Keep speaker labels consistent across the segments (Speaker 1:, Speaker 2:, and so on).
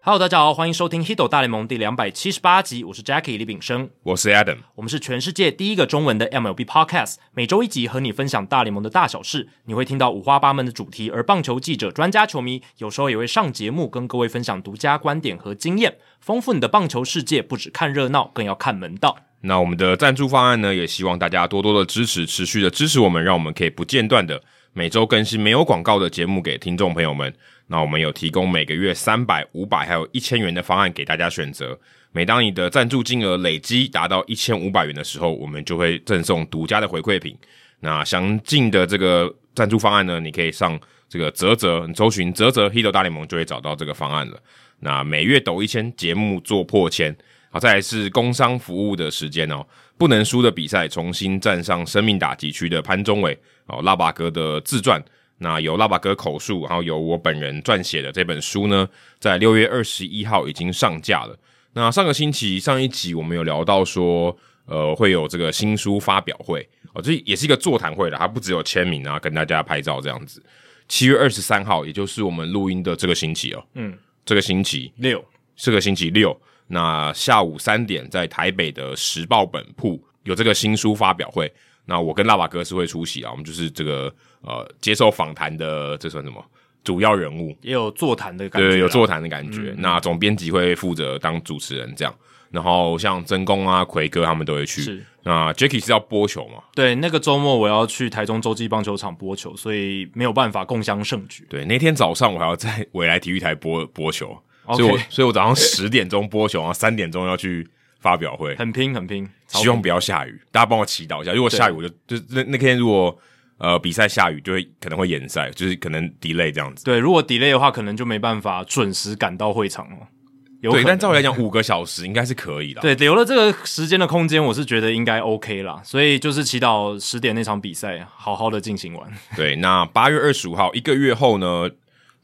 Speaker 1: Hello，大家好，欢迎收听《Hido 大联盟》第两百七十八集，我是 Jackie 李炳生，
Speaker 2: 我是 Adam。
Speaker 1: 我们是全世界第一个中文的 MLB Podcast，每周一集和你分享大联盟的大小事，你会听到五花八门的主题，而棒球记者、专家、球迷有时候也会上节目，跟各位分享独家观点和经验，丰富你的棒球世界。不只看热闹，更要看门道。
Speaker 2: 那我们的赞助方案呢，也希望大家多多的支持，持续的支持我们，让我们可以不间断的每周更新没有广告的节目给听众朋友们。那我们有提供每个月三百、五百还有一千元的方案给大家选择。每当你的赞助金额累积达到一千五百元的时候，我们就会赠送独家的回馈品。那详尽的这个赞助方案呢，你可以上这个泽泽，你搜寻泽泽 Hito 大联盟就会找到这个方案了。那每月抖一千，节目做破千。好，再来是工商服务的时间哦，不能输的比赛重新站上生命打击区的潘宗伟哦，拉巴哥的自传，那由拉巴哥口述，然后由我本人撰写的这本书呢，在六月二十一号已经上架了。那上个星期上一集我们有聊到说，呃，会有这个新书发表会哦，这也是一个座谈会了，它不只有签名啊，跟大家拍照这样子。七月二十三号，也就是我们录音的这个星期哦，嗯，这个星期
Speaker 1: 六，
Speaker 2: 这个星期六，那下午三点在台北的时报本铺有这个新书发表会。那我跟辣爸哥是会出席啊，我们就是这个呃接受访谈的，这算什么主要人物？
Speaker 1: 也有座谈的感觉啦，嗯
Speaker 2: 对，有座谈的感觉。那总编辑会负责当主持人这样，然后像曾公啊、奎哥他们都会去
Speaker 1: 是。
Speaker 2: 那 Jacky 是要播球嘛？
Speaker 1: 对，那个周末我要去台中洲际棒球场播球，所以没有办法共襄盛举。
Speaker 2: 对，那天早上我还要在未来体育台播播球
Speaker 1: OK
Speaker 2: 所以我所以我早上十点钟播球，然后三点钟要去发表会，
Speaker 1: 很拼，很拼，超
Speaker 2: 希望不要下雨，大家帮我祈祷一下。如果下雨，我就就是那那天如果呃比赛下雨，就会可能会延赛，就是可能 delay 这样子。
Speaker 1: 对，如果 delay 的话，可能就没办法准时赶到会场哦。有可
Speaker 2: 对，
Speaker 1: 能
Speaker 2: 但照理来讲，五个小时应该是 可以的。，
Speaker 1: 对留了这个时间的空间，我是觉得应该 OK 啦。所以就是祈祷十点那场比赛好好的进行完。
Speaker 2: 对，那八月二十五号，一个月后呢，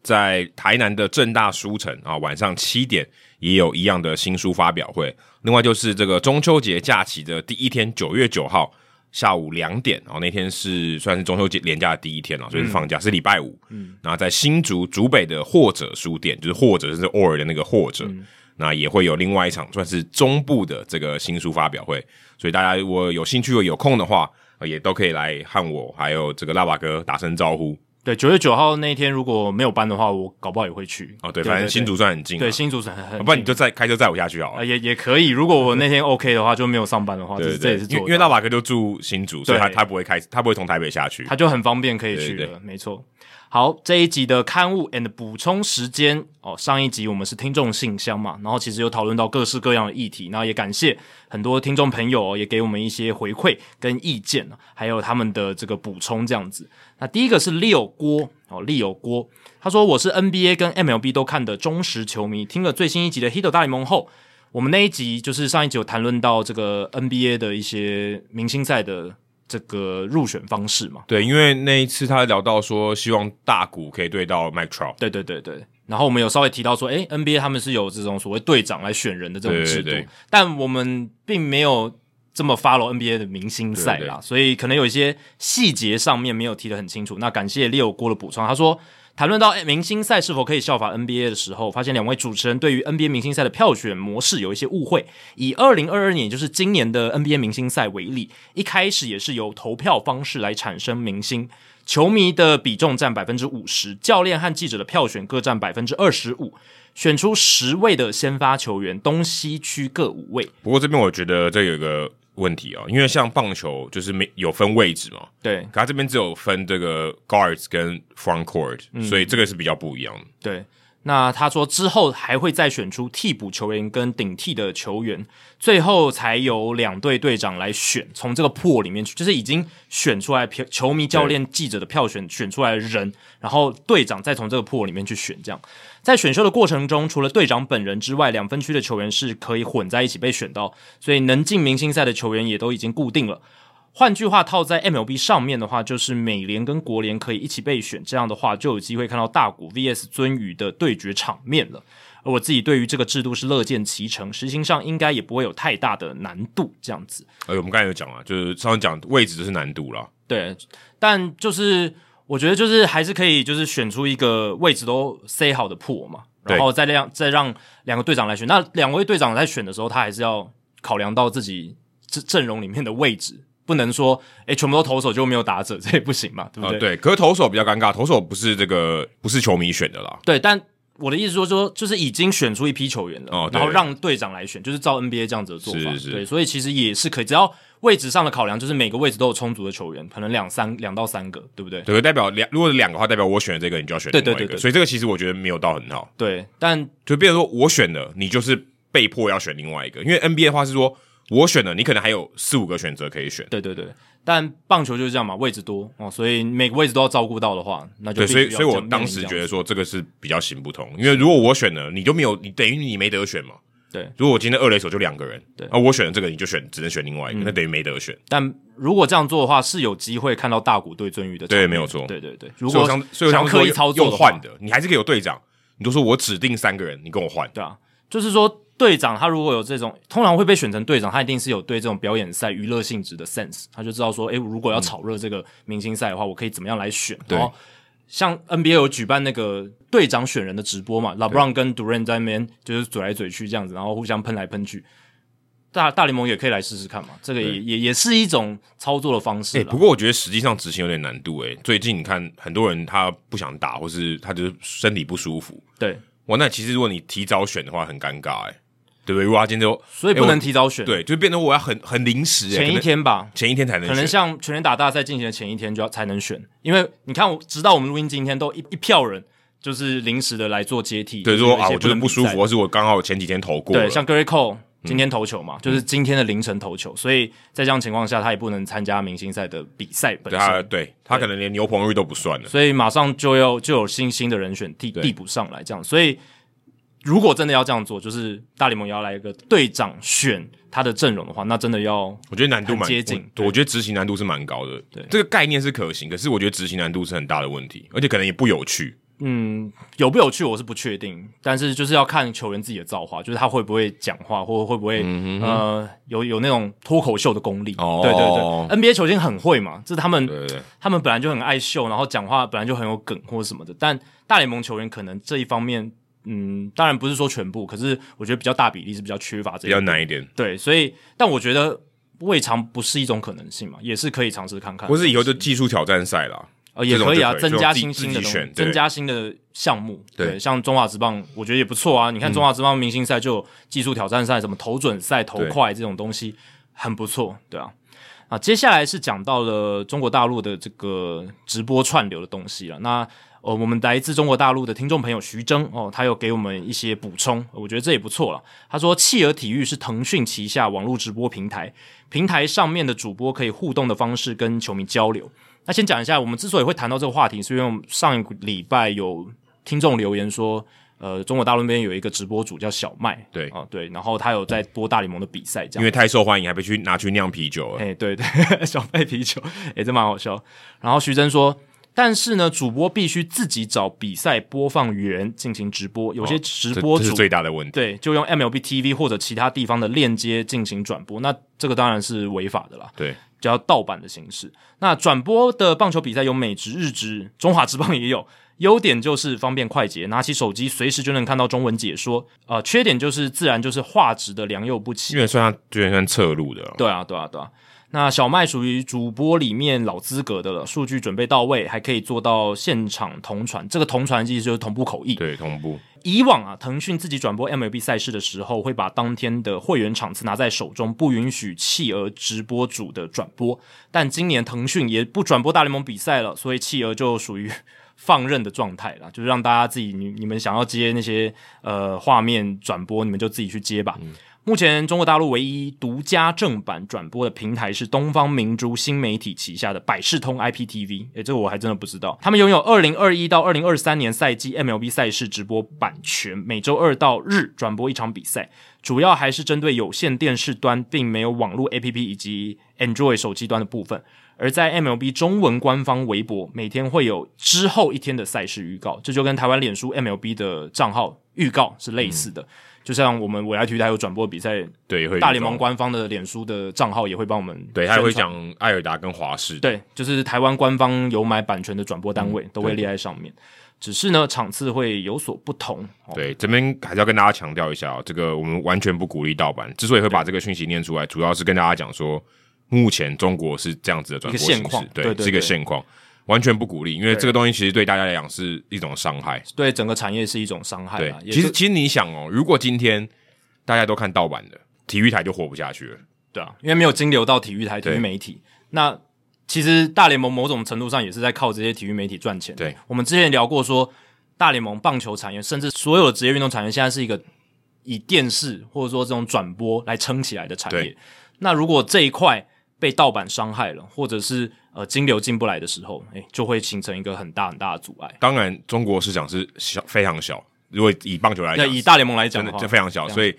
Speaker 2: 在台南的正大书城啊，晚上七点也有一样的新书发表会。另外就是这个中秋节假期的第一天，九月九号下午两点，然后那天是算是中秋节连假的第一天了，所以是放假，是礼拜五。嗯，那在新竹竹北的或者书店，就是或者就是偶尔的那个或者。那也会有另外一场算是中部的这个新书发表会，所以大家如果有兴趣或有空的话，呃也都可以来和我还有这个辣爸哥打声招呼
Speaker 1: 对，九月九号那一天如果没有班的话，我搞不好也会去。
Speaker 2: 哦。对，反正新竹算很近、啊，
Speaker 1: 对新竹是很很
Speaker 2: 啊
Speaker 1: 近，
Speaker 2: 不然你就载开车载我下去好
Speaker 1: 啊
Speaker 2: 了。
Speaker 1: 也也可以。如果我那天 OK 的话，就没有上班的话，
Speaker 2: 对
Speaker 1: 这这
Speaker 2: 对
Speaker 1: 也是
Speaker 2: 对，因
Speaker 1: 做得
Speaker 2: 为因为
Speaker 1: 到
Speaker 2: 辣爸哥就住新竹，所以他
Speaker 1: 对
Speaker 2: 他不会开，他不会从台北下去。
Speaker 1: 他就很方便可以
Speaker 2: 对
Speaker 1: 去了，
Speaker 2: 对
Speaker 1: 没错。好，这一集的刊物 and 补充时间哦，上一集我们是听众信箱嘛，然后其实有讨论到各式各样的议题，然后也感谢很多听众朋友、哦、也给我们一些回馈跟意见，还有他们的这个补充这样子。那第一个是利友郭哦，利友郭，他说我是 NBA 跟 MLB 都看的忠实球迷，听了最新一集的《Hit 大联盟》后，我们那一集就是上一集有谈论到这个 NBA 的一些明星赛的这个入选方式嘛。
Speaker 2: 对，因为那一次他聊到说，希望大谷可以对到 Mike Trout。
Speaker 1: 对对对对。然后我们有稍微提到说，诶 n b a 他们是有这种所谓队长来选人的这种
Speaker 2: 对对
Speaker 1: 制度，
Speaker 2: 对
Speaker 1: 但我们并没有这么 follow NBA 的明星赛啦，
Speaker 2: 对对
Speaker 1: 啊所以可能有一些细节上面没有提得很清楚。那感谢六郭的补充，他说。谈论到诶明星赛是否可以效法 NBA 的时候，发现两位主持人对于 NBA 明星赛的票选模式有一些误会。以二零二二年，也就是今年的 NBA 明星赛为例，一开始也是由投票方式来产生明星，球迷的比重占百分之五十，教练和记者的票选各占百分之二十五，选出十位的先发球员，东西区各五位。
Speaker 2: 不过这边我觉得这有一个问题哦，因为像棒球就是没有分位置嘛，
Speaker 1: 对
Speaker 2: 可他这边只有分这个 guards 跟 front court，、所
Speaker 1: 嗯
Speaker 2: 以这个是比较不一样的。
Speaker 1: 对，那他说之后还会再选出替补球员跟顶替的球员，最后才由两队队长来选，从这个破里面去，就是已经选出来票球迷、教练、记者的票选选出来的人，然后队长再从这个破里面去选。这样，在选秀的过程中，除了队长本人之外，两分区的球员是可以混在一起被选到，所以能进明星赛的球员也都已经固定了。换句话套在 MLB 上面的话，就是美联跟国联可以一起备选，这样的话就有机会看到大谷 VS 鳟鱼的对决场面了。而我自己对于这个制度是乐见其成，实行上应该也不会有太大的难度，这样子。
Speaker 2: 哎而且我们刚才有讲了，啊就是上次讲位置就是难度啦。
Speaker 1: 对，但就是我觉得就是还是可以就是选出一个位置都塞好的破嘛，然后再让再让两个队长来选。那两位队长在选的时候，他还是要考量到自己阵阵容里面的位置，不能说诶全部都投手就没有打者，这也不行嘛，对不
Speaker 2: 啊
Speaker 1: 嗯对？
Speaker 2: 对，可是投手比较尴尬，投手不是这个不是球迷选的啦，
Speaker 1: 对，但我的意思说说，就是已经选出一批球员了，
Speaker 2: 哦对
Speaker 1: 然后让队长来选，就是照 NBA 这样子的做法。
Speaker 2: 是是
Speaker 1: 对，所以其实也是可以，只要位置上的考量，就是每个位置都有充足的球员，可能两三两到三个，对不对？
Speaker 2: 对，代表两如果是两个话，代表我选的这个，你就要选另
Speaker 1: 对
Speaker 2: 外一个，
Speaker 1: 对对对
Speaker 2: 所以这个其实我觉得没有到很好，
Speaker 1: 对，但
Speaker 2: 就变成说我选了，你就是被迫要选另外一个，因为 NBA 的话是说我选了，你可能还有四五个选择可以选，
Speaker 1: 对对对，但棒球就是这样嘛，位置多哦，所以每个位置都要照顾到的话，那就
Speaker 2: 对，所以
Speaker 1: 必须要
Speaker 2: 所以
Speaker 1: 这
Speaker 2: 我
Speaker 1: 样
Speaker 2: 当时觉
Speaker 1: 面临
Speaker 2: 得说这个是比较行不通，因为如果我选了，你就没有，你等于你没得选嘛。
Speaker 1: 对，
Speaker 2: 如果我今天二垒手就两个人，
Speaker 1: 对嗯
Speaker 2: 啊，我选了这个，你就选，只能选另外一个，那等于没得选。
Speaker 1: 这样子但如果这样做的话，是有机会看到大谷对鳟鱼的场面，
Speaker 2: 对没有错
Speaker 1: 对对对，如
Speaker 2: 所
Speaker 1: 果
Speaker 2: 以我想，所以我想
Speaker 1: 想
Speaker 2: 说
Speaker 1: 刻意操作
Speaker 2: 用
Speaker 1: 的话
Speaker 2: 换的，你还是可以有队长，你就说我指定三个人，你跟我换。
Speaker 1: 对啊，就是说队长他如果有这种，通常会被选成队长，他一定是有对这种表演赛娱乐性质的 sense，他就知道说，诶，如果要炒热这个明星赛的话，我可以怎么样来选。
Speaker 2: 嗯对
Speaker 1: 然后像 NBA 有举办那个队长选人的直播嘛，LeBron 跟 Durant 在那边就是嘴来嘴去这样子，然后互相喷来喷去。大大联盟也可以来试试看嘛，这个也
Speaker 2: 对
Speaker 1: 也也是一种操作的方式
Speaker 2: 哎、
Speaker 1: 啦。
Speaker 2: 不过我觉得实际上执行有点难度、欸。哎，最近你看很多人他不想打，或是他就是身体不舒服。
Speaker 1: 对，
Speaker 2: 哇，那其实如果你提早选的话，很尴尬、欸，哎，对不对？如果他今天就
Speaker 1: 所以
Speaker 2: 哎
Speaker 1: 不
Speaker 2: 我
Speaker 1: 能提早选，
Speaker 2: 对，就变成我要很很临时、欸，
Speaker 1: 前
Speaker 2: 可
Speaker 1: 一
Speaker 2: 能
Speaker 1: 天吧，
Speaker 2: 前一天才能
Speaker 1: 可能
Speaker 2: 选。
Speaker 1: 像全垒打大赛进行的前一天就要才能选，因为你看我，直到我们录音今天都一一票人就是临时的来做接替，
Speaker 2: 对，
Speaker 1: 就是
Speaker 2: 说
Speaker 1: 有一些
Speaker 2: 啊，我觉得
Speaker 1: 能
Speaker 2: 不
Speaker 1: 比
Speaker 2: 舒
Speaker 1: 赛
Speaker 2: 服，或是我刚好前几天投过了，嗯
Speaker 1: 对，像 Gary Cole 今天投球嘛，就是今天的凌晨投球，所以在这样情况下，他也不能参加明星赛的比赛本
Speaker 2: 对他，
Speaker 1: 身，
Speaker 2: 对他可能连牛棚日都不算了。
Speaker 1: 所以马上就要就有新兴的人选替
Speaker 2: 对
Speaker 1: 替补上来，这样，所以如果真的要这样做，就是大联盟也要来一个队长选他的阵容的话，那真的要
Speaker 2: 我觉得难度蛮
Speaker 1: 很接近
Speaker 2: 我，我觉得执行难度是蛮高的。
Speaker 1: 对
Speaker 2: 这个概念是可行，可是我觉得执行难度是很大的问题，而且可能也不有趣。
Speaker 1: 嗯，有不有趣我是不确定，但是就是要看球员自己的造化，就是他会不会讲话，或会不会、呃有有那种脱口秀的功力。
Speaker 2: 嗯哦
Speaker 1: 对对对，NBA 球星很会嘛，这是他们
Speaker 2: 对对对，
Speaker 1: 他们本来就很爱秀，然后讲话本来就很有梗或者什么的。但大联盟球员可能这一方面，嗯，当然不是说全部，可是我觉得比较大比例是比较缺乏这
Speaker 2: 比
Speaker 1: 一
Speaker 2: 较
Speaker 1: 点。
Speaker 2: 难一点。
Speaker 1: 对，所以但我觉得未尝不是一种可能性嘛，也是可以尝试看看。
Speaker 2: 或是以后就技术挑战赛啦，
Speaker 1: 呃，也
Speaker 2: 这种
Speaker 1: 可以啊，
Speaker 2: 就可以
Speaker 1: 增加
Speaker 2: 这种
Speaker 1: 新兴的
Speaker 2: 自自
Speaker 1: 东
Speaker 2: 己
Speaker 1: 西
Speaker 2: 选，对
Speaker 1: 增加新的项目。
Speaker 2: 对嗯
Speaker 1: 像中华职棒，我觉得也不错啊。你看中华职棒明星赛就有技术挑战赛，什么投准赛、投
Speaker 2: 对
Speaker 1: 快这种东西，很不错，对啊。啊，接下来是讲到了中国大陆的这个直播串流的东西了。那呃，我们来自中国大陆的听众朋友徐峥哦，他有给我们一些补充，呃我觉得这也不错了。他说，企鹅体育是腾讯旗下网络直播平台，平台上面的主播可以互动的方式跟球迷交流。那先讲一下，我们之所以会谈到这个话题，是因为我们上一个礼拜有听众留言说，呃，中国大陆那边有一个直播主叫小麦，
Speaker 2: 对
Speaker 1: 啊、对，然后他有在播大联盟的比赛，这样
Speaker 2: 因。为太受欢迎，还被去拿去酿啤酒了。
Speaker 1: 哎、对对， 小麦啤酒，哎、这蛮好笑。然后徐峥说，但是呢，主播必须自己找比赛播放源进行直播，有些直
Speaker 2: 哦这
Speaker 1: 播
Speaker 2: 这
Speaker 1: 主、
Speaker 2: 是最大的问题。
Speaker 1: 对，就用 MLB TV 或者其他地方的链接进行转播，那这个当然是违法的啦，
Speaker 2: 对，
Speaker 1: 就要盗版的形式。那转播的棒球比赛有美职、日职、中华职棒也有。优点就是方便快捷，拿起手机随时就能看到中文解说。呃，缺点就是自然就是画质的良莠不齐
Speaker 2: 基，本算他基本算侧路的哦了。
Speaker 1: 对啊，对啊，对啊。那小麦属于主播里面老资格的了，数据准备到位，还可以做到现场同传。这个同传意思就是同步口译。
Speaker 2: 对，同步。
Speaker 1: 以往啊，腾讯自己转播 MLB 赛事的时候，会把当天的会员场次拿在手中，不允许企鹅直播主的转播。但今年腾讯也不转播大联盟比赛了，所以企鹅就属于 放任的状态了，就是让大家自己你你们想要接那些呃画面转播，你们就自己去接吧。目前中国大陆唯一独家正版转播的平台是东方明珠新媒体旗下的百视通 IPTV，诶，这个我还真的不知道。他们拥有2021到2023年赛季 MLB 赛事直播版权，每周二到日转播一场比赛，主要还是针对有线电视端，并没有网络 APP 以及 Android 手机端的部分。而在 MLB 中文官方微博，每天会有之后一天的赛事预告，这就跟台湾脸书 MLB 的账号预告是类似的。就像我们未来体育台有转播比赛，
Speaker 2: 对，也会
Speaker 1: 大联盟官方的脸书的账号也会帮我们，
Speaker 2: 对，他也会，讲艾尔达跟华氏。嗯
Speaker 1: 对，就是台湾官方有买版权的转播单位、都会列在上面。只是呢场次会有所不同。哦
Speaker 2: 对，这边还是要跟大家强调一下、哦，这个我们完全不鼓励盗版。之所以会把这个讯息念出来，主要是跟大家讲说，目前中国是这样子的转播
Speaker 1: 一个
Speaker 2: 形
Speaker 1: 现况
Speaker 2: 式，对，
Speaker 1: 对对
Speaker 2: 是一个
Speaker 1: 对
Speaker 2: 现况，完全不鼓励，因为
Speaker 1: 对
Speaker 2: 这个东西其实对大家来讲是一种伤害。
Speaker 1: 对整个产业是一种伤害
Speaker 2: 对
Speaker 1: 啊啦。，也
Speaker 2: 其实
Speaker 1: 就
Speaker 2: 其实你想哦，如果今天大家都看盗版的，体育台就活不下去了。
Speaker 1: 对啊，因为没有金流到体育台、体
Speaker 2: 对
Speaker 1: 育媒体，那其实大联盟某种程度上也是在靠这些体育媒体赚钱。
Speaker 2: 对，
Speaker 1: 我们之前聊过说，大联盟棒球产业，甚至所有的职业运动产业，现在是一个以电视或者说这种转播来撑起来的产业
Speaker 2: 对。
Speaker 1: 那如果这一块被盗版伤害了，或者是呃金流进不来的时候，哎、就会形成一个很大很大的阻碍。
Speaker 2: 当然，中国市场是小非常小，如果以棒球来
Speaker 1: 那
Speaker 2: 讲，
Speaker 1: 以大联盟来讲
Speaker 2: 哎真
Speaker 1: 的
Speaker 2: 的
Speaker 1: 话，
Speaker 2: 就非常小，
Speaker 1: 这样
Speaker 2: 所以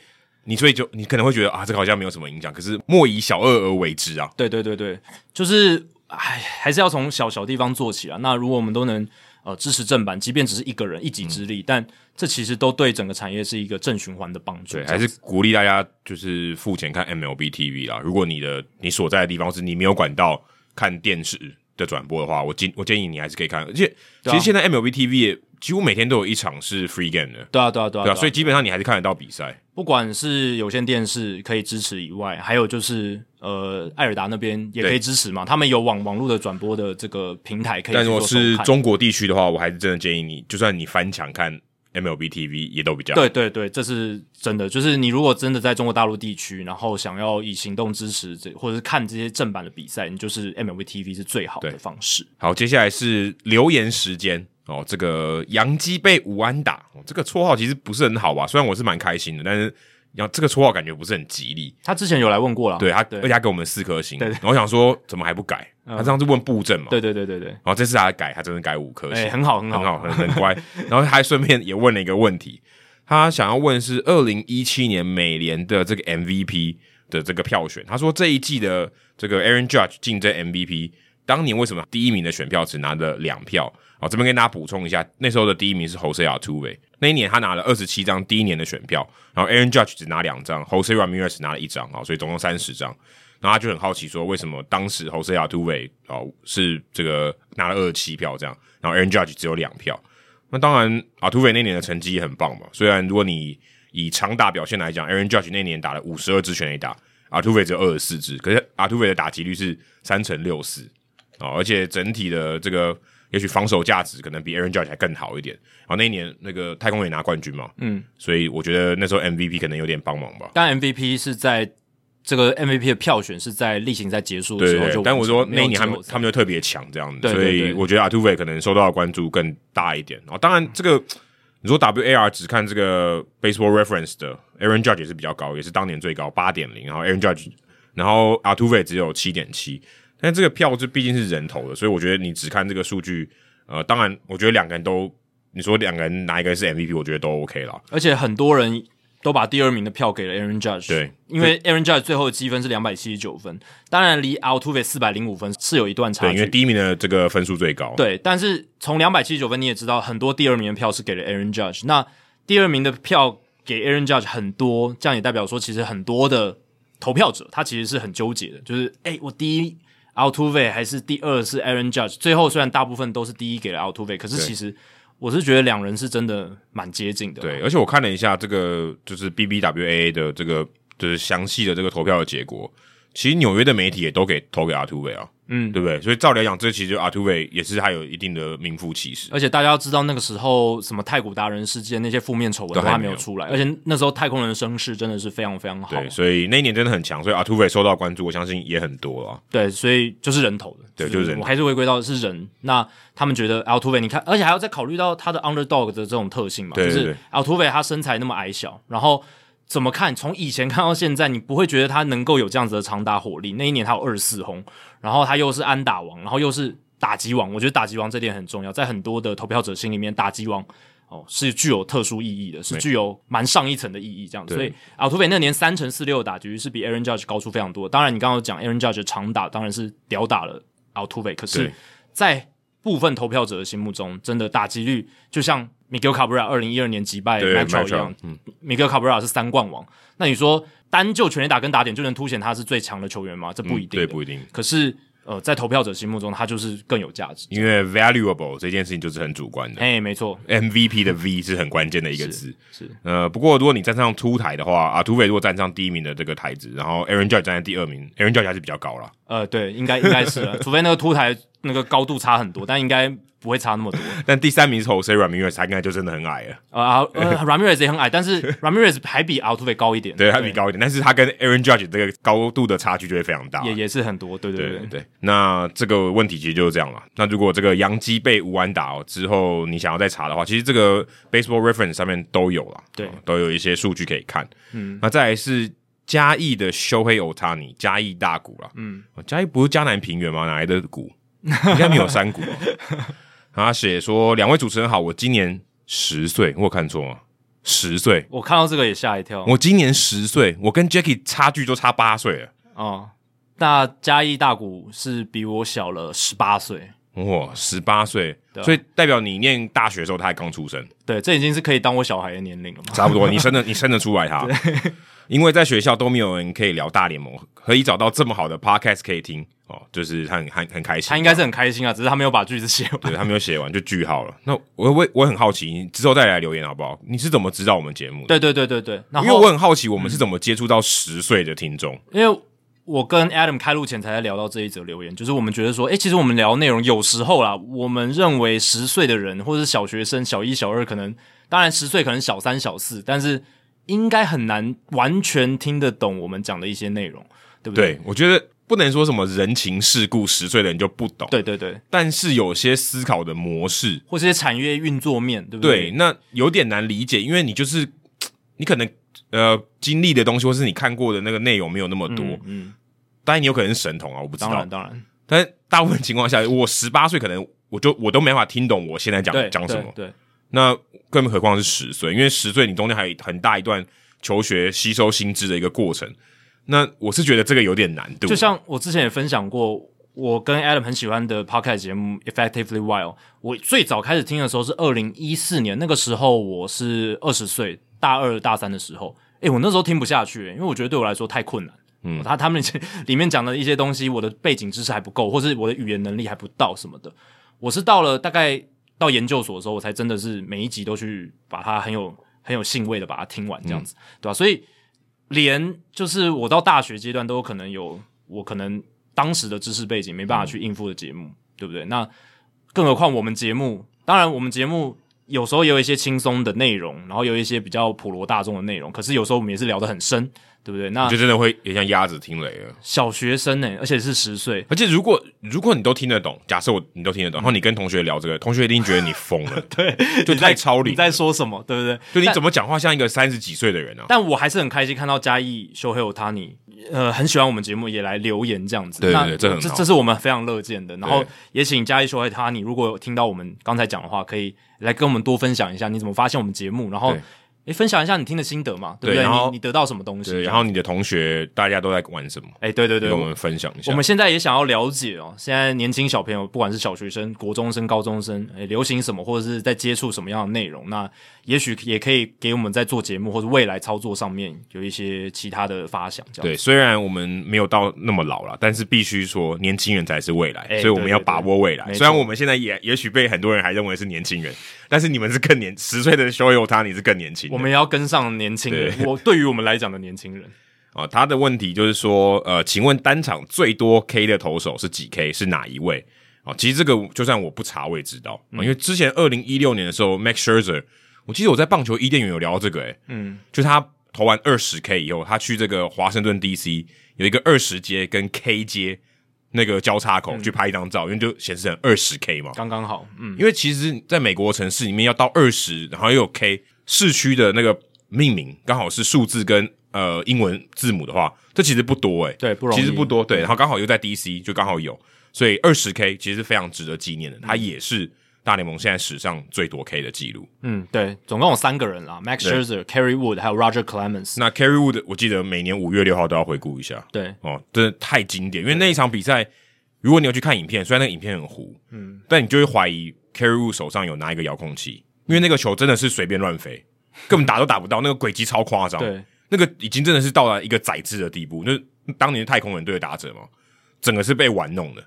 Speaker 2: 你所以就你可能会觉得啊，这个好像没有什么影响，可是莫以小恶而为之啊。
Speaker 1: 对对对对，就是哎，还是要从小小地方做起啊。那如果我们都能呃支持正版，即便只是一个人一己
Speaker 2: 嗯
Speaker 1: 之力，但这其实都对整个产业是一个正循环的帮助。
Speaker 2: 对，
Speaker 1: 这
Speaker 2: 还
Speaker 1: 样
Speaker 2: 是鼓励大家就是付钱看 MLB TV 啦。如果你的你所在的地方是你没有管道看电视的转播的话，我建我建议你还是可以看。而且其
Speaker 1: 对啊
Speaker 2: 实现在 MLB TV 也几乎每天都有一场是 free game 的，
Speaker 1: 对啊对啊对啊，
Speaker 2: 对
Speaker 1: 对
Speaker 2: 啊，所以基本上你还是看得到比赛。
Speaker 1: 不管是有线电视可以支持以外，还有就是呃艾尔达那边也可以
Speaker 2: 对
Speaker 1: 支持嘛，他们有网网络的转播的这个平台可以去
Speaker 2: 但
Speaker 1: 做
Speaker 2: 如
Speaker 1: 收看。
Speaker 2: 果是中国地区的话，我还是真的建议你，就算你翻墙看 MLB TV 也都比较好
Speaker 1: 对对对，这是真的。就是你如果真的在中国大陆地区，然后想要以行动支持这或者是看这些正版的比赛，你就是 MLB TV 是最好的
Speaker 2: 对
Speaker 1: 方式。
Speaker 2: 好，接下来是留言时间哦。这个杨基被五安打、哦，这个绰号其实不是很好啊吧？虽然我是蛮开心的，但是杨这个绰号感觉不是很吉利。
Speaker 1: 他之前有来问过了，
Speaker 2: 对他，
Speaker 1: 哦对
Speaker 2: 而且他给我们四颗星，
Speaker 1: 对对嗯
Speaker 2: 然后我想说怎么还不改？他上次问布阵嘛，
Speaker 1: 对对对对对，
Speaker 2: 然后这次他改，他真的改五颗
Speaker 1: 哎、
Speaker 2: 星，
Speaker 1: 很好很好
Speaker 2: 很好，很很乖。然后他还顺便也问了一个问题，他想要问是二零一七年美联的这个 MVP 的这个票选，他说这一季的这个 Aaron Judge 竞争 MVP，当年为什么第一名的选票只拿了两票？好，这边跟大家补充一下，那时候的第一名是 Jose Altuve，那一年他拿了二十七张第一年的选票，然后 Aaron Judge 只拿两张，Jose Ramirez 拿了一张，好，所以总共三十张。然后他就很好奇说，为什么当时 Jose Altuve 哦是这个拿了二十七票这样，然后 Aaron Judge 只有两票。那当然，Altuve 那年的成绩也很棒嘛。虽然如果你以长打表现来讲，Aaron Judge 那年打了五十二支全垒打，Altuve 只有二十四支，可是 Altuve 的打击率是三成六四哦，而且整体的这个也许防守价值可能比 Aaron Judge 还更好一点。然后那一年那个太空也拿冠军嘛，嗯，所以我觉得那时候 MVP 可能有点帮忙吧。
Speaker 1: 但 MVP 是在这个 MVP 的票选是在例行赛结束的
Speaker 2: 对
Speaker 1: 时候
Speaker 2: 对
Speaker 1: 就完
Speaker 2: 对，
Speaker 1: 成，
Speaker 2: 但我说
Speaker 1: 没
Speaker 2: 那
Speaker 1: 有
Speaker 2: 一年他
Speaker 1: 季
Speaker 2: 们
Speaker 1: 后赛
Speaker 2: 他们就特别强这样子，
Speaker 1: 对对对
Speaker 2: 所以我觉得 a t u v e 可能受到的关注更大一点。然后当然这个你说 WAR 只看这个 Baseball Reference 的 Aaron Judge 也是比较高，也是当年最高八点零，然后 Aaron Judge，然后 a t u v e 只有七点七，但这个票这毕竟是人投的，所以我觉得你只看这个数据，呃，当然我觉得两个人都。你说两个人哪一个人是 MVP，我觉得都 OK 啦。
Speaker 1: 而且很多人都把第二名的票给了 Aaron Judge，
Speaker 2: 对
Speaker 1: 因为 Aaron Judge 最后的积分是两百七十九分，当然离 Altuve 四百零五分是有一段差
Speaker 2: 对，
Speaker 1: 距，
Speaker 2: 因为第一名的这个分数最高。
Speaker 1: 对，但是从两百七十九分你也知道，很多第二名的票是给了 Aaron Judge。那第二名的票给 Aaron Judge 很多，这样也代表说，其实很多的投票者他其实是很纠结的，就是诶，我第一 Altuve 还是第二是 Aaron Judge？最后虽然大部分都是第一给了 Altuve，可是
Speaker 2: 对
Speaker 1: 其实我是觉得两人是真的蛮接近的。
Speaker 2: 对，而且我看了一下这个就是 BBWAA 的这个就是详细的这个投票的结果，其实纽约的媒体也都给投给阿图伟啊，
Speaker 1: 嗯
Speaker 2: 对不对？所以照理来讲，这其实就阿图伟也是还有一定的名副其实。
Speaker 1: 而且大家要知道，那个时候什么太古达人事件那些负面丑闻
Speaker 2: 都
Speaker 1: 都
Speaker 2: 还
Speaker 1: 还
Speaker 2: 没
Speaker 1: 没有
Speaker 2: 有
Speaker 1: 出来，而且那时候太空人的声势真的是非常非常好。
Speaker 2: 对，所以那一年真的很强，所以阿图伟受到关注，我相信也很多啊。
Speaker 1: 对，所以就是人头的，
Speaker 2: 对就是人头
Speaker 1: 我还是回归到是人。那他们觉得啊 Altuve，你看，而且还要再考虑到他的 underdog 的这种特性嘛，
Speaker 2: 对
Speaker 1: 就
Speaker 2: 对
Speaker 1: 是 Altuve 啊他身材那么矮小，然后怎么看，从以前看到现在，你不会觉得他能够有这样子的长打火力。那一年他有二十四轰，然后他又是安打王，然后又是打击王，我觉得打击王这点很重要，在很多的投票者心里面，打击王。哦，是具有特殊意义的，是具有蛮上一层的意义，这样子。
Speaker 2: 对
Speaker 1: 所以啊，土匪那年三乘四六的打局是比 Aaron Judge 高出非常多。当然，你刚刚有讲 Aaron Judge 的长打当然是屌打了奥土匪，可是
Speaker 2: 对，
Speaker 1: 在部分投票者的心目中，真的打击率就像 Miguel Cabrera 二零一二年击败
Speaker 2: 对
Speaker 1: m a t r o
Speaker 2: Machado，
Speaker 1: 一样、m i g u e l Cabrera 是三冠王。那你说单就全垒打跟打点就能凸显他是最强的球员吗？这不一定的、
Speaker 2: 嗯对，不一定。
Speaker 1: 可是呃，在投票者心目中，他就是更有价值。
Speaker 2: 因为 valuable 这件事情就是很主观的。
Speaker 1: 哎，没错，
Speaker 2: MVP 的 V 是很关键的一个字。
Speaker 1: 是
Speaker 2: 呃，不过如果你站上凸台的话，啊，土匪如果站上第一名的这个台子，然后 Aaron Judge 站在第二名，Aaron Judge 还是比较高了。
Speaker 1: 呃，对，应该应该是啊了，除非那个凸台那个高度差很多，但应该不会差那么多。
Speaker 2: 但第三名是 Jose Ramirez，他应该就真的很矮了。
Speaker 1: 呃啊呃，Ramirez 也很矮，但是 Ramirez 还比 Altuve 高一点，
Speaker 2: 对，他比高一点，但是他跟 Aaron Judge 这个高度的差距就会非常大。
Speaker 1: 也也是很多，对对
Speaker 2: 对
Speaker 1: 对。
Speaker 2: 对，那这个问题其实就是这样了。那如果这个洋基被吴安打哦之后，你想要再查的话，其实这个 Baseball Reference 上面都有了，
Speaker 1: 对
Speaker 2: 哦都有一些数据可以看。嗯，那再来是嘉义的修黑欧塔尼，嘉义大谷啦。嗯，嘉义不是江南平原吗？哪来的谷？应该没有山谷、哦。 他写说：“两位主持人好，我今年十岁，我有看错吗？十岁，
Speaker 1: 我看到这个也吓一跳
Speaker 2: 我今年十岁，我跟 Jackie 差距都差八岁了。”
Speaker 1: 哦。那嘉义大谷是比我小了十八岁，
Speaker 2: 哇，十八岁，
Speaker 1: 对啊
Speaker 2: 所以代表你念大学的时候，他还刚 出生，
Speaker 1: 对，这已经是可以当我小孩的年龄了嘛？
Speaker 2: 差不多，你生的你生得出 来他，因为在学校都没有人可以聊大联盟，可以找到这么好的 podcast 可以听哦，就是他很很很开心，
Speaker 1: 他应该是很开心啊，只是他没有把句子写完。
Speaker 2: 对他没有写完就句号了。那我我我很好奇，你之后再来留言好不好？你是怎么知道我们节目的？
Speaker 1: 对对对对对，然
Speaker 2: 因为我
Speaker 1: 后嗯
Speaker 2: 很好奇，我们是怎么接触到十岁的听众？
Speaker 1: 因为我跟 Adam 开录前才在聊到这一则留言，就是我们觉得说，诶，其实我们聊内容有时候啦，我们认为十岁的人或者是小学生、小一、小二，可能当然十岁可能小三、小四，但是应该很难完全听得懂我们讲的一些内容，对不
Speaker 2: 对我觉得不能说什么人情世故，十岁的人就不懂，，
Speaker 1: 对对对对，
Speaker 2: 但是有些思考的模式，
Speaker 1: 或是一些产业运作面，对不
Speaker 2: 对，？那有点难理解，因为你就是你可能呃经历的东西，或是你看过的那个内容没有那么多，
Speaker 1: 嗯嗯，
Speaker 2: 当然你有可能是神童啊，我不知
Speaker 1: 当
Speaker 2: 道
Speaker 1: 然。当然，
Speaker 2: 但是大部分情况下，我十八岁可能我就我都没办法听懂我现在讲
Speaker 1: 对
Speaker 2: 讲什么，
Speaker 1: 对，对
Speaker 2: 那更何况是十岁，因为十岁你中间还有很大一段求学吸收新知的一个过程。那我是觉得这个有点难度，啊
Speaker 1: 就像我之前也分享过，我跟 Adam 很喜欢的 podcast 节目《Effectively Wild》，我最早开始听的时候是二零一四年，那个时候我是二十岁，大二大三的时候。诶、我那时候听不下去、因为我觉得对我来说太困难。嗯，他他们里面讲的一些东西，我的背景知识还不够，或是我的语言能力还不到什么的。我是到了大概到研究所的时候，我才真的是每一集都去把它很有很有兴味的把它听完，这样子，
Speaker 2: 嗯
Speaker 1: 对吧、所以连就是我到大学阶段都有可能有我可能当时的知识背景没办法去应付的节目，
Speaker 2: 嗯
Speaker 1: 对不对？那更何况我们节目，当然我们节目有时候也有一些轻松的内容，然后有一些比较普罗大众的内容，可是有时候我们也是聊得很深，对不对？那
Speaker 2: 我就真的会也像鸭子听雷了。
Speaker 1: 小学生呢、而且是十岁，
Speaker 2: 而且如果如果你都听得懂，假设我你都听得懂，然后你跟同学聊这个，同学一定觉得你疯了，
Speaker 1: 对，
Speaker 2: 就
Speaker 1: 你在
Speaker 2: 太超龄
Speaker 1: 你在说什么？对不对？
Speaker 2: 就你怎么讲话像一个三十几岁的人啊？
Speaker 1: 但我还是很开心看到嘉义修黑有他你，呃，很喜欢我们节目，也来留言这样子。
Speaker 2: 对对
Speaker 1: 那
Speaker 2: 对这很好
Speaker 1: 这是我们非常乐见的。然后
Speaker 2: 对
Speaker 1: 也请嘉义修黑他你，如果有听到我们刚才讲的话，可以来跟我们多分享一下你怎么发现我们节目，然后
Speaker 2: 对
Speaker 1: 诶分享一下你听的心得嘛，对不
Speaker 2: 对然后
Speaker 1: 你你得到什么东西这
Speaker 2: 对，
Speaker 1: 样？
Speaker 2: 然后你的同学大家都在玩什么？
Speaker 1: 哎，对对对，
Speaker 2: 跟我
Speaker 1: 我
Speaker 2: 们分享一下。
Speaker 1: 我们现在也想要了解哦，现在年轻小朋友，不管是小学生、国中生、高中生，诶，流行什么，或者是在接触什么样的内容，那也许也可以给我们在做节目或者未来操作上面有一些其他的发想，这样子
Speaker 2: 对，虽然我们没有到那么老了，但是必须说年轻人才是未来，
Speaker 1: 哎
Speaker 2: 所以我们要
Speaker 1: 对对对
Speaker 2: 把握未来
Speaker 1: 没。错
Speaker 2: 虽然我们现在也也许被很多人还认为是年轻人，但是你们是更年十岁的修友他，你是更年轻的。
Speaker 1: 我们也要跟上年轻人。我对于我们来讲的年轻人，
Speaker 2: 啊，他的问题就是说，呃，请问单场最多 K 的投手是几 K？是哪一位？啊，其实这个就算我不查我也知道，啊因为之前二零一六年的时候，Max Scherzer，我记得我在棒球伊甸园有聊到这个、欸，
Speaker 1: 嗯，
Speaker 2: 就他投完二十 K 以后，他去这个华盛顿 DC 有一个二十街跟 K 街那个交叉口、去拍一张照，因为就显示成二十 K 嘛，
Speaker 1: 刚刚好，嗯，
Speaker 2: 因为其实在美国城市里面要到二十，然后又有 K 市区的那个命名刚好是数字跟呃英文字母的话，这其实不多诶、
Speaker 1: 对不容易嗯
Speaker 2: 其实不多对，然后刚好又在 DC 就刚好有，所以二十 K 其实非常值得纪念的，它也是大联盟现在史上最多 K 的记录。
Speaker 1: 嗯，对，总共有三个人啦，Max
Speaker 2: 对
Speaker 1: Scherzer、Kerry Wood 还有 Roger Clemens。
Speaker 2: 那 Carry Wood 我记得每年五月六号都要回顾一下，
Speaker 1: 对，
Speaker 2: 哦，真的太经典，因为那一场比赛，如果你有去看影片，虽然那个影片很糊，嗯，但你就会怀疑 Carry Wood 手上有拿一个遥控器，因为那个球真的是随便乱飞，根本打都打不到，那个轨迹超夸张，
Speaker 1: 对，
Speaker 2: 那个已经真的是到了一个宰制的地步，就是当年的太空人队的打者嘛，整个是被玩弄的，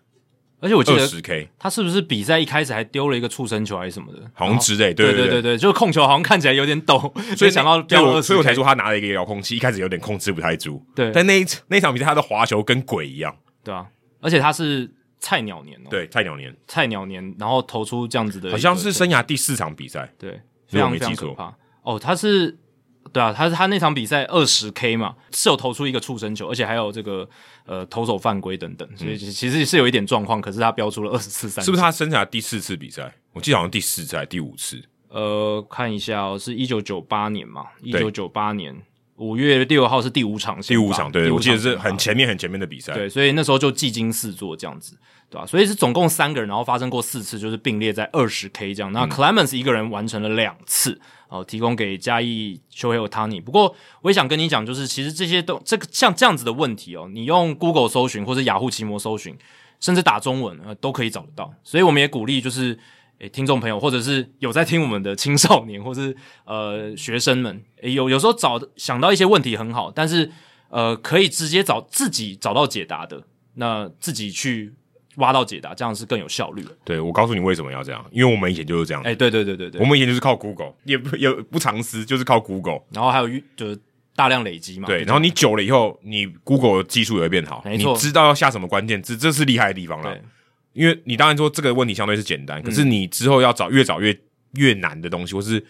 Speaker 1: 而且我记
Speaker 2: 二
Speaker 1: 得
Speaker 2: 十 K
Speaker 1: 他是不是比赛一开始还丢了一个触身球还是什么的？
Speaker 2: 好像之类，
Speaker 1: 哦对
Speaker 2: 对
Speaker 1: 对对对，就是控球好像看起来有点抖，
Speaker 2: 所
Speaker 1: 没
Speaker 2: 以
Speaker 1: 想到
Speaker 2: 对
Speaker 1: 飙
Speaker 2: 我
Speaker 1: 二
Speaker 2: 所
Speaker 1: 十
Speaker 2: 以我才说他拿了一个遥控器，一开始有点控制不太住。
Speaker 1: 对
Speaker 2: 但那一那一场比赛他的滑球跟鬼一样，
Speaker 1: 对啊，而且他是菜鸟年哦，
Speaker 2: 对，菜鸟年
Speaker 1: 菜鸟年，然后投出这样子的一个，
Speaker 2: 好像是生涯第四场比赛，
Speaker 1: 对，非
Speaker 2: 如果
Speaker 1: 常
Speaker 2: 没
Speaker 1: 非常
Speaker 2: 记
Speaker 1: 可
Speaker 2: 错
Speaker 1: 怕。哦，他是对啊，他是他那场比赛二十 K 嘛，是有投出一个触身球，而且还有这个呃投手犯规等等，所以其其实是有一点状况，可是他标出了二十四三，
Speaker 2: 嗯是不是？他生涯第四次比赛？我记得好像第四次还是第五次，
Speaker 1: 呃，看一下、哦，是一九九八年嘛，一
Speaker 2: 对
Speaker 1: 九九八年五月六号是第五场先
Speaker 2: 第
Speaker 1: 发，
Speaker 2: 五场，对，
Speaker 1: 第
Speaker 2: 我记得
Speaker 1: 先
Speaker 2: 是
Speaker 1: 发
Speaker 2: 很前面很前面的比赛。
Speaker 1: 对，所以那时候就技惊四座这样子，对吧、啊所以是总共三个人，然后发生过四次，就是并列在二十 K 这样。那 Clemens 一个人完成了两次，哦、提供给嘉义修黑 t a n i 不过我也想跟你讲，就是其实这些都这个像这样子的问题哦，你用 Google 搜寻或者雅虎奇摩搜寻，甚至打中文呃都可以找得到。所以我们也鼓励就是。诶，听众朋友，或者是有在听我们的青少年，或是呃学生们，诶有有时候找想到一些问题很好，但是呃，可以直接找自己找到解答的，那自己去挖到解答，这样是更有效率的。
Speaker 2: 对，我告诉你为什么要这样，因为我们以前就是这样
Speaker 1: 哎、，对对对对
Speaker 2: 我
Speaker 1: 对。
Speaker 2: 们以前就是靠 Google，也不也不藏私，就是靠 Google。
Speaker 1: 然后还有就是大量累积嘛，
Speaker 2: 对，然后你久了以后，你 Google 的技术也会变好，
Speaker 1: 啊没
Speaker 2: 你
Speaker 1: 错
Speaker 2: 知道要下什么关键字，这是厉害的地方了
Speaker 1: 对。嗯
Speaker 2: 因为你当然说这个问题相对是简单，可是你之后要找越找越越难的东西，或是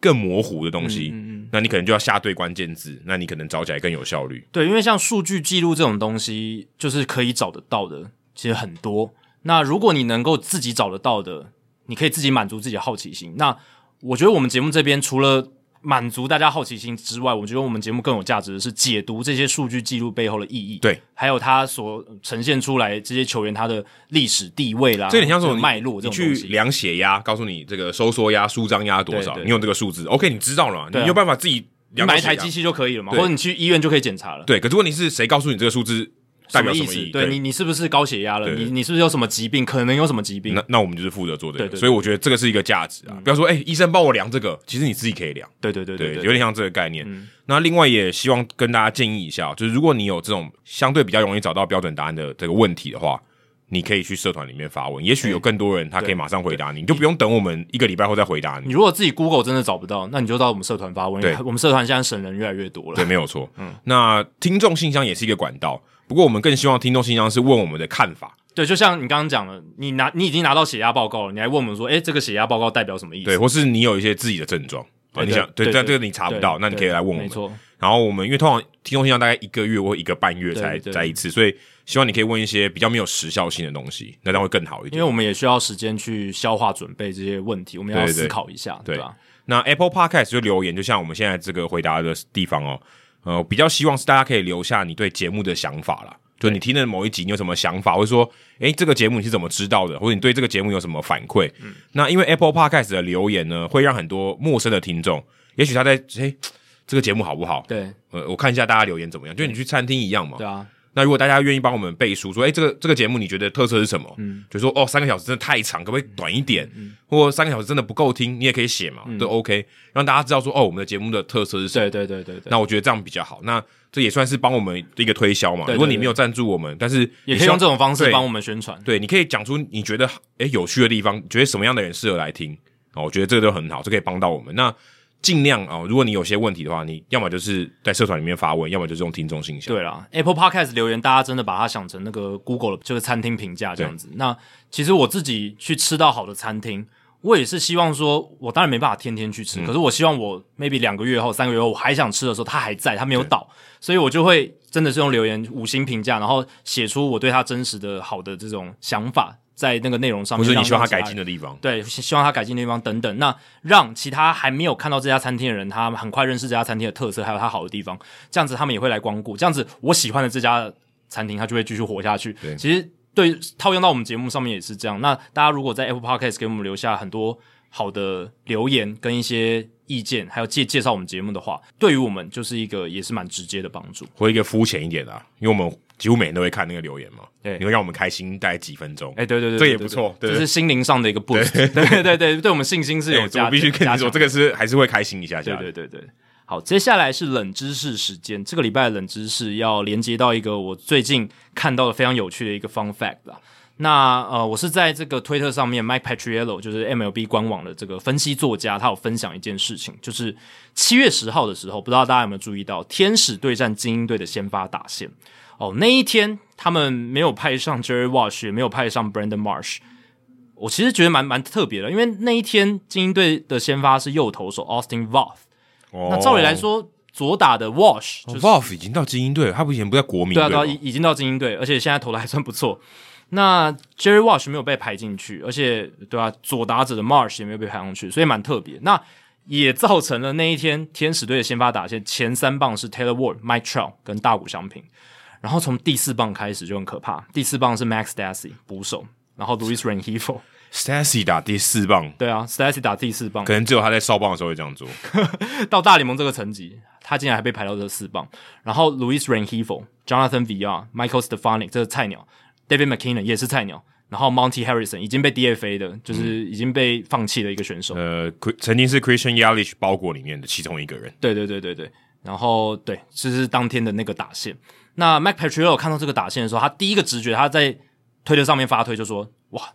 Speaker 2: 更模糊的东
Speaker 1: 嗯
Speaker 2: 西，那你可能就要下对关键字，那你可能找起来更有效率。
Speaker 1: 对，因为像数据记录这种东西，就是可以找得到的，其实很多。那如果你能够自己找得到的，你可以自己满足自己的好奇心。那我觉得我们节目这边除了满足大家好奇心之外，我觉得我们节目更有价值的是解读这些数据记录背后的意义，
Speaker 2: 对，
Speaker 1: 还有它所呈现出来这些球员他的历史地位啦，
Speaker 2: 这有点像是
Speaker 1: 这
Speaker 2: 我
Speaker 1: 个脉络这种
Speaker 2: 你去
Speaker 1: 东西。
Speaker 2: 量血压，告诉你这个收缩压、舒张压多少，
Speaker 1: 对对
Speaker 2: 你有这个数字，OK，你知道了嘛，
Speaker 1: 对啊
Speaker 2: 你有办法自己
Speaker 1: 你
Speaker 2: 量到
Speaker 1: 买一
Speaker 2: 血压
Speaker 1: 台机器就可以了嘛，或
Speaker 2: 对
Speaker 1: 者你去医院就可以检查了。
Speaker 2: 对，可是问题是谁告诉你这个数字代表什
Speaker 1: 意
Speaker 2: 么
Speaker 1: 思？
Speaker 2: 意义？
Speaker 1: 对你，你是不是高血压了？
Speaker 2: 对
Speaker 1: 你你是不是有什么疾病？可能有什么疾病？
Speaker 2: 那那我们就是负责做这个，
Speaker 1: 对对对
Speaker 2: 所以我觉得这个是一个价值啊。不要说哎、医生帮我量这个，其实你自己可以量，
Speaker 1: 对对对
Speaker 2: 对，
Speaker 1: 对嗯
Speaker 2: 有点像这个概念。那另外也希望跟大家建议一下，就是如果你有这种相对比较容易找到标准答案的这个问题的话。你可以去社团里面发问，也许有更多人他可以马上回答你，你就不用等我们一个礼拜后再回答你
Speaker 1: 你。如果自己 Google 真的找不到，那你就到我们社团发问。
Speaker 2: 对
Speaker 1: 我们社团现在省人越来越多
Speaker 2: 对，
Speaker 1: 了。
Speaker 2: 没有错。嗯，那听众信箱也是一个管道，不过我们更希望听众信箱是问我们的看法，
Speaker 1: 对，就像你刚刚讲了，你拿你已经拿到血压报告了，你还问我们说，哎，这个血压报告代表什么意思？
Speaker 2: 对，或是你有一些自己的症状，啊，
Speaker 1: 对，
Speaker 2: 你想对，
Speaker 1: 对，
Speaker 2: 但这个你查不
Speaker 1: 对
Speaker 2: 到，那你可以
Speaker 1: 对
Speaker 2: 来问我
Speaker 1: 没
Speaker 2: 们。
Speaker 1: 错，
Speaker 2: 然后我们因为通常听众信箱大概一个月或一个半月
Speaker 1: 对
Speaker 2: 才
Speaker 1: 对
Speaker 2: 才一次，所以希望你可以问一些比较没有时效性的东西，那这样会更好一
Speaker 1: 因
Speaker 2: 点
Speaker 1: 为。我们也需要时间去消化准备这些问题，我们要
Speaker 2: 对对
Speaker 1: 思考一下，
Speaker 2: 对
Speaker 1: 吧？
Speaker 2: 那 Apple Podcast 就留言，就像我们现在这个回答的地方哦，呃，比较希望是大家可以留下你对节目的想法啦。就你听的某一集，你有什么想法，或者说，诶，这个节目你是怎么知道的，或者你对这个节目有什么反馈？
Speaker 1: 嗯
Speaker 2: 那因为 Apple Podcast 的留言呢，会让很多陌生的听众，也许他在诶，这个节目好不好？
Speaker 1: 对
Speaker 2: 呃，我看一下大家留言怎么样，就你去餐厅一样嘛
Speaker 1: 对。啊，
Speaker 2: 那如果大家愿意帮我们背书，说，哎、这个这个节目你觉得特色是什么？
Speaker 1: 嗯
Speaker 2: 就说哦，三个小时真的太长，可不可以短一点？或三个小时真的不够听，你也可以写嘛，
Speaker 1: 嗯
Speaker 2: 都 OK，让大家知道说，哦，我们的节目的特色是什么。
Speaker 1: 对对对对对，
Speaker 2: 那我觉得这样比较好。那这也算是帮我们一个推销嘛。
Speaker 1: 对对
Speaker 2: 如果你没有赞助我们，但是
Speaker 1: 也可以用这种方式
Speaker 2: 对
Speaker 1: 帮我们宣传。
Speaker 2: 对，你可以讲出你觉得诶有趣的地方，觉得什么样的人适合来听哦，我觉得这个都很好，这可以帮到我们。那尽量哦，如果你有些问题的话，你要么就是在社团里面发问，要么就是用听众信箱。
Speaker 1: 对啦，Apple Podcast 留言，大家真的把它想成那个 Google 的就是餐厅评价这样子。那其实我自己去吃到好的餐厅，我也是希望说，我当然没办法天天去
Speaker 2: 嗯
Speaker 1: 吃，可是我希望我 maybe 两个月后、三个月后，我还想吃的时候，它还在，它没有倒，所以我就会真的是用留言五星评价，然后写出我对它真实的好的这种想法，在那个内容上
Speaker 2: 或
Speaker 1: 面，
Speaker 2: 是你
Speaker 1: 让
Speaker 2: 希望他
Speaker 1: 让其
Speaker 2: 改
Speaker 1: 他
Speaker 2: 进的地方。
Speaker 1: 对，希希望他改进的地方等等，那让其他还没有看到这家餐厅的人，他很快认识这家餐厅的特色，还有它好的地方，这样子他们也会来光顾，这样子我喜欢的这家餐厅，它就会继续活下去。
Speaker 2: 对
Speaker 1: 其实对套用到我们节目上面也是这样。那大家如果在 Apple Podcast 给我们留下很多好的留言跟一些意见，还有介介绍我们节目的话，对于我们就是一个也是蛮直接的帮助。
Speaker 2: 或一个肤浅一点的、啊，因为我们几乎每天都会看那个留言嘛，
Speaker 1: 对
Speaker 2: 你会让我们开心大概几分钟。
Speaker 1: 哎、对对对，
Speaker 2: 这
Speaker 1: 对
Speaker 2: 也不错
Speaker 1: 对对
Speaker 2: 对
Speaker 1: 这是心灵上的一个 boost，对对对对，对我们信心是
Speaker 2: 对，
Speaker 1: 有
Speaker 2: 我
Speaker 1: 加。
Speaker 2: 我必须跟
Speaker 1: 加强
Speaker 2: 你说，这个是还是会开心一下下
Speaker 1: 对
Speaker 2: 的。
Speaker 1: 对对对，好，接下来是冷知识时间。这个礼拜的冷知识要连接到一个我最近看到的非常有趣的一个 fun fact 啦。那呃，我是在这个推特上面，Mike Patriello 就是 MLB 官网的这个分析作家，他有分享一件事情，就是七月十号的时候，不知道大家有没有注意到，天使对战精英队的先发打线哦，那一天他们没有派上 Jerry Wash，也没有派上 Brandon Marsh。我其实觉得蛮蛮特别的，因为那一天精英队的先发是右投手 Austin Voth，、那照理来说左打的哦 Wash 就是
Speaker 2: v o l f 哦已经到精英队了，他不以前不在国民
Speaker 1: 对
Speaker 2: 队
Speaker 1: 啊，对啊，
Speaker 2: 吗？
Speaker 1: 已已经到精英队，而且现在投的还算不错。 那 Jerry Wash 没有被排进去，而且对啊，左打者的 Marsh 也没有被排上去，所以蛮特别。那也造成了那一天天使队的先发打线前三棒是 Taylor Ward、Mike Trout 跟大谷翔平，然后从第四棒开始就很可怕。第四棒是 Max Stassi 捕手，然后 Luis Renhifo，
Speaker 2: Stacy 打第四棒，
Speaker 1: 对啊，Stassi 打第四棒，
Speaker 2: 可能只有他在哨棒的时候会这样做。
Speaker 1: 到大联盟这个层级，他竟然还被排到这四棒。然后 Luis Renhifo、Jonathan VR、Michael Stefanik 这是菜鸟，David McKinnon 也是菜鸟，然后 Monty Harrison 已经被 DFA 的，就是已经被放弃的一个选手。
Speaker 2: 呃，Chri- 曾经是 Christian Yelich 包裹里面的其中一个人。
Speaker 1: 对对对对对，然后对，这是当天的那个打线。那 Mac Patriello 看到这个打线的时候，他第一个直觉，他在推特上面发推就说：“哇，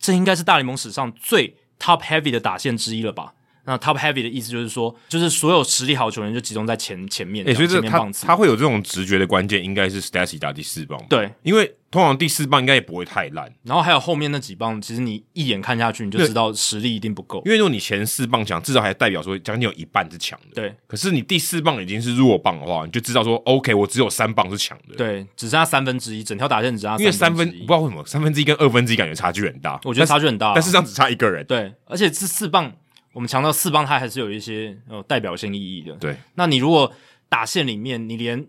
Speaker 1: 这应该是大联盟史上最 top heavy 的打线之一了吧？”那 top heavy 的意思就是说，就是所有实力好球员就集中在前前面，
Speaker 2: 诶、所以这
Speaker 1: 前面
Speaker 2: 他
Speaker 1: 棒次。
Speaker 2: 他会有这种直觉的关键，应该是 Stacy 打第四棒。，
Speaker 1: 对，
Speaker 2: 因为通常第四棒应该也不会太烂，
Speaker 1: 然后还有后面那几棒，其实你一眼看下去，你就知道实力一定不够。
Speaker 2: 因为如果你前四棒强，至少还代表说将近有一半是强的。
Speaker 1: 对
Speaker 2: 可是你第四棒已经是弱棒的话，你就知道说 OK，我只有三棒是强的。，
Speaker 1: 对，只剩下三分之一，整条打线只剩下
Speaker 2: 因为三分
Speaker 1: 分
Speaker 2: 不
Speaker 1: 之一
Speaker 2: 知道为什么三分之一跟二分之一感觉差距很大，
Speaker 1: 我觉得差
Speaker 2: 距
Speaker 1: 距很大、啊
Speaker 2: 但是这样只差一个人。
Speaker 1: 对，而且这四棒，我们强调四棒，它还是有一些呃代表性意义的。
Speaker 2: 对，
Speaker 1: 那你如果打线里面你连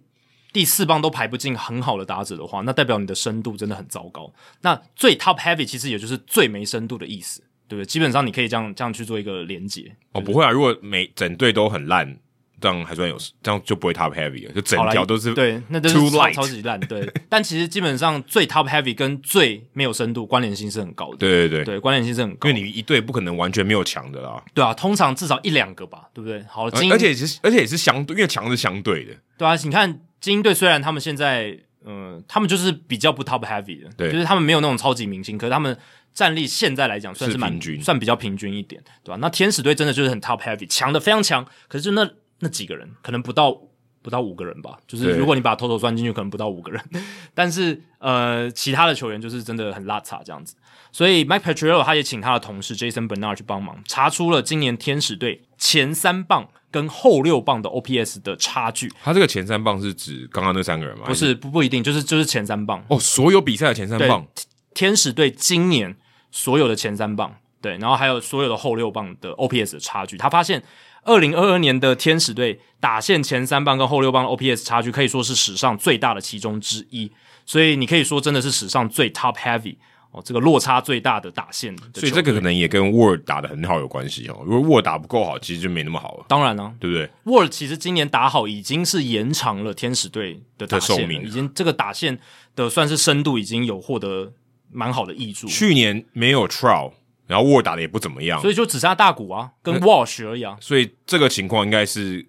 Speaker 1: 第四棒都排不进很好的打者的话，那代表你的深度真的很糟糕。那最 top heavy 其实也就是最没深度的意思，对不对？基本上你可以这样这样去做一个连接。
Speaker 2: 哦，不会啊，如果每整队都很烂，这样还算有，这样就不会 top heavy 了，就整
Speaker 1: 好啦
Speaker 2: 条都是
Speaker 1: 对，那就是
Speaker 2: too
Speaker 1: 超
Speaker 2: light
Speaker 1: 超级烂。对，但其实基本上最 top heavy 跟最没有深度关联性是很高的。
Speaker 2: 对对对，
Speaker 1: 对，关联性是很高
Speaker 2: 因为。你一队不可能完全没有强的啦，
Speaker 1: 对啊，通常至少一两个吧，对不对？好，
Speaker 2: 呃而
Speaker 1: 精英
Speaker 2: 而且其实而且也是相对，因为强是相对的，
Speaker 1: 对啊，你看精英队虽然他们现在，呃，他们就是比较不 top heavy 的，
Speaker 2: 对
Speaker 1: 就是他们没有那种超级明星，可是他们战力现在来讲算蛮
Speaker 2: 平均
Speaker 1: 算比较平均一点，对吧、那天使队真的就是很 top heavy，强的非常强，可是就那那几个人，可能不到不到五个人吧，就是
Speaker 2: 对
Speaker 1: 如果你把头头算进去，可能不到五个人， 但是呃，其他的球员就是真的很拉差这样子。所以 Mike Patriello 他也请他的同事 Jason Bernard 去帮忙查出了今年天使队前三棒跟后六棒的 OPS 的差距。
Speaker 2: 他这个前三棒是指刚刚那三个人吗？
Speaker 1: 不是不不一定，就是就是前三棒。
Speaker 2: 哦，所有比赛的前三
Speaker 1: 对
Speaker 2: 棒，
Speaker 1: 天使队今年所有的前三棒，对，然后还有所有的后六棒的 OPS 的差距，他发现二零二二年的天使队打线前三棒跟后六棒的 OPS 差距可以说是史上最大的其中之一，所以你可以说真的是史上最 top heavy 哦，这个落差最大的打线的球队。
Speaker 2: 所以这个可能也跟沃尔打的很好有关系哦。如果沃尔打不够好，其实就没那么好了，
Speaker 1: 当然呢、
Speaker 2: 对不对？
Speaker 1: 沃尔其实今年打好已经是延长了天使队的打线了
Speaker 2: 的寿命
Speaker 1: 已经这个打线的算是深度已经有获得蛮好的益处。
Speaker 2: 去年没有 Trout，然后沃尔打的也不怎么样，所
Speaker 1: 所
Speaker 2: 以
Speaker 1: 以就只剩下大股啊，跟 Wash 而已啊。
Speaker 2: 这个情况应该是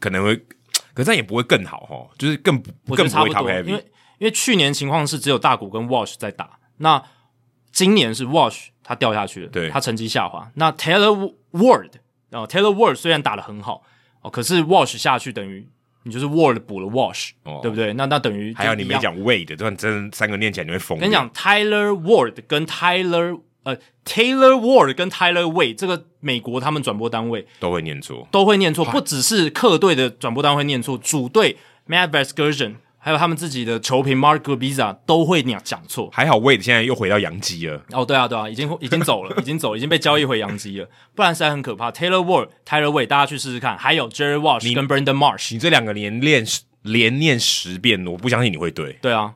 Speaker 2: 可能会，可是这样也不会更好哦，就是更不
Speaker 1: 我觉
Speaker 2: 更
Speaker 1: 得
Speaker 2: 不
Speaker 1: 差
Speaker 2: 会
Speaker 1: 不
Speaker 2: top
Speaker 1: 多，因
Speaker 2: heavy
Speaker 1: 为。因为去年情况是只有大股跟 Wash 在打，那今年是 Wash 他掉下去了，
Speaker 2: 对
Speaker 1: 他成绩下滑。那 Taylor Ward 啊、t a y l o r Ward 虽然打得很好哦，可是 Wash 下去等于你就是 Ward 补了 Wash，、
Speaker 2: 哦
Speaker 1: 对不对？那那等于就
Speaker 2: 还有你
Speaker 1: 一
Speaker 2: 没
Speaker 1: 样
Speaker 2: 讲 Wade，这段真的三个念起来你会疯。
Speaker 1: 跟你，讲，Tyler Ward 跟 Tyler 呃 Taylor Ward 跟 Tyler Way 这个美国他们转播单位
Speaker 2: 都会念错。
Speaker 1: 都会念错，不只是客队的转播单会念错，主队 Matt v a s c u r s i o n 还有他们自己的球评 Mark g u b i z a 都会讲讲错。
Speaker 2: 还好 Wade 现在又回到洋基了，
Speaker 1: 哦，对啊，对啊，已 经已经走了，已经走了，已经被交易回洋基了，不然实在很可怕。Taylor Ward、Tyler Way，大家去试试看，还有 Jerry Wash 跟 Brandon Marsh，
Speaker 2: 你这两个连练连念十遍，我不相信你会对。
Speaker 1: 对啊，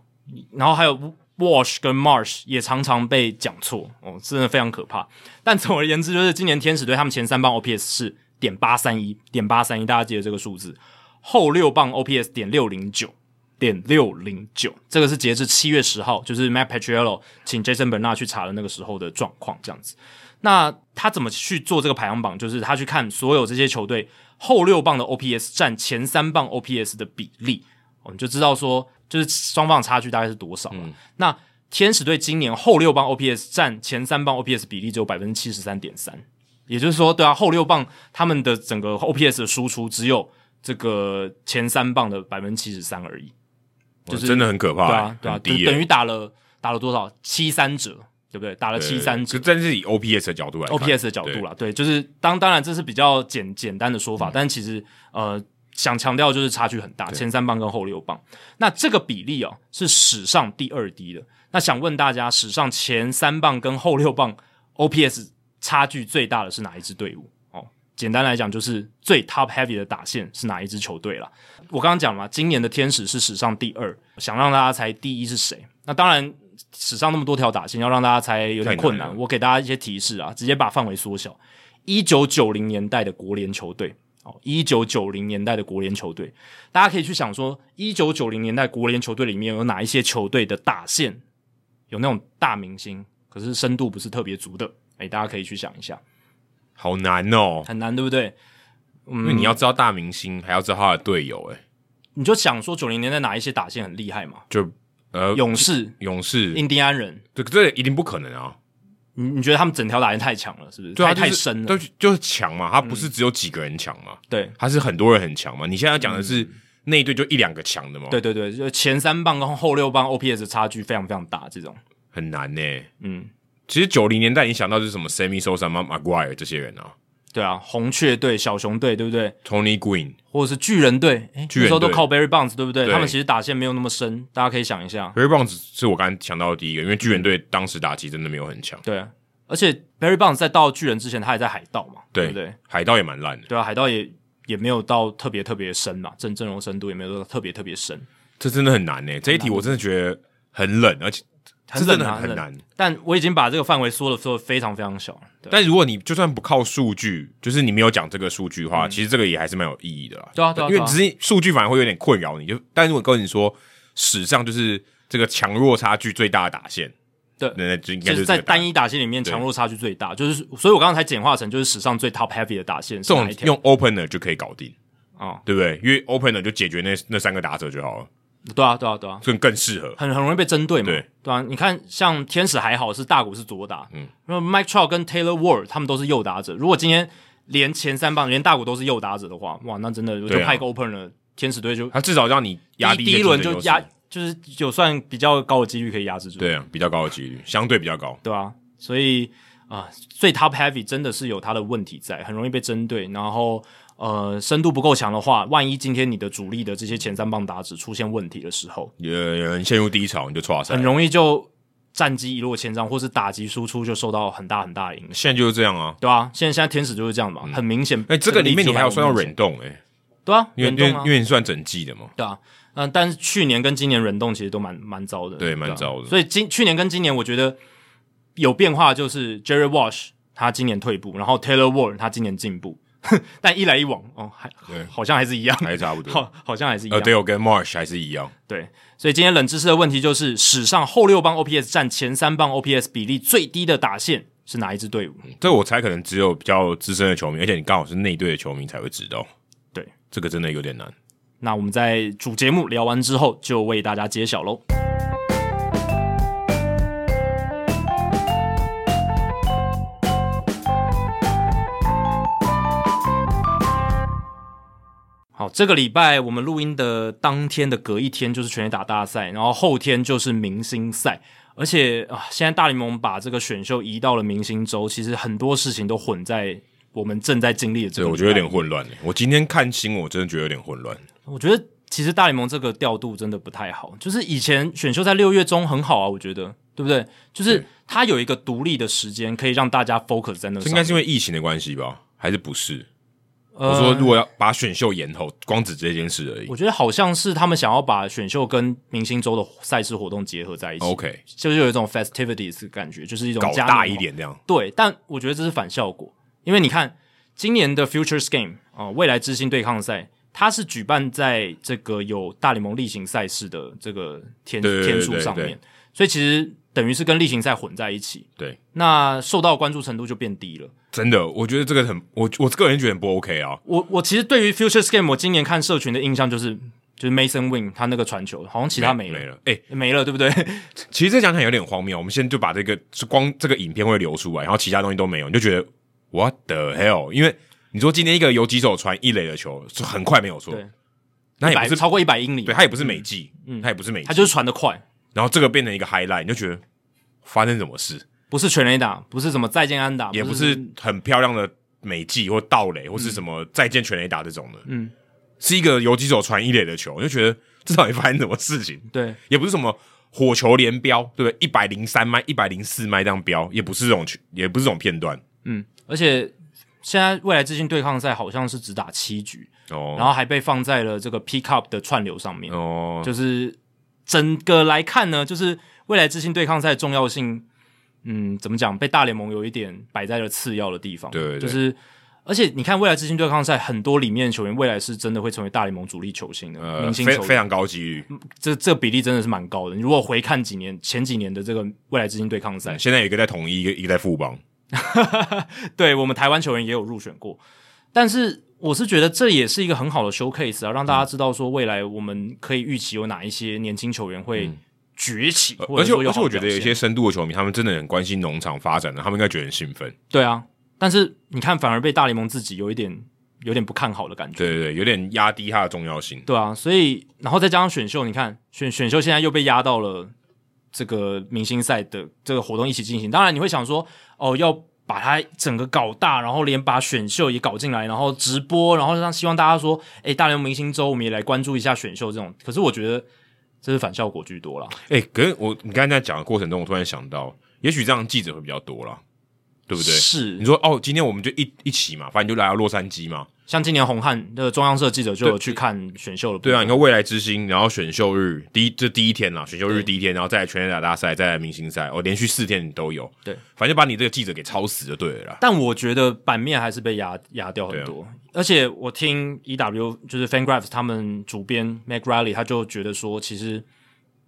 Speaker 1: 然后还有 Wash 跟 Marsh 也常常被讲错，哦，真的非常可怕。但总而言之，就是今年天使队他们前三棒 OPS 是点八三一，点八三一，大家记得这个数字。后六棒 OPS 点六零九，点六零九，这个是截至七月十号，就是 Matt Patriello 请 Jason Bernard 去查的那个时候的状况，这样子。那他怎么去做这个排行榜？就是他去看所有这些球队后六棒的 OPS 占前三棒哦
Speaker 2: 嗯
Speaker 1: OPS 的比例，我们就知道说，就是双方的差距大概是多少了。那天使队今年后六棒 OPS 占前三棒 OPS 比例只有百分之七十三点三，也就是说，对啊，后六棒他们的整个 OPS 的输出只有这个前三棒的百分之七十三而已，
Speaker 2: 就是真的很可怕、
Speaker 1: 对啊，对啊，
Speaker 2: 很
Speaker 1: 等
Speaker 2: 低耶
Speaker 1: 等于打了打了多少七三折，对不对？打了
Speaker 2: 对
Speaker 1: 七三折
Speaker 2: 可。真是以 OPS 的角度来看
Speaker 1: OPS 的角度啦，对，就是当当然这是比较简简单的说法，但其实呃想强调就是差距很大，前三棒跟后六棒，那这个比例哦是史上第二低的。那想问大家，史上前三棒跟后六棒 OPS 差距最大的是哪一支队伍？哦，简单来讲就是最 top heavy 的打线是哪一支球队啦？我刚刚讲了嘛，今年的天使是史上第二，想让大家猜第一是谁？那当然，史上那么多条打线，要让大家猜有点困
Speaker 2: 太
Speaker 1: 难。
Speaker 2: 难
Speaker 1: 我给大家一些提示啊，直接把范围缩小。一九九零年代的国联球队，哦，一九九零年代的国联球队，大家可以去想说，一九九零年代国联球队里面有哪一些球队的打线有那种大明星，可是深度不是特别足的？哎，大家可以去想一下，
Speaker 2: 好难哦，
Speaker 1: 很难，对不对？嗯
Speaker 2: 因为你要知道大明星，还要知道他的队友，哎，
Speaker 1: 你就想说九零年代哪一些打线很厉害嘛？
Speaker 2: 就呃
Speaker 1: 勇士、
Speaker 2: 勇士，
Speaker 1: 印第安人，
Speaker 2: 这这一定不可能啊，
Speaker 1: 你你觉得他们整条打线太强了，是不是？
Speaker 2: 对啊，
Speaker 1: 太太
Speaker 2: 就是
Speaker 1: 深了嗯
Speaker 2: 都，就是强嘛，他不是只有几个人强嘛，
Speaker 1: 对
Speaker 2: 他是很多人很强嘛。你现在要讲的是那一队就一两个强的嘛，
Speaker 1: 嗯对，对对，就前三棒跟后六棒 OPS 差距非常非常大，这种，
Speaker 2: 很难呢、
Speaker 1: 嗯，
Speaker 2: 其实九零年代你想到就是什么 Sammy Sosa、Ma Maguire 这些人啊
Speaker 1: 对啊，红雀队、小熊队，对不对？
Speaker 2: ，Tony Green，
Speaker 1: 或者是巨人队，诶
Speaker 2: 巨
Speaker 1: 那
Speaker 2: 人队
Speaker 1: 时候都靠 Barry Bonds，对不对？
Speaker 2: 对
Speaker 1: 他们其实打线没有那么深，大家可以想一下，
Speaker 2: r a y b o n s 是我刚才想到的第一个，因为巨人队当时打击真的没有很强，
Speaker 1: 对。啊而且 Barry Bonds 在到巨人之前，他也在海盗嘛，对
Speaker 2: 对
Speaker 1: 不对？
Speaker 2: 海盗也蛮烂的，
Speaker 1: 对啊，海盗也也没有到特别特别深嘛，阵阵容深度也没有到特别特别深。
Speaker 2: 这真的很难呢、这一题我真的觉得很冷，而且
Speaker 1: 很冷啊
Speaker 2: 这真的
Speaker 1: 很
Speaker 2: 很
Speaker 1: 冷
Speaker 2: 难。
Speaker 1: 但我已经把这个范围缩的缩的非常非常小了，对啊
Speaker 2: 但如果你就算不靠数据，就是你没有讲这个数据的话，其实这个也还是蛮有意义的啦。
Speaker 1: 嗯对啊对啊
Speaker 2: 因
Speaker 1: 对
Speaker 2: 为
Speaker 1: 啊
Speaker 2: 只是数据反而会有点困扰你。就但如果跟你说史上就是这个强弱差距最大的打线，
Speaker 1: 对
Speaker 2: 那那就应该
Speaker 1: 就是是在
Speaker 2: 这个打
Speaker 1: 单一打线里面强弱差距最大，就是所以，我刚刚才简化成就是史上最 top heavy 的打线
Speaker 2: 这
Speaker 1: 是哪
Speaker 2: 种
Speaker 1: 一条？
Speaker 2: 用 opener 就可以搞定，
Speaker 1: 哦，
Speaker 2: 对不对？因为 opener 就解决那那三个打者就好了，
Speaker 1: 对啊，对啊，对啊，
Speaker 2: 更更适合。
Speaker 1: 很很容易被针对嘛，
Speaker 2: 对
Speaker 1: 啊。你看，像天使还好是大谷是左打，嗯，那 Mike Trout 跟 Taylor Ward 他们都是右打者。如果今天连前三棒连大谷都是右打者的话，哇，那真的我就
Speaker 2: 对啊
Speaker 1: 派个 open 了，天使队就
Speaker 2: 他至少让你压低
Speaker 1: 第一轮
Speaker 2: 竞争
Speaker 1: 就
Speaker 2: 优势
Speaker 1: 压，就是有算比较高的几率可以压制住，
Speaker 2: 对啊，比较高的几率，相对比较高。
Speaker 1: 对啊，所以啊、最 top heavy 真的是有它的问题在，很容易被针对。然后呃，深度不够强的话，万一今天你的主力的这些前三棒打者出现问题的时候，
Speaker 2: 有有人陷入低潮，你就错赛
Speaker 1: 很。容易就战绩一落千丈，或是打击输出就受到很大很大的影响，
Speaker 2: 现在就是这样啊。
Speaker 1: 对啊，现在现在天使就是这样嘛，很明显。
Speaker 2: 哎、这个里面
Speaker 1: 例子
Speaker 2: 你还有
Speaker 1: 就
Speaker 2: 算
Speaker 1: 蛮
Speaker 2: 到
Speaker 1: 明显
Speaker 2: 忍动哎、欸
Speaker 1: 对啊，
Speaker 2: 因为
Speaker 1: 忍
Speaker 2: 因为
Speaker 1: 动啊
Speaker 2: 因，为你算整季的嘛。
Speaker 1: 对啊，嗯、但是去年跟今年忍动其实都蛮蛮糟的，
Speaker 2: 对
Speaker 1: 啊
Speaker 2: 蛮糟的
Speaker 1: 所以今去年跟今年我觉得有变化，就是 Jerry Wash 他今年退步，然后 Taylor Ward 他今年进步， 但一来一往哦，还
Speaker 2: 对
Speaker 1: 好像还是一样，
Speaker 2: 还是差不多。
Speaker 1: 好好像还是一样。
Speaker 2: 呃，队友跟 Marsh 还是一样，
Speaker 1: 对，所以今天冷知识的问题就是，史上后六棒 OPS 占前三棒 OPS 比例最低的打线是哪一支队伍？
Speaker 2: 这我猜可能只有比较资深的球迷，而且你刚好是内队的球迷才会知道。
Speaker 1: 对，
Speaker 2: 这个真的有点难。
Speaker 1: 那我们在主节目聊完之后，就为大家揭晓喽。好，这个礼拜我们录音的当天的隔一天就是全垒打大赛，然后后天就是明星赛，而且啊，现在大联盟把这个选秀移到了明星周，其实很多事情都混在我们正在经历的这
Speaker 2: 对，
Speaker 1: 个。
Speaker 2: 我觉得有点，混乱欸。我今天看新闻，我真的觉得有点混乱。
Speaker 1: 我觉得其实大联盟这个调度真的不太好，就是以前选秀在六月中很好啊，我觉得对不对？就是它有一个独立的时间可以让大家 focus 在那
Speaker 2: 这
Speaker 1: 上
Speaker 2: 应该
Speaker 1: 面。
Speaker 2: 是因为疫情的关系吧？还是不是？
Speaker 1: 呃
Speaker 2: 我说，如果要把选秀延后，光指这件事而已
Speaker 1: 我。觉得好像是他们想要把选秀跟明星周的赛事活动结合在一起
Speaker 2: 哦 OK，
Speaker 1: 就是有一种 festivities 的感觉，就是一种
Speaker 2: 搞
Speaker 1: 嘉年
Speaker 2: 大
Speaker 1: 华
Speaker 2: 一点这样。
Speaker 1: 对，但我觉得这是反效果，因为你看今年的 Futures Game 啊、呃未来之星对抗赛，它是举办在这个有大联盟例行赛事的这个天
Speaker 2: 对对对
Speaker 1: 天数上
Speaker 2: 对
Speaker 1: 面，所以其实等于是跟例行赛混在一起，
Speaker 2: 对，
Speaker 1: 那受到关注程度就变低了。
Speaker 2: 真的，我觉得这个很，我我个人觉得很不 OK 啊。
Speaker 1: 我我其实对于 Futures Game 我今年看社群的印象就是。就是 Mason Win 他那个传球，好像其他没了，
Speaker 2: 没了。哎、
Speaker 1: 没了，对 不对？
Speaker 2: 其实这讲起来有点荒谬。我们现在就把这个是光这个影片会流出来，然后其他东西都没有，你就觉得 What the hell？因为你说今天一个有几手传一垒的球，是很快没有错
Speaker 1: 对，
Speaker 2: 那也
Speaker 1: 百
Speaker 2: 不是
Speaker 1: 超过一百英里，
Speaker 2: 对，他也不是美记，他也不是美记，
Speaker 1: 他就是传的快，
Speaker 2: 然后这个变成一个 highlight，你就觉得发生什么事，
Speaker 1: 不是全垒打，不是什么再见安打，
Speaker 2: 也不
Speaker 1: 不
Speaker 2: 是很漂亮的美记或盗垒或是什么再见全垒打这种的，
Speaker 1: 嗯，
Speaker 2: 是一个有几手传一垒的球，你就觉得这到底发生什么事情？
Speaker 1: 对
Speaker 2: 也不是什么火球连标，对不对？一百零三麦、一百零四麦这样标，也不是这种球，也不是这种片段
Speaker 1: 嗯，而且现在未来之星对抗赛好像是只打七局，
Speaker 2: 哦。
Speaker 1: 然后还被放在了这个 Pickup 的串流上面，
Speaker 2: 哦，
Speaker 1: 就是整个来看呢，就是未来之星对抗赛的重要性，嗯，怎么讲，被大联盟有一点摆在了次要的地方，
Speaker 2: 对对对
Speaker 1: 就是。而且你看，未来之星对抗赛很多里面的球员，未来是真的会成为大联盟主力球星的、
Speaker 2: 呃，
Speaker 1: 明星
Speaker 2: 非
Speaker 1: 球
Speaker 2: 非
Speaker 1: 员，嗯
Speaker 2: 常高几率，
Speaker 1: 这这比例真的是蛮高的。你如果回看几年前几年的这个未来之星对抗赛，
Speaker 2: 现在有一个在统一，一个一个在富邦，
Speaker 1: 对我们台湾球员也有入选过，但是我是觉得这也是一个很好的 showcase 啊，让大家知道说未来我们可以预期有哪一些年轻球员会崛起，或
Speaker 2: 嗯呃
Speaker 1: 者
Speaker 2: 而且
Speaker 1: 说有
Speaker 2: 而且
Speaker 1: 好
Speaker 2: 我
Speaker 1: 的
Speaker 2: 觉
Speaker 1: 表
Speaker 2: 得
Speaker 1: 现
Speaker 2: 有一些深度的球迷，他们真的很关心农场发展的，他们应该觉得很兴奋。
Speaker 1: 对啊，但是你看反而被大联盟自己有一点有点不看好的感觉，
Speaker 2: 对对对，有点压低它的重要性。
Speaker 1: 对啊，所以然后再加上选秀，你看选选秀现在又被压到了这个明星赛的这个活动一起进行。当然你会想说，哦，要把它整个搞大，然后连把选秀也搞进来，然后直播，然后让希望大家说，哎，大联盟明星周我们也来关注一下选秀这种。可是我觉得这是反效果居多啦。
Speaker 2: 哎、可是我你刚才在讲的过程中，我突然想到，也许这样记者会比较多啦，对不对？
Speaker 1: 是，
Speaker 2: 你说哦，今天我们就一一起嘛，反正你就来到洛杉矶嘛，
Speaker 1: 像今年红汉的中央社记者就有去看选秀了，
Speaker 2: 对啊，你看未来之星，然后选秀日第一这第一天啦，选秀日
Speaker 1: 对
Speaker 2: 第一天，然后再来全垒打大赛，再来明星赛，哦，连续四天你都有，
Speaker 1: 对，
Speaker 2: 反正把你这个记者给抄死就对了啦。
Speaker 1: 但我觉得版面还是被压压掉很多，而且我听 EW 就是 FanGraphs 他们主编 Mac Riley 他就觉得说，其实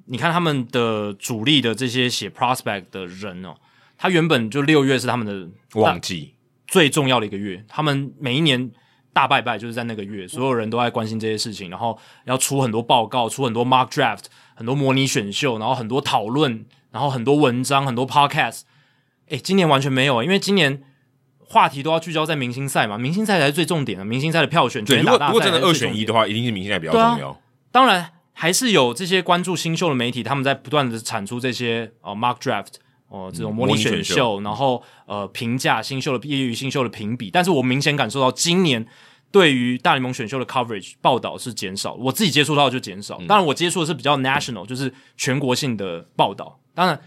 Speaker 1: 你看他们的主力的这些写 prospect 的人哦，他原本就六月是他们的
Speaker 2: 忘记
Speaker 1: 最重要的一个月，他们每一年大拜拜就是在那个月，所有人都在关心这些事情，然后要出很多报告，出很多 mock draft，很多模拟选秀，然后很多讨论，然后很多文章，很多 podcast。诶，今年完全没有，因为今年话题都要聚焦在明星赛嘛，明星赛才是最重点的，明星赛的票选，
Speaker 2: 对，
Speaker 1: 全垒
Speaker 2: 如果
Speaker 1: 打
Speaker 2: 如果真的
Speaker 1: 大赛才
Speaker 2: 二
Speaker 1: 是最重
Speaker 2: 选一
Speaker 1: 点
Speaker 2: 的话，一定是明星赛比较重
Speaker 1: 对啊
Speaker 2: 要。
Speaker 1: 当然还是有这些关注新秀的媒体，他们在不断的产出这些呃 mock draft 哦、呃、这种模拟
Speaker 2: 嗯模拟
Speaker 1: 选
Speaker 2: 选秀
Speaker 1: 秀，然后呃评价新秀的业余新秀的评比，但是我明显感受到今年。对于大联盟选秀的 coverage 报道是减少，我自己接触到的就减少。
Speaker 2: 嗯
Speaker 1: 当然，我接触的是比较 national，就是全国性的报道。当然，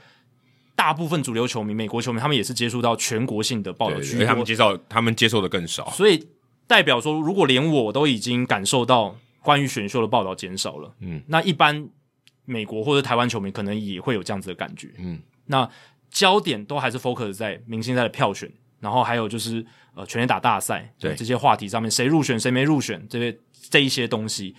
Speaker 1: 大部分主流球迷、美国球迷他们也是接触到全国性的报
Speaker 2: 对
Speaker 1: 道
Speaker 2: 对
Speaker 1: 居
Speaker 2: 对，而
Speaker 1: 多
Speaker 2: 且他们接受他们接受的更少。
Speaker 1: 所以代表说，如果连我都已经感受到关于选秀的报道减少了，
Speaker 2: 嗯，
Speaker 1: 那一般美国或者台湾球迷可能也会有这样子的感觉，
Speaker 2: 嗯，
Speaker 1: 那焦点都还是 focus 在明星赛的票选，然后还有就是呃全垒打大赛，
Speaker 2: 对
Speaker 1: 这些话题上面，谁入选谁没入选，这些这一些东西。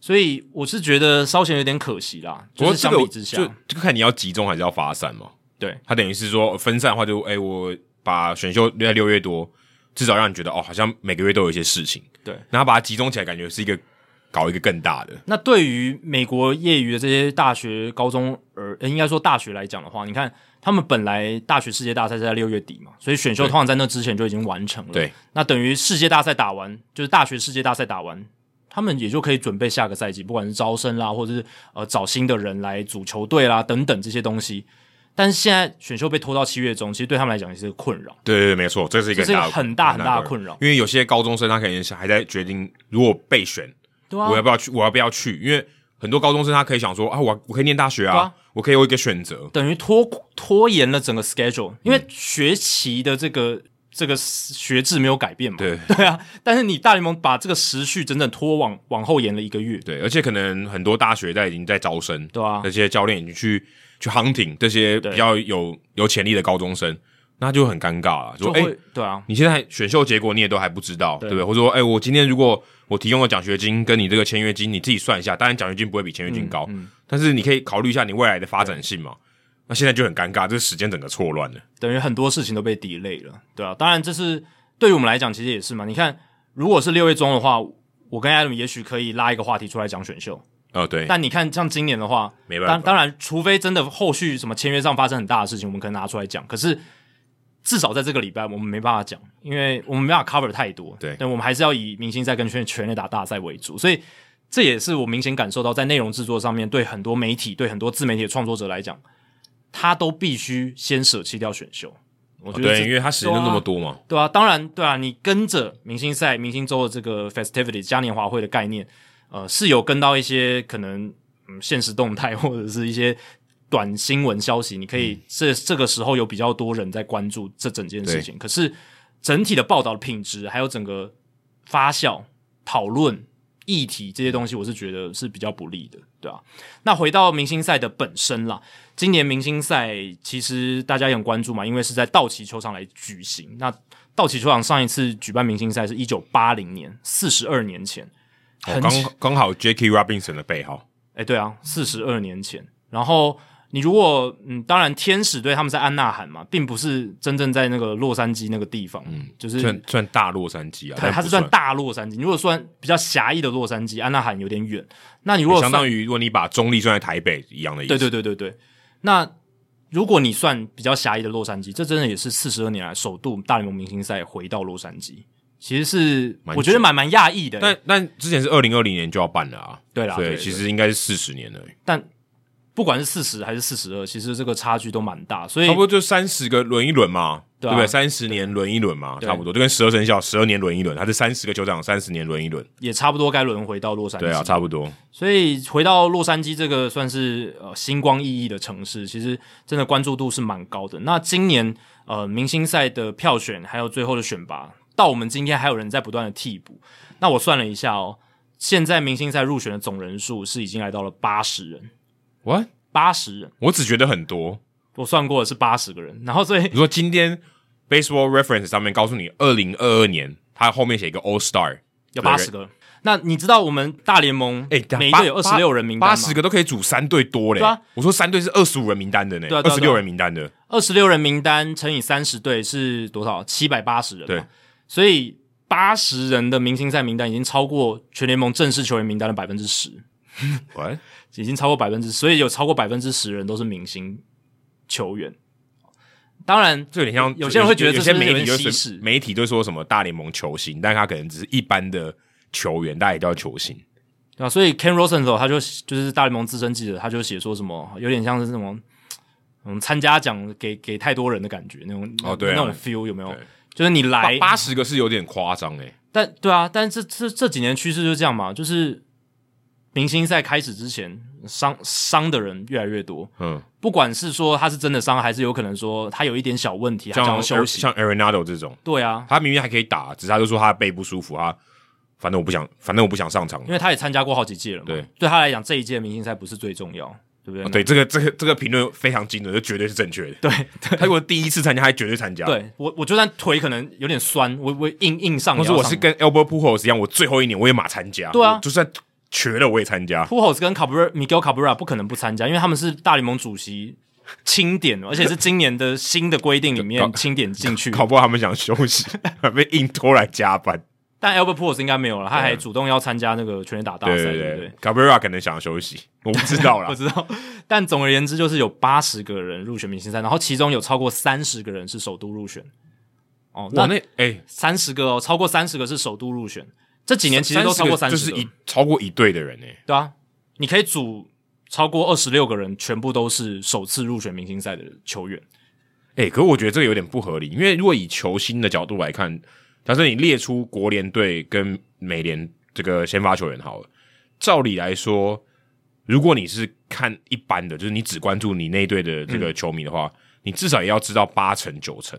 Speaker 1: 所以我是觉得稍显有点可惜啦，
Speaker 2: 不
Speaker 1: 就
Speaker 2: 过
Speaker 1: 是
Speaker 2: 这
Speaker 1: 相
Speaker 2: 个
Speaker 1: 比之下，
Speaker 2: 就就看你要集中还是要发散嘛。
Speaker 1: 对，
Speaker 2: 他等于是说分散的话就，哎，我把选秀留在六月多，至少让你觉得哦，好像每个月都有一些事情。
Speaker 1: 对，
Speaker 2: 然后把它集中起来，感觉是一个搞一个更大的。
Speaker 1: 那对于美国业余的这些大学、高中而呃应该说大学来讲的话，你看他们本来大学世界大赛是在六月底嘛，所以选秀
Speaker 2: 对
Speaker 1: 通常在那之前就已经完成了。
Speaker 2: 对，
Speaker 1: 那等于世界大赛打完，就是大学世界大赛打完，他们也就可以准备下个赛季，不管是招生啦，或者是呃找新的人来组球队啦等等这些东西。但是现在选秀被拖到七月中，其实对他们来讲也是个困扰。
Speaker 2: 对对对，没错，这是一个
Speaker 1: 这是一个很大很大的
Speaker 2: 的
Speaker 1: 困扰
Speaker 2: 因为有些高中生他可能是还在决定，如果被选，
Speaker 1: 对啊
Speaker 2: 我要，不要去，我要不要去？因为很多高中生他可以想说啊，我我可以念大学
Speaker 1: 对
Speaker 2: 啊，
Speaker 1: 啊
Speaker 2: 我可以有一个选择。
Speaker 1: 等于拖拖延了整个
Speaker 2: 嗯
Speaker 1: schedule，因为学期的这个、这个学制没有改变嘛。
Speaker 2: 对
Speaker 1: 对啊，但是你大联盟把这个时序整整拖往往后延了一个月，
Speaker 2: 对，而且可能很多大学在已经在招生，
Speaker 1: 对啊
Speaker 2: 那些教练已经去去 hunting 这些比较有有潜力的高中生，那就很尴尬了。说
Speaker 1: 就
Speaker 2: 哎、
Speaker 1: 会、对啊，
Speaker 2: 你现在选秀结果你也都还不知道，对不对？或者说，哎、我今天如果我提供了奖学金跟你这个签约金，你自己算一下，当然奖学金不会比签约金高，
Speaker 1: 嗯
Speaker 2: 但是你可以考虑一下你未来的发展性嘛。那现在就很尴尬，这时间整个错乱了。
Speaker 1: 等于很多事情都被 delay 了，对啊。当然这是对于我们来讲其实也是嘛。你看，如果是六月中的话，我我跟 Adam 也许可以拉一个话题出来讲选秀。
Speaker 2: 哦，对，
Speaker 1: 但你看，像今年的话，
Speaker 2: 没办法
Speaker 1: 当当然，除非真的后续什么签约上发生很大的事情，我们可能拿出来讲。可是至少在这个礼拜，我们没办法讲，因为我们没办法 cover 太多。
Speaker 2: 对
Speaker 1: 但我们还是要以明星赛跟全全垒打大赛为主，所以这也是我明显感受到，在内容制作上面，对很多媒体、对很多自媒体的创作者来讲，他都必须先舍弃掉选秀。我
Speaker 2: 哦
Speaker 1: 觉得这、
Speaker 2: 对，因为他时间就那么多嘛，
Speaker 1: 对啊，当然，对啊，你跟着明星赛、明星周的这个 festivity 嘉年华会的概念，呃，是有跟到一些可能嗯现实动态或者是一些短新闻消息，你可以、这这个时候有比较多人在关注这整件事情，可是整体的报道的品质还有整个发酵、讨论、议题这些东西，我是觉得是比较不利的，对啊。那回到明星赛的本身啦，今年明星赛其实大家也很关注嘛，因为是在道奇球场来举行。那道奇球场上一次举办明星赛是一九八零年，四十二年前，
Speaker 2: 哦
Speaker 1: 很
Speaker 2: 刚
Speaker 1: 巧
Speaker 2: 刚好 Jackie Robinson 的背号，
Speaker 1: 哎、对啊，四十二年前。然后你如果嗯，当然天使队他们在安纳罕嘛，并不是真正在那个洛杉矶那个地方，嗯，就是
Speaker 2: 算算大洛杉矶啊，
Speaker 1: 它
Speaker 2: 但
Speaker 1: 它
Speaker 2: 不
Speaker 1: 是算大洛杉矶。你如果算比较狭义的洛杉矶，安纳罕有点远。那你如果
Speaker 2: 哎相当
Speaker 1: 于
Speaker 2: 于如果你把中立算在台北一样的意思，
Speaker 1: 对对对对对，那如果你算比较狭义的洛杉矶，这真的也是四十二年来首度大联盟明星赛回到洛杉矶，其实是
Speaker 2: 蛮
Speaker 1: 我觉得
Speaker 2: 久
Speaker 1: 蛮蛮讶异的。
Speaker 2: 但但之前是二零二零年就要办了啊，
Speaker 1: 对啦
Speaker 2: 所
Speaker 1: 对
Speaker 2: 以
Speaker 1: 对
Speaker 2: 其实应该是四十年了，
Speaker 1: 但不管是四十还是四十二，其实这个差距都蛮大，所以
Speaker 2: 差不多就三十个轮一轮嘛，
Speaker 1: 对
Speaker 2: 对
Speaker 1: 啊
Speaker 2: 不对？三十年轮一轮嘛，
Speaker 1: 对
Speaker 2: 差不多就跟十二生肖十二年轮一轮，它是三十个酋长三十年轮一轮，
Speaker 1: 也差不多该轮回到洛杉矶。
Speaker 2: 对啊，差不多。
Speaker 1: 所以回到洛杉矶这个算是呃星光熠熠的城市，其实真的关注度是蛮高的。那今年呃明星赛的票选还有最后的选拔，到我们今天还有人在不断的替补。那我算了一下哦，现在明星赛入选的总人数是已经来到了八十人，
Speaker 2: 我
Speaker 1: 八十人，
Speaker 2: 我只觉得很多。
Speaker 1: 我算过了是八十个人。然后所以
Speaker 2: 你说今天 Baseball Reference 上面告诉你，二零二二年它后面写一个 All Star，
Speaker 1: 有八十个。那你知道我们大联盟
Speaker 2: 哎，
Speaker 1: 每一队有二十六人名单吗
Speaker 2: 八十个都可以组三队多
Speaker 1: 啊
Speaker 2: 嘞。
Speaker 1: 对啊
Speaker 2: 我说三队是二十五人名单的呢，
Speaker 1: 对啊对啊
Speaker 2: 二十
Speaker 1: 对啊
Speaker 2: 六人名单的，
Speaker 1: 二十六人名单乘以三十队是多少？七百八十人嘛。
Speaker 2: 对
Speaker 1: 所以八十人的明星赛名单已经超过全联盟正式球员名单的百分之十，
Speaker 2: 喂，
Speaker 1: 已经超过百分之，所以有超过百分之十人都是明星球员。当然，
Speaker 2: 这有点像
Speaker 1: 有些人会觉得
Speaker 2: 有
Speaker 1: 这
Speaker 2: 些
Speaker 1: 是不是
Speaker 2: 媒体
Speaker 1: 有
Speaker 2: 就
Speaker 1: 点
Speaker 2: 是
Speaker 1: 歧视
Speaker 2: 媒体都说什么大联盟球星，但他可能只是一般的球员，大家也叫球星。
Speaker 1: 啊，所以 Ken Rosenthal 他就就是大联盟资深记者，他就写说什么有点像是那种嗯参加奖给给太多人的感觉那种
Speaker 2: 哦对啊
Speaker 1: 那种 feel 有没有
Speaker 2: 对？
Speaker 1: 就是你来
Speaker 2: 八十个是有点夸张哎，
Speaker 1: 但对啊，但这这这几年趋势就这样嘛，就是明星赛开始之前，伤伤的人越来越多，
Speaker 2: 嗯，
Speaker 1: 不管是说他是真的伤，还是有可能说他有一点小问题，他想
Speaker 2: 像
Speaker 1: 要休息。
Speaker 2: 像 Arenado 这种，
Speaker 1: 对啊，
Speaker 2: 他明明还可以打，只是他就说他背不舒服，他反正我不想，反正我不想上场。
Speaker 1: 因为他也参加过好几届了嘛，
Speaker 2: 对，
Speaker 1: 对他来讲这一届明星赛不是最重要，对不对？
Speaker 2: 哦对，这个这个这个评论非常精准，这绝对是正确的。
Speaker 1: 对
Speaker 2: 他如果第一次参加，他绝对参加。，
Speaker 1: 对我我就算腿可能有点酸，我我硬硬上也
Speaker 2: 或
Speaker 1: 要
Speaker 2: 者
Speaker 1: 上，
Speaker 2: 我是跟 Albert Pujols 一样，我最后一年我也马参加。
Speaker 1: 对啊
Speaker 2: 我就算瘸了我也参加。
Speaker 1: Pujols 跟 Cabrera、Miguel Cabrera 不可能不参加，因为他们是大联盟主席钦点，而且是今年的新的规定里 面钦点进去的。
Speaker 2: 搞不好他们想休息，还被硬拖来加 班。
Speaker 1: 但 Albert p o r s 应该没有了，他还主动要参加那个全垒打大赛，
Speaker 2: 对
Speaker 1: 对
Speaker 2: 对
Speaker 1: 不
Speaker 2: 对
Speaker 1: 对？
Speaker 2: ，Cabrera 可能想休息，我不知 道
Speaker 1: 不
Speaker 2: 啦。
Speaker 1: 知道。但总而言之，就是有八十个人入选明星赛，然后其中有超过三十个人是首都入选。哦，
Speaker 2: 哇，
Speaker 1: 那
Speaker 2: 那哎，
Speaker 1: 三十个哦，超过三十个是首都入选。这几年其实都超过
Speaker 2: 30
Speaker 1: 三
Speaker 2: 个就
Speaker 1: 十
Speaker 2: 是
Speaker 1: 个，
Speaker 2: 一超过一队的人哎。
Speaker 1: 对啊，你可以组超过二十六个人，全部都是首次入选明星赛的球员。
Speaker 2: 哎、可是我觉得这个有点不合理，因为如果以球星的角度来看，假设你列出国联队跟美联这个先发球员好了，照理来说，如果你是看一般的，就是你只关注你那一队的这个
Speaker 1: 嗯
Speaker 2: 球迷的话，你至少也要知道八成九成。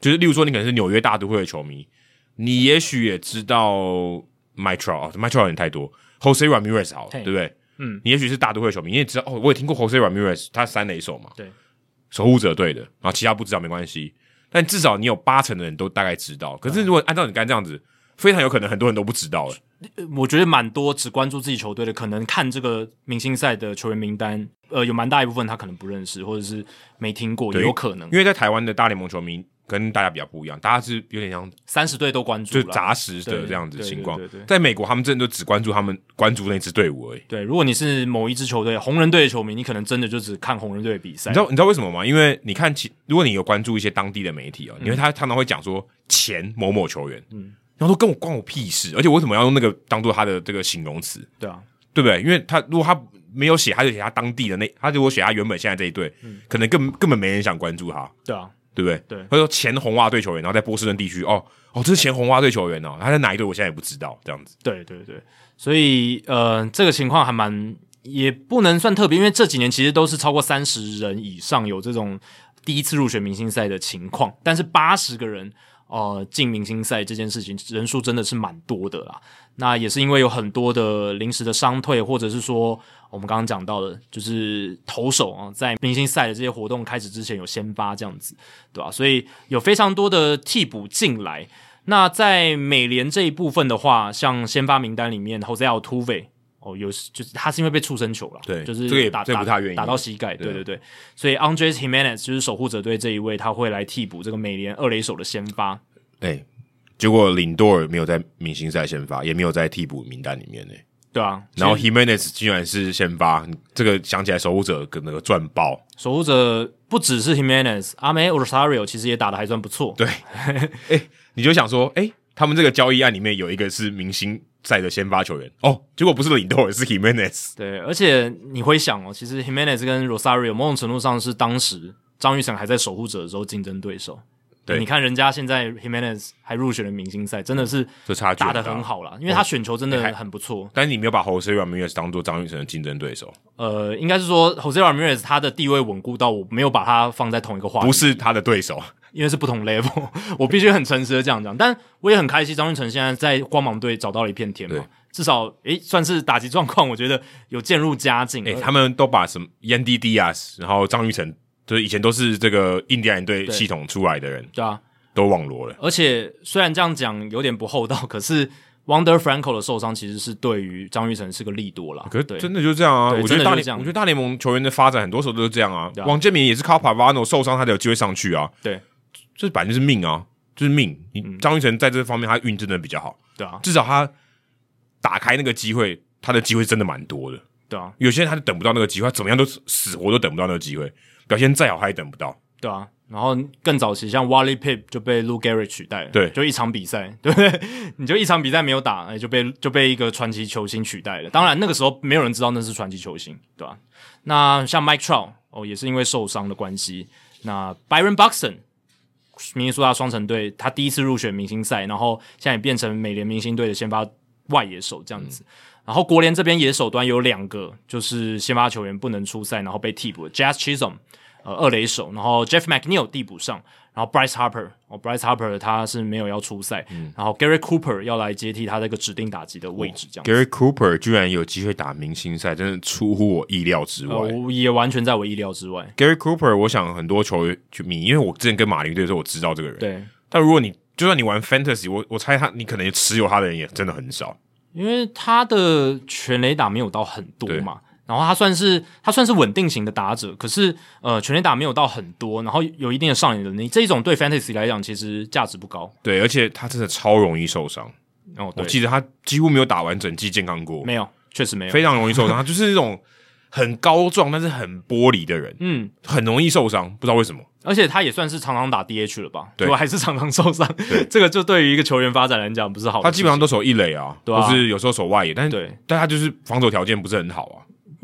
Speaker 2: 就是例如说，你可能是纽约大都会的球迷，你也许也知道 m i t r a m i t r a 有点太多，Jose Ramirez 好了，
Speaker 1: 嘿
Speaker 2: 对不对？
Speaker 1: 嗯，
Speaker 2: 你也许是大都会的球迷，你也知道哦，我也听过 Jose Ramirez，他三垒手嘛，
Speaker 1: 对，
Speaker 2: 守护者队的，然后其他不知道没关系，但至少你有八成的人都大概知道。可是如果按照你刚才这样子，非常有可能很多人都不知道了。
Speaker 1: 我觉得蛮多只关注自己球队的，可能看这个明星赛的球员名单，呃，有蛮大一部分他可能不认识，或者是没听过，也
Speaker 2: 对
Speaker 1: 有可能
Speaker 2: 因。为在台湾的大联盟球迷跟大家比较不一样，大家是有点像
Speaker 1: 三十队都关注
Speaker 2: 就
Speaker 1: 了，
Speaker 2: 是杂食的
Speaker 1: 对
Speaker 2: 这样子
Speaker 1: 对
Speaker 2: 情
Speaker 1: 对
Speaker 2: 况
Speaker 1: 对对。对
Speaker 2: 在美国，他们真的就只关注他们关注那支队伍而已。
Speaker 1: 对，如果你是某一支球队红人队的球迷，你可能真的就只看红人队的比赛。
Speaker 2: 你知道你知道为什么吗？因为你看其，如果你有关注一些当地的媒
Speaker 1: 嗯
Speaker 2: 体哦，因为他常常会讲说前某某球员，嗯，然后说跟我关我屁事，而且我为什么要用那个当做他的这个形容词，
Speaker 1: 对啊，
Speaker 2: 对不对？因为他如果他没有写，他就写他当地的那，他如果写他原本现在这一队，可能根根本没人想关注他，
Speaker 1: 对啊，
Speaker 2: 对不对？
Speaker 1: 嗯对
Speaker 2: 他说前红袜队球员，然后在波士顿地区，哦哦，这是前红袜队球员哦，他在哪一队我现在也不知道，这样子，
Speaker 1: 对对对，所以呃，这个情况还蛮也不能算特别，因为这几年其实都是超过三十人以上有这种第一次入选明星赛的情况，但是八十个人呃进明星赛这件事情人数真的是蛮多的啦。那也是因为有很多的临时的伤退，或者是说我们刚刚讲到的，就是投手啊，在明星赛的这些活动开始之前有先发这样子，对吧、所以有非常多的替补进来，那在美联这一部分的话，像先发名单里面，Jose Altuve 哦，有就是他是因为被触身球了，
Speaker 2: 对
Speaker 1: 就是
Speaker 2: 这个也
Speaker 1: 打
Speaker 2: 这个不太愿意
Speaker 1: 打打到膝盖，
Speaker 2: 对啊
Speaker 1: 对对对，所以 Andres Jimenez 就是守护者队这一位，他会来替补这个美联二垒手的先发，
Speaker 2: 哎，结果林多尔没有在明星赛先发，也没有在替补名单里面呢、
Speaker 1: 对啊，
Speaker 2: 然后 Jimenez 竟然是先发，这个想起来守护者跟那个赚爆，
Speaker 1: 守护者不只是 Jimenez，阿梅 Rosario 其实也打的还算不错，
Speaker 2: 对你就想说，哎、他们这个交易案里面有一个是明星赛的先发球员哦，结果不是领头人是 Jimenez，
Speaker 1: 对，而且你回想哦，其实 Jimenez 跟 Rosario 某种程度上是当时张玉成还在守护者的时候竞争对手。
Speaker 2: 对
Speaker 1: 你看人家现在 Jimenez 还入选了明星赛，真的是
Speaker 2: 这差距
Speaker 1: 打
Speaker 2: 很
Speaker 1: 得
Speaker 2: 大
Speaker 1: 很。好啦，因为
Speaker 2: 哦
Speaker 1: 他选球真的很不错。
Speaker 2: 但是你没有把 Jose Ramirez 当做张玉成的竞争对手，
Speaker 1: 呃，应该是说 Jose Ramirez 他的地位稳固到我没有把他放在同一个话题
Speaker 2: 不是他的对手。
Speaker 1: 因为是不同 level，我 必须很诚实的这样讲。但我也很开心，张运成现在在光芒队找到了一片天嘛
Speaker 2: 对，
Speaker 1: 至少诶、算是打击状况，我觉得有渐入佳境。
Speaker 2: 哎、
Speaker 1: 而
Speaker 2: 他们都把什么 Yandy Diaz，然啊后张玉成，就是以前都是这个印第安人队
Speaker 1: 对
Speaker 2: 系统出来的人，
Speaker 1: 对啊，
Speaker 2: 都网罗了。
Speaker 1: 而且虽然这样讲有点不厚道，可是 Wonder Franco 的受伤其实是对于张玉成是个利多啦。
Speaker 2: 可是
Speaker 1: 对
Speaker 2: 真的就这样啊！
Speaker 1: 对
Speaker 2: 我觉得
Speaker 1: 真的
Speaker 2: 大
Speaker 1: 就这
Speaker 2: 联，
Speaker 1: 样
Speaker 2: 我觉得大联盟球员的发展很多时候都是这样啊。
Speaker 1: 对啊
Speaker 2: 王建民也是靠 Pavano 受伤，他才有机会上去啊。
Speaker 1: 对
Speaker 2: 这本来就是命啊，就是命。你
Speaker 1: 嗯
Speaker 2: 张玉成在这方面他运真的比较好，
Speaker 1: 对啊
Speaker 2: 至少他打开那个机会，他的机会真的蛮多的。
Speaker 1: 对啊
Speaker 2: 有些人他就等不到那个机会，他怎么样都死活都等不到那个机会，表现再好他也等不到。
Speaker 1: 对啊。然后更早期像 Wally Pip 就被 Lou Gehrig 取代了，
Speaker 2: 对
Speaker 1: 就一场比赛， 对不对？你就一场比赛没有打，哎，就被就被一个传奇球星取代了。当然那个时候没有人知道那是传奇球星，对吧、那像 Mike Trout 哦，也是因为受伤的关系，那 Byron Buxton 明尼苏达双城队，他第一次入选明星赛，然后现在也变成美联明星队的先发外野手这样子。然后国联这边野手端有两个，就是先发球员不能出赛，然后被替补的 Jazz Chisholm，呃，二垒手，然后 Jeff McNeil 替补上，然后 Bryce Harper，哦，Bryce Harper 他是没有要出赛，然后 Gary Cooper 要来接替他这个指定打击的位置，这样子。
Speaker 2: Gary Cooper 居然有机会打明星赛，真的出乎我意料之外。
Speaker 1: 呃我也完全在我意料之外。
Speaker 2: Gary Cooper，我想很多球员球迷，因为我之前跟马林队的时候，我知道这个人。
Speaker 1: 对，
Speaker 2: 但如果你就算你玩 Fantasy，我我猜他你可能持有他的人也真的很少。
Speaker 1: 因为他的全垒打没有到很多嘛，然后他算是他算是稳定型的打者，可是呃全垒打没有到很多，然后有一定的上垒能力，这一种对 fantasy 来讲其实价值不高
Speaker 2: 对，而且他真的超容易受伤。
Speaker 1: 哦，
Speaker 2: 我
Speaker 1: 对，
Speaker 2: 记得他几乎没有打完整季健康过，
Speaker 1: 没有，确实没有，
Speaker 2: 非常容易受伤。他就是那种很高壮但是很玻璃的人，
Speaker 1: 嗯，
Speaker 2: 很容易受伤，不知道为什么。
Speaker 1: 而且他也算是常常打 DH 了吧，
Speaker 2: 对
Speaker 1: 我还是常常受伤， 这个就对于一个球员发展来讲不是好
Speaker 2: 他
Speaker 1: 的
Speaker 2: 基
Speaker 1: 事情，
Speaker 2: 本上都守一垒啊，
Speaker 1: 对啊
Speaker 2: 或是有时候守外野，但是
Speaker 1: 对，嗯
Speaker 2: 但他就是防守条件不是很好啊，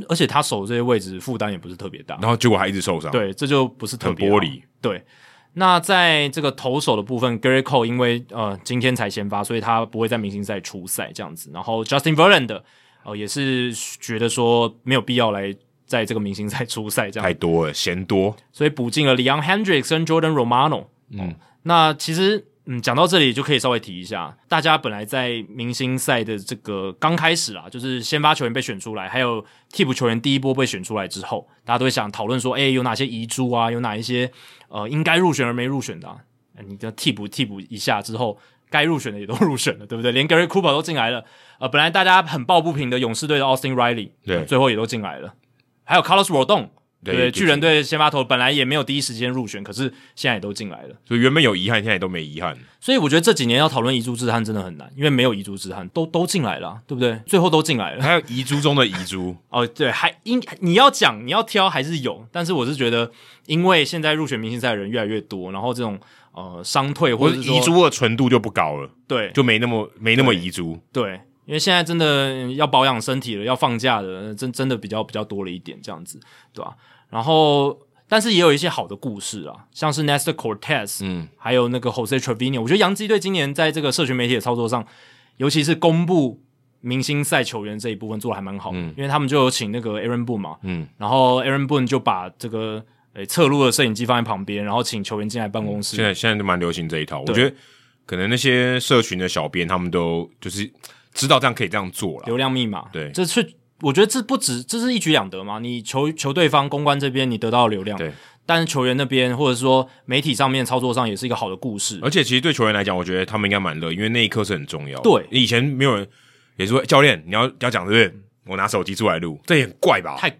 Speaker 1: 而且他守这些位置负担也不是特别大，
Speaker 2: 然后结果还一直受伤。，
Speaker 1: 对，这就不是特别
Speaker 2: 很玻
Speaker 1: 好
Speaker 2: 璃。
Speaker 1: 对，那在这个投手的部分，Gary Cole 因为呃今天才先发，所以他不会在明星赛出赛这样子。然后 Justin Verlander 呃也是觉得说没有必要来在这个明星赛出赛这样
Speaker 2: 太
Speaker 1: 子，
Speaker 2: 多了，嫌多。
Speaker 1: 所以补进了 Leon Hendricks 跟 Jordan Romano。嗯，那其实。嗯，讲到这里就可以稍微提一下，大家本来在明星赛的这个刚开始啊，就是先发球员被选出来，还有替补球员第一波被选出来之后，大家都会想讨论说，哎、有哪些遗珠啊，有哪一些呃应该入选而没入选的、啊，呃你的替补替补一下之后，该入选的也都入选了，对不对？连 Gary Cooper 都进来了，呃，本来大家很抱不平的勇士队的 Austin Riley，
Speaker 2: 对
Speaker 1: 呃最后也都进来了，还有 Carlos Rodon。对巨人，队先发投本来也没有第一时间入选，可是现在也都进来了。
Speaker 2: 所以原本有遗憾，现在都没遗憾。
Speaker 1: 所以我觉得这几年要讨论遗珠之憾真的很难，因为没有遗珠之憾，都都进来了啊、对不对？最后都进来了。
Speaker 2: 还有遗珠中的遗珠，
Speaker 1: 哦，对，还应你要讲你要挑还是有，但是我是觉得，因为现在入选明星赛的人越来越多，然后这种呃伤退
Speaker 2: 或
Speaker 1: 或
Speaker 2: 者
Speaker 1: 者是说
Speaker 2: 遗珠的纯度就不高了，
Speaker 1: 对
Speaker 2: 就没那么没那么遗珠。
Speaker 1: 对，因为现在真的嗯要保养身体了，要放假了，真真的比较比较多了一点这样子，对吧、然后，但是也有一些好的故事啊，像是 Nestor Cortez，
Speaker 2: 嗯，
Speaker 1: 还有那个 Jose Trevino，我觉得洋基队今年在这个社群媒体的操作上，尤其是公布明星赛球员这一部分做的还蛮好的，因为他们就有请那个 Aaron Boone 嘛，
Speaker 2: 嗯，
Speaker 1: 然后 Aaron Boone 就把这个诶侧录的摄影机放在旁边，然后请球员进来办公室，
Speaker 2: 嗯现在现在就蛮流行这一套，我
Speaker 1: 对
Speaker 2: 觉得可能那些社群的小编他们都就是知道这样可以这样做了。
Speaker 1: 流量密码，
Speaker 2: 对
Speaker 1: 这是我觉得这不止，这是一举两得嘛。你球球队方公关这边你得到流量，
Speaker 2: 对，
Speaker 1: 但是球员那边或者说媒体上面操作上也是一个好的故事，
Speaker 2: 而且其实对球员来讲，我觉得他们应该蛮乐，因为那一刻是很重要的。
Speaker 1: 对嗯
Speaker 2: 以前没有人也说教练你要你要讲对不对？我拿手机出来录，这也很怪吧？
Speaker 1: 太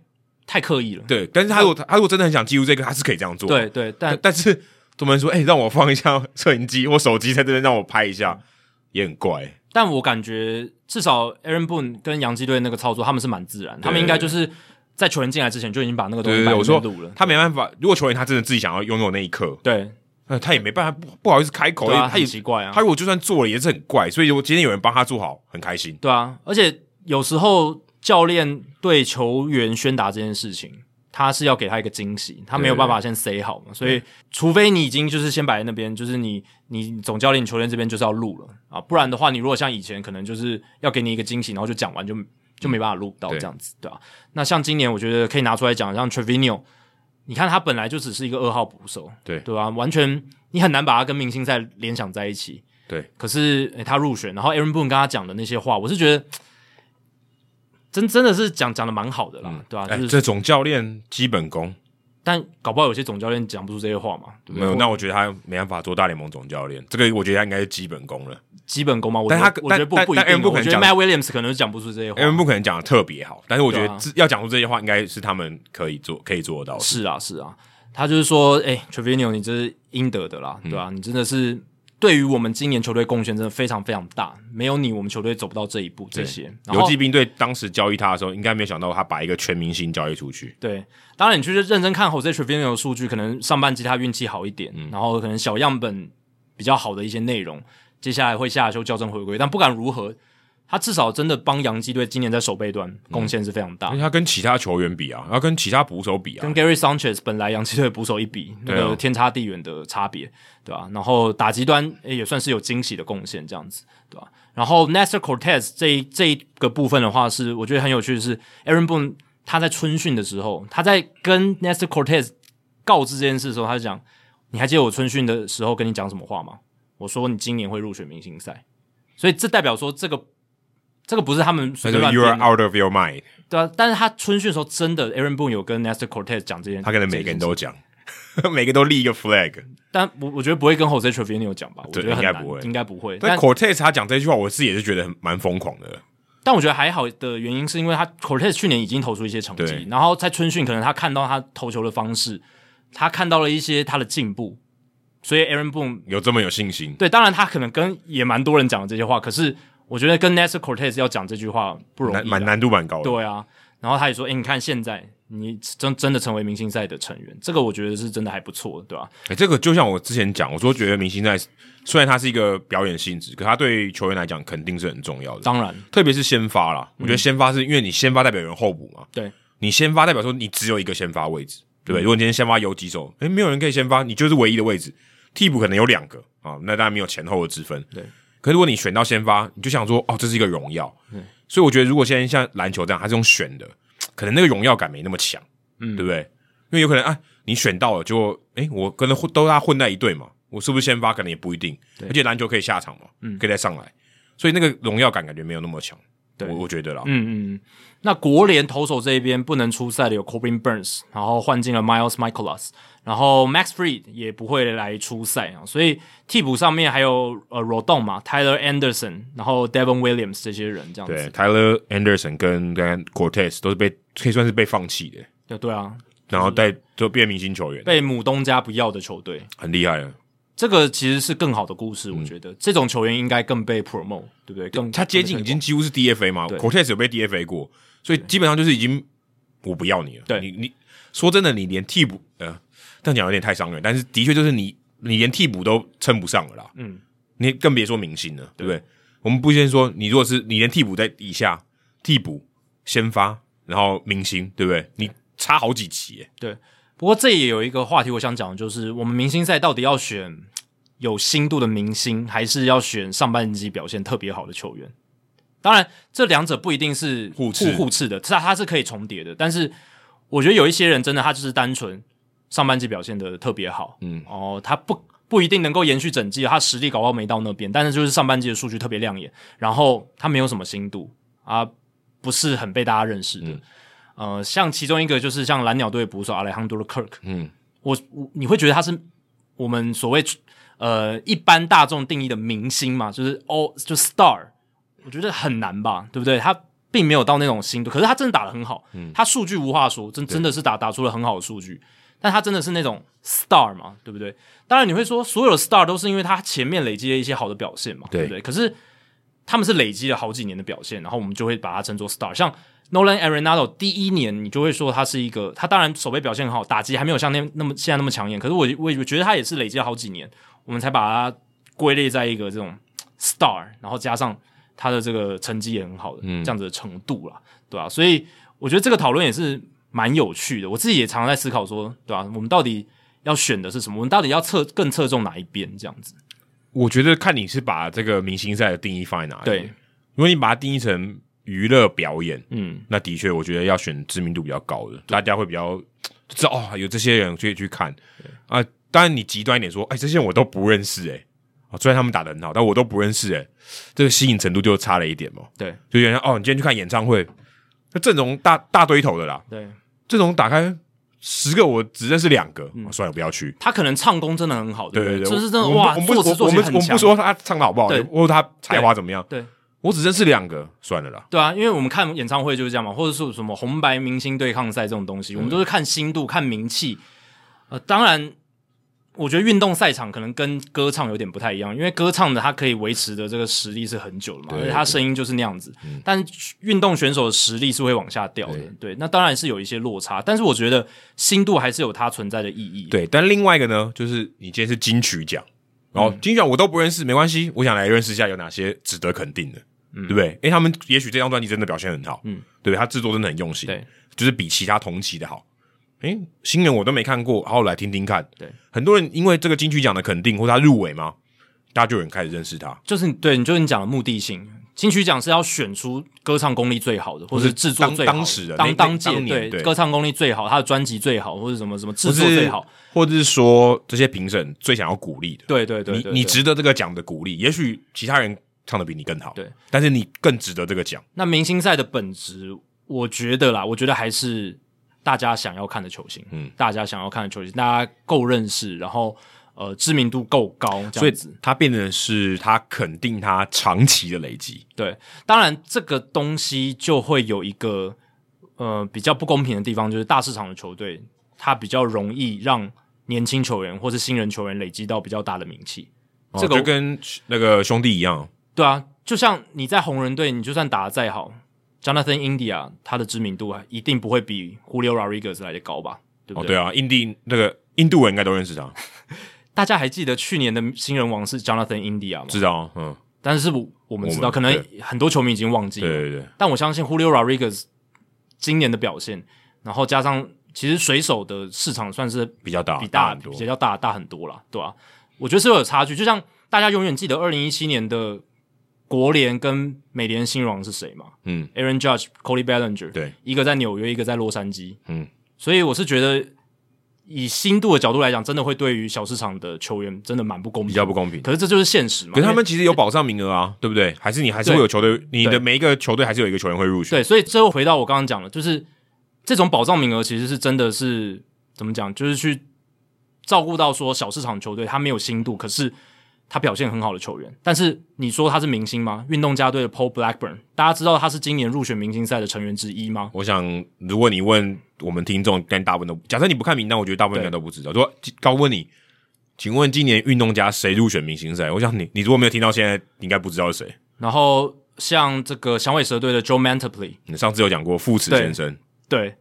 Speaker 1: 太刻意了，
Speaker 2: 对，但是他如果他如果真的很想记录这个，他是可以这样做。
Speaker 1: 对，对，但
Speaker 2: 但但是他们说，哎、让我放一下摄影机，我手机在这边让我拍一下，也很怪。
Speaker 1: 但我感觉至少 Aaron Boone 跟洋基队那个操作，他们是蛮自然，他们应该就是在球员进来之前就已经把那个东
Speaker 2: 对
Speaker 1: 西
Speaker 2: 对
Speaker 1: 摆
Speaker 2: 对，
Speaker 1: 在
Speaker 2: 我
Speaker 1: 那
Speaker 2: 说
Speaker 1: 边录了。
Speaker 2: 他没办法，如果球员他真的自己想要拥有那一刻，
Speaker 1: 对，
Speaker 2: 呃、他也没办法，不不好意思开口，
Speaker 1: 对啊，
Speaker 2: 他也
Speaker 1: 很奇怪啊
Speaker 2: 他，如果就算做了也是很怪，所以我今天有人帮他做好，很开心。
Speaker 1: 对啊，而且有时候教练对球员宣达这件事情，他是要给他一个惊喜，他没有办法先 say 好嘛，所以除非你已经就是先摆在那边，就是你你总教练、你球员这边就是要录了啊，不然的话，你如果像以前可能就是要给你一个惊喜，然后就讲完就就没办法录到
Speaker 2: 对
Speaker 1: 这样子，对吧、那像今年我觉得可以拿出来讲，像 Trevino，你看他本来就只是一个二号捕手，
Speaker 2: 对
Speaker 1: 对吧、完全你很难把他跟明星赛联想在一起，
Speaker 2: 对，
Speaker 1: 可是、诶他入选，然后 Aaron Boone 跟他讲的那些话，我是觉得真真的是讲讲的蛮好的啦，对吧、
Speaker 2: 哎、
Speaker 1: 啊就是、
Speaker 2: 这总教练基本功
Speaker 1: 但搞不好有些总教练讲不出这些话嘛，对不
Speaker 2: 没
Speaker 1: 对？
Speaker 2: 有，那我觉得他没办法做大联盟总教练，这个我觉得他应该是基本功了。
Speaker 1: 基本功嘛，我
Speaker 2: 但他
Speaker 1: 觉得我觉得不
Speaker 2: 但
Speaker 1: 不一
Speaker 2: 但
Speaker 1: 定
Speaker 2: Aaron Boone
Speaker 1: 哦，我觉得
Speaker 2: 可能讲嗯
Speaker 1: Matt Williams 可能是讲不出这些话。
Speaker 2: 因为不可能讲的特别好，但是我觉
Speaker 1: 对啊
Speaker 2: 得自要讲出这些话，应该是他们可以做可以做得到的。
Speaker 1: 是啊，是啊，他就是说，哎、t r e v i n o 你这是应得的
Speaker 2: 嗯
Speaker 1: 啦，对吧、你真的是对于我们今年球队贡献真的非常非常大，没有你，我们球队走不到这一步。这些，然
Speaker 2: 游
Speaker 1: 后
Speaker 2: 击兵队当时交易他的时候，应该没有想到他把一个全明星交易出去。
Speaker 1: 对，当然你去认真看 Jose Trevino 的数据，可能上半季他运气好一点，然后可能小样本比较好的一些内容，接下来会下修校正回归，但不管如何，他至少真的帮洋基队今年在守备端贡献是非常大。
Speaker 2: 而且他跟其他球员比啊，他跟其他捕手比啊
Speaker 1: 跟，Gary Sanchez 本来洋基队捕手一比，那
Speaker 2: 对啊
Speaker 1: 个天差地远的差别，对吧、然后打击端诶也算是有惊喜的贡献，这样子，对吧、然后 Nestor Cortez 这一这一个部分的话是，我觉得很有趣的是，Aaron Boone 他在春训的时候，他在跟 Nestor Cortez 告知这件事的时候，他就讲：“你还记得我春训的时候跟你讲什么话吗？我说你今年会入选明星赛，所以这代表说这个这个不是他们随
Speaker 2: 他
Speaker 1: 便
Speaker 2: 说
Speaker 1: 乱
Speaker 2: “You
Speaker 1: 编
Speaker 2: are
Speaker 1: 的
Speaker 2: out of your mind”，
Speaker 1: 对啊，但是他春训的时候真的 Aaron Boone 有跟 Nestor Cortez 讲这件，
Speaker 2: 他可能每
Speaker 1: 这
Speaker 2: 个
Speaker 1: 件
Speaker 2: 人
Speaker 1: 事
Speaker 2: 都讲， 每个都立一个 flag。
Speaker 1: 但我我觉得不会跟 Jose Trevino 讲吧，我觉
Speaker 2: 对
Speaker 1: 得很
Speaker 2: 应该
Speaker 1: 难
Speaker 2: 不会
Speaker 1: 应该不会。
Speaker 2: 但
Speaker 1: 但
Speaker 2: Cortez 他讲这句话，我自己也是觉得很蛮疯狂的。
Speaker 1: 但我觉得还好的原因是因为他 Cortez 去年已经投出一些成绩
Speaker 2: 对，
Speaker 1: 然后在春训可能他看到他投球的方式，他看到了一些他的进步，所以 Aaron Boone
Speaker 2: 有这么有信心？
Speaker 1: 对，当然他可能跟也蛮多人讲的这些话，可是我觉得跟 Nestor Cortez 要讲这句话不容易啊
Speaker 2: 难
Speaker 1: 啦，
Speaker 2: 蛮难度蛮高的。
Speaker 1: 对啊，然后他也说，诶，你看现在你真真的成为明星赛的成员，这个我觉得是真的还不错，对吧、
Speaker 2: 哎，这个就像我之前讲，我说觉得明星赛虽然它是一个表演性质，可它对球员来讲肯定是很重要的，
Speaker 1: 当然，
Speaker 2: 特别是先发啦。我觉得先发是因为你先发代表有人候补嘛，
Speaker 1: 对，
Speaker 2: 你先发代表说你只有一个先发位置，对不
Speaker 1: 嗯
Speaker 2: 对？如果你今天先发有几手，诶，没有人可以先发，你就是唯一的位置。替补可能有两个啊，那当然没有前后的之分。
Speaker 1: 对，
Speaker 2: 可是如果你选到先发，你就想说，哦，这是一个荣耀。
Speaker 1: 对，
Speaker 2: 所以我觉得如果现在像篮球这样，它是用选的，可能那个荣耀感没那么强，
Speaker 1: 嗯
Speaker 2: 对不对？因为有可能啊，你选到了就，诶，我跟他混都他混在一队嘛，我是不是先发可能也不一定，而且篮球可以下场嘛，嗯，可以再上来，所以那个荣耀感感觉没有那么强。
Speaker 1: 对
Speaker 2: 我我觉得啦，
Speaker 1: 嗯嗯，嗯，那国联投手这一边不能出赛的有 Corbin Burns，然后换进了 Miles Michaelis，然后 Max Freed 也不会来出赛啊，所以替补上面还有呃 Rodon 嘛，Tyler Anderson，然后 Devon Williams 这些人这样
Speaker 2: 对
Speaker 1: 子。
Speaker 2: ，Tyler Anderson 跟跟 Cortez 都是被可以算是被放弃的，
Speaker 1: 对对啊，
Speaker 2: 然后再就变明星球员，
Speaker 1: 被母东家不要的球队，
Speaker 2: 很厉害了。
Speaker 1: 这个其实是更好的故事，我觉得这种球员应该更被 promote，对不对？更
Speaker 2: 他接近已经几乎是 DFA 嘛
Speaker 1: 对
Speaker 2: ，Cortez 有被 DFA 过，所以基本上就是已经我不要你了。
Speaker 1: 对
Speaker 2: 你你说真的，你连替补呃，这样讲有点太伤人，但是的确就是你你连替补都称不上了啦。
Speaker 1: 嗯，
Speaker 2: 你更别说明星了，对不对？我们不先说你，如果是你连替补在以下，替补、先发，然后明星，对不对？你差好几级、欸，
Speaker 1: 对，不过这也有一个话题，我想讲，就是我们明星赛到底要选有深度的明星，还是要选上半季表现特别好的球员？当然，这两者不一定是
Speaker 2: 互
Speaker 1: 互
Speaker 2: 斥
Speaker 1: 互斥的，它它是可以重叠的。但是，我觉得有一些人真的他就是单纯上半季表现的特别好，嗯，哦，他不不一定能够延续整季，他实力搞不好没到那边，但是就是上半季的数据特别亮眼，然后他没有什么深度啊，不是很被大家认识的。呃，像其中一个就是像蓝鸟队的捕手阿莱亨多的 Kirk，
Speaker 2: 嗯，
Speaker 1: 我我你会觉得他是我们所谓呃一般大众定义的明星嘛，就是 all 就 star，我觉得很难吧，对不对？他并没有到那种心度，可是他真的打的很好，他数据无话说，真真的是打打出了很好的数据，但他真的是那种 star 嘛，对不对？当然你会说所有的 star 都是因为他前面累积了一些好的表现嘛，对
Speaker 2: 对
Speaker 1: 不对？可是他们是累积了好几年的表现，然后我们就会把它称作 star。像 Nolan Arenado 第一年，你就会说他是一个，他当然守备表现很好，打击还没有像那那么现在那么抢眼，可是我我觉得他也是累积了好几年，我们才把它归类在一个这种 star，然后加上他的这个成绩也很好的、
Speaker 2: 嗯
Speaker 1: 这样子的程度啦，对吧、所以我觉得这个讨论也是蛮有趣的，我自己也常常在思考说，对吧、我们到底要选的是什么？我们到底要侧更侧重哪一边？这样子，
Speaker 2: 我觉得看你是把这个明星赛的定义放在哪里。
Speaker 1: 对
Speaker 2: 如果你把它定义成娱乐表演，
Speaker 1: 嗯，
Speaker 2: 那的确我觉得要选知名度比较高的，大家会比较就知道哦，有这些人可以去看
Speaker 1: 嗯
Speaker 2: 啊。当然你极端一点说，哎，这些人我都不认识哎、哦，虽然他们打的很好，但我都不认识哎、这个吸引程度就差了一点嘛。
Speaker 1: 对
Speaker 2: 就有点像哦，你今天去看演唱会，那阵容大大堆头的啦，
Speaker 1: 对。
Speaker 2: 阵容打开十个我只认识两个，
Speaker 1: 嗯
Speaker 2: 哦算了，不要去。
Speaker 1: 他可能唱功真的很好，
Speaker 2: 对
Speaker 1: 不
Speaker 2: 对对，
Speaker 1: 这是真的
Speaker 2: 我
Speaker 1: 哇，
Speaker 2: 我们
Speaker 1: 作
Speaker 2: 我
Speaker 1: 词
Speaker 2: 们
Speaker 1: 作
Speaker 2: 我
Speaker 1: 曲
Speaker 2: 们
Speaker 1: 很
Speaker 2: 我们
Speaker 1: 强
Speaker 2: 不，说他唱的好不好，
Speaker 1: 对
Speaker 2: 或者他才华怎么样，
Speaker 1: 对
Speaker 2: 我只认识两个，算了啦。
Speaker 1: 对啊，因为我们看演唱会就是这样嘛，或者是什么红白明星对抗赛这种东西，我们都
Speaker 2: 嗯
Speaker 1: 是看心度、看名气。呃，当然，我觉得运动赛场可能跟歌唱有点不太一样，因为歌唱的它可以维持的这个实力是很久的嘛，
Speaker 2: 对嗯
Speaker 1: 而且它声音就是那样子。但运动选手的实力是会往下掉的，对，那当然是有一些落差，但是我觉得心度还是有它存在的意义。啊
Speaker 2: 对，但另外一个呢，就是你今天是金曲奖，然
Speaker 1: 嗯
Speaker 2: 后金曲奖我都不认识，没关系，我想来认识一下有哪些值得肯定的，
Speaker 1: 嗯
Speaker 2: 对不对？因为他们也许这张专辑真的表现很好，嗯，对不对？他制作真的很用心，
Speaker 1: 对，
Speaker 2: 就是比其他同期的好。诶，新人我都没看过，然后来听听看。
Speaker 1: 对，
Speaker 2: 很多人因为这个金曲奖的肯定或者他入围嘛，大家就有人开始认识他，
Speaker 1: 就是你对，你就是你讲的目的性。金曲奖是要选出歌唱功力最好的，或
Speaker 2: 是
Speaker 1: 者制作
Speaker 2: 当
Speaker 1: 最好的
Speaker 2: 当时的
Speaker 1: 当
Speaker 2: 那
Speaker 1: 当届
Speaker 2: 那当年对
Speaker 1: 歌唱功力最好，他的专辑最好，或者什么什么制
Speaker 2: 或
Speaker 1: 作
Speaker 2: 是
Speaker 1: 最好，，
Speaker 2: 或者是说这些评审最想要鼓励的。
Speaker 1: 对对对对
Speaker 2: 你你
Speaker 1: 对
Speaker 2: 值得这个奖的鼓励，也许其他人唱的比你更好，
Speaker 1: 对，
Speaker 2: 但是你更值得这个奖。
Speaker 1: 那明星赛的本质，我觉得啦，我觉得还是大家想要看的球星，嗯
Speaker 2: 嗯，
Speaker 1: 大家想要看的球星，大家够认识，然后呃知名度够高，这
Speaker 2: 所以
Speaker 1: 样子。
Speaker 2: 它变成是他肯定他长期的累积，
Speaker 1: 对，当然这个东西就会有一个呃比较不公平的地方，就是大市场的球队，它比较容易让年轻球员或是新人球员累积到比较大的名气。这个
Speaker 2: 哦就跟那个兄弟一样，
Speaker 1: 对啊，就像你在红人队，你就算打得再好，Jonathan India 他的知名度一定不会比 Julio Rodriguez 来的高吧？对不
Speaker 2: 哦，
Speaker 1: 对？啊
Speaker 2: 对啊，印第那个印度人应该都认识他，
Speaker 1: 大家还记得去年的新人王是 Jonathan India 吗？
Speaker 2: 知道，嗯，
Speaker 1: 但是我我们知道，
Speaker 2: 我们
Speaker 1: 可能
Speaker 2: 对
Speaker 1: 很多球迷已经忘记
Speaker 2: 对
Speaker 1: 了。
Speaker 2: 对对，
Speaker 1: 但我相信 Julio Rodriguez 今年的表现，然后加上其实水手的市场算是
Speaker 2: 比较大，
Speaker 1: 比
Speaker 2: 大
Speaker 1: 大
Speaker 2: 很多
Speaker 1: 比，较大大很多啦，对吧、我觉得是有差距。就像大家永远记得二零一七年的国联跟美联新人王是谁嘛
Speaker 2: 嗯，
Speaker 1: ？Aaron Judge、Cody Bellinger，
Speaker 2: 对，
Speaker 1: 一个在纽约，一个在洛杉矶，
Speaker 2: 嗯，
Speaker 1: 所以我是觉得以新度的角度来讲，真的会对于小市场的球员真的蛮不公平，
Speaker 2: 比较不公平。
Speaker 1: 可是这就是现实嘛。
Speaker 2: 可是他们其实有保障名额啊，对不对？还是你还是会有球队，你
Speaker 1: 对
Speaker 2: 的每一个球队还是有一个球员会入选，
Speaker 1: 对，所以最后回到我刚刚讲的，就是这种保障名额其实是真的是怎么讲，就是去照顾到说小市场球队他没有新度，可是他表现很好的球员。但是你说他是明星吗？运动家队的 Paul Blackburn，大家知道他是今年入选明星赛的成员之一吗？
Speaker 2: 我想，如果你问我们听众跟大部分都，假设你不看名单，我觉得大部分应该都不知道。说高问你，请问今年运动家谁入选明星赛？我想你，你如果没有听到现在，你应该不知道是谁。
Speaker 1: 然后像这个响尾蛇队的 Joe Mantiply，
Speaker 2: 你上次有讲过副词先生，
Speaker 1: 对，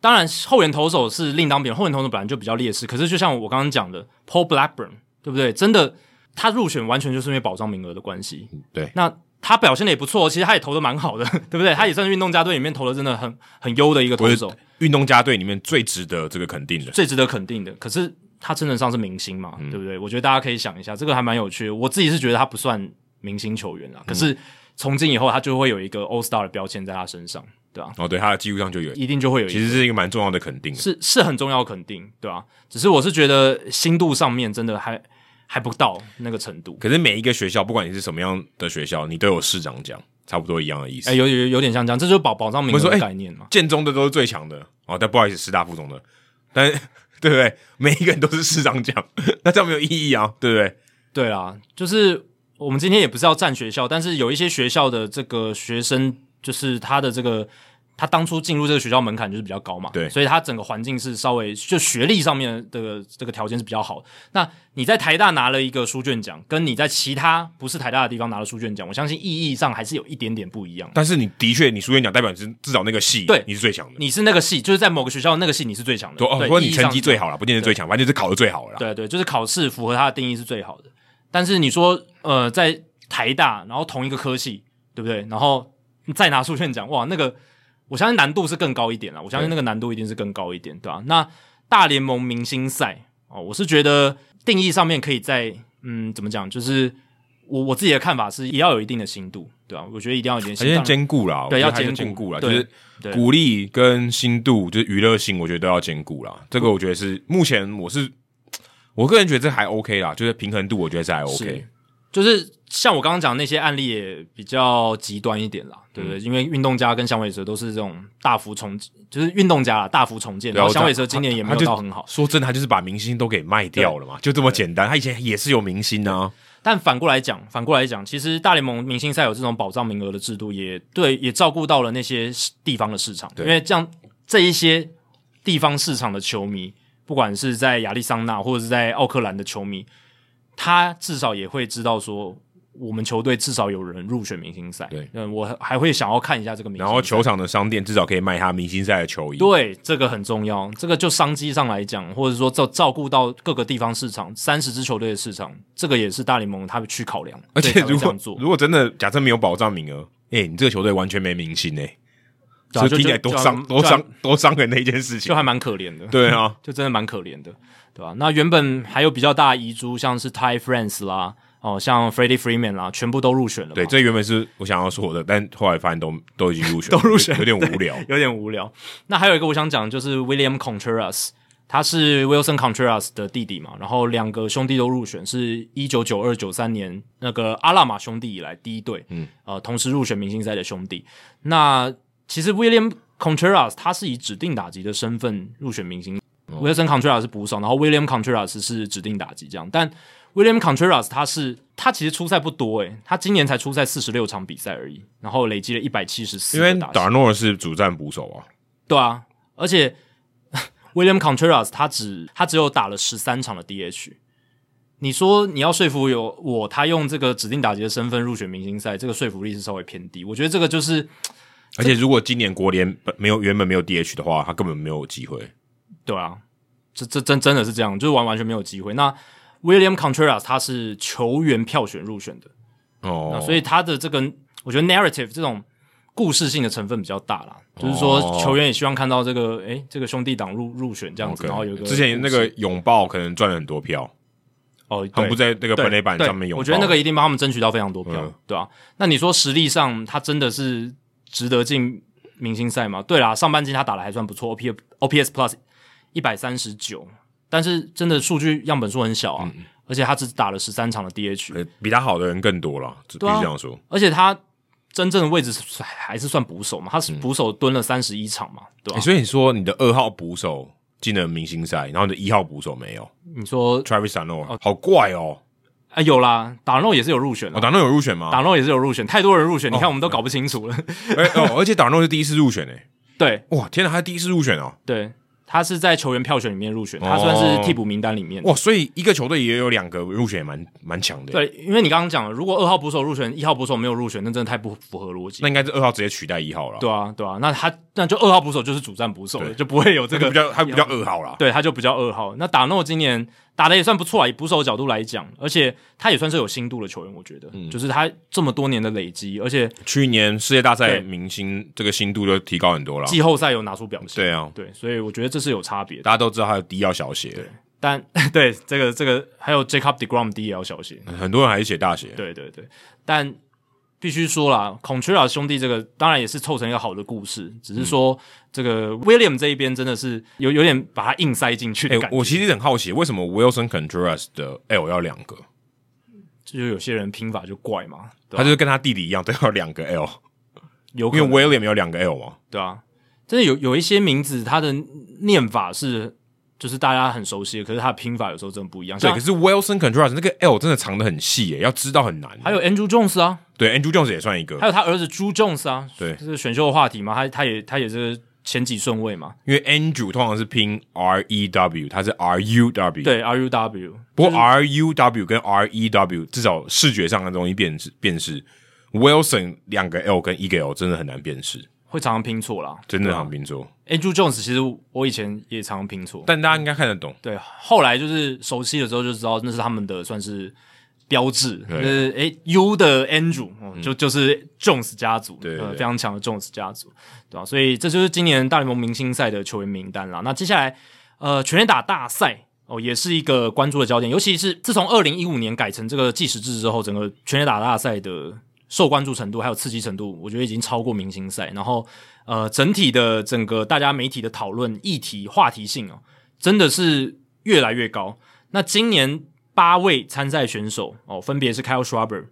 Speaker 1: 当然后援投手是另当别论，后援投手本来就比较劣势。可是就像我刚刚讲的，Paul Blackburn，对不对？真的，他入选完全就是因为保障名额的关系。
Speaker 2: 嗯对，
Speaker 1: 那他表现的也不错，其实他也投的蛮好的，对不对？他也算是运动家队里面投的真的很很优的一个投
Speaker 2: 我是
Speaker 1: 手，
Speaker 2: 运动家队里面最值得这个肯定的。
Speaker 1: 最值得肯定的。可是他称得上是明星嘛，
Speaker 2: 嗯
Speaker 1: 对不对？我觉得大家可以想一下，这个还蛮有趣的。我自己是觉得他不算明星球员
Speaker 2: 嗯
Speaker 1: 啊，可是从今以后他就会有一个 All Star 的标签在他身上，对吧、
Speaker 2: 哦，对，他的记录上就有，
Speaker 1: 一定就会有一个
Speaker 2: 其实是一个蛮重要的肯定。
Speaker 1: 是是很重要，肯定对吧、只是我是觉得心度上面真的还还不到那个程度，
Speaker 2: 可是每一个学校，不管你是什么样的学校，你都有市长奖，差不多一样的意思。
Speaker 1: 哎、有有有点像这样，这就是保保障名
Speaker 2: 我
Speaker 1: 额
Speaker 2: 说
Speaker 1: 的
Speaker 2: 哎
Speaker 1: 概念嘛。
Speaker 2: 建中的都是最强的哦，但不好意思，师大附中的，但 对不对？每一个人都是市长奖， 那这样没有意义啊，对不对？
Speaker 1: 对啦，就是我们今天也不是要占学校，但是有一些学校的这个学生，就是他的这个他当初进入这个学校门槛就是比较高嘛，
Speaker 2: 对
Speaker 1: 所以他整个环境是稍微就学历上面的这个这个条件是比较好的。那你在台大拿了一个书卷奖，跟你在其他不是台大的地方拿了书卷奖，我相信意义上还是有一点点不一样的。
Speaker 2: 但是你的确，你书院奖代表你是至少那个系，
Speaker 1: 对
Speaker 2: 你是最强的。
Speaker 1: 你是那个系，就是在某个学校那个系你是最强的，
Speaker 2: 说哦，
Speaker 1: 对
Speaker 2: 说
Speaker 1: 意
Speaker 2: 你
Speaker 1: 义上
Speaker 2: 成绩最好了，不见得最强，反正就是考的最好了啦。
Speaker 1: 对对，就是考试符合它的定义是最好的。但是你说，呃，在台大，然后同一个科系，对不对？然后你再拿出卷奖，哇，那个我相信难度是更高一点了。我相信那个难度一定是更高一点，对吧、那大联盟明星赛哦，我是觉得定义上面可以在，嗯，怎么讲？就是我我自己的看法是，也要有一定的深度，对吧、我觉得一定要有一定的
Speaker 2: 还
Speaker 1: 深
Speaker 2: 是
Speaker 1: 度。
Speaker 2: 要兼顾啦，
Speaker 1: 对
Speaker 2: 我觉得还是
Speaker 1: 要兼
Speaker 2: 要兼
Speaker 1: 顾
Speaker 2: 顾啦，就
Speaker 1: 对
Speaker 2: 是
Speaker 1: 对
Speaker 2: 鼓励跟深度，就是娱乐性，我觉得都要兼顾啦。这个我觉得是目前我是我个人觉得这还 OK 啦，就是平衡度，我觉得这还 OK
Speaker 1: 是。就是像我刚刚讲的那些案例也比较极端一点啦，对
Speaker 2: 嗯
Speaker 1: 不对？因为运动家跟响尾蛇都是这种大幅重，就是运动家啦大幅重建，
Speaker 2: 对啊
Speaker 1: 然后响尾
Speaker 2: 我
Speaker 1: 蛇
Speaker 2: 知道
Speaker 1: 今年也没
Speaker 2: 他
Speaker 1: 有
Speaker 2: 就
Speaker 1: 到很好。
Speaker 2: 说真的，他就是把明星都给卖掉了嘛，就这么简单。他以前也是有明星啊，
Speaker 1: 但反过来讲，反过来讲，其实大联盟明星赛有这种保障名额的制度也，对，也照顾到了那些地方的市场，
Speaker 2: 对
Speaker 1: 因为这样这一些地方市场的球迷，不管是在亚利桑那或者是在奥克兰的球迷，他至少也会知道说。我们球队至少有人入选明星赛，
Speaker 2: 对
Speaker 1: 嗯，我还会想要看一下这个明星
Speaker 2: 然
Speaker 1: 赛。
Speaker 2: 后球场的商店至少可以卖他明星赛的球衣。
Speaker 1: 对，这个很重要。这个就商机上来讲，或者说照照顾到各个地方市场，三十支球队的市场，这个也是大联盟他们去考量。
Speaker 2: 而
Speaker 1: 所
Speaker 2: 且
Speaker 1: 以才会
Speaker 2: 如
Speaker 1: 这
Speaker 2: 果
Speaker 1: 样做，
Speaker 2: 如果真的假设没有保障名额，哎、你这个球队完全没明星哎、
Speaker 1: 对啊
Speaker 2: 所以听起来多伤
Speaker 1: 就
Speaker 2: 多
Speaker 1: 就
Speaker 2: 伤多伤人的一件事
Speaker 1: 就
Speaker 2: 情。
Speaker 1: 还蛮可怜的，
Speaker 2: 对啊，
Speaker 1: 就真的蛮可怜的，对吧、那原本还有比较大的遗珠，像是 Ty France 啦，哦，像 Freddie Freeman 啦，全部都入选了嘛。
Speaker 2: 对，这原本是我想要说的，但后来发现都都已经入 选，
Speaker 1: 都入选
Speaker 2: 有点无聊。
Speaker 1: 有点无聊。那还有一个我想讲的就是 William Contreras，他是 Wilson Contreras 的弟弟嘛，然后两个兄弟都入选，是一九九二九三年那个阿拉玛兄弟以来第一对，嗯，呃，同时入选明星赛的兄弟。那其实 William Contreras 他是以指定打击的身份入选明星。Wilson Contreras 是捕手，然后 William Contreras 是指定打击这样，但 William Contreras 他是他其实出赛不多诶、欸他今年才出赛四十六场比赛而已，然后累积了一百七十四
Speaker 2: 因为
Speaker 1: 打击
Speaker 2: 达诺尔是主战捕手啊，
Speaker 1: 对啊，而且 William Contreras 他只他只有打了十三场的 DH。你说你要说服有我，他用这个指定打击的身份入选明星赛，这个说服力是稍微偏低。我觉得这个就是
Speaker 2: 而且如果今年国联本没有原本没有 DH 的话，他根本没有机会。
Speaker 1: 对啊，这这真真的是这样，就是完完全没有机会。那 William Contreras 他是球员票选入选的，
Speaker 2: 哦，
Speaker 1: 那所以他的这个，我觉得 narrative 这种故事性的成分比较大啦，就是
Speaker 2: 哦
Speaker 1: 说球员也希望看到这个，诶、这个兄弟党入入选这样子
Speaker 2: OK
Speaker 1: 然后有一个
Speaker 2: 之前那个
Speaker 1: 故事
Speaker 2: 拥抱可能赚了很多票，
Speaker 1: 哦，
Speaker 2: 他
Speaker 1: 对
Speaker 2: 们不在那个
Speaker 1: 对
Speaker 2: 本垒板
Speaker 1: 对
Speaker 2: 上面拥抱。
Speaker 1: 我觉得那个一定帮他们争取到非常多票，
Speaker 2: 嗯
Speaker 1: 对吧、啊那你说实力上，他真的是值得进明星赛吗？对啦，上半季他打的还算不错，O P O P S Plus 一百三十九，但是真的数据样本数很小
Speaker 2: 嗯
Speaker 1: 啊，而且他只打了十三场的 D H，、
Speaker 2: 呃比他好的人更多了，只必
Speaker 1: 对啊
Speaker 2: 须这样说。
Speaker 1: 而且他真正的位置是还是算捕手嘛，他是捕手蹲了三十一场嘛，对吧、
Speaker 2: 嗯欸所以你说你的二号捕手进了明星赛，然后你的一号捕手没有
Speaker 1: 你说
Speaker 2: ，Travis a n o 好怪哦。
Speaker 1: 啊、有啦，打诺也是有入选
Speaker 2: 哦，
Speaker 1: 的。
Speaker 2: 达诺有入选吗？哎
Speaker 1: 打诺也是有入选，太多人入选，你看我们都搞不清楚了。
Speaker 2: 而哦，而且达诺是第一次入选诶，
Speaker 1: 对
Speaker 2: 哇，天哪，他第一次入选哦，
Speaker 1: 对，他是在球员票选里面入选，他算是替补名单里面。
Speaker 2: 哇，所以一个球队也有两个入选，也蛮蛮强的。，
Speaker 1: 对，因为你刚刚讲了，如果二号捕手入选，一号捕手没有入选，那真的太不符合逻辑
Speaker 2: 那。应该是二号直接取代一号了。，
Speaker 1: 对啊，对啊，那他那就二号捕手就是主战捕手了，
Speaker 2: 对
Speaker 1: 就不会有这个
Speaker 2: 这个比较他比较二号啦。
Speaker 1: 对，他就比较二号。那打诺今年打的也算不错啊，以捕手角度来讲，而且他也算是有心度的球员，我觉得，
Speaker 2: 嗯
Speaker 1: 就是他这么多年的累积，而且
Speaker 2: 去年世界大赛
Speaker 1: 对
Speaker 2: 明星这个新度就提高很多了。
Speaker 1: 季后赛有拿出表现，
Speaker 2: 对啊，
Speaker 1: 对所以我觉得这是有差别的。
Speaker 2: 大家都知道他有 D 要小写，
Speaker 1: 但 对这个这个还有 Jacob Degrom D 也要小心，
Speaker 2: 很多人还是写大写。
Speaker 1: 对对对，但必须说啦 c o n t r a 兄弟这个当然也是凑成一个好的故事，只
Speaker 2: 嗯
Speaker 1: 是说、这个 William 这一边真的是有有点把他硬塞进去的
Speaker 2: 哎、
Speaker 1: 感觉，
Speaker 2: 我其实很好奇，为什么 Wilson Contreras 的 L 要两个？
Speaker 1: 就有些人拼法就怪嘛，对啊
Speaker 2: 他
Speaker 1: 吧？
Speaker 2: 就是跟他弟弟一样，都要两个 L，
Speaker 1: 有可
Speaker 2: 因
Speaker 1: 能
Speaker 2: 为 William 有两个 L 嘛。
Speaker 1: 对啊，真的有有一些名字，它的念法是就是大家很熟悉的，可是它的拼法有时候真的不一样。
Speaker 2: 对，
Speaker 1: 像
Speaker 2: 可是 Wilson Contreras 那个 L 真的藏得很细耶，要知道很难。
Speaker 1: 还有 Andrew Jones 啊，
Speaker 2: 对 Andrew Jones 也算一个
Speaker 1: 还，有他儿子朱 Jones 啊，
Speaker 2: 对
Speaker 1: 这是选秀的话题嘛，他他也他也是前几顺位嘛，
Speaker 2: 因为 Andrew 通常是拼 R E W，他是 R U W。，
Speaker 1: 对 RUW，
Speaker 2: 不过 R U W 跟 R E W 至少视觉上很容易辨识辨识。Wilson 两个 L 跟一个 L 真的很难辨识，
Speaker 1: 会常常拼错啦。
Speaker 2: 真的很难拼错。
Speaker 1: Andrew Jones 其实我以前也常常拼错，
Speaker 2: 但大家应该看得懂，
Speaker 1: 对，后来就是熟悉了之后就知道那是他们的算是标志，
Speaker 2: 啊
Speaker 1: 就是诶 U 的 Andrew、哦就就是 Jones 家族，
Speaker 2: 嗯对对
Speaker 1: 呃
Speaker 2: 对
Speaker 1: 非常强的 Jones 家族，对啊吧、所以这就是今年大联盟明星赛的球员名单啦。那接下来呃全垒打大赛。哦，也是一个关注的焦点，尤其是自从二零一五年改成这个计时制之后，整个全垒打大赛的受关注程度还有刺激程度，我觉得已经超过明星赛。然后，呃，整体的整个大家媒体的讨论议题话题性哦，真的是越来越高。那今年八位参赛选手哦，分别是 Kyle Schwarber、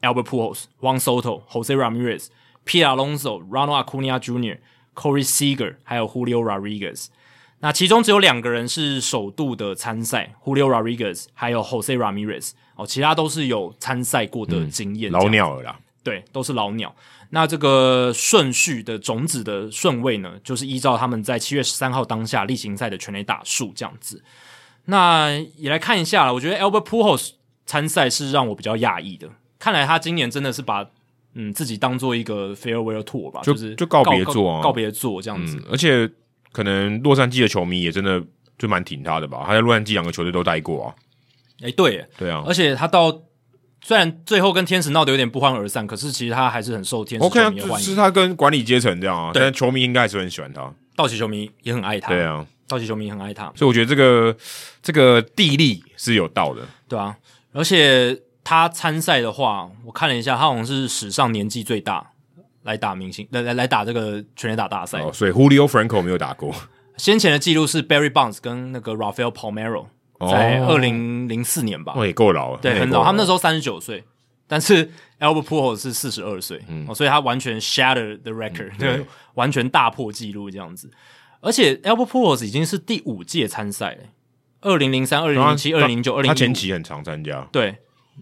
Speaker 1: Albert Pujols、Juan Soto、Jose Ramirez、Pete Alonso、Ronald Acuna Jr.、Corey Seager，还有 Julio Rodriguez。那其中只有两个人是首度的参赛，Julio Rodriguez 还有 Jose Ramirez 哦，其他都是有参赛过的经验、
Speaker 2: 嗯老鸟了啦。
Speaker 1: 对，都是老鸟。那这个顺序的种子的顺位呢，就是依照他们在七月十三号当下例行赛的全垒打数这样子。那也来看一下啦，我觉得 Albert Pujols 参赛是让我比较讶异的，看来他今年真的是把嗯自己当做一个 farewell tour 吧，
Speaker 2: 就是就
Speaker 1: 告
Speaker 2: 告别作啊
Speaker 1: 告告别作这样子。
Speaker 2: 嗯，而且可能洛杉矶的球迷也真的就蛮挺他的吧，他在洛杉矶两个球队都待过啊。
Speaker 1: 诶，对耶，
Speaker 2: 对啊
Speaker 1: 而且他到虽然最后跟天使闹得有点不欢而散，可是其实他还是很受天使
Speaker 2: ，OK
Speaker 1: 球
Speaker 2: 啊，
Speaker 1: 迷的欢
Speaker 2: 只
Speaker 1: 迎，
Speaker 2: 是他跟管理阶层这样啊，
Speaker 1: 对
Speaker 2: 但球迷应该还是很喜欢他。
Speaker 1: 道奇球迷也很爱他，
Speaker 2: 对啊，
Speaker 1: 道奇球迷很爱他。
Speaker 2: 所以我觉得这个这个地利是有道的。
Speaker 1: 对啊，而且他参赛的话，我看了一下，他好像是史上年纪最大来打明星，来来来打这个全垒打大赛。
Speaker 2: 哦，所以 Julio Franco 没有打过，
Speaker 1: 先前的记录是 Barry Bonds 跟那个 Rafael Palmero
Speaker 2: 哦
Speaker 1: 在二零零四年吧，
Speaker 2: 哦也够老了，
Speaker 1: 啊对，
Speaker 2: 也
Speaker 1: 很
Speaker 2: 够
Speaker 1: 早，他们那
Speaker 2: 了
Speaker 1: 时候三十九岁。但是 Albert Pujols 是四十二岁，
Speaker 2: 嗯
Speaker 1: 哦，所以他完全 shatter the record，、对，完全大破纪录这样子。而且 Albert Pujols 已经是第五届参赛了，二零零三、二零零七、
Speaker 2: 啊他
Speaker 1: 二零零九、二零
Speaker 2: 他前期很常参加，
Speaker 1: 对，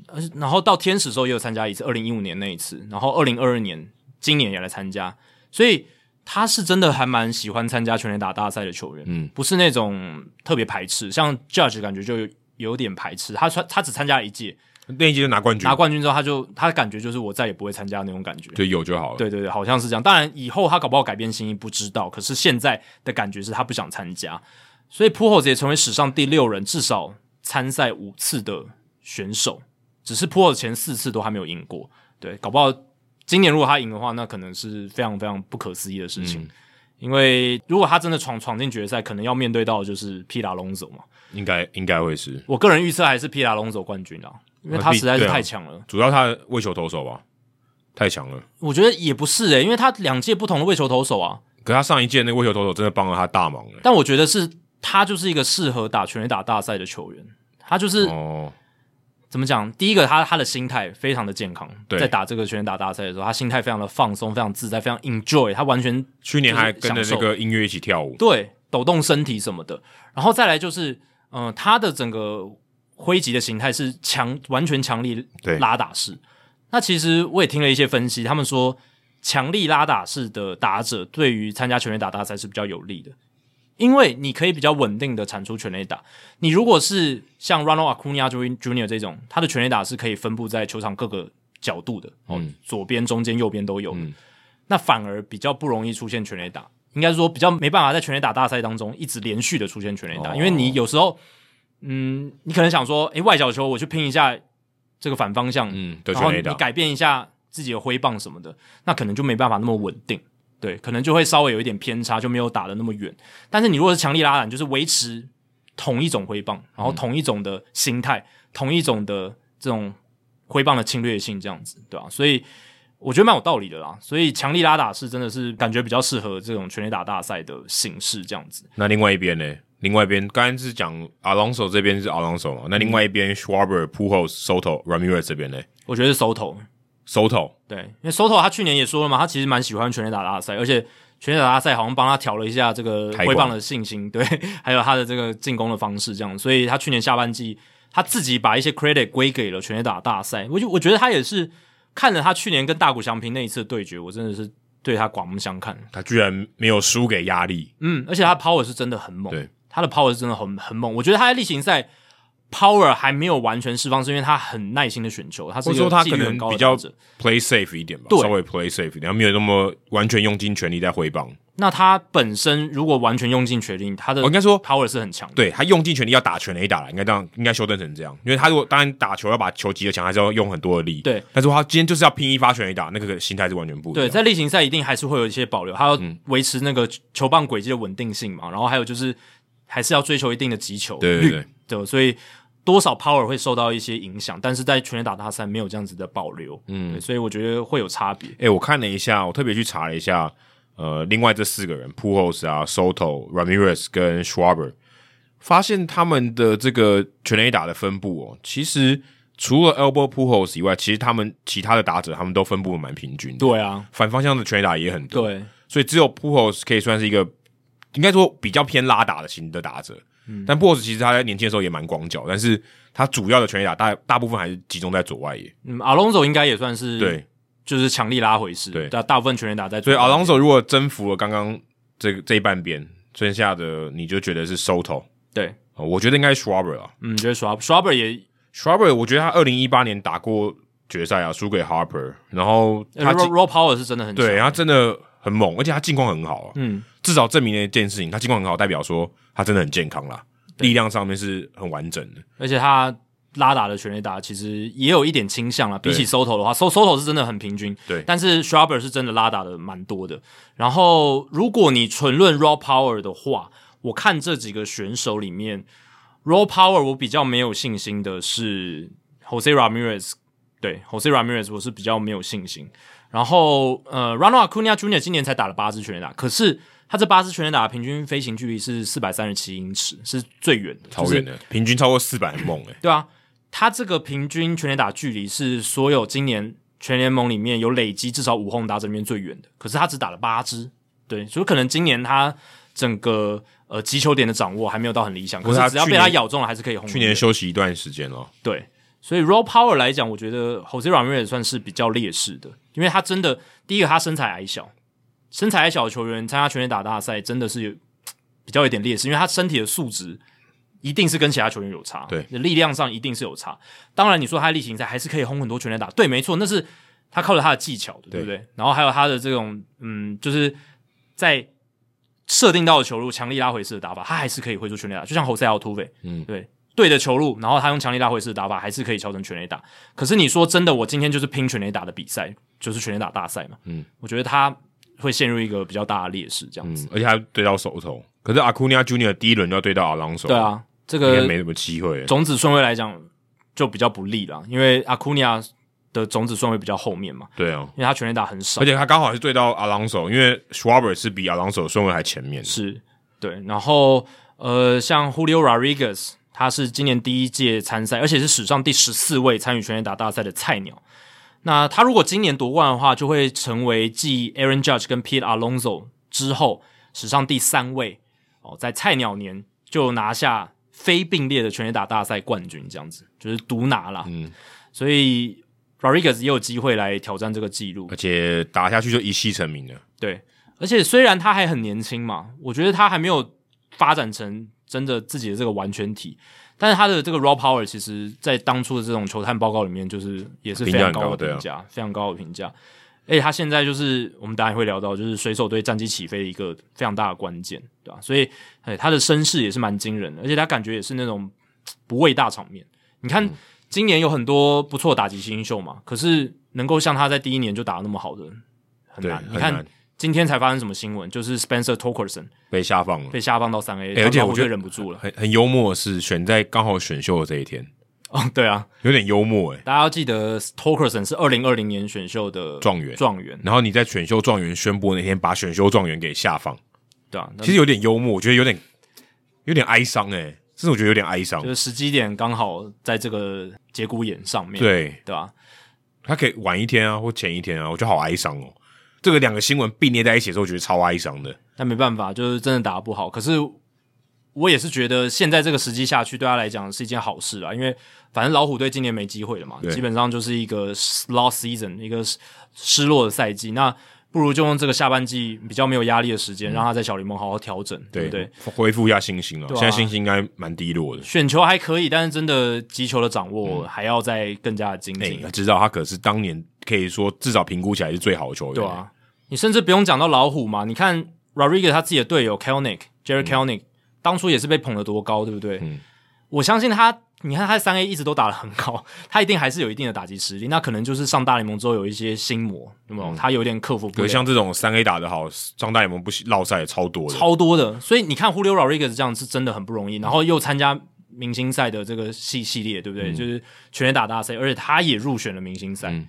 Speaker 1: 而且然后到天使的时候也有参加一次，二零一五年那一次，然后二零二二年今年也来参加，所以他是真的还蛮喜欢参加全垒打大赛的球员，嗯，不是那种特别排斥，像 Judge 感觉就有有点排斥，他参他只参加了一届，
Speaker 2: 那一届就拿冠军
Speaker 1: 拿，冠军之后他就他的感觉就是我再也不会参加那种感觉。
Speaker 2: 就有就好了。
Speaker 1: 对对对，好像是这样。当然，以后他搞不好改变心意，不知道。可是现在的感觉是他不想参加，所以 p u j o l s 也成为史上第六人至少参赛五次的选手，只是 p u j o l s 前四次都还没有赢过。对，搞不好今年如果他赢的话，那可能是非常非常不可思议的事
Speaker 2: 嗯
Speaker 1: 情。因为如果他真的闯闯进决赛，可能要面对到的就是皮拉龙走嘛。
Speaker 2: 应该应该会是，
Speaker 1: 我个人预测还是皮拉龙走冠军啦，因为
Speaker 2: 啊
Speaker 1: 他
Speaker 2: 必
Speaker 1: 实在是
Speaker 2: 对啊
Speaker 1: 太强了。
Speaker 2: 主要他的为球投手吧，太强了。
Speaker 1: 我觉得也不是诶、欸因为他两届不同的位球投手啊，
Speaker 2: 可他上一届那个为球投手真的帮了他大忙欸了。
Speaker 1: 但我觉得是他就是一个适合打全垒打大赛的球员。他就是、
Speaker 2: 哦，
Speaker 1: 怎么讲？第一个，他他的心态非常的健康，
Speaker 2: 对
Speaker 1: 在打这个全垒打大赛的时候，他心态非常的放松，非常自在，非常 enjoy。他完全
Speaker 2: 去年还跟着
Speaker 1: 就是享受
Speaker 2: 那个音乐一起跳舞，
Speaker 1: 对抖动身体什么的。然后再来就是，嗯、他的整个挥击的形态是强，完全强力
Speaker 2: 对
Speaker 1: 拉打式。那其实我也听了一些分析，他们说强力拉打式的打者对于参加全垒打大赛是比较有利的，因为你可以比较稳定的产出全垒打。你如果是像 Ronald Acuna Junior 这种，他的全垒打是可以分布在球场各个角度的，哦，
Speaker 2: 嗯
Speaker 1: 左边、中间、右边都有的，那反而比较不容易出现全垒打。应该说比较没办法在全垒打大赛当中一直连续的出现全垒打，
Speaker 2: 哦
Speaker 1: 因为你有时候，嗯，你可能想说，诶、外角球我去拼一下这个反方向，
Speaker 2: 嗯，对
Speaker 1: 然
Speaker 2: 全
Speaker 1: 后
Speaker 2: 垒
Speaker 1: 你
Speaker 2: 打，
Speaker 1: 改变一下自己的挥棒什么的，那可能就没办法那么稳定，对，可能就会稍微有一点偏差，就没有打的那么远。但是你如果是强力拉打，你就是维持同一种挥棒，然后同一种的心态，同一种的这种挥棒的侵略性，这样子，对吧、所以我觉得蛮有道理的啦。所以强力拉打是真的是感觉比较适合这种全垒打大赛的形式，这样子。
Speaker 2: 那另外一边呢？另外一边刚刚是讲 Alonso 这边是 Alonso 嘛？那另外一
Speaker 1: 嗯
Speaker 2: 边 Schwarber、Pujols、Soto、Ramirez 这边呢
Speaker 1: 我觉得是手头，
Speaker 2: ？Soto
Speaker 1: 对，因为 Soto 他去年也说了嘛，他其实蛮喜欢全垒打大赛，而且全垒打大赛好像帮他调了一下这个
Speaker 2: 开关
Speaker 1: 挥棒的信心，对，还有他的这个进攻的方式这样，所以他去年下半季他自己把一些 credit 归给了全垒打大赛，我就我觉得他也是看了他去年跟大谷翔平那一次的对决，我真的是对他刮目相看，
Speaker 2: 他居然没有输给压力，
Speaker 1: 嗯，而且他 power 是真的很猛，
Speaker 2: 对，
Speaker 1: 他的 power 是真的很很猛，我觉得他在例行赛。Power 还没有完全释放，是因为他很耐心的选球，他是
Speaker 2: 或
Speaker 1: 一
Speaker 2: 者
Speaker 1: 个
Speaker 2: 说他
Speaker 1: 纪
Speaker 2: 可
Speaker 1: 律
Speaker 2: 能
Speaker 1: 很高的
Speaker 2: 比较
Speaker 1: 打者
Speaker 2: play safe 一点吧，
Speaker 1: 对
Speaker 2: 稍微 play safe 一点，他没有那么完全用尽全力在挥棒。
Speaker 1: 那他本身如果完全用尽全力，他的
Speaker 2: 我哦应该说
Speaker 1: power 是很强的。
Speaker 2: 对他用尽全力要打全垒打了，应该这样，应该修正成这样。因为他如果当然打球要把球击的强，还是要用很多的力。
Speaker 1: 对，
Speaker 2: 但是他今天就是要拼一发全垒打，那个心态是完全不一
Speaker 1: 对，
Speaker 2: 样。
Speaker 1: 在例行赛一定还是会有一些保留，他要维持那个球棒轨迹的稳定性嘛，然后还有就是还是要追求一定的击球
Speaker 2: 对对对
Speaker 1: 率的，所以多少 power 会受到一些影响，但是在全垒打大赛没有这样子的保留，嗯，所以我觉得会有差别。
Speaker 2: 哎、我看了一下，我特别去查了一下，呃，另外这四个人 Pujols 啊、Soto、Ramirez 跟 Schwarber，发现他们的这个全垒打的分布哦，其实除了 Elbow Pujols 以外，其实他们其他的打者他们都分布得蛮平均的，
Speaker 1: 对啊，
Speaker 2: 反方向的全垒打也很多，
Speaker 1: 对，
Speaker 2: 所以只有 Pujols 可以算是一个应该说比较偏拉打的型的打者。但 p o s 其实他在年轻的时候也蛮广角，但是他主要的全垒打大大部分还是集中在左外野。
Speaker 1: 嗯，Alonso 应该也算是
Speaker 2: 对，
Speaker 1: 就是强力拉回式，
Speaker 2: 对
Speaker 1: 大大部分全垒打在
Speaker 2: 所以
Speaker 1: 左边
Speaker 2: Alonso 如果征服了刚刚这个这一半边，剩下的你就觉得是 Soto，
Speaker 1: 对，
Speaker 2: 呃我觉得应该是 Schwarber 啊。
Speaker 1: 嗯，觉得 Schwab Schwaber 也
Speaker 2: Schwarber，我觉得他二零一八年打过决赛啊，输给 Harper，然后他
Speaker 1: raw
Speaker 2: 进
Speaker 1: raw power 是真的很强，
Speaker 2: 对他真的很猛，而且他近况很好啊，
Speaker 1: 嗯，
Speaker 2: 至少证明了一件事情，他近况很好，代表说他真的很健康啦，力量上面是很完整的。
Speaker 1: 而且他拉打的全垒打其实也有一点倾向了，
Speaker 2: 对
Speaker 1: 比起 Soto 的话，So Soto 是真的很平均，
Speaker 2: 对
Speaker 1: 但是 Schwarber 是真的拉打的蛮多的。然后如果你纯论 raw power 的话，我看这几个选手里面，raw power 我比较没有信心的是 Jose Ramirez，对 Jose Ramirez 我是比较没有信心。然后呃，Ronald Acuna Jr. 今年才打了八支全垒打，可是他这八支全垒打的平均飞行距离是四百三十七英尺，是最远的，
Speaker 2: 超
Speaker 1: 就是
Speaker 2: 远的，平均超过四百，很猛欸诶、
Speaker 1: 对啊，他这个平均全垒打距离是所有今年全联盟里面有累积至少五轰打者里面最远的，可是他只打了八支，对，所以可能今年他整个呃击球点的掌握还没有到很理想，可
Speaker 2: 是
Speaker 1: 是
Speaker 2: 他
Speaker 1: 只要
Speaker 2: 去
Speaker 1: 被他
Speaker 2: 年
Speaker 1: 咬中了，还是可以轰很远。
Speaker 2: 去年休息一段时间哦了，
Speaker 1: 对，所以 raw power 来讲，我觉得 Jose Ramirez 算是比较劣势的，因为他真的第一个他身材矮小，身材矮小的球员参加全垒打大赛真的是有比较有点劣势，因为他身体的素质一定是跟其他球员有差，
Speaker 2: 对
Speaker 1: 力量上一定是有差。当然，你说他在例行赛还是可以轰很多全垒打，对，没错，那是他靠着他的技巧的，对不对？然后还有他的这种嗯，就是在。设定到的球路，强力拉回式的打法，他还是可以挥出全垒打，就像侯赛奥突围，对对的球路，然后他用强力拉回式的打法，还是可以敲成全垒打。可是你说真的，我今天就是拼全垒打的比赛，就是全垒打大赛嘛？嗯，我觉得他会陷入一个比较大的劣势，这样子。
Speaker 2: 嗯，而且还对到手头，可是 Acuna Junior 第一轮就要对到 Alonso，
Speaker 1: 对，啊，这
Speaker 2: 应该
Speaker 1: 个
Speaker 2: 没什么机会了。
Speaker 1: 种子顺位来讲就比较不利啦，因为阿库尼亚的种子顺位比较后面嘛，
Speaker 2: 对啊，
Speaker 1: 因为他全垒打很少
Speaker 2: 而。且他刚好是对到 Alonso，因为 Schwarber 是比 Alonso 顺位还前面的。
Speaker 1: 是，对。然后呃，像 Julio Rodriguez，他是今年第一届参赛，而且是史上第十四位参与全垒打大赛的菜鸟。那他如果今年夺冠的话，就会成为继 Aaron Judge 跟 Pete Alonso 之后史上第三位哦，在菜鸟年就拿下非并列的全垒打大赛冠军，这样子就是独拿啦。嗯，所以 Rodriguez 也有机会来挑战这个纪录
Speaker 2: 而。且打下去就一夕成名了。
Speaker 1: 对，而且虽然他还很年轻嘛，我觉得他还没有发展成真的自己的这个完全体，但是他的这个 raw power 其实在当初的这种球探报告里面，就是也是非常高啊的评
Speaker 2: 评
Speaker 1: 价，非常高的评价。而且他现在就是我们当然会聊到，就是水手队战绩起飞的一个非常大的关键，对吧、所以，哎，他的身世也是蛮惊人的，而且他感觉也是那种嘖不畏大场面。你看，
Speaker 2: 嗯
Speaker 1: 今年有很多不错的打击新秀嘛，可是能够像他在第一年就打得那么好的很
Speaker 2: 对
Speaker 1: 难。，你
Speaker 2: 很
Speaker 1: 看
Speaker 2: 难
Speaker 1: 今天才发生什么新闻？就是 Spencer Torkerson
Speaker 2: 被下放了。
Speaker 1: 被下放到三 A，、
Speaker 2: 欸而且
Speaker 1: 我
Speaker 2: 我觉
Speaker 1: 就
Speaker 2: 得
Speaker 1: 忍不住 了。
Speaker 2: 很很幽默的是，选在刚好选秀的这一天，
Speaker 1: 哦，对啊，
Speaker 2: 有点幽默诶、欸
Speaker 1: 大家要记得 Torkerson 是二零二零年选秀的
Speaker 2: 状元
Speaker 1: 状元
Speaker 2: 然后你在选秀状元宣布那天，把选秀状元给下放，
Speaker 1: 对啊，那
Speaker 2: 其实有点幽默，我觉得有点有点哀伤诶、这种我觉得有点哀伤
Speaker 1: 就。是时机点刚好在这个节骨眼上面，
Speaker 2: 对
Speaker 1: 对啊吧、
Speaker 2: 他可以晚一天啊，或前一天啊，我觉得好哀伤哦。这个两个新闻并列在一起的时候，我觉得超哀伤的。
Speaker 1: 但没办法，就是真的打得不好。可是我也是觉得现在这个时机下去，对他来讲是一件好事啊，因为反正老虎队今年没机会了嘛，
Speaker 2: 对
Speaker 1: 基本上就是一个 lost season，一个失失落的赛季。那不如就用这个下半季比较没有压力的时间，让他在小联盟好好调整，对
Speaker 2: 嗯对
Speaker 1: 不对？
Speaker 2: 恢复一下信心啊！
Speaker 1: 对啊
Speaker 2: 现在信心应该蛮低落的。
Speaker 1: 选球还可以，但是真的击球的掌握还要再更加的精
Speaker 2: 嗯哎、
Speaker 1: 进，
Speaker 2: 要知道他可是当年可以说至少评估起来是最好的球员。
Speaker 1: 对，啊，你甚至不用讲到老虎嘛，你看 Rodriguez 他自己的队友 Kelnick、Jerry Kelnick，、当初也是被捧得多高，对不对？
Speaker 2: 嗯
Speaker 1: 我相信他，你看他三 A 一直都打得很高， 他一定还是有一定的打击实力。那可能就是上大联盟之后有一些心魔，有没有？他有点克服不
Speaker 2: 可
Speaker 1: 了
Speaker 2: 是。像这种三 A 打得好，上大联盟不行落赛也超多的。
Speaker 1: 超多啊的，所以你看 Julio Rodriguez 这样是真的很不容易，然后又参加明星赛的这个系系列，对不对？就是全垒打大赛，而且他也入选了明星赛，
Speaker 2: 嗯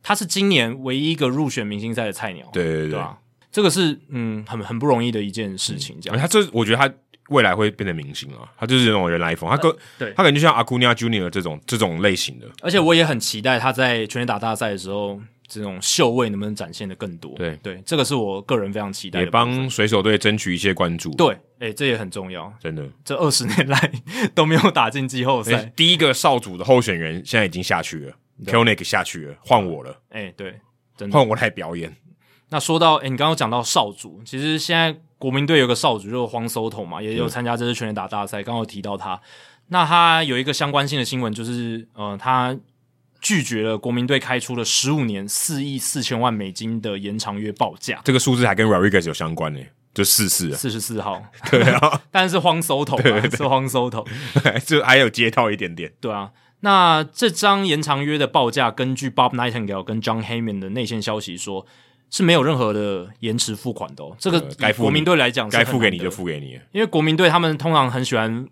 Speaker 1: 他是今年唯一一个入选明星赛的菜鸟，
Speaker 2: 对对对啊
Speaker 1: 对
Speaker 2: 对，
Speaker 1: 吧？这个是嗯很很不容易的一件事情，这
Speaker 2: 而
Speaker 1: 样、
Speaker 2: 他这我觉得他未来会变成明星啊，他就是那种人来疯，他跟、
Speaker 1: 呃对
Speaker 2: 他感觉就像阿库尼亚 Junior 这种这种类型的。
Speaker 1: 而且我也很期待他在全垒打大赛的时候。这种秀位能不能展现的更多？
Speaker 2: 对
Speaker 1: 对，这个是我个人非常期待
Speaker 2: 也
Speaker 1: 的部分。
Speaker 2: 帮水手队争取一些关注，
Speaker 1: 对，哎、这也很重要。
Speaker 2: 真的。
Speaker 1: 这二十年来 都没有打进季后赛，
Speaker 2: 诶第一个少主的候选人现在已经下去了 k e l n i c k 下去了，换我了，
Speaker 1: 哎、对，真的
Speaker 2: 换我来表演。
Speaker 1: 那说到，诶、你刚刚讲到少主，其实现在国民队有个少主，就是黄搜统嘛，也
Speaker 2: 嗯
Speaker 1: 有参加这次全垒打大赛，刚刚有提到他。那他有一个相关性的新闻，就是呃，他拒绝了国民队开出了十五年四亿四千万美金的延长约报价，
Speaker 2: 这个数字还跟 Rodriguez 有相关呢、就四四 啊，
Speaker 1: 四十四号，
Speaker 2: 对啊，
Speaker 1: 但是荒搜统嘛，是荒搜统，
Speaker 2: 就还有接到一点点。
Speaker 1: 对啊。那这张延长约的报价，根据 Bob Nightingale 跟 John Heyman 的内线消息说，是没有任何的延迟付款的、哦。这个
Speaker 2: 呃该
Speaker 1: 以
Speaker 2: 付
Speaker 1: 国民
Speaker 2: 你
Speaker 1: 队来讲，
Speaker 2: 该付给你就付给你，
Speaker 1: 因为国民队他们通常很喜欢，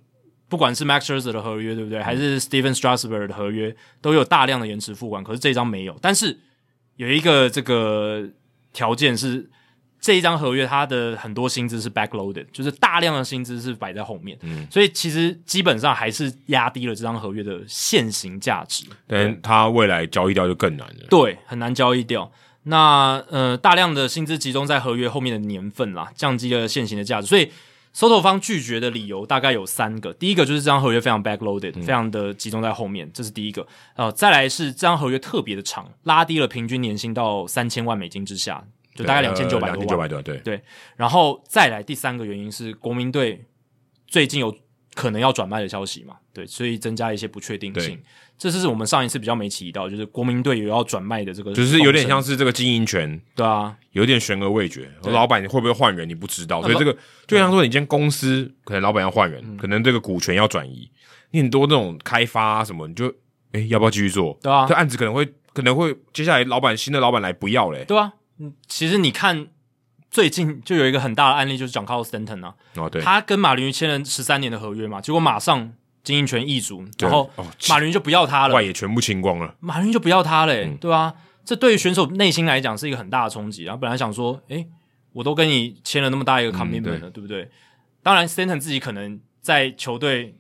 Speaker 1: 不管是 Max Scherzer 的合约，对不对？还是 Steven Strasburg 的合约，都有大量的延迟付款。可是这一张没有，但是有一个这个条件是，这一张合约它的很多薪资是 backloaded，就是大量的薪资是摆在后面。嗯，所以其实基本上还是压低了这张合约的现行价值。
Speaker 2: 但他未来交易掉就更难了。
Speaker 1: 对，很难交易掉。那呃，大量的薪资集中在合约后面的年份啦，降低了现行的价值。所以，收头方拒绝的理由大概有三个：第一个就是这张合约非常 backloaded，、非常的集中在后面，这是第一个。呃，再来是这张合约特别的长，拉低了平均年薪到三千万美金之下，就大概两千九百
Speaker 2: 两
Speaker 1: 多
Speaker 2: 千
Speaker 1: 万。
Speaker 2: 九百多，对，
Speaker 1: 然后再来第三个原因是国民队最近有可能要转卖的消息嘛，对，所以增加一些不确定性
Speaker 2: 对。
Speaker 1: 这是我们上一次比较没提到，就是国民队有要转卖的这个风
Speaker 2: 就
Speaker 1: 声，
Speaker 2: 是有点像是这个经营权
Speaker 1: 对啊，
Speaker 2: 有点悬而未决，
Speaker 1: 对
Speaker 2: 老板会不会换人你不知道，
Speaker 1: 那嗯
Speaker 2: 所以这个就像说你今天公司可能老板要换人，可能这个股权要转移，你很多那种开发啊什么，你就哎、要不要继续做？
Speaker 1: 对啊
Speaker 2: 这案子可能会可能会接下来老板新的老板来不要嘞、
Speaker 1: 对啊，嗯，其实你看最近就有一个很大的案例，就是讲 Carlos Stanton 啊，
Speaker 2: 哦对，
Speaker 1: 他跟马林鱼签了十三年的合约嘛，结果马上经营权易主，然后
Speaker 2: 哦
Speaker 1: 马林鱼就不要他了
Speaker 2: 外，也全部清光了，
Speaker 1: 马云就不要他嘞、对啊，这对于选手内心来讲是一个很大的冲击。然后本来想说，诶，我都跟你签了那么大一个 commitment 了，对不对？当然，Stanton 自己可能在球队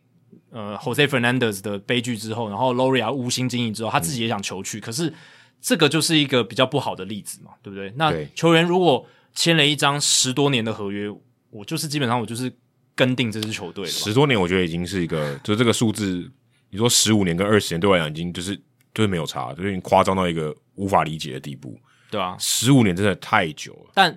Speaker 1: 呃 Jose Fernandez 的悲剧之后，然后 Loria 无心经营之后，他自己也想求去，可是这个就是一个比较不好的例子嘛，对不对？那
Speaker 2: 对
Speaker 1: 球员如果签了一张十多年的合约，我就是基本上我就是跟定这支球队了嘛。
Speaker 2: 十多年我觉得已经是一个，就这个数字，你说十五年跟二十年对我来讲已经就是就是没有差，就是已经夸张到一个无法理解的地步。
Speaker 1: 对啊。
Speaker 2: 十五年真的太久了，
Speaker 1: 但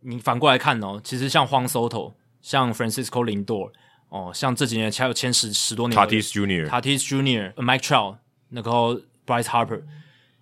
Speaker 1: 你反过来看哦，其实像荒 Soto、像 Francisco Lindor 哦，像这几年还有签十十多年的
Speaker 2: Tatis Junior，
Speaker 1: Tatis Junior、Mike 呃 Trout，然后 Bryce Harper，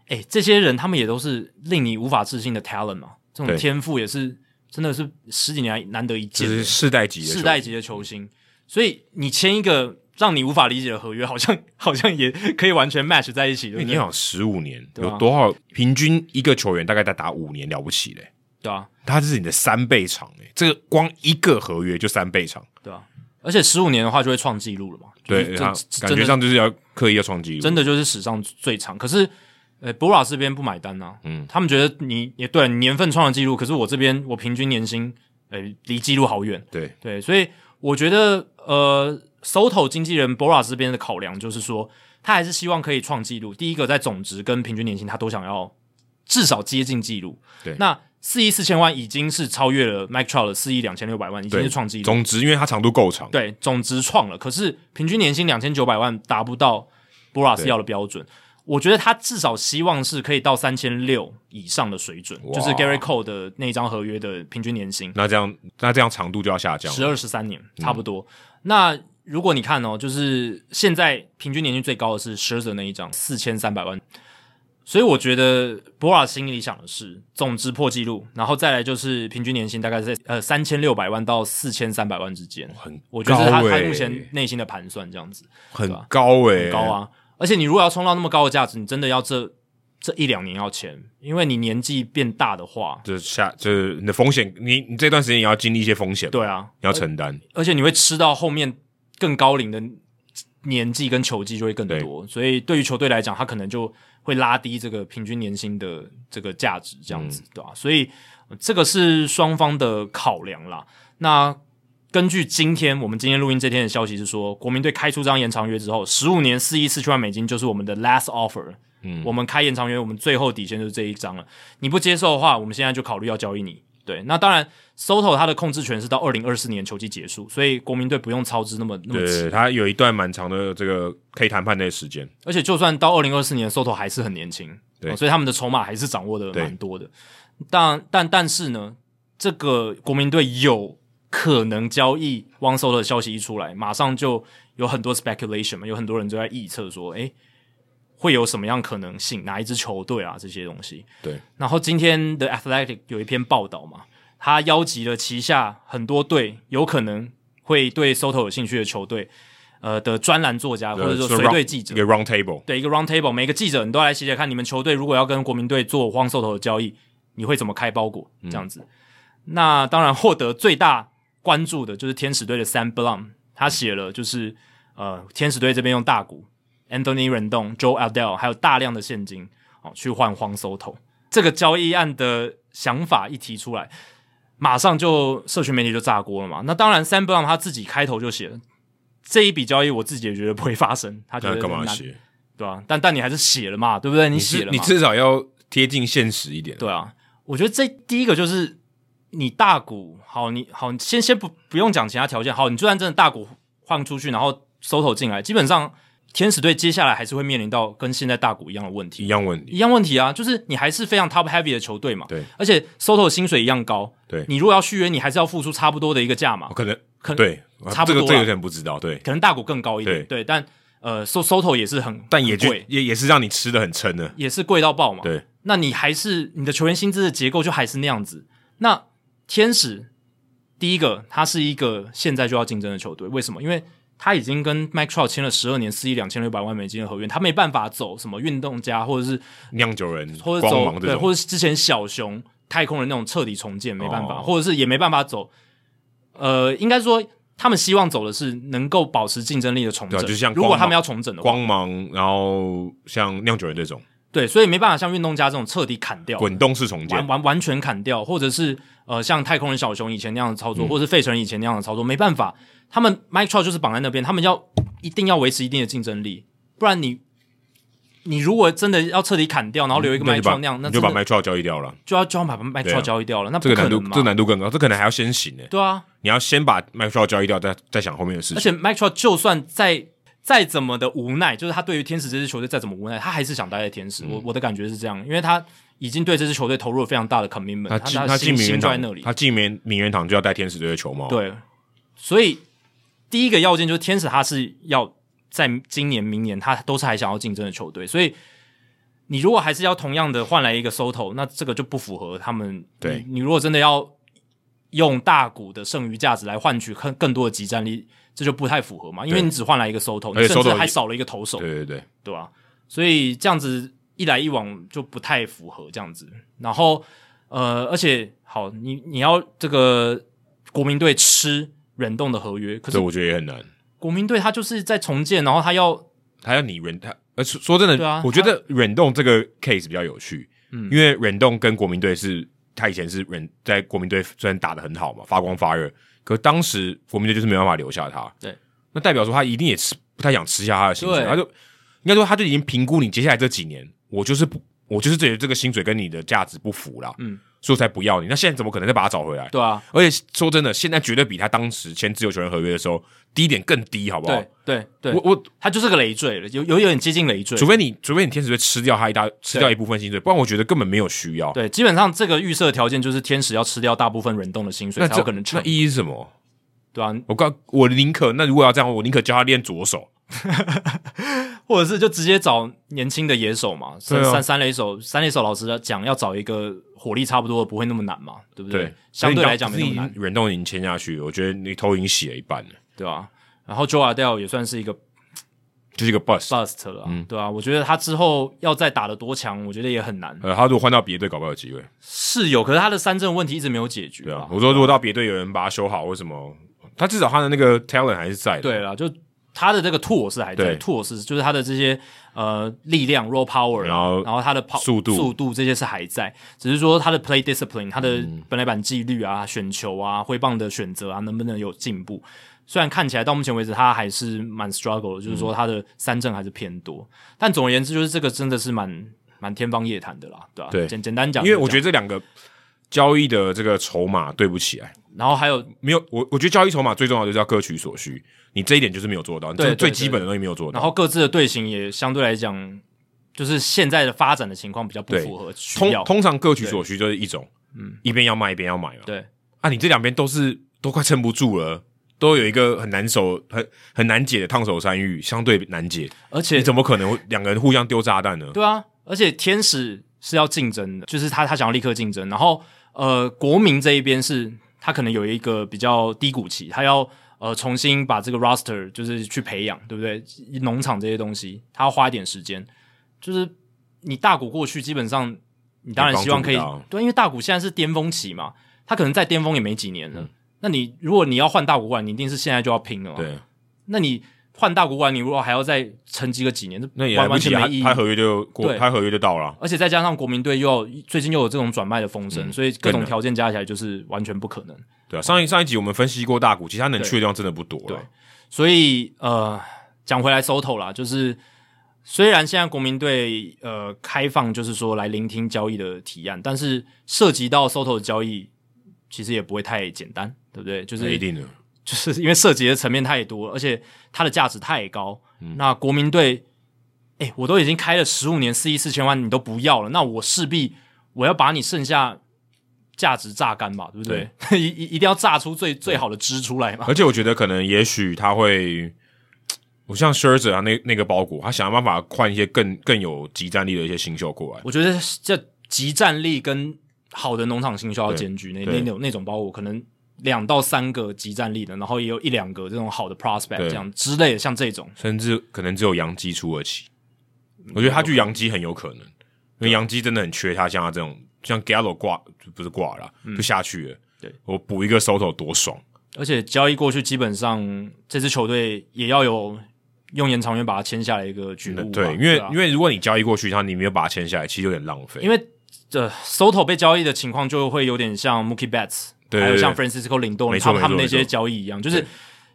Speaker 1: 哎、这些人他们也都是令你无法置信的 talent 嘛，这种
Speaker 2: 对
Speaker 1: 天赋也是真的是十几年来难得一
Speaker 2: 这
Speaker 1: 见
Speaker 2: 是
Speaker 1: 的
Speaker 2: 世代级的球员，
Speaker 1: 世代级的球星，所以你签一个让你无法理解的合约，好像 好像也可以完全 match 在一起，对
Speaker 2: 因为
Speaker 1: 不
Speaker 2: 你
Speaker 1: 对？
Speaker 2: 想十五年
Speaker 1: 对啊
Speaker 2: 有多少？平均一个球员大概在打五年了不起嘞、
Speaker 1: 对啊，
Speaker 2: 他这是你的三倍长诶、这个光一个合约就三倍长，
Speaker 1: 对啊，而且十五年的话就会创纪录了嘛，就是
Speaker 2: 对，
Speaker 1: 这
Speaker 2: 他
Speaker 1: 这
Speaker 2: 感觉
Speaker 1: 真的
Speaker 2: 上就是要刻意要创纪录，
Speaker 1: 真的就是史上最长。可是，呃，博拉这边不买单啊，
Speaker 2: 嗯
Speaker 1: 他们觉得你也对你年份创了纪录，可是我这边我平均年薪，呃，离纪录好远，
Speaker 2: 对，
Speaker 1: 对，所以我觉得，呃，Soto 经纪人 Boras 这边的考量就是说，他还是希望可以创纪录。第一个，在总值跟平均年薪，他都想要至少接近纪录。
Speaker 2: 对
Speaker 1: 那四亿四千万已经是超越了 Mike Trout 的四亿两千六百万，已经
Speaker 2: 对
Speaker 1: 是创纪录。
Speaker 2: 总之，因为它长度够长，
Speaker 1: 对，总值创了，可是平均年薪两千九百万达不到 Boras
Speaker 2: 对
Speaker 1: 要的标准。我觉得他至少希望是可以到三千六以上的水准，就是
Speaker 2: 哇
Speaker 1: Gary Cole 的那一张合约的平均年薪。
Speaker 2: 那这样那这样长度就要下降了，嗯
Speaker 1: 十二十三年差不多。那如果你看哦，就是现在平均年薪最高的是 s h i r z e r 那一张四千三百万，所以我觉得博尔心里想的是总值破纪录，然后再来就是平均年薪大概在呃三千六百万到四千三百万之间，
Speaker 2: 很
Speaker 1: 我觉得是他
Speaker 2: 高欸
Speaker 1: 他目前内心的盘算这样子
Speaker 2: 很
Speaker 1: 对啊
Speaker 2: 高欸诶、
Speaker 1: 高，啊。而且你如果要冲到那么高的价值，你真的要这这一两年要签，因为你年纪变大的话，
Speaker 2: 就是下就是你的风险，你你这段时间也要经历一些风险，，
Speaker 1: 对啊，
Speaker 2: 你要承担，
Speaker 1: 而且你会吃到后面更高龄的年纪跟球技就会更多，所以对于球队来讲，他可能就会拉低这个平均年薪的这个价值，这样子、
Speaker 2: 嗯
Speaker 1: 对吧、所以呃这个是双方的考量啦。那根据今天我们今天录音这天的消息是说，国民队开出这张延长约之后，十五年四亿四千万美金就是我们的 last offer。
Speaker 2: 嗯
Speaker 1: 我们开延长约，我们最后底线就是这一张了。你不接受的话，我们现在就考虑要交易你。对，那当然，Soto 他的控制权是到二零二四年球季结束，所以国民队不用操之那么那么急
Speaker 2: 对，。他有一段蛮长的这个可以谈判的时间，
Speaker 1: 而且就算到二零二四年，Soto 还是很年轻，
Speaker 2: 对
Speaker 1: 哦所以他们的筹码还是掌握的
Speaker 2: 对
Speaker 1: 蛮多的。但但但是呢，这个国民队有可能交易汪 Soto 的消息一出来，马上就有很多 speculation 嘛，有很多人就在臆测说，诶，会有什么样可能性，哪一支球队啊这些东西。
Speaker 2: 对，
Speaker 1: 然后今天的 Athletic 有一篇报道嘛，他邀集了旗下很多队有可能会对 Soto 有兴趣的球队，呃的专栏作家或者说
Speaker 2: 就是
Speaker 1: 随队
Speaker 2: round-
Speaker 1: 记者
Speaker 2: 一，个 round table，
Speaker 1: 对一个 round table，每个记者你都来写写看，你们球队如果要跟国民队做荒兽头的交易，你会怎么开包裹？
Speaker 2: 嗯
Speaker 1: 这样子。那当然获得最大关注的就是天使队的 Sam Blum，他写了就是呃，天使队这边用大股 Anthony Rendon、Joe a d e l 还有大量的现金哦去换荒兽头。这个交易案的想法一提出来，马上就社群媒体就炸锅了嘛。那当然，Sam Blum 他自己开头就写了这一笔交易，我自己也觉得不会发生，他觉
Speaker 2: 那
Speaker 1: 得
Speaker 2: 干嘛
Speaker 1: 难
Speaker 2: 写？
Speaker 1: 对啊，但但你还是写了嘛，对不对？你写
Speaker 2: 是
Speaker 1: 了
Speaker 2: 你
Speaker 1: 嘛
Speaker 2: 至少要贴近现实一点，
Speaker 1: 对啊，我觉得这第一个就是你大股好，你好，你先先不不用讲其他条件，好，你就算真的大股换出去，然后收头进来，基本上天使队接下来还是会面临到跟现在大股一样的问题
Speaker 2: 一，样问题，
Speaker 1: 一样问题啊，就是你还是非常 top heavy 的球队嘛，
Speaker 2: 对，
Speaker 1: 而且 Soto 薪水一样高，
Speaker 2: 对
Speaker 1: 你如果要续约，你还是要付出差不多的一个价嘛
Speaker 2: 哦，可能
Speaker 1: 可能
Speaker 2: 对，啊
Speaker 1: 差不
Speaker 2: 这个
Speaker 1: 多
Speaker 2: 这
Speaker 1: 啦
Speaker 2: 个有点不知道，对，
Speaker 1: 可能大股更高一点，对，但呃，So Soto 也是很，
Speaker 2: 但也
Speaker 1: 很
Speaker 2: 就
Speaker 1: 贵，
Speaker 2: 也也是让你吃的很撑的，
Speaker 1: 也是贵到爆嘛，
Speaker 2: 对，
Speaker 1: 那你还是你的球员薪资的结构就还是那样子。那天使第一个，他是一个现在就要竞争的球队，为什么？因为他已经跟 Mike Trout 签了十二年四亿两千六百万美金的合约，他没办法走什么运动家或者是
Speaker 2: 酿酒人
Speaker 1: 或
Speaker 2: 光
Speaker 1: 者走
Speaker 2: 芒这
Speaker 1: 对，
Speaker 2: 种，
Speaker 1: 或者是之前小熊太空人那种彻底重建没办法，
Speaker 2: 哦
Speaker 1: 或者是也没办法走。呃，应该说他们希望走的是能够保持竞争力的重整。
Speaker 2: 对啊就像
Speaker 1: 如果
Speaker 2: 光
Speaker 1: 他们
Speaker 2: 芒
Speaker 1: 要重整的话，
Speaker 2: 光芒，然后像酿酒人这种
Speaker 1: 对，所以没办法像运动家这种彻底砍掉。
Speaker 2: 滚动式重
Speaker 1: 完
Speaker 2: 建，
Speaker 1: 完完全砍掉，或者是呃像太空人小熊以前那样的操
Speaker 2: 嗯
Speaker 1: 作，或是费城人以前那样的操作，没办法，他们 Mike Trout 就是绑在那边，他们要一定要维持一定的竞争力，不然你你如果真的要彻底砍掉，然后留一个
Speaker 2: 嗯那
Speaker 1: Mike
Speaker 2: 就把
Speaker 1: Trout 那样，那
Speaker 2: 你就
Speaker 1: 真
Speaker 2: 把
Speaker 1: 的
Speaker 2: Mike Trout 交易掉了，
Speaker 1: 就要就要把 Mike
Speaker 2: 对
Speaker 1: Trout
Speaker 2: 啊
Speaker 1: 交易掉了，那
Speaker 2: 这
Speaker 1: 不可
Speaker 2: 个难度
Speaker 1: 能嘛
Speaker 2: 这个？难度更高，这可能还要先行呢，
Speaker 1: 对啊，
Speaker 2: 你要先把 Mike Trout 交易掉，再再想后面的事
Speaker 1: 而
Speaker 2: 情，
Speaker 1: 且 Mike Trout 就算在再怎么的无奈，就是他对于天使这支球队再怎么无奈，他还是想待在天使。
Speaker 2: 嗯
Speaker 1: 我我的感觉是这样，因为他已经对这支球队投入了非常大的 commitment，
Speaker 2: 他进
Speaker 1: 他
Speaker 2: 他
Speaker 1: 的心
Speaker 2: 进名
Speaker 1: 心
Speaker 2: 人
Speaker 1: 就在
Speaker 2: 堂
Speaker 1: 那里，
Speaker 2: 他进名名人堂就要带天使队的球帽。，
Speaker 1: 对，所以第一个要件就是天使，他是要在今年、明年，他都是还想要竞争的球队。所以你如果还是要同样的换来一个 Soto，那这个就不符合他们。
Speaker 2: 对
Speaker 1: 你，你如果真的要用大股的剩余价值来换取更更多的集战力，这就不太符合嘛，因为
Speaker 2: 对
Speaker 1: 你只换来一个 Soto，
Speaker 2: 而
Speaker 1: 你
Speaker 2: 且
Speaker 1: 甚至
Speaker 2: Soto
Speaker 1: 还
Speaker 2: 也
Speaker 1: 少了一个投手，
Speaker 2: 对对对，
Speaker 1: 对吧、所以这样子一来一往就不太符合这样子。然后呃，而且好，你你要这个国民队吃忍动的合约，可是
Speaker 2: 这我觉得也很难。
Speaker 1: 国民队他就是在重建，然后他要
Speaker 2: 他要你忍他，呃，说说真的，
Speaker 1: 对啊
Speaker 2: 我觉得忍动这个 case 比较有趣，嗯，因为忍动跟国民队是他以前是忍在国民队虽然打的很好嘛，发光发热，可当时国民队就是没办法留下他，
Speaker 1: 对，
Speaker 2: 那代表说他一定也吃不太想吃下他的薪水，
Speaker 1: 对
Speaker 2: 他就应该说他就已经评估你接下来这几年，我就是不，我就是这这个薪水跟你的价值不符啦，
Speaker 1: 嗯，
Speaker 2: 所以我才不要你，那现在怎么可能再把他找回来？
Speaker 1: 对啊，
Speaker 2: 而且说真的，现在绝对比他当时签自由球员合约的时候低点更低，好不好
Speaker 1: 对？对对
Speaker 2: 哦我，我
Speaker 1: 他就是个累赘了，有有有点接近累赘
Speaker 2: 除。非你除非你天使队吃掉他一大吃掉一部分薪水，不然我觉得根本没有需要。
Speaker 1: 对，基本上这个预设条件就是天使要吃掉大部分忍动的薪水
Speaker 2: 那
Speaker 1: 才
Speaker 2: 这
Speaker 1: 有可能成
Speaker 2: 那，意义是什么？
Speaker 1: 对啊，
Speaker 2: 我告我宁可那如果要这样，我宁可教他练左手。
Speaker 1: 或者是就直接找年轻的野手嘛，三
Speaker 2: 对啊
Speaker 1: 三三垒手，三垒手老师讲要找一个火力差不多的，不会那么难嘛，对不
Speaker 2: 对，
Speaker 1: 相对来讲
Speaker 2: 可
Speaker 1: 没
Speaker 2: 是
Speaker 1: 那
Speaker 2: 你
Speaker 1: 么难，
Speaker 2: 忍动已经签下去，我觉得你头已经洗了一半了，
Speaker 1: 对吧、然后 Joe Adell 也算是一个
Speaker 2: 就是一个 bus。
Speaker 1: bust 了啊、
Speaker 2: 嗯
Speaker 1: 对啊，我觉得他之后要再打得多强，我觉得也很难，
Speaker 2: 呃，他如果换到别队，搞不好有机会。
Speaker 1: 是有，可是他的三振问题一直没有解决
Speaker 2: 对啊
Speaker 1: 吧，？
Speaker 2: 我说如果到别队有人把他修好，为什么？他至少他的那个 talent 还是在的。
Speaker 1: 对啦，就他的这个拓是还在，
Speaker 2: 对
Speaker 1: 拓是就是他的这些呃力量 raw power，啊
Speaker 2: 然后
Speaker 1: 然后他的跑
Speaker 2: 呃速度
Speaker 1: 速度这些是还在，只是说他的 play discipline，他的
Speaker 2: 嗯
Speaker 1: 本来板纪律啊、选球啊、挥棒的选择啊，能不能有进步？虽然看起来到目前为止他还是蛮 struggle
Speaker 2: 嗯
Speaker 1: 的，就是说他的三振还是偏多，但总而言之，就是这个真的是蛮蛮天方夜谭的啦，对吧、
Speaker 2: 对
Speaker 1: 简简单讲，
Speaker 2: 因为我觉
Speaker 1: 得，
Speaker 2: 得这两个交易的这个筹码对不起来。
Speaker 1: 然后还有
Speaker 2: 没有，我我觉得交易筹码最重要的就是要各取所需，你这一点就是没有做到，你
Speaker 1: 对
Speaker 2: 这
Speaker 1: 对
Speaker 2: 最基本的东西没有做到。
Speaker 1: 然后各自的队形也相对来讲，就是现在的发展的情况比较不
Speaker 2: 对
Speaker 1: 符合需
Speaker 2: 通
Speaker 1: 要。
Speaker 2: 通常各取所需就是一种，嗯，一边要卖一边要买嘛。
Speaker 1: 对
Speaker 2: 啊，你这两边都是都快撑不住了，都有一个很难手、很很难解的烫手山芋，相对难解，
Speaker 1: 而且
Speaker 2: 你怎么可能会两个人互相丢炸弹呢？
Speaker 1: 对啊，而且天使是要竞争的，就是他他想要立刻竞争，然后呃，国民这一边是他可能有一个比较低谷期，他要呃重新把这个 roster 就是去培养，对不对？农场这些东西，他要花一点时间。就是你大股过去，基本上你当然希望可以
Speaker 2: 帮助不到
Speaker 1: 对，因为大股现在是巅峰期嘛，他可能在巅峰也没几年了。
Speaker 2: 嗯
Speaker 1: 那你如果你要换大股过来，你一定是现在就要拼了嘛。
Speaker 2: 对，
Speaker 1: 那你换大股过来，你如果还要再沉寂个几年，这
Speaker 2: 那也
Speaker 1: 完
Speaker 2: 来不
Speaker 1: 完
Speaker 2: 及，
Speaker 1: 全
Speaker 2: 他
Speaker 1: 没意义。
Speaker 2: 他合约就过，
Speaker 1: 对
Speaker 2: 他合约就到了。
Speaker 1: 而且再加上国民队又要最近又有这种转卖的风声，所以各
Speaker 2: 嗯更
Speaker 1: 种
Speaker 2: 难
Speaker 1: 条件加起来就是完全不可能。
Speaker 2: 对啊，上一上一集我们分析过大股，其实他能去的地方真的不多
Speaker 1: 对
Speaker 2: 了。
Speaker 1: 所以呃，讲回来 Soto 啦，就是虽然现在国民队呃开放就是说来聆听交易的提案，但是涉及到 Soto 的交易，其实也不会太简单，对不对？就
Speaker 2: 那
Speaker 1: 是
Speaker 2: 哎
Speaker 1: 啊
Speaker 2: 一定的，
Speaker 1: 就是因为涉及的层面太多，而且它的价值太高。
Speaker 2: 嗯
Speaker 1: 那国民队，哎、我都已经开了十五年四亿四千万，你都不要了，那我势必我要把你剩下价值榨干吧，对不对？ 一一一定要榨出最最好的汁出来嘛。
Speaker 2: 而且我觉得可能也许他会，我像 Scherzer 啊那那个包裹，他想办法换一些更更有集战力的一些新秀过来。
Speaker 1: 我觉得这集战力跟好的农场新秀要兼具，那
Speaker 2: 对
Speaker 1: 那种那种包我可能。两到三个集战力的，然后也有一两个这种好的 prospect
Speaker 2: 对
Speaker 1: 这样之类的，像这种
Speaker 2: 甚至可能只有杨基出得起。
Speaker 1: 嗯
Speaker 2: 我觉得他去杨基很有可能，
Speaker 1: 啊
Speaker 2: 因为杨基真的很缺他，像他这种像 Gallo 挂就不是挂了啦，就下去了。
Speaker 1: 嗯对，啊
Speaker 2: 我补一个 Soto 多爽，
Speaker 1: 而且交易过去，基本上这支球队也要有用延长约把它签下来一个觉悟吧。
Speaker 2: 嗯对，因为、
Speaker 1: 啊
Speaker 2: 因为如果你交易过去，他你没有把他签下来，其实有点浪费。
Speaker 1: 因为这 Soto 被交易的情况就会有点像 Mookie Betts，
Speaker 2: 对对
Speaker 1: 还有
Speaker 2: 对
Speaker 1: 像 Francisco Lindor
Speaker 2: 没
Speaker 1: 他
Speaker 2: 错
Speaker 1: 们他们
Speaker 2: 没错
Speaker 1: 那些
Speaker 2: 没错
Speaker 1: 交易一样，就是
Speaker 2: 对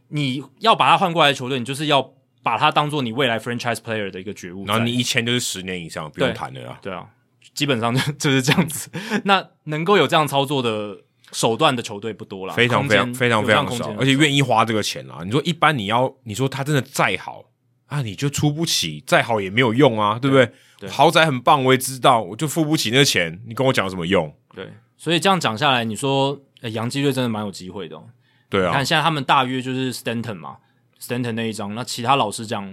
Speaker 1: 你要把它换过来的球队，你就是要把它当做你未来 franchise player 的一个觉悟在。
Speaker 2: 然后你一签就是十年以上，不用
Speaker 1: 对
Speaker 2: 谈了啦。
Speaker 1: 对啊，基本上就 就是这样子。那能够有这样操作的手段的球队不多了，
Speaker 2: 非常
Speaker 1: 空
Speaker 2: 非
Speaker 1: 间
Speaker 2: 常非常
Speaker 1: 有
Speaker 2: 非
Speaker 1: 这样
Speaker 2: 常
Speaker 1: 空
Speaker 2: 少
Speaker 1: 间，
Speaker 2: 而且愿意花这个钱啦。你说一般你要你说他真的再好，啊，你就出不起，再好也没有用啊，对不对？
Speaker 1: 对
Speaker 2: 豪宅很棒，我也知道，我就付不起那个钱，你跟我讲有什么用？
Speaker 1: 对，所以这样讲下来，你说呃洋基队真的蛮有机会的、哦。
Speaker 2: 对
Speaker 1: 你
Speaker 2: 啊
Speaker 1: 看，现在他们大约就是 Stanton 嘛，Stanton 那一张，那其他老师讲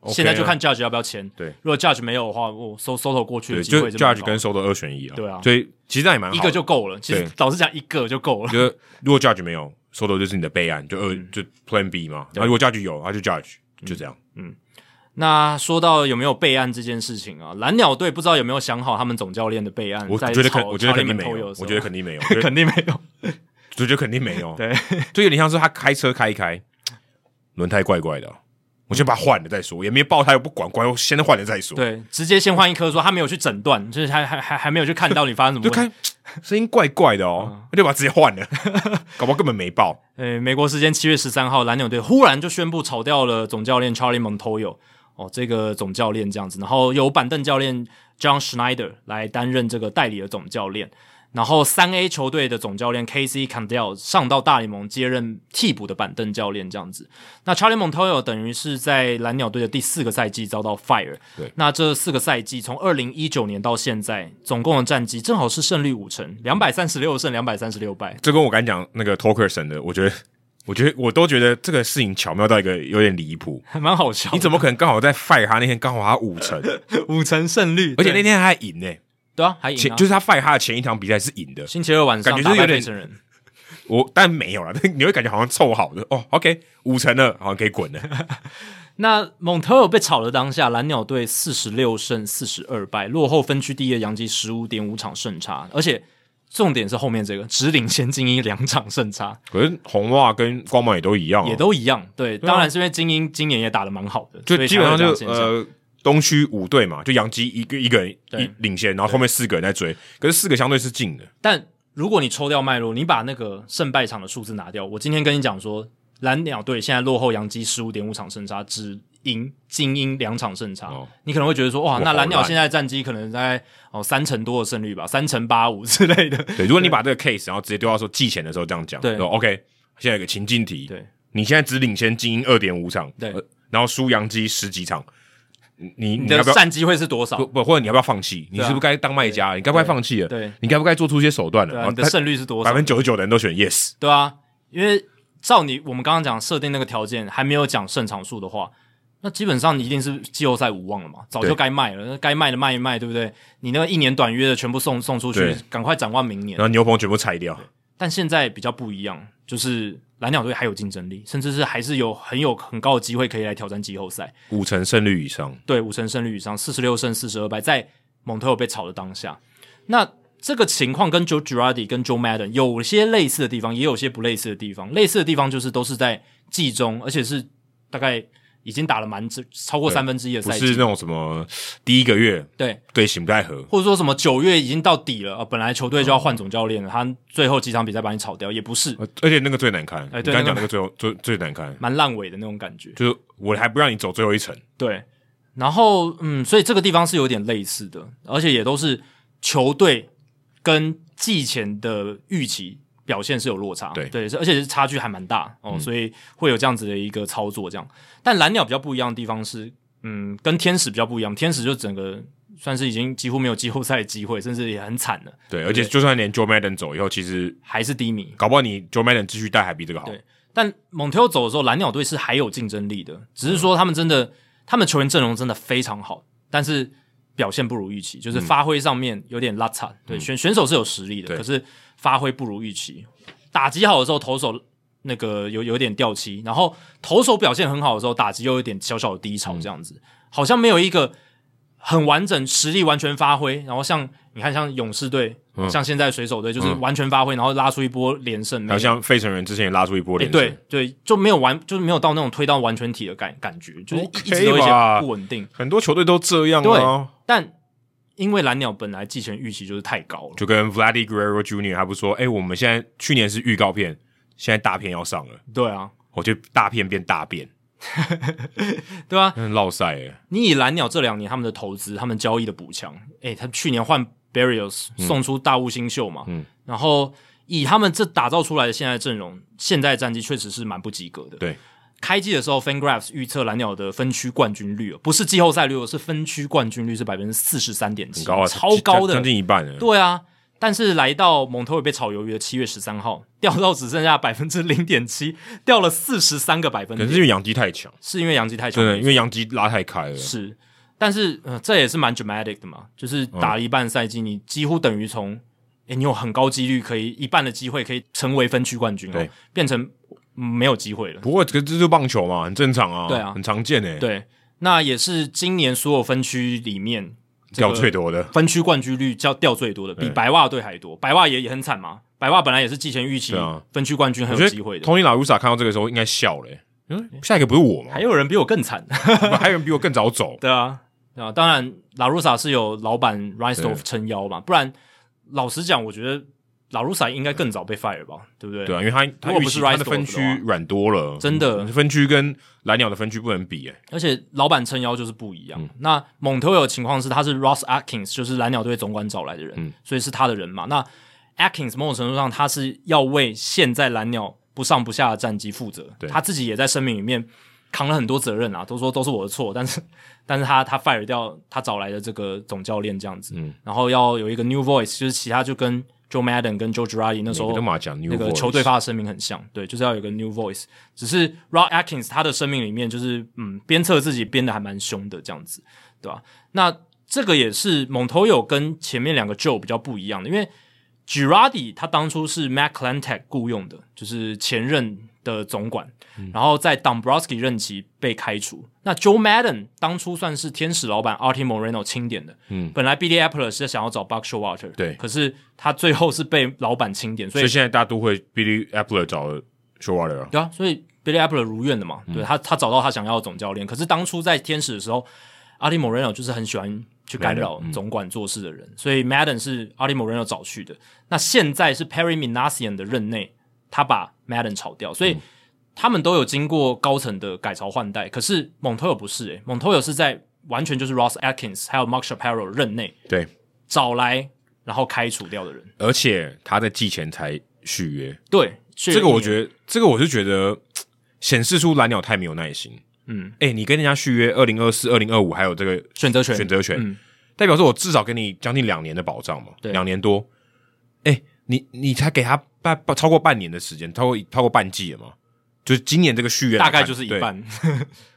Speaker 2: OK 啊
Speaker 1: 现在就看 Judge 要不要签。
Speaker 2: 对
Speaker 1: 如果 Judge 没有的话，我收 Soto 过去
Speaker 2: 对，
Speaker 1: 的机
Speaker 2: 就
Speaker 1: 会是蛮
Speaker 2: Judge
Speaker 1: 高
Speaker 2: 跟 Soto 二选一啊，
Speaker 1: 对啊
Speaker 2: 所以其实那也蛮好
Speaker 1: 一
Speaker 2: 的
Speaker 1: 个就够了。其实
Speaker 2: 对
Speaker 1: 老实讲，一个就够了。
Speaker 2: 觉得如果 Judge 没有，Soto 就是你的备案，就二、
Speaker 1: 嗯
Speaker 2: 就 Plan B 嘛。啊然后如果 Judge 有，他就 Judge，就这样。
Speaker 1: 那说到有没有备案这件事情啊，蓝鸟队不知道有没有想好他们总教练的备案？
Speaker 2: 我
Speaker 1: 在
Speaker 2: 觉得肯，
Speaker 1: 炒
Speaker 2: 我觉得
Speaker 1: 炒
Speaker 2: 肯定
Speaker 1: Lemon
Speaker 2: 没
Speaker 1: Toyo
Speaker 2: 有
Speaker 1: 的，时候
Speaker 2: 我觉得肯 定没有，我觉得
Speaker 1: 肯定没有。
Speaker 2: 我觉得肯定没有。
Speaker 1: 对，
Speaker 2: 就有点像是他开车开一开，轮胎怪怪的哦，我先把它换了再说，也没爆胎，我不管，管我先换了再说。，
Speaker 1: 对，直接先换一颗说他没有去诊断，就是还还还还没有去看到你发生什么
Speaker 2: 就
Speaker 1: 问题。
Speaker 2: 看声音怪怪的
Speaker 1: 嗯
Speaker 2: 哦，我就把它直接换 了，搞不好根本没爆。
Speaker 1: 呃，美国时间七月十三号，蓝鸟队忽然就宣布炒掉了总教练 Charlie Montoyo，哦，这个总教练这样子，然后由板凳教练 John Schneider 来担任这个代理的总教练，然后三 A 球队的总教练 Casey Candel 上到大联盟接任替补的板凳教练这样子。那 Charlie Montoyo 等于是在蓝鸟队的第四个赛季遭到 fire，
Speaker 2: 对
Speaker 1: 那这四个赛季从二零一九年到现在，总共的战绩正好是胜率五成，两百三十六胜，两百三十六败。
Speaker 2: 这跟我刚才讲那个 Talker 神的，我觉得， 我觉得我都觉得这个事情巧妙到一个有点离谱。
Speaker 1: 还蛮好笑的，
Speaker 2: 你怎么可能刚好在 fire 他那天刚好他 五成，
Speaker 1: 五成胜率，
Speaker 2: 而且
Speaker 1: 对
Speaker 2: 那天他还赢呢、
Speaker 1: 对啊，还赢、
Speaker 2: 前
Speaker 1: 啊，
Speaker 2: 就是是他 fire 他的前一场比赛是赢的，
Speaker 1: 星期二晚上
Speaker 2: 感觉就是有点
Speaker 1: 打败费城人，
Speaker 2: 我但没有了，但 你会感觉好像凑好的哦，OK 五成了，好像可以滚了。
Speaker 1: 那蒙特尔被炒的当下，蓝鸟队四十六胜四十二败，落后分区第一的洋基十五点五场胜差，而且重点是后面这个只领先精英两场胜差，
Speaker 2: 可是红袜跟光芒也都一样、哦，
Speaker 1: 也都一样。对，
Speaker 2: 啊
Speaker 1: 当然是因为精英今年也打得蛮好的，
Speaker 2: 就
Speaker 1: 所以才
Speaker 2: 基本上就
Speaker 1: 会有这样的现象
Speaker 2: 呃东区五队嘛，就杨基一个一个人
Speaker 1: 对
Speaker 2: 一领先，然后后面四个人在追，可是四个相对是近的，
Speaker 1: 但如果你抽掉脉络，你把那个胜败场的数字拿掉，我今天跟你讲说，蓝鸟队现在落后洋基十五点五场胜差，只赢精英两场胜差，
Speaker 2: 哦
Speaker 1: 你可能会觉得说，哇，那
Speaker 2: 好
Speaker 1: 蓝鸟
Speaker 2: 烂
Speaker 1: 现在战绩可能在哦三成多的胜率吧，三成八五之类的。
Speaker 2: 对，如果你把这个 case 然后直接丢到说季前的时候这样讲，
Speaker 1: 对
Speaker 2: 说 OK，现在有个情境题，
Speaker 1: 对，
Speaker 2: 你现在只领先精英二点五场，
Speaker 1: 对
Speaker 2: 呃然后输杨基十几场，你你
Speaker 1: 你
Speaker 2: 你
Speaker 1: 的
Speaker 2: 要不要
Speaker 1: 战绩会是多少
Speaker 2: 不？不，或者你要不要放弃？你
Speaker 1: 啊
Speaker 2: 是不是该当卖家了？你该不该放弃了？
Speaker 1: 对
Speaker 2: 你该不该做出一些手段了？
Speaker 1: 对、
Speaker 2: 然
Speaker 1: 啊，
Speaker 2: 后
Speaker 1: 你的胜率是多
Speaker 2: 百
Speaker 1: 少？
Speaker 2: 分之九十九的人都选 yes，
Speaker 1: 对啊，因为照你我们刚刚讲设定那个条件，还没有讲胜场数的话，那基本上你一定是季后赛无望了嘛，早就
Speaker 2: 对
Speaker 1: 该卖了，那该卖的卖一卖，对不对？你那个一年短约的全部送送出去
Speaker 2: 对，
Speaker 1: 赶快展望明年
Speaker 2: 然。后牛棚全部拆掉。
Speaker 1: 但现在比较不一样，就是蓝鸟队还有竞争力，甚至是还是有很有很高的机会可以来挑战季后赛。
Speaker 2: 五成胜率以上，
Speaker 1: 对，五成胜率以上，四十六胜四十二败，在蒙特尔被炒的当下，那这个情况跟 Joe Girardi 跟 Joe Madden 有些类似的地方，也有些不类似的地方。类似的地方就是都是在季中，而且是大概已经打了蛮超过
Speaker 2: 对
Speaker 1: 三分之一的
Speaker 2: 不
Speaker 1: 赛
Speaker 2: 是那
Speaker 1: 季，
Speaker 2: 种什么第一个月
Speaker 1: 对，
Speaker 2: 队形不太合，
Speaker 1: 或者说什么九月已经到底了，呃，本来球队就要换总教练了，他最后几场比赛把你炒掉，也不是
Speaker 2: 而呃而且那个最难看。
Speaker 1: 哎
Speaker 2: 你
Speaker 1: 对
Speaker 2: 刚才讲那个最后最最难看，
Speaker 1: 蛮烂尾的那种感觉。
Speaker 2: 就是我还不让你走最后一层，
Speaker 1: 对，然后嗯，所以这个地方是有点类似的，而且也都是球队跟季前的预期表现是有落差，
Speaker 2: 对
Speaker 1: 对，是而且是差距还蛮大哦，所以会有这样子的一个操作这样。但蓝鸟比较不一样的地方是，嗯，跟天使比较不一样，天使就整个算是已经几乎没有季后赛的机会，甚至也很惨了，
Speaker 2: 对，而且就算连 Joe Madden 走以后，其实
Speaker 1: 还是低迷。
Speaker 2: 搞不好你 Joe Madden 继续带还比这个好。
Speaker 1: 对但蒙特走的时候，蓝鸟队是还有竞争力的，只是说他们真的，他们球员阵容真的非常好，但是表现不如预期，就是发挥上面有点拉差。对，选选手是有实力的，
Speaker 2: 对
Speaker 1: 可是发挥不如预期。打击好的时候，投手那个有有点掉漆，然后投手表现很好的时候，打击又有点小小的低潮，这样子、好像没有一个很完整实力完全发挥。然后像你看，像勇士队，像现在水手队，就是完全发挥，然后拉出一波连胜，没
Speaker 2: 还
Speaker 1: 有
Speaker 2: 有像费城人之前也拉出一波
Speaker 1: 欸
Speaker 2: 连胜，
Speaker 1: 对对，就没有完，就是没有到那种推到完全体的感感觉，就是一
Speaker 2: OK
Speaker 1: 直都有一些
Speaker 2: 哦吧
Speaker 1: 不稳定。
Speaker 2: 很多球队都这样
Speaker 1: 对
Speaker 2: 啊。
Speaker 1: 但因为蓝鸟本来季前预期就是太高了，
Speaker 2: 就跟 Vladi Guerrero Jr. 还不说，哎、我们现在去年是预告片，现在大片要上了，
Speaker 1: 对啊，
Speaker 2: 我觉得大片变大变，
Speaker 1: 对啊。
Speaker 2: 嗯，落赛哎，
Speaker 1: 你以蓝鸟这两年他们的投资、他们交易的补强，诶、他们去年换 Barrios
Speaker 2: 嗯
Speaker 1: 送出大物新秀嘛，嗯，然后以他们这打造出来的现在阵容，现在战绩确实是蛮不及格的，
Speaker 2: 对。
Speaker 1: 开季的时候，FanGraphs 预测蓝鸟的分区冠军率哦，不是季后赛率哦，是分区冠军率是百分之四十三点七，
Speaker 2: 很高啊，
Speaker 1: 超高的
Speaker 2: 将，近一半了。
Speaker 1: 对啊，但是来到蒙特尔被炒鱿鱼的七月十三号，掉到只剩下百分之零点七，掉了四十三个百分
Speaker 2: 可
Speaker 1: 点，
Speaker 2: 是因为杨基太强，
Speaker 1: 是因为杨基太强
Speaker 2: 真，的，因为杨基拉太开了。
Speaker 1: 是，但是呃，这也是蛮 dramatic 的嘛，就是
Speaker 2: 嗯
Speaker 1: 打了一半赛季，你几乎等于从，诶，你有很高几率可以一半的机会可以成为分区冠军、哦
Speaker 2: 对，
Speaker 1: 变成、嗯没有机会了。
Speaker 2: 不过这个这就是棒球嘛，很正常啊，
Speaker 1: 对啊
Speaker 2: 很常见诶，
Speaker 1: 对，那也是今年所有分区里面
Speaker 2: 掉
Speaker 1: 这个
Speaker 2: 最多的。
Speaker 1: 分区冠军率叫掉最多的，比白袜队还多。白袜也也很惨嘛，白袜本来也是季前预期
Speaker 2: 对啊
Speaker 1: 分区冠军
Speaker 2: 我
Speaker 1: 很
Speaker 2: 觉
Speaker 1: 有
Speaker 2: 得
Speaker 1: 机会的，
Speaker 2: Tony 拉鲁萨看到这个时候应该笑了、欸，嗯，下一个不是我吗
Speaker 1: 还？有人比我更惨。
Speaker 2: 还有人比我更早走，
Speaker 1: 对啊，对啊，当然拉鲁萨是有老板 r i s e o
Speaker 2: 对
Speaker 1: f 撑腰嘛，不然老实讲，我觉得拉鲁萨应该更早被 fire 吧，对不对？
Speaker 2: 对啊，因为他他
Speaker 1: 如果
Speaker 2: 预
Speaker 1: 不
Speaker 2: 期
Speaker 1: 是
Speaker 2: 他
Speaker 1: Rice
Speaker 2: 的分区
Speaker 1: Dorf 的话
Speaker 2: 软多了，嗯
Speaker 1: 真的
Speaker 2: 分区跟蓝鸟的分区不能比、欸，
Speaker 1: 而且老板撑腰就是不一样。
Speaker 2: 嗯
Speaker 1: 那蒙特尔情况是他是 Ross Atkins，就是蓝鸟队总管找来的人，
Speaker 2: 嗯
Speaker 1: 所以是他的人嘛。那 Atkins 某种程度上他是要为现在蓝鸟不上不下的战绩负责
Speaker 2: 对，
Speaker 1: 他自己也在声明里面扛了很多责任啊，都说都是我的错，但是但是他他 fire 掉他找来的这个总教练这样子，
Speaker 2: 嗯
Speaker 1: 然后要有一个 new voice，就是其他就跟 Joe Madden 跟 Joe Girardi 那时
Speaker 2: 每
Speaker 1: 候
Speaker 2: 个都嘛讲 New
Speaker 1: 那个
Speaker 2: Voice
Speaker 1: 球队发的声明很像，对，就是要有一个 new voice。只是 Rod Atkins 他的声明里面就是，嗯，鞭策自己鞭的还蛮凶的这样子，对吧、那这个也是蒙头友跟前面两个 Joe 比较不一样的，因为 Girardi 他当初是 Mac l a n t a c 雇佣的，就是前任的总管，然后在 Dombrowski 任期被开除。那 Joe Madden 当初算是天使老板 Artie Moreno 钦点的，嗯，本来 Billy Apple 是想要找 Buck Showalter，
Speaker 2: 对
Speaker 1: 可是他最后是被老板钦点，所
Speaker 2: 所
Speaker 1: 以
Speaker 2: 以现在大都会 Billy Apple 找了 s h o w a t e r
Speaker 1: 对啊，所以 Billy Apple 如愿的嘛，
Speaker 2: 嗯
Speaker 1: 对他他找到他想要的总教练。可是当初在天使的时候，阿里 Moreno 就是很喜欢去干扰
Speaker 2: 嗯
Speaker 1: 总管做事的人，所以 Madden 是阿里 Moreno 找去的。那现在是 Perry Minassian 的任内，他把 Madden 炒掉，
Speaker 2: 嗯
Speaker 1: 所以他们都有经过高层的改朝换代。可是蒙特尔不是、诶，蒙特尔是在完全就是 Ross Atkins 还有 Mark Shapiro 任内
Speaker 2: 对，
Speaker 1: 找来，然后开除掉的人。
Speaker 2: 而且他在季前才续约，
Speaker 1: 对，这
Speaker 2: 这个我觉得，这个我是觉得显示出蓝鸟太没有耐心。
Speaker 1: 嗯，
Speaker 2: 哎、你跟人家续约二零二四、二零二五，还有这个
Speaker 1: 选择权
Speaker 2: 选择权，
Speaker 1: 嗯
Speaker 2: 代表说我至少给你将近两年的保障嘛，
Speaker 1: 对
Speaker 2: 两年多。哎、你你才给他半半超过半年的时间，超过超过半季了嘛？就是今年这个续约来
Speaker 1: 大
Speaker 2: 看
Speaker 1: 概就是一
Speaker 2: 对
Speaker 1: 半。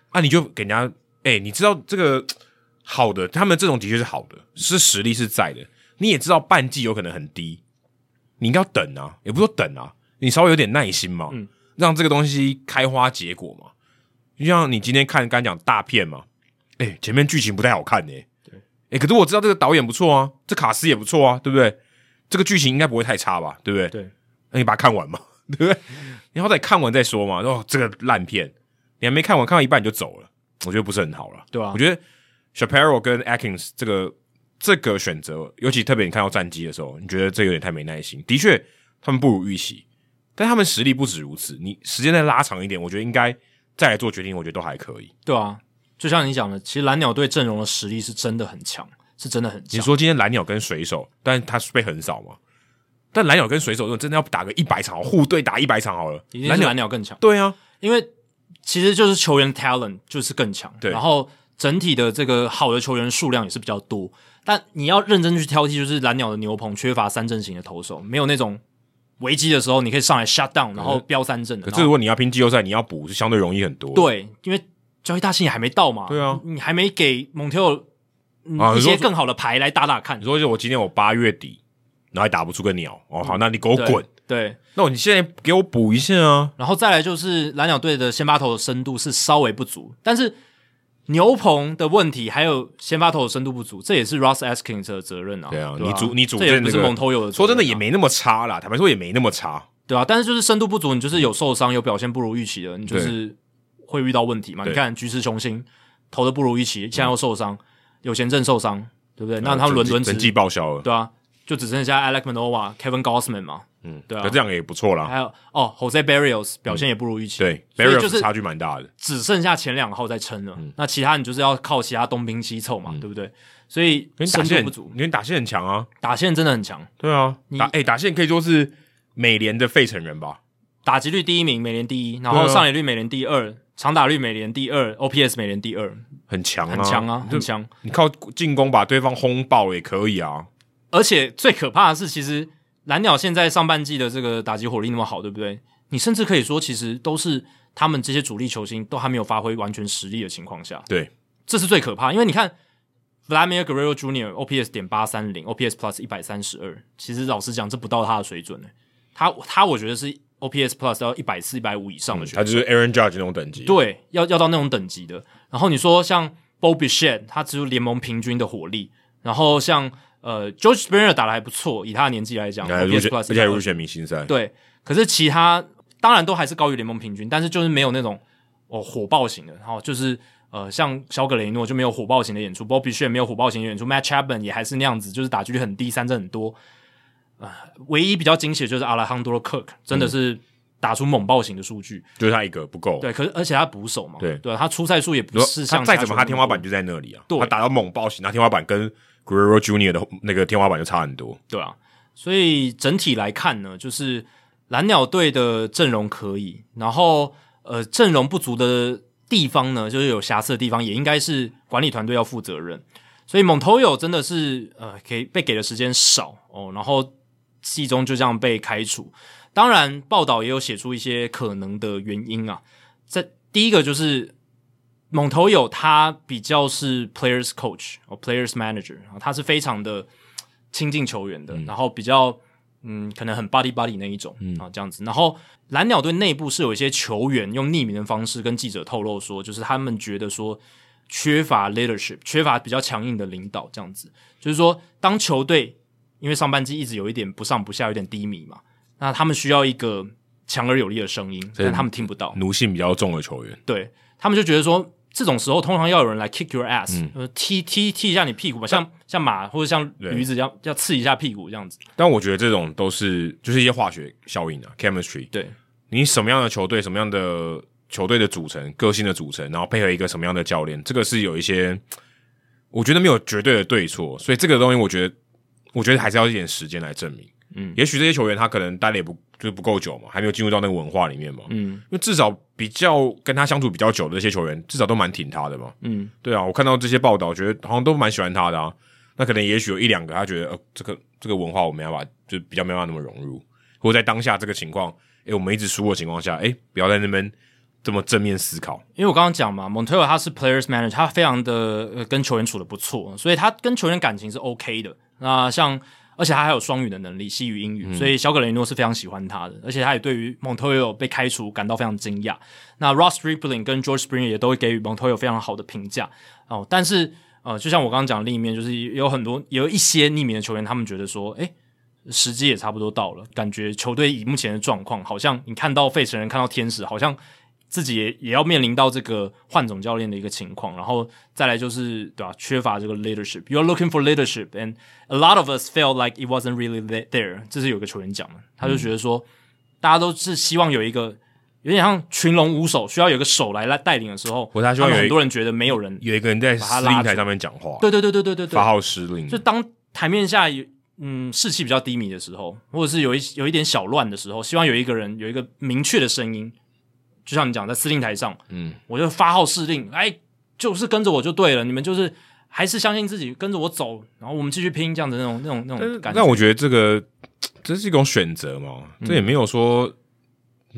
Speaker 2: 啊，你就给人家，哎、你知道这个好的，他们这种的确是好的，是实力是在的。你也知道半季有可能很低，你应该要等啊，也不是说等啊，你稍微有点耐心嘛，
Speaker 1: 嗯
Speaker 2: 让这个东西开花结果嘛。就像你今天看刚才讲大片嘛，哎、前面剧情不太好看呢、
Speaker 1: 对
Speaker 2: 哎、可是我知道这个导演不错啊，这卡斯也不错啊，对不对？这个剧情应该不会太差吧，对不对？
Speaker 1: 对，
Speaker 2: 那你把它看完嘛， 对不对？你好歹看完再说嘛。哦，这个烂片，你还没看完，看到一半你就走了，我觉得不是很好了。
Speaker 1: 对啊
Speaker 2: 我觉得 Shapiro 跟 Atkins 这个这个选择，尤其特别你看到战绩的时候，你觉得这有点太没耐心。的确，他们不如预期，但他们实力不止如此。你时间再拉长一点，我觉得应该再来做决定，我觉得都还可以。
Speaker 1: 对啊，就像你讲的，其实蓝鸟队阵容的实力是真的很强，是真的很
Speaker 2: 你
Speaker 1: 强。
Speaker 2: 说今天蓝鸟跟水手，但他被横扫嘛？但蓝鸟跟水手，如果真的要打个一百场，互对打一百场好了，
Speaker 1: 一定是
Speaker 2: 鸟
Speaker 1: 蓝鸟更强，
Speaker 2: 对啊，
Speaker 1: 因为其实就是球员 talent 就是更强，
Speaker 2: 对
Speaker 1: 然后整体的这个好的球员数量也是比较多。但你要认真去挑剔，就是蓝鸟的牛棚缺乏三阵型的投手，没有那种危机的时候你可以上来 shut down，然后飙三阵的。
Speaker 2: 可
Speaker 1: 然
Speaker 2: 是
Speaker 1: 后
Speaker 2: 如果你要拼季后赛，你要补是相对容易很多。
Speaker 1: 对，因为交易大限也还没到嘛，
Speaker 2: 对啊
Speaker 1: 你还没给蒙特尔、嗯
Speaker 2: 啊
Speaker 1: 一
Speaker 2: 你说
Speaker 1: 些更好的牌来打打看
Speaker 2: 你。说就我今天我八月底，然后还打不出个鸟，哦好，那你给我
Speaker 1: 嗯对
Speaker 2: 滚！
Speaker 1: 对，
Speaker 2: 那我你现在给我补一下啊！
Speaker 1: 然后再来就是蓝鸟队的先发投的深度是稍微不足，但是牛棚的问题还有先发投的深度不足，这也是 Ross Askins 的责任啊。
Speaker 2: 对啊，
Speaker 1: 吧
Speaker 2: 你主你主
Speaker 1: 这也
Speaker 2: 阵
Speaker 1: 不是
Speaker 2: 这个
Speaker 1: 蒙头友的责任啊、
Speaker 2: 说真的也没那么差啦，坦白说也没那么差。
Speaker 1: 对啊，但是就是深度不足，你就是有受伤，有表现不如预期的，你就是会遇到问题嘛。
Speaker 2: 对
Speaker 1: 你看菊池雄心投的不如预期，现在又受伤，有贤正受伤，对不对？那他们轮轮
Speaker 2: 嗯整整
Speaker 1: 值
Speaker 2: 季报销了，
Speaker 1: 对啊，就只剩下 Alec Manoa、Kevin Gossman 嘛，
Speaker 2: 嗯，
Speaker 1: 对啊
Speaker 2: 可这样也不错啦。
Speaker 1: 还有哦 Jose Barrios 表现也不如预期，
Speaker 2: 对 b
Speaker 1: 所
Speaker 2: a r
Speaker 1: 以
Speaker 2: r
Speaker 1: 就
Speaker 2: i
Speaker 1: 是
Speaker 2: 差距蛮大的，
Speaker 1: 只剩下前两号在撑了，
Speaker 2: 嗯
Speaker 1: 那其他你就是要靠其他东拼西凑嘛，对不对？所以
Speaker 2: 因为打
Speaker 1: 深度
Speaker 2: 线
Speaker 1: 不足，，
Speaker 2: 嗯因为打线很强啊。
Speaker 1: 打线真的很强，
Speaker 2: 对啊，打哎打线可以说是美联的费城人吧？
Speaker 1: 打击率第一名，美联第一，然后
Speaker 2: 对啊
Speaker 1: 上垒率美联第二，长打率美联第二，OPS 美联第二，
Speaker 2: 很强啊，
Speaker 1: 很强啊，
Speaker 2: 就
Speaker 1: 很强。
Speaker 2: 你靠进攻把对方轰爆也可以啊，
Speaker 1: 而且最可怕的是，其实蓝鸟现在上半季的这个打击火力那么好，对不对？你甚至可以说，其实都是他们这些主力球星都还没有发挥完全实力的情况下，
Speaker 2: 对，
Speaker 1: 这是最可怕。因为你看，Vladimir Guerrero Jr. OPS 点八三零，OPS Plus 一百三十二，其实老实讲，这不到他的水准呢、欸他他我觉得是 OPS Plus 要一百四、一百五以上的选手、
Speaker 2: 他就是 Aaron Judge 那种等级，
Speaker 1: 对，要要到那种等级的。然后你说像 Bobby s h e d 他只有联盟平均的火力。然后像呃 George Springer 打的还不错，以他的年纪来讲
Speaker 2: 还入
Speaker 1: ，OPS
Speaker 2: 选，哎而
Speaker 1: 啊 Plus
Speaker 2: 且还入选明星赛，
Speaker 1: 对。可是其他当然都还是高于联盟平均，但是就是没有那种哦火爆型的，然后就是呃像小葛雷诺就没有火爆型的演出，Bobby s h e d 没有火爆型的演出，Matt Chapman 也还是那样子，就是打击率很低，三振很多。啊、唯一比较惊喜的就是阿拉亨多 Kirk 真
Speaker 2: 嗯
Speaker 1: 的是打出猛爆型的数据，
Speaker 2: 就是他一个不够，
Speaker 1: 对，可是而且他捕手嘛，
Speaker 2: 对
Speaker 1: 对啊，他出赛数也不
Speaker 2: 如果
Speaker 1: 是
Speaker 2: 他
Speaker 1: 像
Speaker 2: 再
Speaker 1: 其
Speaker 2: 怎么
Speaker 1: 球
Speaker 2: 他
Speaker 1: 队
Speaker 2: 天花板
Speaker 1: 多
Speaker 2: 就在那里啊，
Speaker 1: 对
Speaker 2: 他打到猛爆型，他天花板跟 Guerrero Junior 的那个天花板就差很多，
Speaker 1: 对啊，所以整体来看呢，就是蓝鸟队的阵容可以，然后呃阵容不足的地方呢，就是有瑕疵的地方，也应该是管理团队要负责任。所以蒙头友真的是呃给被给的时间少哦，然后季中就这样被开除。当然，报道也有写出一些可能的原因啊。这第一个就是蒙头友他比较是 players coach 哦 players manager，然后他是非常的亲近球员的，然后比较嗯可能很 body body 那一种
Speaker 2: 嗯
Speaker 1: 啊这样子。然后蓝鸟队内部是有一些球员用匿名的方式跟记者透露说，就是他们觉得说缺乏 leadership，缺乏比较强硬的领导这样子。就是说，当球队因为上半季一直有一点不上不下，有点低迷嘛，那他们需要一个强而有力的声音，
Speaker 2: 所以
Speaker 1: 但他们听不到。
Speaker 2: 奴性比较重的球员，
Speaker 1: 对他们就觉得说，这种时候通常要有人来 kick your ass，、呃，踢踢踢一下你屁股吧，像像马或者像
Speaker 2: 对
Speaker 1: 驴子一样，要刺一下屁股这样子。
Speaker 2: 但我觉得这种都是就是一些化学效应啊，chemistry，
Speaker 1: 对
Speaker 2: 你什么样的球队，什么样的球队的组成，个性的组成，然后配合一个什么样的教练，这个是有一些，我觉得没有绝对的对错，所以这个东西，我觉得，我觉得还是要一点时间来证明。
Speaker 1: 嗯
Speaker 2: 也许这些球员他可能待的也不就是不够久嘛，还没有进入到那个文化里面嘛。
Speaker 1: 嗯
Speaker 2: 因为至少比较跟他相处比较久的这些球员，至少都蛮挺他的嘛。
Speaker 1: 嗯，
Speaker 2: 对啊，我看到这些报道，觉得好像都蛮喜欢他的啊。那可能也许有一两个，他觉得呃，这个这个文化我没办法，就比较没办法那么融入，或者在当下这个情况，诶、我们一直输的情况下，诶、不要在那边这么正面思考。
Speaker 1: 因为我刚刚讲嘛，Montero 他是 players manager，他非常的呃跟球员处的不错，所以他跟球员感情是 OK 的。那像而且他还有双语的能力，西语、英语，所以小葛雷诺是非常喜欢他的，而且他也对于 Montero 被开除感到非常惊讶。那 Ross Stripling 跟 George Springer 也都会给予 Montero 非常好的评价哦。但是呃，就像我刚刚讲的另一面，就是有很多有一些匿名的球员，他们觉得说，诶。时机也差不多到了，感觉球队以目前的状况，好像你看到费城人，看到天使，好像自己也也要面临到这个换总教练的一个情况。然后再来就是对吧、缺乏这个 leadership。You're looking for leadership, and a lot of us felt like it wasn't really the- there。这是有个球员讲的，他就觉得说，大家都是希望有一个有点像群龙无首，需要有一个手来来带领的时候，
Speaker 2: 或者他希望
Speaker 1: 们
Speaker 2: 有一
Speaker 1: 很多人觉得没有人。
Speaker 2: 有一个人在司令台上面讲话，
Speaker 1: 对对对对对对对，
Speaker 2: 发号施令，
Speaker 1: 就当台面下有嗯士气比较低迷的时候，或者是有一有一点小乱的时候，希望有一个人有一个明确的声音，就像你讲，在司令台上，
Speaker 2: 嗯，
Speaker 1: 我就发号施令，哎，就是跟着我就对了，你们就是还是相信自己，跟着我走，然后我们继续拼，这样子那种那种那
Speaker 2: 但
Speaker 1: 种
Speaker 2: 是
Speaker 1: 感觉。
Speaker 2: 但我觉得这个这是一种选择嘛，
Speaker 1: 嗯
Speaker 2: 这也没有说。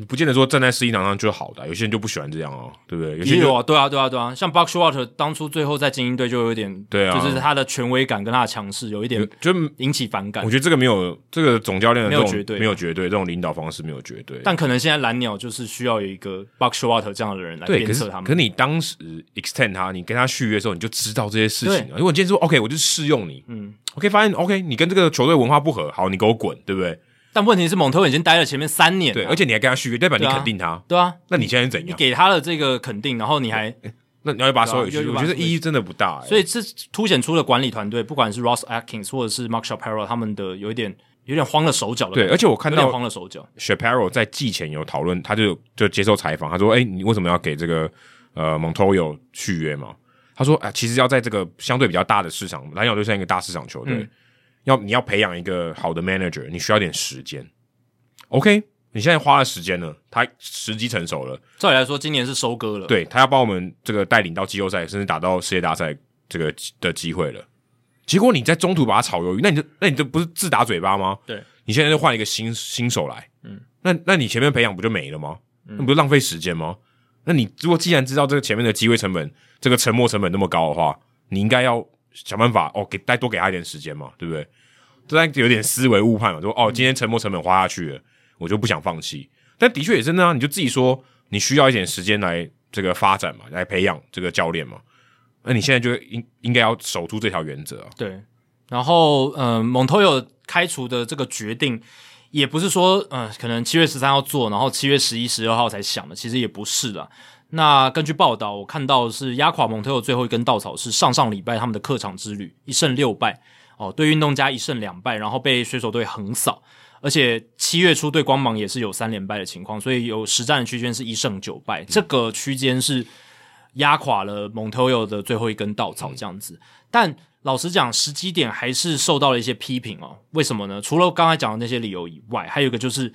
Speaker 2: 你不见得说站在司令台上就是好的啊、有些人就不喜欢这样哦、对不对？有些
Speaker 1: 也
Speaker 2: 人就
Speaker 1: 有啊，对啊，对啊，对啊，像 Buck Showalter 当初最后在精英队就有点，
Speaker 2: 对啊
Speaker 1: 就是他的权威感跟他的强势有一点
Speaker 2: 就
Speaker 1: 引起反感
Speaker 2: 我。觉得这个没有这个总教练的
Speaker 1: 没有
Speaker 2: 这种
Speaker 1: 绝对啊
Speaker 2: 没有绝对这种领导方式没有绝对，
Speaker 1: 但可能现在蓝鸟就是需要有一个 Buck Showalter 这样的人来
Speaker 2: 对，
Speaker 1: 鞭
Speaker 2: 可是
Speaker 1: 策他
Speaker 2: 可是
Speaker 1: 们。
Speaker 2: 你当时 extend 他，你跟他续约的时候，你就知道这些事情了。如果你今天说 OK，我就试用你，嗯，OK，发现 OK，你跟这个球队文化不合，好，你给我滚，对不对？
Speaker 1: 但问题是，蒙特已经待了前面三年了，
Speaker 2: 对，而且你还跟他续约，代表你
Speaker 1: 对啊
Speaker 2: 肯定他。
Speaker 1: 对啊，
Speaker 2: 那你现在是怎样？
Speaker 1: 给他了这个肯定，然后你还，
Speaker 2: 那你要把他收回
Speaker 1: 对啊
Speaker 2: 去，
Speaker 1: 又又
Speaker 2: 我觉
Speaker 1: 把
Speaker 2: 得
Speaker 1: 他
Speaker 2: 意义真的不大。欸
Speaker 1: 所
Speaker 2: 以
Speaker 1: 以这凸显出了管理团队，不管是 Ross Atkins 或者是 Mark Shapiro 他们的有一点有点慌了手脚的感觉，
Speaker 2: 对，而且我看
Speaker 1: 有点
Speaker 2: 到
Speaker 1: 慌了手脚，
Speaker 2: Shapiro 在季前有讨论，他就就接受采访，他说：“哎，你为什么要给这个呃 Montoyo 续约嘛？”他说：“啊，其实要在这个相对比较大的市场，蓝鸟队像一个大市场球队，
Speaker 1: 嗯
Speaker 2: 要你要培养一个好的 manager，你需要点时间。OK，你现在花了时间了，他时机成熟了，
Speaker 1: 照理来说，今年是收割了。，
Speaker 2: 对他要帮我们这个带领到季后赛，甚至打到世界大赛这个的机会了。结果你在中途把他炒鱿鱼，那你就那你这不是自打嘴巴吗？
Speaker 1: 对，
Speaker 2: 你现在就换一个新新手来，
Speaker 1: 嗯，
Speaker 2: 那那你前面培养不就没了吗？那不是浪费时间吗？那你如果既然知道这个前面的机会成本、这个沉没成本那么高的话，你应该要想办法哦，给再多给他一点时间嘛，对不对？这但有点思维误判嘛，说哦，今天沉没成本花下去了，我就不想放弃。但的确也是那样，你就自己说你需要一点时间来这个发展嘛，来培养这个教练嘛。那你现在就应应该要守住这条原则啊。
Speaker 1: 对，然后呃，蒙托有开除的这个决定，也不是说呃，可能七月十三号做，然后七月十一、十二号才想的，其实也不是的。那根据报道，我看到是压垮蒙特尔最后一根稻草是上上礼拜他们的客场之旅，一胜六败哦，对运动家一胜两败，然后被水手队横扫，而且七月初对光芒也是有三连败的情况，所以有实战的区间是一胜九败，这个区间是压垮了蒙特尔的最后一根稻草这样子。但老实讲，时机点还是受到了一些批评哦。为什么呢？除了刚才讲的那些理由以外，还有一个就是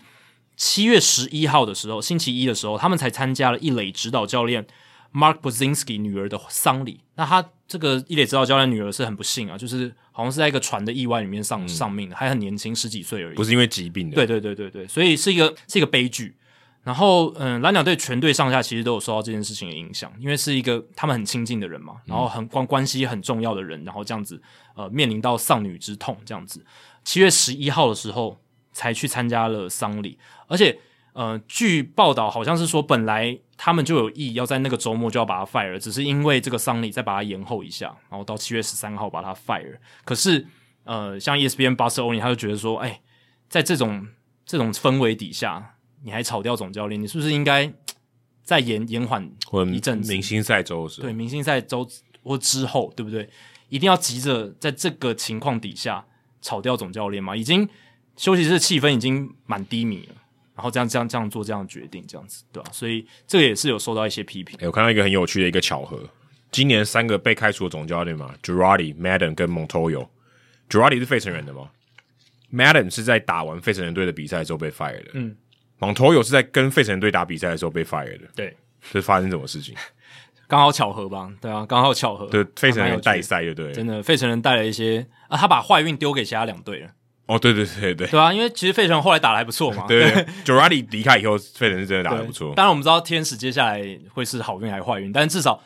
Speaker 1: 七月十一号的时候，星期一的时候，他们才参加了一垒指导教练 Mark Bozinski 女儿的丧礼。那他这个一垒指导教练女儿是很不幸啊，就是好像是在一个船的意外里面丧丧命的，还很年轻，十几岁而已
Speaker 2: 不。是因为疾病的，
Speaker 1: 对对对对对，所以是一个是一个悲剧。然后，嗯，蓝鸟队全队上下其实都有受到这件事情的影响，因为是一个他们很亲近的人嘛，然后很关关系很重要的人，然后这样子，呃，面临到丧女之痛这样子。七月十一号的时候才去参加了丧礼，而且，呃，据报道好像是说本来他们就有意要在那个周末就要把他 fire，只是因为这个丧礼再把它延后一下，然后到七月十三号把他 fire。可是，呃，像 ESPN 巴斯欧尼他就觉得说，哎。在这种这种氛围底下，你还炒掉总教练，你是不是应该再延延缓
Speaker 2: 或者
Speaker 1: 一阵子
Speaker 2: 明星赛周是，
Speaker 1: 对明星赛周或之后，对不对？一定要急着在这个情况底下炒掉总教练嘛？已经休息室气氛已经蛮低迷了，然后这样这样这样做这样的决定，这样子对吧、所以这个也是有受到一些批评。
Speaker 2: 欸我看到一个很有趣的一个巧合，今年三个被开除的总教练嘛，Girardi、Madden 跟 Montoyo。Girardi 是费城人的吗？Madden 是在打完费城人队的比赛之后被 fire 的，
Speaker 1: 嗯
Speaker 2: ，Montoyo 是在跟费城人队打比赛的时候被 fire 的，
Speaker 1: 对，
Speaker 2: 这是发生什么事 情？
Speaker 1: 刚好巧合吧？对啊，刚好巧合。
Speaker 2: 对，费城
Speaker 1: 还蛮
Speaker 2: 人
Speaker 1: 有趣
Speaker 2: 带赛就对了，
Speaker 1: 真的，费城人带了一些啊，他把坏运丢给其他两队了，
Speaker 2: 哦，对对对对
Speaker 1: 对啊，因为其实费城人后来打的还不错嘛，
Speaker 2: 对对，Girardi 离开以后，费城是真的打
Speaker 1: 对，
Speaker 2: 得不错，
Speaker 1: 当然，我们知道天使接下来会是好运还是坏运，但至少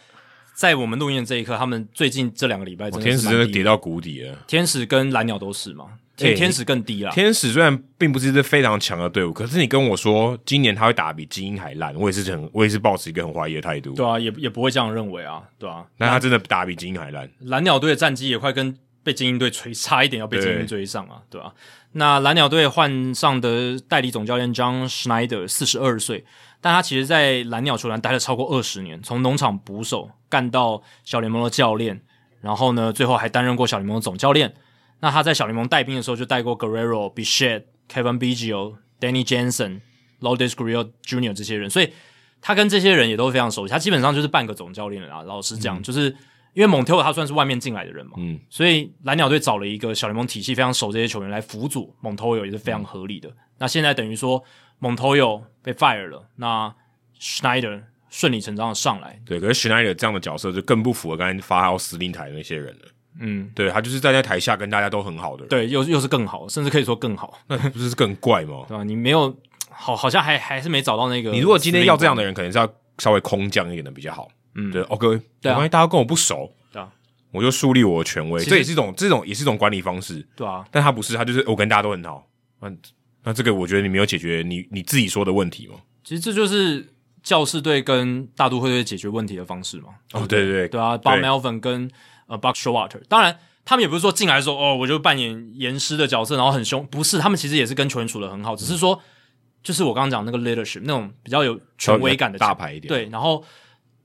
Speaker 1: 在我们录音的这一刻，他们最近这两个礼拜真的是
Speaker 2: 哦天使真
Speaker 1: 蛮
Speaker 2: 的
Speaker 1: 低
Speaker 2: 跌，到谷底了。
Speaker 1: 天使跟蓝鸟都是嘛，
Speaker 2: 对
Speaker 1: 天天使更低啦。
Speaker 2: 天使虽然并不是一支非常强的队伍，可是你跟我说今年他会打得比精英还烂，我也是很我也是抱持一个很怀疑的态度。
Speaker 1: 对啊，也也不会这样认为啊，对啊。
Speaker 2: 那他真的打得比精英还烂。
Speaker 1: 蓝鸟队的战绩也快跟被精英队追，差一点要被精英追上啊，对吧、那蓝鸟队换上的代理总教练 John Schneider 四十二岁，但他其实在蓝鸟球团待了超过二十年，从农场捕手干到小联盟的教练，然后呢，最后还担任过小联盟的总教练。那他在小联盟带兵的时候，就带过 Guerrero、Bichette、Kevin Biggio、Danny Jensen、Lourdes Gurriel Jr. 这些人，所以他跟这些人也都非常熟悉。他基本上就是半个总教练了啦。老实讲，就是因为蒙特尔他算是外面进来的人嘛，
Speaker 2: 嗯
Speaker 1: 所以蓝鸟队找了一个小联盟体系非常熟这些球员来辅佐蒙特尔也是非常合理的。那现在等于说蒙特尔被 fire 了，那 Schneider 顺理成章的上来，
Speaker 2: 对，可是 Schneider 这样的角色就更不符合刚才发号司令台的那些人了。
Speaker 1: 嗯，
Speaker 2: 对他就是站在台下跟大家都很好的人，
Speaker 1: 对，又又是更好，甚至可以说更好，
Speaker 2: 那不是更怪吗？
Speaker 1: 对啊吧、你没有好，好像还还是没找到那个。
Speaker 2: 你如果今天要这样，的人，可能是要稍微空降一点的比较好。
Speaker 1: 嗯
Speaker 2: 对，OK，
Speaker 1: 对啊
Speaker 2: 没关系，大家跟我不熟，
Speaker 1: 对啊，
Speaker 2: 我就树立我的权威，
Speaker 1: 其实
Speaker 2: 这也是一种这种也是一种管理方式。
Speaker 1: 对啊，
Speaker 2: 但他不是，他就是我跟大家都很好。那那这个我觉得你没有解决你你自己说的问题嘛？
Speaker 1: 其实这就是教士队跟大都会队解决问题的方式嘛。
Speaker 2: 哦，对对
Speaker 1: 对啊
Speaker 2: 对
Speaker 1: ，Bob Melvin 跟呃 Buck Showalter，当然他们也不是说进来说哦，我就扮演严师的角色，然后很凶，不是，他们其实也是跟球员处的很好，只是说就是我刚刚讲那个 leadership 那种比较有权威感的
Speaker 2: 大牌一点，，
Speaker 1: 对，然后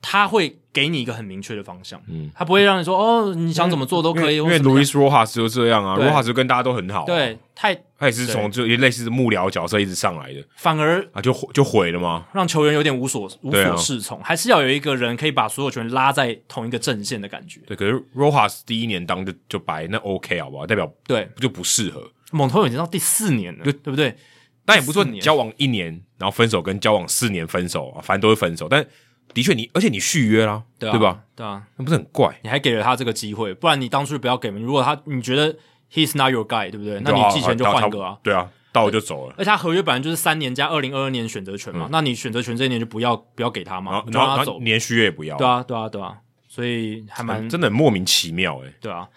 Speaker 1: 他会给你一个很明确的方向，
Speaker 2: 嗯
Speaker 1: 嗯，他不会让你说哦，你想怎么做都可以，
Speaker 2: 因
Speaker 1: 或
Speaker 2: 为
Speaker 1: 怎么样
Speaker 2: Louis Rojas 就这样啊
Speaker 1: 对
Speaker 2: ，Rojas 就跟大家都很好，，啊
Speaker 1: 对太
Speaker 2: 他也是从就类似幕僚角色一直上来的
Speaker 1: 反而
Speaker 2: 啊，就就毁了吗？
Speaker 1: 让球员有点无所无
Speaker 2: 对啊
Speaker 1: 所适从，还是要有一个人可以把所有球员拉在同一个阵线的感觉。
Speaker 2: 对，可是 Rojas 第一年当就就白，那 OK 好不好？代表
Speaker 1: 对，
Speaker 2: 就不适合。
Speaker 1: 蒙头已经到第四年了，对不对？
Speaker 2: 但也不是说
Speaker 1: 四
Speaker 2: 你
Speaker 1: 年
Speaker 2: 交往一年然后分手，跟交往四年分手啊，反正都会分手。但的确你，而且你续约啦，
Speaker 1: 对啊，
Speaker 2: 吧？？
Speaker 1: 对啊，
Speaker 2: 那不是很怪？
Speaker 1: 你还给了他这个机会，不然你当初不要给嘛。如果他你觉得 he's not your guy，对不对？那你
Speaker 2: 对啊
Speaker 1: 季前就
Speaker 2: 到
Speaker 1: 换个啊。
Speaker 2: 对啊，到我就走了。
Speaker 1: 而且他合约本来就是三年加二零二二年选择权嘛，那你选择权这一年就不要不要给他
Speaker 2: 嗯然
Speaker 1: 嘛
Speaker 2: 后，
Speaker 1: 你就
Speaker 2: 然
Speaker 1: 让
Speaker 2: 后
Speaker 1: 他
Speaker 2: 然
Speaker 1: 走
Speaker 2: 后。连续约也不要，
Speaker 1: 对啊，对啊，对啊，所以还蛮
Speaker 2: 嗯真的很莫名其妙哎、
Speaker 1: 对啊。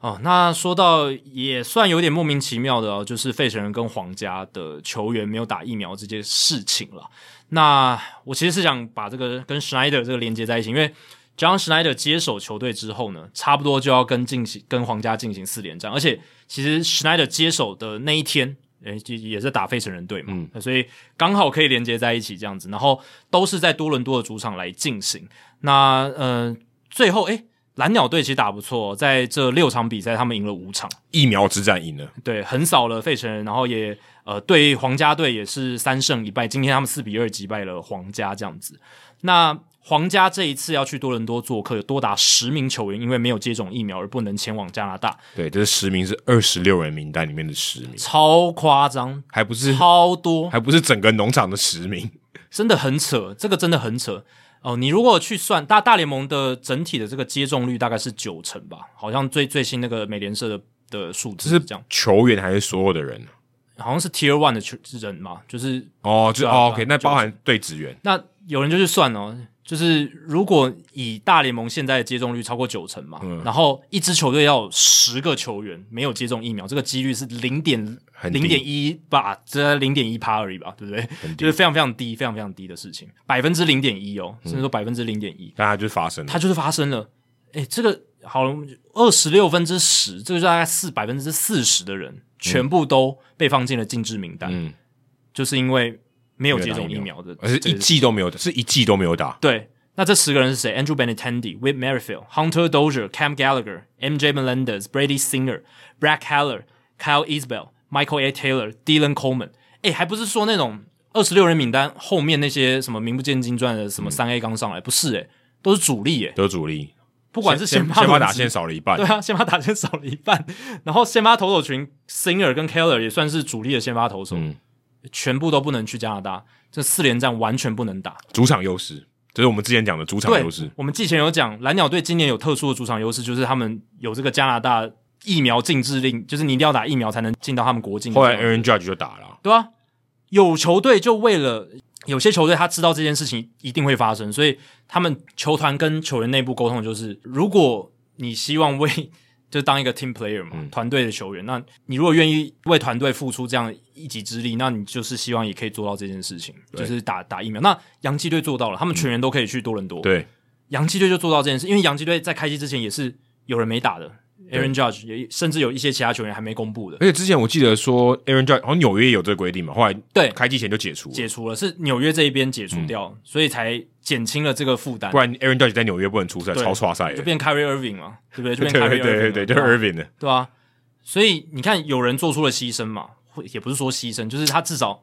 Speaker 1: 哦，那说到也算有点莫名其妙的哦，就是费城人跟皇家的球员没有打疫苗这件事情了。那我其实是想把这个跟 Schneider 这个连接在一起，因为 John Schneider 接手球队之后呢，差不多就要跟进行跟皇家进行四连战，而且其实 Schneider 接手的那一天，诶、也也是打费城人队嘛，所以刚好可以连接在一起这样子，然后都是在多伦多的主场来进行。那呃，最后诶。蓝鸟队其实打不错、在这六场比赛他们赢了五场，
Speaker 2: 疫苗之战赢了，
Speaker 1: 对，横扫了费城人，然后也呃对皇家队也是三胜一败，今天他们四比二击败了皇家这样子。那皇家这一次要去多伦多做客，有多达十名球员因为没有接种疫苗而不能前往加拿大，
Speaker 2: 对，这是十名是二十六人名单里面的十名，
Speaker 1: 超夸张，
Speaker 2: 还不是
Speaker 1: 超多，
Speaker 2: 还不是整个农场的十名，
Speaker 1: 真的很扯，这个真的很扯哦。你如果去算大大联盟的整体的这个接种率大概是九成吧，好像最最新那个美联社的的数字
Speaker 2: 这
Speaker 1: 这样
Speaker 2: 是。球员还是所有的人？
Speaker 1: 好像是 Tier One 的球人嘛，就是
Speaker 2: 哦，就
Speaker 1: 对啊
Speaker 2: 哦
Speaker 1: 对啊
Speaker 2: OK，那包含队职员，
Speaker 1: 那有人就是算哦，就是如果以大联盟现在的接种率超过九成嘛，
Speaker 2: 嗯
Speaker 1: 然后一支球队要有十个球员没有接种疫苗，这个几率是零点
Speaker 2: 很低
Speaker 1: 零点一吧，这零点一趴而已吧，对不对？就是非常非常低，非常非常低的事情，百分之零点一哦，甚至说百分之零点一，
Speaker 2: 但他就是发生了
Speaker 1: 它。就是发生了。诶，这个好了，二十六分之十，这个就大概四百分之四十的人全部都被放进了禁制名单，
Speaker 2: 嗯
Speaker 1: 就是因为没有
Speaker 2: 没有
Speaker 1: 接
Speaker 2: 打
Speaker 1: 种疫
Speaker 2: 疫苗
Speaker 1: 苗的，
Speaker 2: 而是
Speaker 1: 这
Speaker 2: 一季都没有打，是一季都没有打。
Speaker 1: 对，那这十个人是谁？Andrew Benintendi、Whit Merrifield、Hunter Dozier、Cam Gallagher、MJ Melendez、Brady Singer、Brad Keller、Kyle Isbell、Michael A. Taylor、Dylan Coleman。哎，还不是说那种二十六人名单后面那些什么名不见经传的什
Speaker 2: 嗯
Speaker 1: 么三 A 刚上来，不是哎、都是主力哎、
Speaker 2: 得主力，
Speaker 1: 不
Speaker 2: 不
Speaker 1: 管是
Speaker 2: 先
Speaker 1: 先发
Speaker 2: 先发
Speaker 1: 轮
Speaker 2: 打
Speaker 1: 值
Speaker 2: 线少了一半
Speaker 1: 对，啊，先发打线少了一半，然后先发投手群 Singer 跟 Keller 也算是主力的先发投手，
Speaker 2: 嗯
Speaker 1: 全部都不能去加拿大，这四连战完全不能打。
Speaker 2: 主场优势，这是我们之前讲的主场
Speaker 1: 对，
Speaker 2: 优势。
Speaker 1: 我们季前有讲，蓝鸟队今年有特殊的主场优势，就是他们有这个加拿大疫苗禁制令，就是你一定要打疫苗才能进到他们国境。
Speaker 2: 后来 Aaron Judge 就打了，
Speaker 1: 对啊，有球队就为了有些球队他知道这件事情一定会发生，所以他们球团跟球员内部沟通就是，如果你希望为就当一个 team player 嘛，团队的球员，那你如果愿意为团队付出这样一己之力，那你就是希望也可以做到这件事情，就是打打疫苗。那洋基队做到了，他们全员都可以去多伦多，
Speaker 2: 对，
Speaker 1: 洋基队就做到这件事，因为洋基队在开机之前也是有人没打的，Aaron Judge 也甚至有一些其他球员还没公布的
Speaker 2: 而且之前我记得说 Aaron Judge 好像纽约也有这个规定嘛，后来
Speaker 1: 对
Speaker 2: 开季前就解除了，
Speaker 1: 解除了，是纽约这一边解除掉，所以才减轻了这个负担
Speaker 2: 嗯不，然 Aaron Judge 在纽约不能出赛，
Speaker 1: 对
Speaker 2: 超刷赛
Speaker 1: 就
Speaker 2: 的。
Speaker 1: 变 Kyrie Irving 嘛，对不对？就
Speaker 2: 对
Speaker 1: 变 Kyrie
Speaker 2: 对
Speaker 1: Irving，
Speaker 2: 对
Speaker 1: 了
Speaker 2: 对，就
Speaker 1: 对吧
Speaker 2: Irving 的，
Speaker 1: 对啊，所以你看，有人做出了牺牲嘛，会也不是说牺牲，就是他至少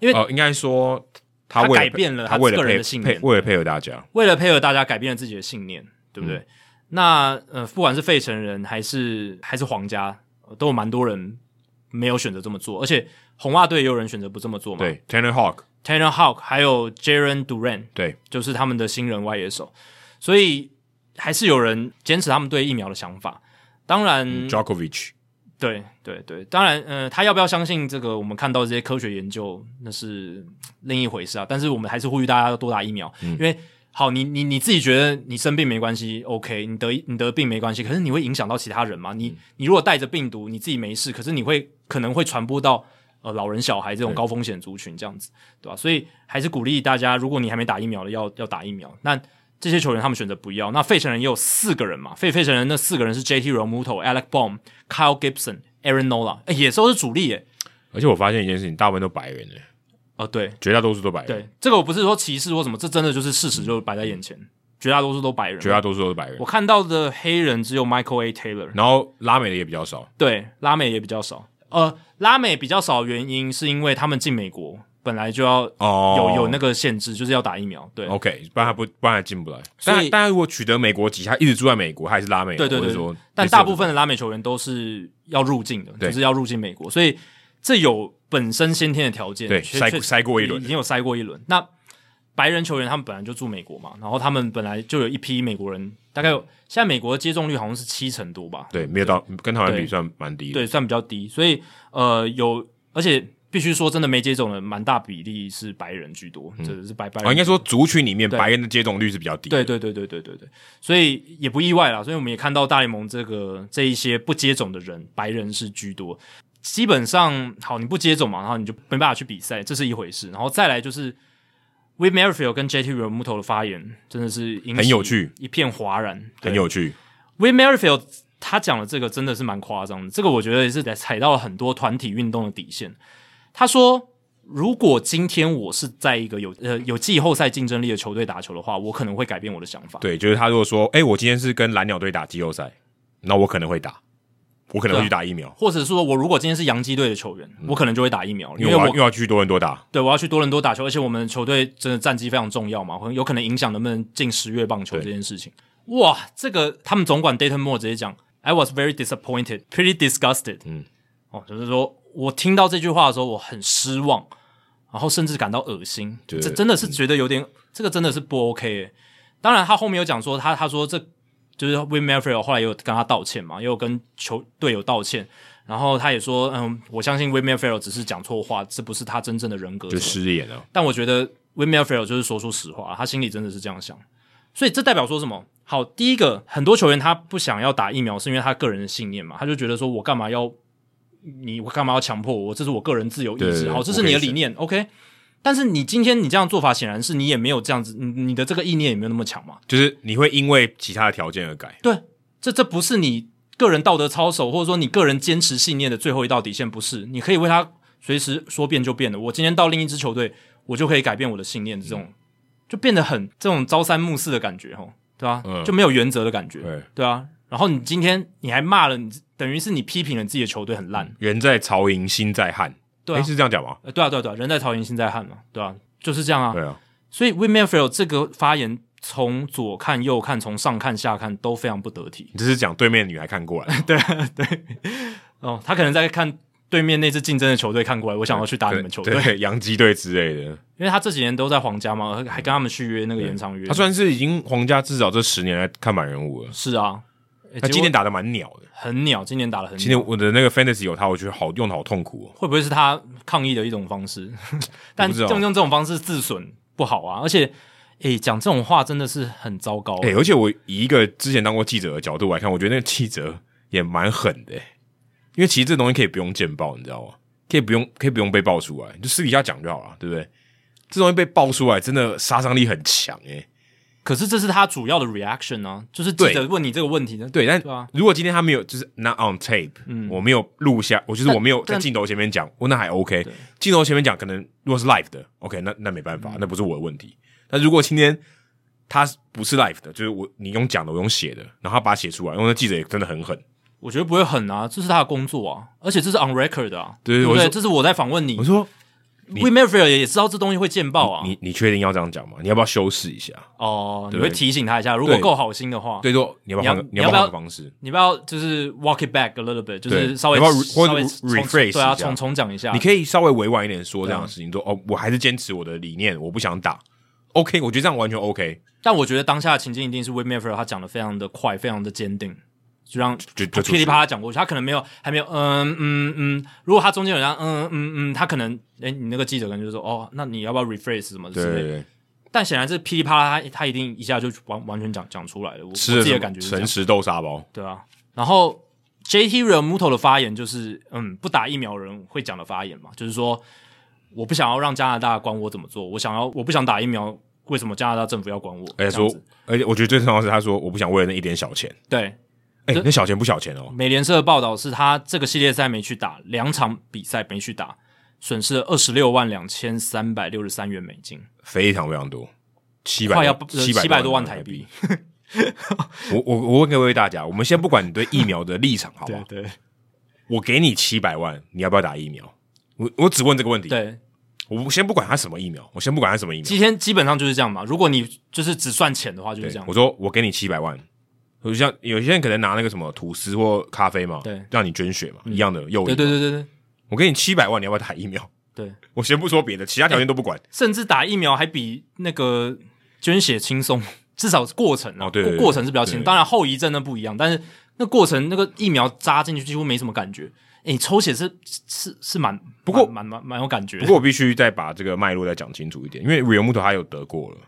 Speaker 1: 对
Speaker 2: 哦，应该说他
Speaker 1: 他
Speaker 2: 为了
Speaker 1: 改变了
Speaker 2: 他
Speaker 1: 他
Speaker 2: 为了
Speaker 1: 个人
Speaker 2: 配
Speaker 1: 的信
Speaker 2: 配
Speaker 1: 念
Speaker 2: 为了配合大家，
Speaker 1: 为了配合大家改变了自己的信念，对不对？
Speaker 2: 嗯
Speaker 1: 那呃，不管是费城人还是还是皇家，呃都有蛮多人没有选择这么做，而且红袜队也有人选择不这么做嘛。
Speaker 2: 对 Tanner Hawk，
Speaker 1: Tanner Hawk 还有 Jaren Duran
Speaker 2: 对，
Speaker 1: 就是他们的新人外野手，所以还是有人坚持他们对疫苗的想法。当然，
Speaker 2: 嗯 Djokovic，
Speaker 1: 对对对，当然，呃，他要不要相信这个我们看到这些科学研究，那是另一回事啊。但是我们还是呼吁大家要多打疫苗，因为好，你你你自己觉得你生病没关系，OK，你得你得病没关系，可是你会影响到其他人嘛？你你如果带着病毒，你自己没事，可是你会可能会传播到呃老人、小孩这种高风险族群这样子，对吧、所以还是鼓励大家，如果你还没打疫苗的，要要打疫苗。那这些球员他们选择不要。那费城人也有四个人嘛，费费城人那四个人是 J.T. Romuto、Alec Baum、Kyle Gibson、Aaron Nola，哎、也都是主力耶。
Speaker 2: 而且我发现一件事情，大部分都白人的，
Speaker 1: 哦，对
Speaker 2: 绝大多数都白人，
Speaker 1: 对，这个我不是说歧视或什么，这真的就是事实，就摆在眼前，绝大多数都白人。
Speaker 2: 绝大多数都是白人
Speaker 1: 我，看到的黑人只有 Michael A. Taylor，
Speaker 2: 然后拉美的也比较少，
Speaker 1: 对，拉美也比较少。呃，拉美比较少的原因是因为他们进美国本来就要
Speaker 2: 哦
Speaker 1: 有有那个限制，就是要打疫苗。对，
Speaker 2: OK，不然他不不然他进不来。
Speaker 1: 所以
Speaker 2: 但但他如果取得美国籍，他一直住在美国，他还是拉美人。
Speaker 1: 对对
Speaker 2: 我
Speaker 1: 对
Speaker 2: 是说，
Speaker 1: 但大部分的拉美球员都是要入境的，
Speaker 2: 对
Speaker 1: 就是要入境美国，所以这有本身先天的条件，
Speaker 2: 对
Speaker 1: 确
Speaker 2: 筛
Speaker 1: 确
Speaker 2: 筛过一轮
Speaker 1: 已经有筛过一轮。那白人球员他们本来就住美国嘛，然后他们本来就有一批美国人，大概有现在美国的接种率好像是七成多吧，
Speaker 2: 对，没有到跟台湾比
Speaker 1: 对
Speaker 2: 算蛮低的。
Speaker 1: 对，算比较低。所以呃，有而且必须说真的没接种的蛮大比例是白人居多，这、是白白人
Speaker 2: 啊，应该说族群里面
Speaker 1: 对
Speaker 2: 白人的接种率是比较低的。
Speaker 1: 对对对对对对对，所以也不意外啦。所以我们也看到大联盟这个这一些不接种的人，白人是居多。基本上，好，你不接种嘛，然后你就没办法去比赛，这是一回事。然后再来就是 w i t Merrifield 跟 JT Realmuto 的发言，真的是引起
Speaker 2: 很有趣，
Speaker 1: 一片哗然，
Speaker 2: 很
Speaker 1: 对
Speaker 2: 有趣。
Speaker 1: w i t Merrifield 他讲的这个真的是蛮夸张的，这个我觉得也是踩到了很多团体运动的底线。他说，如果今天我是在一个有呃有季后赛竞争力的球队打球的话，我可能会改变我的想法。
Speaker 2: 对，就是他如果说，哎、我今天是跟蓝鸟队打季后赛，那我可能会打，我可能
Speaker 1: 啊
Speaker 2: 会去打疫苗，
Speaker 1: 或者是说我如果今天是洋基队的球员，我可能就会打疫苗，
Speaker 2: 嗯因
Speaker 1: 因
Speaker 2: 为
Speaker 1: 为
Speaker 2: 我要
Speaker 1: 我
Speaker 2: 又要去多伦多打。
Speaker 1: 对我要去多伦多打球，而且我们球队真的战绩非常重要嘛，很有可能影响能不能进十月棒球
Speaker 2: 对
Speaker 1: 这件事情。哇，这个他们总管 Dayton Moore 直接讲，I was very disappointed, pretty disgusted。嗯，哦，就是说我听到这句话的时候，我很失望，然后甚至感到恶心，
Speaker 2: 对
Speaker 1: 这真的是觉得有点，这个真的是不 OK 欸、当然，他后面有讲说，他他说这就是 w i n m a f r e l 后来也有跟他道歉嘛，也有跟球队友道歉。然后他也说，嗯，我相信 w i n m a f r e l 只是讲错话，这不是他真正的人格。
Speaker 2: 就失联了，
Speaker 1: 但我觉得 w i n m a f r e l 就是说出实话，他心里真的是这样想。所以这代表说什么？好，第一个，很多球员他不想要打疫苗，是因为他个人的信念嘛，他就觉得说我干嘛要你，我干嘛要强迫我？这是我个人自由意
Speaker 2: 对对
Speaker 1: 志，
Speaker 2: 对
Speaker 1: 好，这
Speaker 2: 我
Speaker 1: 是
Speaker 2: 可以
Speaker 1: 你的
Speaker 2: 选
Speaker 1: 理念，OK。但是你今天你这样做法，显然是你也没有这样子，你你的这个意念也没有那么强嘛。
Speaker 2: 就是你会因为其他的条件而改。
Speaker 1: 对，这这不是你个人道德操守，或者说你个人坚持信念的最后一道底线，不是？你可以为他随时说变就变的。我今天到另一支球队，我就可以改变我的信念，这
Speaker 2: 嗯
Speaker 1: 种、就变得很这种朝三暮四的感觉，吼，对吧、
Speaker 2: 嗯
Speaker 1: 就没有原则的感觉，
Speaker 2: 对
Speaker 1: 啊。然后你今天你还骂了你，等于是你批评了自己的球队很烂，
Speaker 2: 人在曹营心在汉，
Speaker 1: 对啊
Speaker 2: 诶是这样讲吗？
Speaker 1: 呃对啊，对啊，对啊，人在曹营心在汉嘛，对啊，就是这样啊。
Speaker 2: 对啊，
Speaker 1: 所以 w i n m a f r e l 这个发言，从左看右看，从上看下看，都非常不得体。
Speaker 2: 你这是讲对面的女孩看过来，对，
Speaker 1: 哦，他可能在看对面那支竞争的球队看过来，我想要去啊打你们球队，
Speaker 2: 对，洋基队之类的。
Speaker 1: 因为他这几年都在皇家嘛，还跟他们续约那个延长约。
Speaker 2: 他算是已经皇家至少这十年来看板人物了。
Speaker 1: 是啊，欸结果
Speaker 2: 他今年打的蛮鸟的，
Speaker 1: 很鸟，今年打的很
Speaker 2: 今
Speaker 1: 鸟，
Speaker 2: 年我的那个 fantasy 有他，我觉得好用的好痛苦哦。
Speaker 1: 会不会是他抗议的一种方 式？但
Speaker 2: 不知道啊
Speaker 1: 正用这种方式自损不好啊，而且，诶、讲这种话真的是很糟糕、啊
Speaker 2: 哎、而且我以一个之前当过记者的角度来看，我觉得那个记者也蛮狠的、欸，因为其实这东西可以不用见报，你知道吗？可以不用，可以不用被爆出来，你就私底下讲就好了，对不对？这东西被爆出来，真的杀伤力很强诶、欸
Speaker 1: 可是这是他主要的 reaction 啊，就是记者问你这个问题呢，
Speaker 2: 对，但
Speaker 1: 对啊嗯
Speaker 2: 如果今天他没有就是 not on tape，、我没有录下，我就是
Speaker 1: 但
Speaker 2: 我没有在
Speaker 1: 但
Speaker 2: 镜头前面讲，我那还 OK。镜头前面讲，可能如果是 live 的，OK，那那没办
Speaker 1: 嗯
Speaker 2: 法，那不是我的问题。但如果今天他不是 live 的，就是我你用讲的，我用写的，然后他把它写出来，因为那记者也真的很狠，
Speaker 1: 我觉得不会狠啊，这是他的工作啊，而且这是 on record 的啊，
Speaker 2: 对
Speaker 1: 对不
Speaker 2: 我
Speaker 1: 对？
Speaker 2: 说
Speaker 1: 这是我在访问你
Speaker 2: 我说
Speaker 1: w i n m a f r e l 也知道这东西会见报啊，
Speaker 2: 你你确定要这样讲吗？你要不要修饰一下？
Speaker 1: 哦，你
Speaker 2: 对
Speaker 1: 会提醒他一下，如果
Speaker 2: 对
Speaker 1: 够好心的话，
Speaker 2: 对，说你要不要换个
Speaker 1: 你
Speaker 2: 要
Speaker 1: 要你要
Speaker 2: 不要换个
Speaker 1: 不要
Speaker 2: 方式？
Speaker 1: 你不要就是 walk it back a little bit，就
Speaker 2: 对
Speaker 1: 是稍微
Speaker 2: 要不要
Speaker 1: 稍微
Speaker 2: re-
Speaker 1: 重
Speaker 2: rephrase
Speaker 1: 对啊，
Speaker 2: 一下
Speaker 1: 重重讲一下，
Speaker 2: 你可以稍微委婉一点说这
Speaker 1: 对啊
Speaker 2: 样的事情，说哦，我还是坚持我的理念，我不想打。OK，我觉得这样完全 OK，
Speaker 1: 但我觉得当下的情境一定是 w i t m a f r e l 他讲的非常的快，非常的坚定，就让
Speaker 2: 就就
Speaker 1: 他
Speaker 2: 出去
Speaker 1: 噼里啪啦讲过去，他可能没有还没有嗯嗯嗯，如果他中间有让嗯嗯嗯，他可能哎你那个记者可能就说哦，那你要不要 rephrase 什么之
Speaker 2: 对对
Speaker 1: 类的，
Speaker 2: 对，
Speaker 1: 但显然是噼里啪啦，他他一定一下就完完全讲讲出来了，我我
Speaker 2: 吃了
Speaker 1: 自己
Speaker 2: 什
Speaker 1: 的感
Speaker 2: 么
Speaker 1: 觉是这样
Speaker 2: 诚实豆沙包，
Speaker 1: 对啊，然后 JT Realmuto 的发言就是，嗯，不打疫苗人会讲的发言嘛，就是说我不想要让加拿大管我怎么做，我想要我不想打疫苗，为什么加拿大政府要管我？
Speaker 2: 而且
Speaker 1: 这样
Speaker 2: 哎说
Speaker 1: 子，
Speaker 2: 而且我觉得最重要的是，他说我不想为了那一点小钱，
Speaker 1: 对，
Speaker 2: 哎、
Speaker 1: 这
Speaker 2: 那小钱不小钱哦，
Speaker 1: 美联社的报道是他这个系列赛没去打，两场比赛没去打，损失了二十六万两千三百六十三元美金，
Speaker 2: 非常非常多，七百
Speaker 1: 快要呃
Speaker 2: 七
Speaker 1: 七
Speaker 2: 百
Speaker 1: 百多万
Speaker 2: 台
Speaker 1: 台币。。
Speaker 2: 我我我问各位大家，我们先不管你对疫苗的立场，好吧？
Speaker 1: 对
Speaker 2: 我给你七百万，你要不要打疫苗？我我只问这个问题，
Speaker 1: 对，
Speaker 2: 我先不管它什么疫苗，我先不管它什么疫苗。
Speaker 1: 今天基本上就是这样嘛。如果你就是只算钱的话，就
Speaker 2: 对
Speaker 1: 是这样
Speaker 2: 我。说我给你七百万，我就像有些人可能拿那个什么吐司或咖啡嘛，
Speaker 1: 对嗯
Speaker 2: 让你捐血嘛，一样的诱因嘛。
Speaker 1: 对对对对对，
Speaker 2: 我给你七百万，你要不要打疫苗？
Speaker 1: 对，
Speaker 2: 我先不说别的，其他条件都不管。
Speaker 1: 甚至打疫苗还比那个捐血轻松， 至少是过程啊，
Speaker 2: 哦对对对
Speaker 1: 过过程是比较轻松。
Speaker 2: 对
Speaker 1: 当然后遗症那不一样，但是那过程那个疫苗扎进去几乎没什么感觉。诶，你抽血是是是蛮不
Speaker 2: 过
Speaker 1: 蛮蛮蛮有感觉的，
Speaker 2: 不过我必须再把这个脉络再讲清楚一点，因为 r i o m u t o 他有得过了，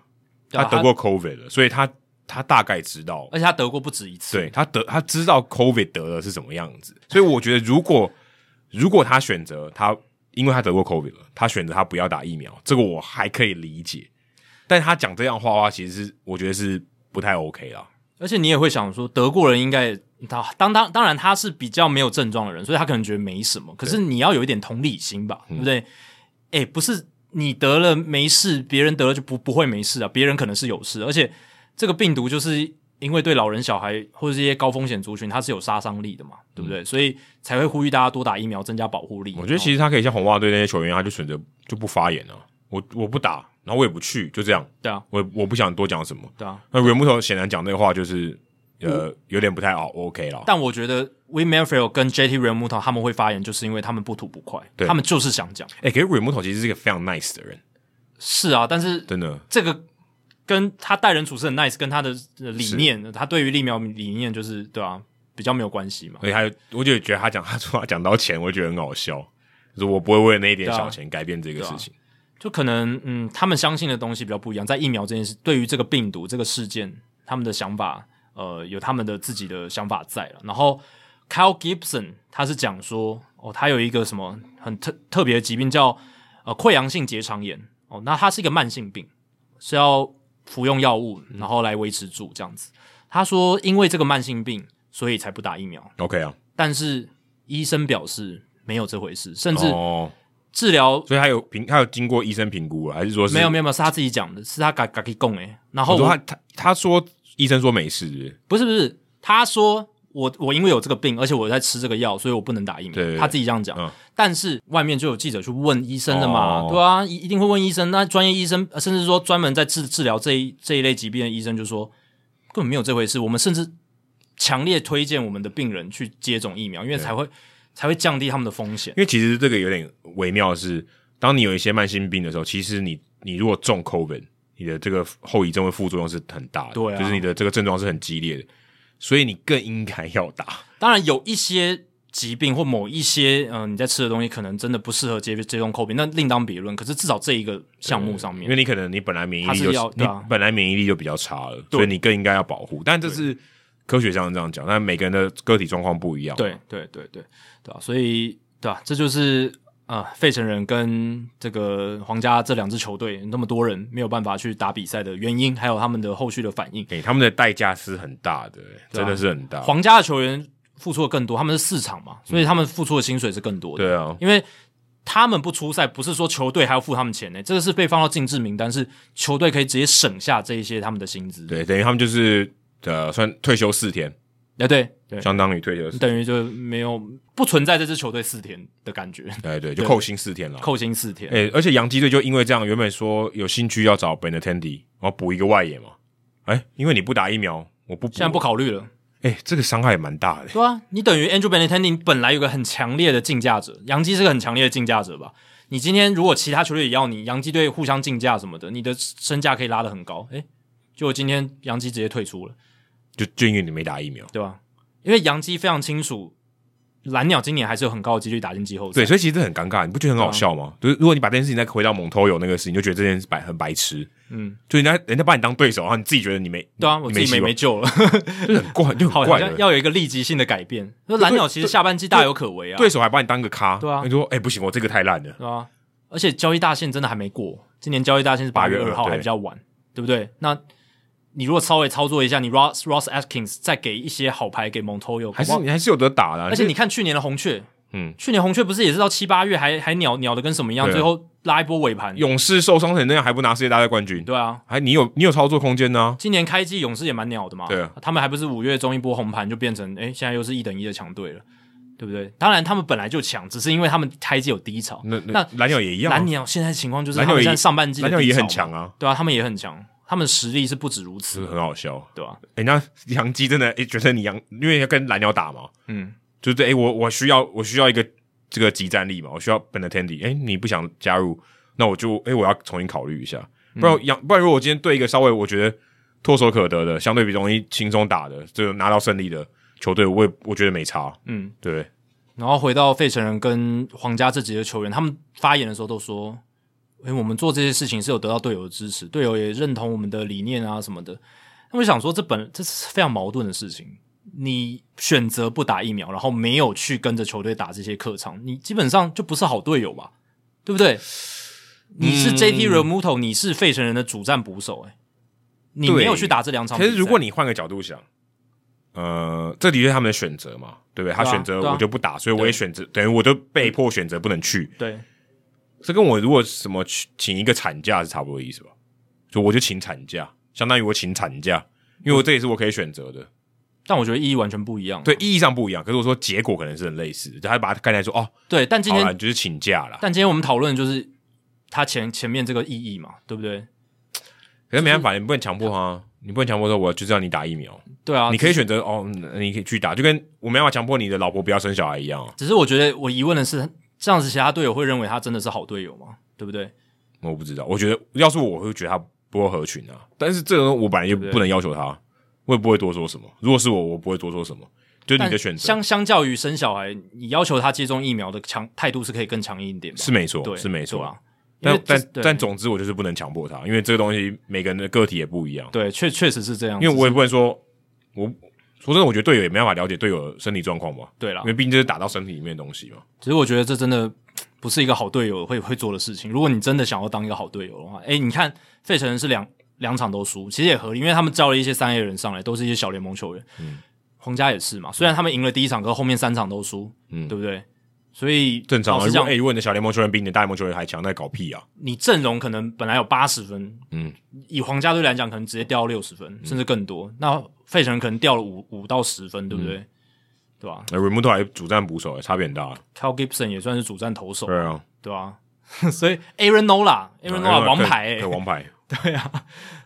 Speaker 1: 对啊
Speaker 2: 他得过 COVID 了，所以他他大概知道，
Speaker 1: 而且他得过不止一次。
Speaker 2: 对他得他知道 COVID 得了是什么样子，所以我觉得如果如果他选择他，因为他得过 COVID 了，他选择他不要打疫苗，这个我还可以理解，但他讲这样话的话，其实是我觉得是不太 OK 啦。
Speaker 1: 而且你也会想说，德国人应该他当当当然他是比较没有症状的人，所以他可能觉得没什么。可是你要有一点同理心吧，
Speaker 2: 嗯
Speaker 1: 对不对？哎、不是你得了没事，别人得了就不不会没事啊，别人可能是有事，而且这个病毒就是因为对老人、小孩或者这些高风险族群，它是有杀伤力的嘛，对不对？所以才会呼吁大家多打疫苗，增加保护力。
Speaker 2: 嗯我觉得其实他可以像红袜队那些球员一样，他就选择就不发言了、我我不打，然后我也不去，就这样，
Speaker 1: 对啊，
Speaker 2: 我也我不想多讲什么。
Speaker 1: 对啊。
Speaker 2: 那原木头显然讲这个话就是呃、有点不太好 OK 了，
Speaker 1: 但我觉得 w i m a n f r e l 跟 JT r e m u t o 他们会发言，就是因为他们不吐不快，
Speaker 2: 对
Speaker 1: 他们就是想讲。
Speaker 2: 哎、可是原木头其实是一个非常 nice 的人，
Speaker 1: 是啊，但是
Speaker 2: 真的。
Speaker 1: 这个跟他待人处事很 nice，跟他的呃理念，他对于疫苗理念就是对啊，比较没有关系嘛。
Speaker 2: 而且还有，我就觉得他讲他说他讲到钱，我就觉得很好笑，就是我不会为了那一点
Speaker 1: 对啊
Speaker 2: 小钱改变这个事情。
Speaker 1: 就可能嗯，他们相信的东西比较不一样，在疫苗这件事，对于这个病毒这个事件，他们的想法呃有他们的自己的想法在了。然后 Kyle Gibson 他是讲说哦，他有一个什么很特特别的疾病叫呃溃疡性结肠炎哦，那它是一个慢性病，是要服用药物然后来维持住这样子。他说因为这个慢性病，所以才不打疫苗，
Speaker 2: OK 啊，
Speaker 1: 但是医生表示没有这回事，甚至
Speaker 2: 哦，
Speaker 1: 治疗
Speaker 2: 所以他有评，他有经过医生评估啊了，还是说是
Speaker 1: 没有没有没有，是他自己讲的，是他嘎嘎给供诶。然后
Speaker 2: 我
Speaker 1: 我
Speaker 2: 说他他他说医生说没事是不是
Speaker 1: 不是不是，他说我我因为有这个病，而且我在吃这个药，所以我不能打疫苗。
Speaker 2: 对对对
Speaker 1: 他自己这样讲、
Speaker 2: 嗯
Speaker 1: 但是外面就有记者去问医生的嘛，
Speaker 2: 哦
Speaker 1: 对啊，一一定会问医生。那专业医生，呃甚至说专门在治治疗这一这一类疾病的医生，就说根本没有这回事。我们甚至强烈推荐我们的病人去接种疫苗，因为才会才会降低他们的风险
Speaker 2: 因。为其实这个有点微妙的是，当你有一些慢性病的时候，其实你你如果中 COVID，你的这个后遗症会副作用是很大的，
Speaker 1: 对啊
Speaker 2: 就是你的这个症状是很激烈的，所以你更应该要打。
Speaker 1: 当然有一些疾病或某一些嗯、呃你在吃的东西可能真的不适合接接种 COVID，那另当别论。可是至少这一个项目上
Speaker 2: 因
Speaker 1: 面，
Speaker 2: 为你可能你本来免疫力
Speaker 1: 它
Speaker 2: 就是
Speaker 1: 要
Speaker 2: 你
Speaker 1: 对啊
Speaker 2: 本来免疫力就比较差了，所以你更应该要保护。但这是科学上这样讲，但每个人的个体状况不一样。，
Speaker 1: 对对对对对啊，所以对啊，这就是啊、呃费城人跟这个皇家这两支球队那么多人没有办法去打比赛的原因，还有他们的后续的反应。
Speaker 2: 给、他们的代价是很大的、
Speaker 1: 啊
Speaker 2: 真的是很大。
Speaker 1: 皇家的球员付出的更多，他们是四场嘛，所以他们付出的薪水是更多的。
Speaker 2: 对啊，
Speaker 1: 因为他们不出赛，不是说球队还要付他们钱呢、这个是被放到禁制名单，是球队可以直接省下这一些他们的薪资。，
Speaker 2: 对，等于他们就是呃，算退休四天，
Speaker 1: 哎、对对，
Speaker 2: 相当于退休四，
Speaker 1: 等于就没有不存在这支球队四天的感觉，
Speaker 2: 对哎对，就扣薪四天了。
Speaker 1: 扣薪四天。
Speaker 2: 诶、而且洋基队就因为这样，原本说有兴趣要找 Benatendi，然后补一个外野嘛。哎、因为你不打疫苗，我不补
Speaker 1: 现在不，考虑了，
Speaker 2: 哎、这个伤害也蛮大的。
Speaker 1: 对啊，你等于 Andrew Benintendi 本来有个很强烈的竞价者，杨基是个很强烈的竞价者吧？你今天如果其他球队也要你，杨基队互相竞价什么的，你的身价可以拉得很高。诶、结果今天杨基直接退出了。
Speaker 2: 就就因为你没打疫苗，
Speaker 1: 对吧、因为杨基非常清楚，蓝鸟今年还是有很高的几率打进季后赛。
Speaker 2: 对，所以其实这很尴尬，你不觉得很好笑吗？
Speaker 1: 啊
Speaker 2: 就是如果你把这件事情再回到蒙头友那个事情，你就觉得这件事白很白痴，
Speaker 1: 嗯，
Speaker 2: 就人家人家把你当对手，然后你自己觉得你没
Speaker 1: 对啊，
Speaker 2: 你
Speaker 1: 我自己没
Speaker 2: 希望
Speaker 1: 没救了，
Speaker 2: 就是很怪，就
Speaker 1: 好
Speaker 2: 很怪
Speaker 1: 像
Speaker 2: 的。
Speaker 1: 要有一个立即性的改变。那蓝鸟其实下半季大有可为啊，
Speaker 2: 对手还把你当个咖，
Speaker 1: 对啊
Speaker 2: 你说哎、不行，我这个太烂了，
Speaker 1: 对啊，而且交易大限真的还没过，今年交易大限是八月
Speaker 2: 8月
Speaker 1: 二号，
Speaker 2: 对
Speaker 1: 还比较晚，对不对？那你如果稍微操作一下，你 Ross Ross Atkins 再给一些好牌给 Montoyo，
Speaker 2: 还
Speaker 1: 搞
Speaker 2: 是
Speaker 1: 不好
Speaker 2: 你还是有得打的啊、
Speaker 1: 而且你看去年的红雀，
Speaker 2: 嗯，
Speaker 1: 去年红雀不是也是到七八月还还鸟鸟的跟什么一样，
Speaker 2: 对啊
Speaker 1: 最后拉一波尾盘，
Speaker 2: 勇士受伤成那样，还不拿世界大赛冠军，
Speaker 1: 对啊，
Speaker 2: 还你有你有操作空间呢、
Speaker 1: 今年开季勇士也蛮鸟的嘛，
Speaker 2: 对啊
Speaker 1: 他们还不是五月中一波红盘就变成，诶，现在又是一等一的强队了，对不对？当然他们本来就强，只是因为他们开季有低潮。
Speaker 2: 那
Speaker 1: 那
Speaker 2: 蓝鸟也一样、啊，
Speaker 1: 蓝鸟现在情况就是
Speaker 2: 蓝
Speaker 1: 他
Speaker 2: 鸟
Speaker 1: 们
Speaker 2: 也
Speaker 1: 现在上半季的
Speaker 2: 蓝鸟也
Speaker 1: 低潮
Speaker 2: 很强
Speaker 1: 嘛，
Speaker 2: 啊，
Speaker 1: 对啊，他们也很强，他们实力是不止如
Speaker 2: 是啊
Speaker 1: 此
Speaker 2: 不，是很好笑？
Speaker 1: 对吧、
Speaker 2: 哎、那杨基真的哎、觉得你杨，因为要跟蓝鸟打嘛，
Speaker 1: 嗯，
Speaker 2: 就是哎、我我需要我需要一个这个集战力嘛，我需要 Benatendi，哎、你不想加入，那我就哎、我要重新考虑一下，不
Speaker 1: 嗯
Speaker 2: 然杨、不然如果我今天对一个稍微我觉得唾手可得的，相对比容易轻松打的，就拿到胜利的球队，我也我觉得没差，
Speaker 1: 嗯，
Speaker 2: 对，
Speaker 1: 然后回到费城人跟皇家这几个球员，他们发言的时候都说：“诶、我们做这些事情是有得到队友的支持，队友也认同我们的理念啊什么的。”那我想说，这本这是非常矛盾的事情。你选择不打疫苗，然后没有去跟着球队打这些客场，你基本上就不是好队友吧？对不对？你是 JT Remuto，、你是费城人的主战捕手、诶，你没有去打这两场比
Speaker 2: 其
Speaker 1: 赛。
Speaker 2: 实如果你换个角度想，呃，这的确是他们的选择嘛，对不对？他
Speaker 1: 对啊
Speaker 2: 选择
Speaker 1: 对啊
Speaker 2: 我就不打，所以我也
Speaker 1: 对
Speaker 2: 选择，等于我就被迫选择不能去。
Speaker 1: 对
Speaker 2: 这跟我如果什么去请一个产假是差不多的意思吧？就我就请产假，相当于我请产假，因为我这也是我可以选择的。
Speaker 1: 但我觉得意义完全不一样。
Speaker 2: 对，意义上不一样，可是我说结果可能是很类似的，就他把它概念说哦，
Speaker 1: 对，但今
Speaker 2: 好
Speaker 1: 天
Speaker 2: 了，你就是请假啦。
Speaker 1: 但今天我们讨论的就是他前前面这个意义嘛，对不对？
Speaker 2: 可是没办法，你不能强迫他，你不能强迫说我就是要你打疫苗，
Speaker 1: 对啊，
Speaker 2: 你可
Speaker 1: 以。
Speaker 2: 以选择哦，嗯你可以去打，就跟我没办法强迫你的老婆不要生小孩一样啊。
Speaker 1: 只是我觉得我疑问的是，这样子其他队友会认为他真的是好队友吗？对不对？
Speaker 2: 我不知道，我觉得要是我我会觉得他不够合群啊。但是这个东西我本来就
Speaker 1: 对
Speaker 2: 不能要求他，我也不会多说什么。如果是我，我不会多说什么，就是你
Speaker 1: 但
Speaker 2: 的选择啊
Speaker 1: 相相较于生小孩，你要求他接种疫苗的强态度是可以更强硬一点吧，
Speaker 2: 是没错，
Speaker 1: 对，
Speaker 2: 是没错。
Speaker 1: 啊。因为
Speaker 2: 但但
Speaker 1: 这
Speaker 2: 但
Speaker 1: 对
Speaker 2: 总之，我就是不能强迫他，因为这个东西每个人的个体也不一样。
Speaker 1: 对确确实是这样，
Speaker 2: 因为我
Speaker 1: 只
Speaker 2: 也
Speaker 1: 是
Speaker 2: 不能说，我说真的，我觉得队友也没办法了解队友的身体状况吧，
Speaker 1: 对啦
Speaker 2: 因为，毕竟这是打到身体里面的东西嘛。
Speaker 1: 只是我觉得这真的不是一个好队友会会做的事情。如果你真的想要当一个好队友的话，诶，你看费城人是两两场都输，其实也合理，因为他们招了一些三 A 人上来，都是一些小联盟球员。嗯，皇家也是嘛，虽然他们赢了第一场，可是后面三场都输，
Speaker 2: 嗯
Speaker 1: 对不对？所以
Speaker 2: 正常啊，
Speaker 1: 老实
Speaker 2: 如果
Speaker 1: 讲
Speaker 2: 哎，，如果你的小联盟球员比你的大联盟球员还强，那搞屁啊！
Speaker 1: 你阵容可能本来有八十分，
Speaker 2: 嗯，
Speaker 1: 以皇家队来讲，可能直接掉到六十分，甚至更多。那费城人可能掉了五五到十分，对不
Speaker 2: 嗯
Speaker 1: 对？对吧
Speaker 2: 那 Remoto 还主战捕手，欸差别很大。
Speaker 1: ？Cal Gibson 也算是主战投手，
Speaker 2: 对啊，
Speaker 1: 对吧、 所以 Aaron Nola，Aaron Nola 王牌、
Speaker 2: 对
Speaker 1: 欸，
Speaker 2: 啊 王牌。
Speaker 1: 对啊，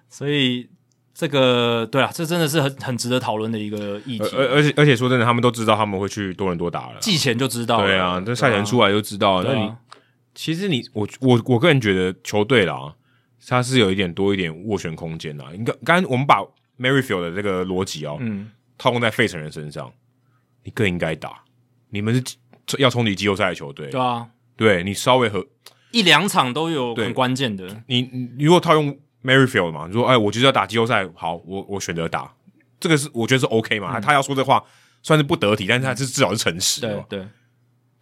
Speaker 1: 所以这个对啊，这真的是很很值得讨论的一个议题。
Speaker 2: 而而而且而且说真的，他们都知道他们会去多伦多打了。
Speaker 1: 季前就知道了，
Speaker 2: 对啊，这赛前出来就知道。
Speaker 1: 对啊，
Speaker 2: 那
Speaker 1: 对
Speaker 2: 你
Speaker 1: 啊
Speaker 2: 其实你我我我个人觉得球队啦，他是有一点多一点斡旋空间啦。你刚刚刚我们把 Merrifield 的这个逻辑哦，
Speaker 1: 嗯，
Speaker 2: 套用在费城人身上，你更应该打。你们是要冲击季后赛的球队，
Speaker 1: 对啊，
Speaker 2: 对你稍微和
Speaker 1: 一两场都有
Speaker 2: 对
Speaker 1: 很关键的，
Speaker 2: 你你如果套用 Merrifield 嘛，你说哎，我就是要打季后赛，好，我我选择打，这个是我觉得是 OK 嘛。他要说这话算是不得体，但是他是至少是诚实的嘛
Speaker 1: 嗯对。对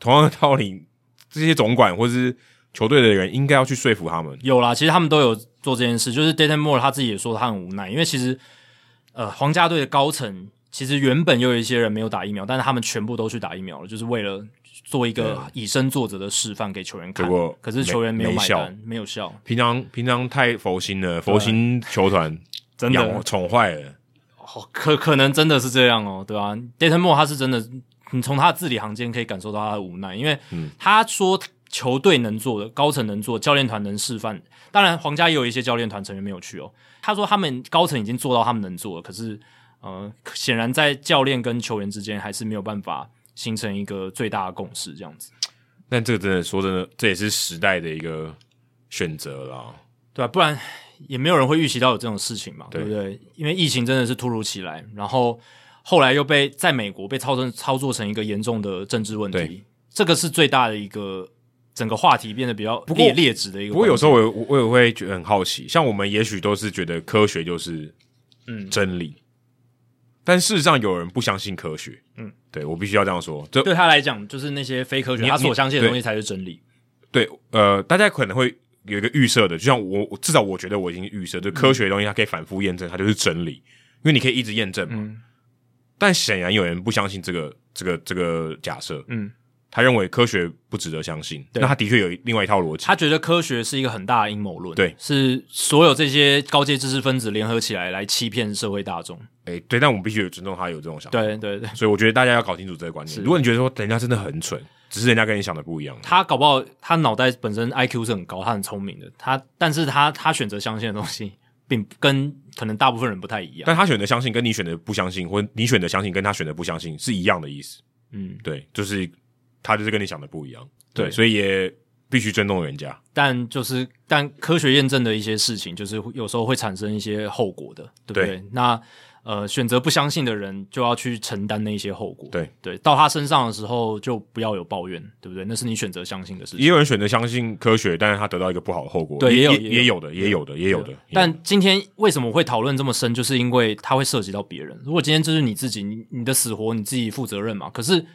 Speaker 2: 同样的道理，这些总管或是球队的人应该要去说服他们。
Speaker 1: 有啦，其实他们都有做这件事。就是 d a t a Moore 他自己也说他很无奈，因为其实呃皇家队的高层其实原本又有一些人没有打疫苗，但是他们全部都去打疫苗了，就是为了做一个以身作则的示范给球员看
Speaker 2: 啊结果。
Speaker 1: 可是球员没有
Speaker 2: 没
Speaker 1: 买
Speaker 2: 效
Speaker 1: 单，没有效，
Speaker 2: 平常平常太佛心了，佛心球团
Speaker 1: 真的
Speaker 2: 养宠坏了。
Speaker 1: 哦，可可能真的是这样哦，对吧、啊、？Dayton Moore 他是真的，你从他的字里行间可以感受到他的无奈，因为他说球队能做的，高层能做，教练团能示范。当然，皇家也有一些教练团成员没有去哦。他说他们高层已经做到他们能做了，可是呃，显然在教练跟球员之间还是没有办法形成一个最大的共识，这样子，
Speaker 2: 但这个真的说真的，这也是时代的一个选择啦。
Speaker 1: 对吧、不然也没有人会预期到有这种事情嘛，
Speaker 2: 对
Speaker 1: 对不对？因为疫情真的是突如其来，然后后来又被在美国被操作操作成一个严重的政治问
Speaker 2: 对
Speaker 1: 题，这个是最大的一个整个话题变得比较
Speaker 2: 过
Speaker 1: 劣劣质的一个
Speaker 2: 不
Speaker 1: 关键。
Speaker 2: 过有时候我也我我也会觉得很好奇，像我们也许都是觉得科学就是
Speaker 1: 嗯
Speaker 2: 真理，但事实上有人不相信科学。
Speaker 1: 嗯，
Speaker 2: 对我必须要这样说，这
Speaker 1: 对他来讲，就是那些非科学，
Speaker 2: 你
Speaker 1: 他所相信的
Speaker 2: 你
Speaker 1: 东西才是真理。
Speaker 2: 对，呃，大家可能会有一个预设的，就像我我至少我觉得我已经预设，就科学的东西它可以反复验证，它就是真理，因为你可以一直验证嘛。
Speaker 1: 嗯
Speaker 2: 但显然有人不相信这个这个这个假设，
Speaker 1: 嗯，
Speaker 2: 他认为科学不值得相信，
Speaker 1: 对
Speaker 2: 那他的确有另外一套逻辑。
Speaker 1: 他觉得科学是一个很大的阴谋论，
Speaker 2: 对
Speaker 1: 是所有这些高阶知识分子联合起来来欺骗社会大众。
Speaker 2: 哎，对，但我们必须有尊重他有这种想法。
Speaker 1: 对对对，
Speaker 2: 所以我觉得大家要搞清楚这个观念。如果你觉得说人家真的很蠢，只是人家跟你想的不一样，
Speaker 1: 他搞不好他脑袋本身 IQ 是很高，他很聪明的，他但是他他选择相信的东西，并不跟可能大部分人不太一样。
Speaker 2: 但他选择相信跟你选择不相信，或你选择相信跟他选择不相信是一样的意思。
Speaker 1: 嗯，
Speaker 2: 对，就是他就是跟你想的不一样，
Speaker 1: 对
Speaker 2: 所以也必须尊重人家。
Speaker 1: 但就是但科学验证的一些事情，就是会有时候会产生一些后果的，对不对？
Speaker 2: 对
Speaker 1: 那呃，选择不相信的人就要去承担那一些后果，
Speaker 2: 对
Speaker 1: 对，到他身上的时候就不要有抱怨，对不对？那是你选择相信的事情
Speaker 2: 也。有人选择相信科学，但是他得到一个不好的后果，
Speaker 1: 对
Speaker 2: 也
Speaker 1: 也有
Speaker 2: 也
Speaker 1: 也
Speaker 2: 有的，也有的，也有的。
Speaker 1: 但今天为什么会讨论这么深，就是因为它会涉及到别人。如果今天这是你自己，你你的死活你自己负责任嘛。可是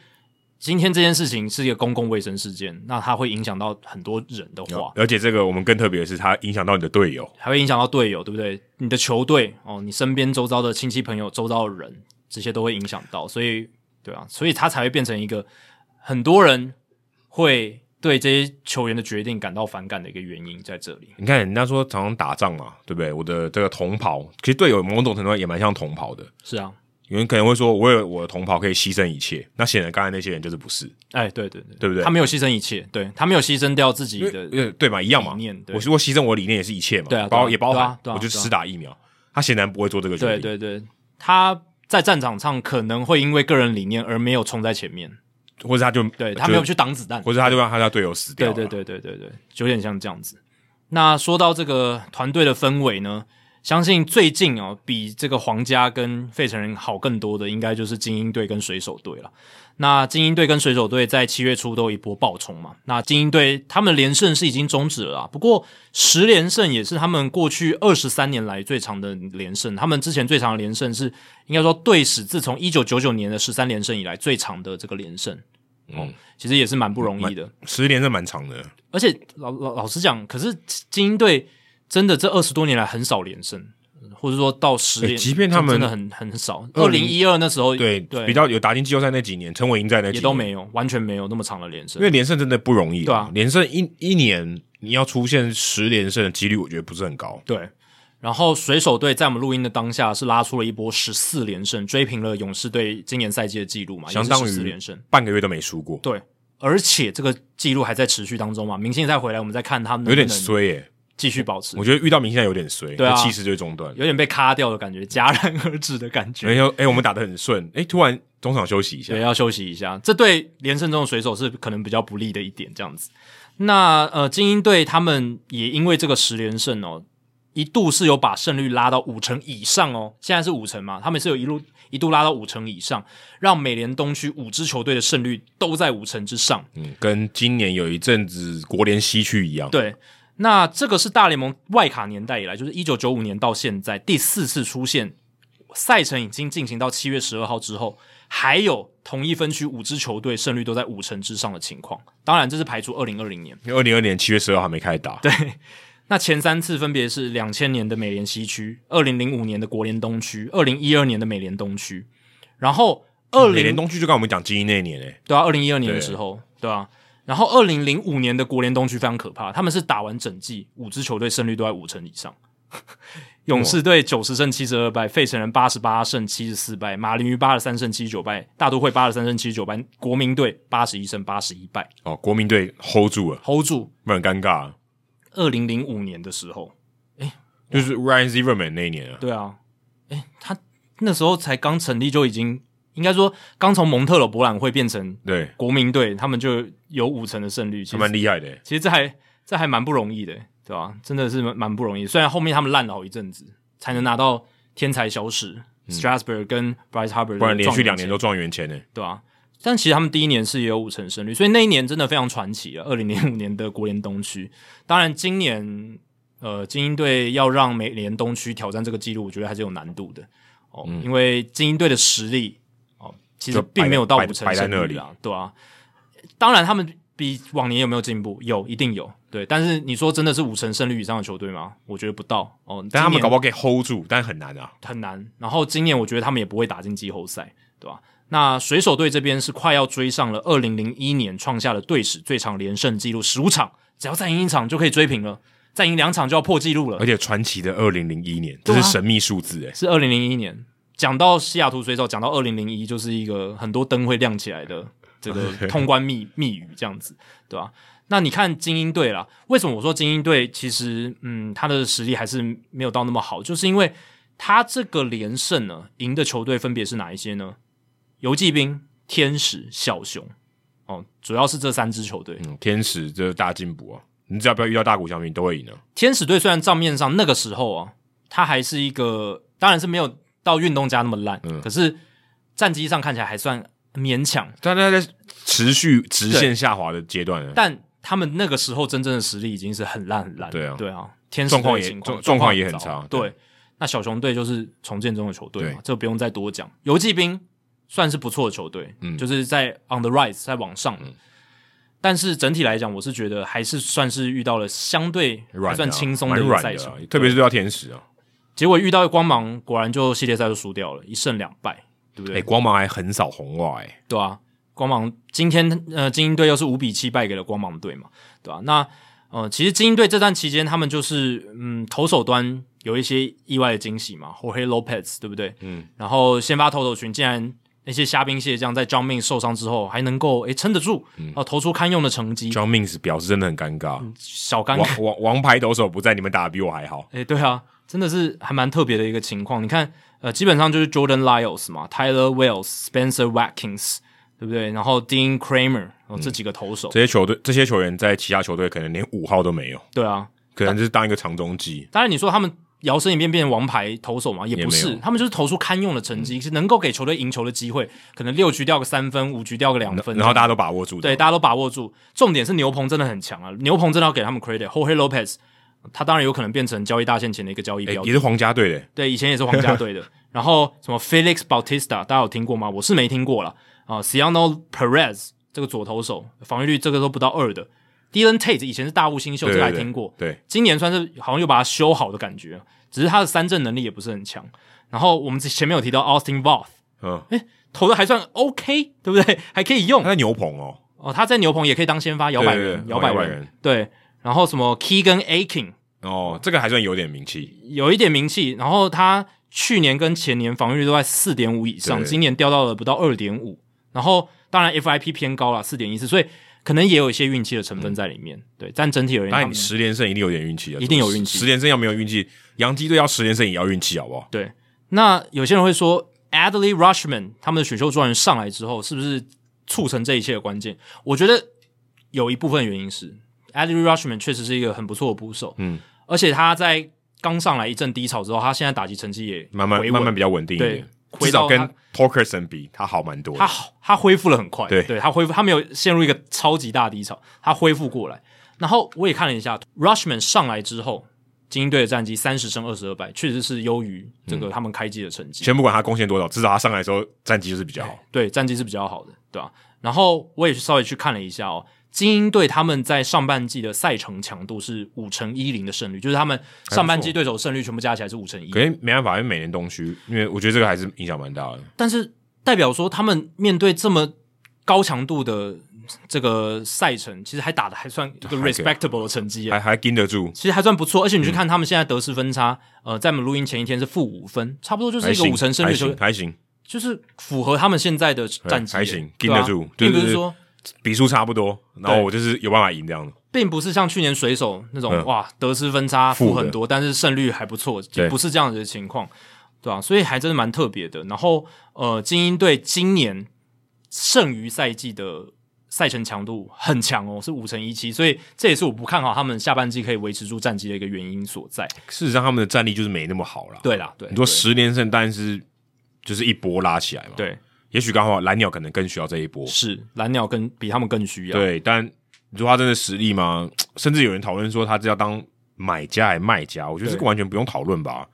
Speaker 1: 今天这件事情是一个公共卫生事件，那它会影响到很多人的话，
Speaker 2: 而且这个我们更特别的是，它影响到你的队友，
Speaker 1: 还会影响到队友，对不对？你的球队哦，你身边周遭的亲戚朋友、周遭的人，这些都会影响到，所以对啊，所以他才会变成一个很多人会对这些球员的决定感到反感的一个原因在这里。
Speaker 2: 你看人家说常常打仗嘛，对不对？我的这个同袍，其实队友某种程度上也蛮像同袍的。
Speaker 1: 是啊，
Speaker 2: 有人可能会说，我有我的同袍可以牺牲一切，那显然刚才那些人就是不是，
Speaker 1: 哎，对对对，
Speaker 2: 对不对
Speaker 1: 他没有牺牲一切，对他没有牺牲掉自己
Speaker 2: 因为
Speaker 1: 的
Speaker 2: 因为对嘛，一样嘛
Speaker 1: 理念。对
Speaker 2: 我说牺牲我的理念也是一切嘛，
Speaker 1: 对啊对啊
Speaker 2: 包也包
Speaker 1: 对啊
Speaker 2: 含
Speaker 1: 对啊
Speaker 2: 我就是
Speaker 1: 对啊
Speaker 2: 施打疫苗，他显然不会做这个决
Speaker 1: 对
Speaker 2: 定。
Speaker 1: 对对，他在战场上可能会因为个人理念而没有冲在前面，
Speaker 2: 或者他就
Speaker 1: 对
Speaker 2: 就
Speaker 1: 他没有去挡子弹，
Speaker 2: 或者他就让他的队友死掉
Speaker 1: 对
Speaker 2: 了。
Speaker 1: 对对对对对，有点像这样子。那说到这个团队的氛围呢，相信最近哦，比这个皇家跟费城人好更多的，应该就是精英队跟水手队了。那精英队跟水手队在七月初都有一波爆冲嘛，那精英队他们连胜是已经终止了啊，不过十连胜也是他们过去二十三年来最长的连胜，他们之前最长的连胜是应该说队史自从一九九九年的十三连胜以来最长的这个连胜，
Speaker 2: 嗯
Speaker 1: 哦，其实也是蛮不容易的。
Speaker 2: 十连胜蛮长的，
Speaker 1: 而且老老老实讲，可是精英队真的这二十多年来很少连胜，或者说到十连，
Speaker 2: 欸即便他们
Speaker 1: 真的很很少。二零一
Speaker 2: 2012
Speaker 1: 二那时候，
Speaker 2: 对
Speaker 1: 对，
Speaker 2: 比较有打进季后赛那几年，陈伟英在那
Speaker 1: 也
Speaker 2: 几年
Speaker 1: 都，没有，完全没有那么长的连胜
Speaker 2: 因。为连胜真的不容易，
Speaker 1: 对啊
Speaker 2: 连胜一一年你要出现十连胜的几率，我觉得不是很高。
Speaker 1: 对，然后水手队在我们录音的当下是拉出了一波十四连胜，追平了勇士队今年赛季的记录嘛，
Speaker 2: 相当于
Speaker 1: 十四连胜。
Speaker 2: 半个月都没输过，
Speaker 1: 对，而且这个记录还在持续当中嘛，明星赛回来我们再看他们能不
Speaker 2: 有点
Speaker 1: 能
Speaker 2: 衰耶、
Speaker 1: 继续保持
Speaker 2: 我，觉得遇到明星赛有点衰，
Speaker 1: 对啊
Speaker 2: 气势就会中断。
Speaker 1: 有点被卡掉的感觉，戛然而止的感觉。
Speaker 2: 然后哎、欸我们打得很顺，哎、突然中场休息一下
Speaker 1: 对，，要休息一下。这对连胜中的水手是可能比较不利的一点，这样子。那呃，精英队他们也因为这个十连胜哦，一度是有把胜率拉到五成以上哦，现在是五成嘛，他们是有一路一度拉到五成以上，让美联东区五支球队的胜率都在五成之上。
Speaker 2: 嗯，跟今年有一阵子国联西区一样，
Speaker 1: 对，那这个是大联盟外卡年代以来，就是一九九五年到现在第四次出现赛程已经进行到七月十二号之后，还有同一分区五支球队胜率都在五成之上的情况。当然，这是排除二零二零年。
Speaker 2: 因为二零二年七月十二号还没开打，对，
Speaker 1: 那前三次分别是两千年的美联西区、二零零五年的国联东区、二零一二年的美联东区，然后二
Speaker 2: 美联
Speaker 1: 零
Speaker 2: 哎东区就刚我们讲精英那一年哎、
Speaker 1: 对啊，二零一二年的
Speaker 2: 对
Speaker 1: 时候，对啊。然后二零零五年的国联东区非常可怕，他们是打完整季，五支球队胜率都在五成以上。 勇士队九十胜七十二败，费城人八十八胜七十四败，马林鱼八十三胜七十九败，大都会八十三胜七十九败，国民队八十一胜八十一败
Speaker 2: 哦，国民队 hold 住了，
Speaker 1: ，hold 住。
Speaker 2: 不然很尴尬、啊
Speaker 1: 二零零五年的时候，
Speaker 2: 就是 Ryan Zimmerman 那一年啊，
Speaker 1: 对啊，诶，他那时候才刚成立，就已经应该说刚从蒙特罗博览会变成
Speaker 2: 对，
Speaker 1: 国民队，他们就有五成的胜率，其
Speaker 2: 还
Speaker 1: 实
Speaker 2: 蛮厉害的、欸。
Speaker 1: 其实这还这还蛮不容易的，对吧、真的是蛮蛮不容易。虽然后面他们烂了好一阵子，才能拿到天才小史、Strasburg 跟 Bryce Harper，
Speaker 2: 嗯不然连续两年
Speaker 1: 都
Speaker 2: 都状元签呢、
Speaker 1: 对吧、啊但其实他们第一年是也有五成胜率，所以那一年真的非常传奇啊了。二零零五年的国联东区，当然今年呃精英队要让美联东区挑战这个纪录，我觉得还是有难度的哦，因为精英队的实力哦其实
Speaker 2: 嗯就摆
Speaker 1: 并没有到
Speaker 2: 摆
Speaker 1: 五成
Speaker 2: 摆在
Speaker 1: 胜
Speaker 2: 那
Speaker 1: 率啊，对啊。当然他们比往年有没有进步？有，一定有。对，但是你说真的是五成胜率以上的球队吗？我觉得不到哦。
Speaker 2: 但他
Speaker 1: 今
Speaker 2: 们
Speaker 1: 年
Speaker 2: 搞不好可以 hold 住，但很难啊。
Speaker 1: 很难。然后今年我觉得他们也不会打进季后赛，对吧？那水手队这边是快要追上了二零零一年创下了队史最长连胜纪录十五场，只要再赢一场就可以追平了，再赢两场就要破纪录了
Speaker 2: 而。且传奇的二零零一年，这
Speaker 1: 对啊
Speaker 2: 是神秘数字哎、
Speaker 1: 是二零零一年，讲到西雅图水手，讲到二零零一，就是一个很多灯会亮起来的这个通关密密语，这样子，对吧、那你看精英队啦，为什么我说精英队其实嗯，他的实力还是没有到那么好，就是因为他这个连胜呢，赢的球队分别是哪一些呢？游骑兵、天使、小熊，哦，主要是这三支球队。
Speaker 2: 嗯，天使这是大进步啊！你只要不要遇到大谷翔平，你都会赢的、啊
Speaker 1: 天使队虽然账面上那个时候啊，他还是一个，当然是没有到运动家那么烂，
Speaker 2: 嗯
Speaker 1: 可是战绩上看起来还算勉强。
Speaker 2: 但他在持续直线下滑的阶段啊呢，
Speaker 1: 但他们那个时候真正的实力已经是很烂很烂，
Speaker 2: 对啊
Speaker 1: 对啊，天使
Speaker 2: 状况
Speaker 1: 队的
Speaker 2: 也
Speaker 1: 情
Speaker 2: 状
Speaker 1: 状
Speaker 2: 状况也
Speaker 1: 很
Speaker 2: 很
Speaker 1: 糟
Speaker 2: 差对
Speaker 1: 对，那小熊队就是重建中的球队嘛
Speaker 2: 对，
Speaker 1: 这不用再多讲。游骑兵算是不错的球队，
Speaker 2: 嗯
Speaker 1: 就是在 on the rise 在往上的。但是整体来讲，我是觉得还是算是遇到了相对
Speaker 2: 软、
Speaker 1: 还
Speaker 2: 啊、
Speaker 1: 算轻松
Speaker 2: 蛮
Speaker 1: 一个
Speaker 2: 软
Speaker 1: 赛
Speaker 2: 的
Speaker 1: 程
Speaker 2: 啊、，特别是对到天使啊。
Speaker 1: 结果遇到光芒，果然就系列赛就输掉了，一胜两败，对不
Speaker 2: 哎、
Speaker 1: 对？
Speaker 2: 光芒还很少红袜哎、
Speaker 1: 对啊，光芒今天呃精英队又是五比七败给了光芒队嘛，对吧、那呃其实精英队这段期间他们就是嗯投手端有一些意外的惊喜嘛，Jorge Lopez 对不对？
Speaker 2: 嗯，
Speaker 1: 然后先发投手群竟然那些虾兵蟹将在 John Min 受伤之后还能够诶撑得住，
Speaker 2: 嗯
Speaker 1: 哦、投出堪用的成绩，
Speaker 2: John Means 表示真的很尴尬，
Speaker 1: 嗯小尴尬
Speaker 2: 王王王牌投手不在，你们打的比我还好。
Speaker 1: 诶，对啊，真的是还蛮特别的一个情况。你看，呃，基本上就是 Jordan Lyles 嘛，Tyler Wells、Spencer Watkins，对不对？然后 Dean Kramer，哦，这几个投手，
Speaker 2: 嗯这些球队这些球员在其他球队可能连五号都没有，
Speaker 1: 对啊。
Speaker 2: 可能就是当一个长中继。
Speaker 1: 当然，你说他们摇身一变变成王牌投手嘛，也不
Speaker 2: 也没
Speaker 1: 是，
Speaker 2: 有嗯
Speaker 1: 他们就是投出堪用的成绩，是能够给球队赢球的机会，可能六局掉个三分，五局掉个两分，
Speaker 2: 然后大家都把握住的，
Speaker 1: 对，大家都把握住。重点是牛棚真的很强啊，牛棚真的要给他们 credit，Jorge Lopez。他当然有可能变成交易大限前的一个交易
Speaker 2: 诶
Speaker 1: 标的
Speaker 2: 哎也，是皇家队的、
Speaker 1: 对，以前也是皇 家队的。然后什么 Felix Bautista，大家有听过吗？我是没听过啦。啊、c i a n o Perez 这个左投手，防御率这个都不到二的。Dylan Tate 以前是大物新秀，
Speaker 2: 对
Speaker 1: 这个还
Speaker 2: 对对
Speaker 1: 听过。
Speaker 2: 对，
Speaker 1: 今年算是好像又把它修好的感觉，只是他的三振能力也不是很强。然后我们前面有提到 Austin Voth
Speaker 2: 嗯，
Speaker 1: 投的还算 OK，对不对？ 还可以用
Speaker 2: 他在牛棚哦，
Speaker 1: 哦。他在牛棚也可以当先发摇摆
Speaker 2: 对对
Speaker 1: 人，
Speaker 2: 对
Speaker 1: 摇摆
Speaker 2: 摇摆
Speaker 1: 人
Speaker 2: 人
Speaker 1: 对。然后什么 Keegan Akin
Speaker 2: 哦，这个还算有点名气，
Speaker 1: 有一点名气，然后他去年跟前年防御率都在四点五以上，
Speaker 2: 对
Speaker 1: 今年掉到了不到二点五，然后当然 FIP 偏高了四点一四，所以可能也有一些运气的成分在里面，对，但整体而言，
Speaker 2: 当
Speaker 1: 他
Speaker 2: 然
Speaker 1: 们
Speaker 2: 嗯你十连胜一定有点运气啊，
Speaker 1: 一定有运气
Speaker 2: 十连胜要没有运气，洋基队要十连胜也要运气，好不好？
Speaker 1: 对。那有些人会说，Adley Rushman 他们的选秀状元上来之后，是不是促成这一切的关键？我觉得有一部分原因是 Adley Rushman 确实是一个很不错的捕手，
Speaker 2: 嗯，
Speaker 1: 而且他在刚上来一阵低潮之后，他现在打击成绩也
Speaker 2: 慢慢
Speaker 1: 回稳
Speaker 2: 慢慢比较稳定一点，
Speaker 1: 对
Speaker 2: 至少
Speaker 1: 回
Speaker 2: 跟
Speaker 1: 到
Speaker 2: Torkerson 比，他好蛮多的
Speaker 1: 他好，他恢复了很快，
Speaker 2: 对
Speaker 1: 他恢复，他没有陷入一个超级大低潮，他恢复过来。然后我也看了一下，Rushman 上来之后，精英队的战绩三十胜二十二败，确实是优于这
Speaker 2: 嗯
Speaker 1: 个他们开季的成绩，
Speaker 2: 先不管他贡献多少，至少他上来的时候战绩就是比较好。
Speaker 1: 对，战绩是比较好的，对吧、然后我也去稍微去看了一下哦，精英队他们在上半季的赛程强度是五乘一零的胜率，就是他们上半季对手胜率全部加起来是五乘一
Speaker 2: 可，是没办法，因为每年东区，因为我觉得这个还是影响蛮大的。
Speaker 1: 但是代表说他们面对这么高强度的这个赛程，其实还打的还算一个
Speaker 2: 还可以
Speaker 1: respectable 的成绩耶，
Speaker 2: 还还盯得住，
Speaker 1: 其实还算不错。而且你去看他们现在得失分差，呃，在我们录音前一天是负五分，差不多就是
Speaker 2: 还
Speaker 1: 一个
Speaker 2: 行，
Speaker 1: 五成胜率
Speaker 2: 还
Speaker 1: 的球
Speaker 2: 行，
Speaker 1: 队，
Speaker 2: 还行，
Speaker 1: 就是符合他们现在的战绩耶，
Speaker 2: 还行
Speaker 1: 对吧
Speaker 2: 盯得住
Speaker 1: 并不
Speaker 2: 就是是
Speaker 1: 说。
Speaker 2: 比数差不多，然后
Speaker 1: 对
Speaker 2: 我就是有办法赢这样的。
Speaker 1: 并不是像去年水手那种、
Speaker 2: 嗯
Speaker 1: 哇得失分差
Speaker 2: 负
Speaker 1: 负
Speaker 2: 的
Speaker 1: 很多，但是胜率还不错，
Speaker 2: 对
Speaker 1: 不是这样子的情况，对吧、所以还真的蛮特别的。然后呃，精英队今年剩余赛季的赛程强度很强哦，是五乘一七，所以这也是我不看好他们下半季可以维持住战绩的一个原因所在。
Speaker 2: 事实上，他们的战力就是没那么好了。，
Speaker 1: 对啦，对，
Speaker 2: 你说
Speaker 1: 对
Speaker 2: 十连胜，但是就是一波拉起来嘛。，
Speaker 1: 对
Speaker 2: 也许刚好蓝鸟可能更需要这一波。
Speaker 1: 是啊蓝鸟更比他们更需要，
Speaker 2: 对，但你说他真的实力吗？甚至有人讨论说他是要当买家还是卖家，我觉得
Speaker 1: 对
Speaker 2: 这个完全不用讨论吧。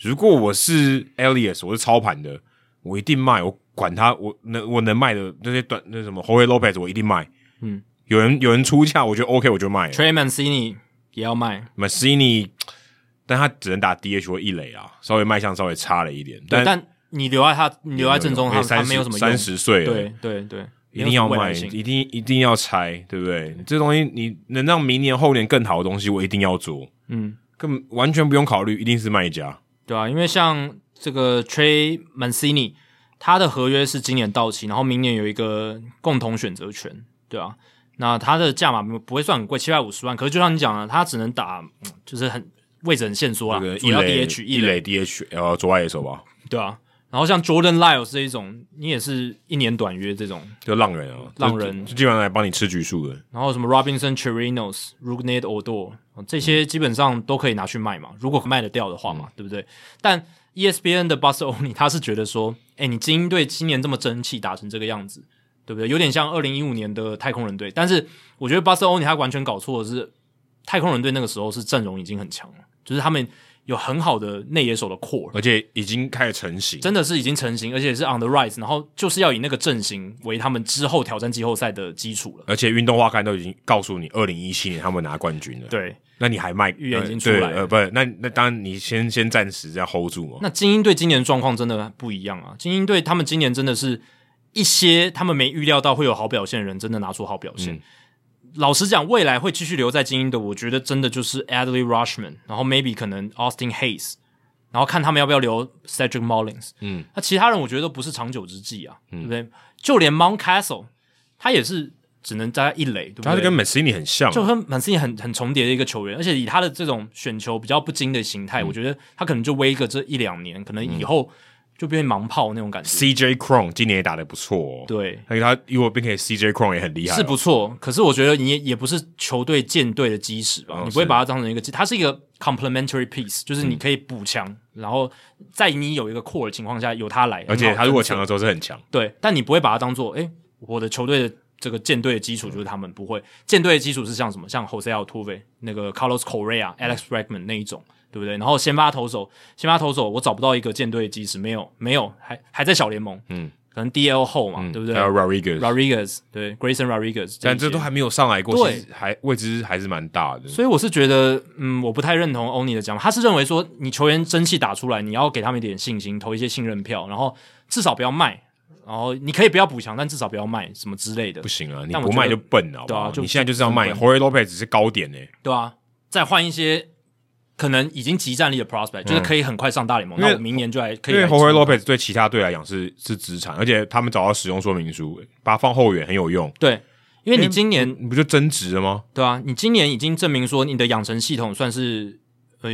Speaker 2: 如果我是 Elias，我是操盘的，我一定卖，我管他，我能我能卖的那些短那什么 Jorge Lopez，我一定卖。
Speaker 1: 嗯，
Speaker 2: 有人有人出价，我觉得 OK，我就卖了。
Speaker 1: ，Trey Mancini 也要卖，
Speaker 2: Massini，但他只能打 DH 或一垒啊，稍微卖相稍微差了一点，
Speaker 1: 对，
Speaker 2: 但
Speaker 1: 但你留在他，你留在正中，他他没有什么用
Speaker 2: 三，十岁了，
Speaker 1: 对对对，
Speaker 2: 一定要
Speaker 1: 没有什么未
Speaker 2: 卖，
Speaker 1: 来性
Speaker 2: 一定一定要拆，对不对？这东西你能让明年后年更好的东西，我一定要做，
Speaker 1: 嗯。
Speaker 2: 根本完全不用考虑，一定是卖家。
Speaker 1: 对啊，因为像这个 Trey Mancini，他的合约是今年到期，然后明年有一个共同选择权，对啊，那他的价码不不会算很贵，七百五十万。可是就像你讲的，他只能打，嗯就是很位置很限缩啦
Speaker 2: 这个，
Speaker 1: 主
Speaker 2: 一
Speaker 1: 要
Speaker 2: 垒
Speaker 1: DH
Speaker 2: 一垒 DH 呃左外野手吧，
Speaker 1: 对啊。然后像 Jordan Lyles 这一种，你也是一年短约这种，
Speaker 2: 就浪人啊，
Speaker 1: 浪人
Speaker 2: 就就基本上来帮你吃局数的。
Speaker 1: 然后什么 Robinson Chirinos、Rugnet Odor 哦这些基本上都可以拿去卖嘛，如果卖得掉的话嘛，对不对？但 E ESPN 的 Buster Olney 他是觉得说，哎，你精英队今年这么争气，打成这个样子，对不对？有点像二零一五年的太空人队，但是我觉得 Buster Olney 他完全搞错的是，太空人队那个时候是阵容已经很强了，就是他们有很好的内野手的 core，
Speaker 2: 而且已经开始成型，
Speaker 1: 真的是已经成型，而且是 on the rise，然后就是要以那个阵型为他们之后挑战季后赛的基础了。
Speaker 2: 而且运动画刊都已经告诉你，二零一七年他们拿冠军了。，
Speaker 1: 对，
Speaker 2: 那你还卖
Speaker 1: 预言已经
Speaker 2: 呃
Speaker 1: 出来了
Speaker 2: 对呃，不，那那当然你先先暂时这样 hold 住哦嘛。
Speaker 1: 那精英队今年状况真的不一样啊！精英队他们今年真的是一些他们没预料到会有好表现的人，真的拿出好表现。
Speaker 2: 嗯
Speaker 1: 老实讲，未来会继续留在精英的，我觉得真的就是 Adley Rushman，然后 maybe 可能 Austin Hayes，然后看他们要不要留 Cedric Mullins。
Speaker 2: 嗯，
Speaker 1: 那其他人我觉得都不是长久之计啊，对不对？就连 Mount Castle，他也是只能在一垒，对不对？
Speaker 2: 他是跟 m a c i n i 很像啊，
Speaker 1: 就跟满斯尼很很重叠的一个球员，而且以他的这种选球比较不精的形
Speaker 2: 嗯
Speaker 1: 态，我觉得他可能就威个这一两年，可能以后就变盲炮那种感觉。
Speaker 2: CJ Cron 今年也打得不错、哦，，
Speaker 1: 对，
Speaker 2: 而且他如果变成 CJ Cron 也很厉害、哦
Speaker 1: 是不，错，可是我觉得你也也不是球队建队的基石吧，
Speaker 2: 哦嗯
Speaker 1: 你不会把它当成一个基，它是一个 complementary piece，就是你可以补强，然后在你有一个 core 的情况下由他来，
Speaker 2: 而且
Speaker 1: 很好
Speaker 2: 他如果
Speaker 1: 跟
Speaker 2: 强的时候是很强，
Speaker 1: 对，但你不会把它当做，诶，我的球队的这个舰队的基础就是他们不会，舰队的基础是像什么？像 Jose Altuve、那个 Carlos Correa、Alex
Speaker 2: 嗯
Speaker 1: Bregman 那一种，对不对？然后先发投手，先发投手我找不到一个舰队的基石，没有，没有，还还在小联盟，
Speaker 2: 嗯，
Speaker 1: 可能 DL 后嘛，对不对
Speaker 2: 还有 Rodriguez，
Speaker 1: ？Rodriguez 对 Grayson Rodriguez，
Speaker 2: 但
Speaker 1: 一些
Speaker 2: 这都还没有上来过，
Speaker 1: 对
Speaker 2: 其实还未知还是蛮大的。
Speaker 1: 所以我是觉得，嗯，我不太认同欧尼的讲法。他是认为说，你球员争气打出来，你要给他们一点信心，投一些信任票，然后至少不要卖，然后你可以不要补强，但至少不要卖什么之类的
Speaker 2: 不，行啊，你
Speaker 1: 但我
Speaker 2: 不卖
Speaker 1: 觉
Speaker 2: 就
Speaker 1: 得
Speaker 2: 笨了，好不
Speaker 1: 对啊
Speaker 2: 好
Speaker 1: 就
Speaker 2: 你现在就是要卖。
Speaker 1: 就
Speaker 2: Jorge Lopez 只是高点欸呢、
Speaker 1: 对啊，再换一些可能已经集战力的 prospect，、就是可以很快上大联盟。
Speaker 2: 嗯因为
Speaker 1: 那我明年就来可以
Speaker 2: 因为
Speaker 1: 来
Speaker 2: Jorge
Speaker 1: 冲
Speaker 2: Lopez 对其他队来讲是是资产，而且他们找到使用说明书，欸把它放后援很有用，
Speaker 1: 对，因为你今年
Speaker 2: 你不就增值了吗？
Speaker 1: 对啊，你今年已经证明说你的养成系统算是呃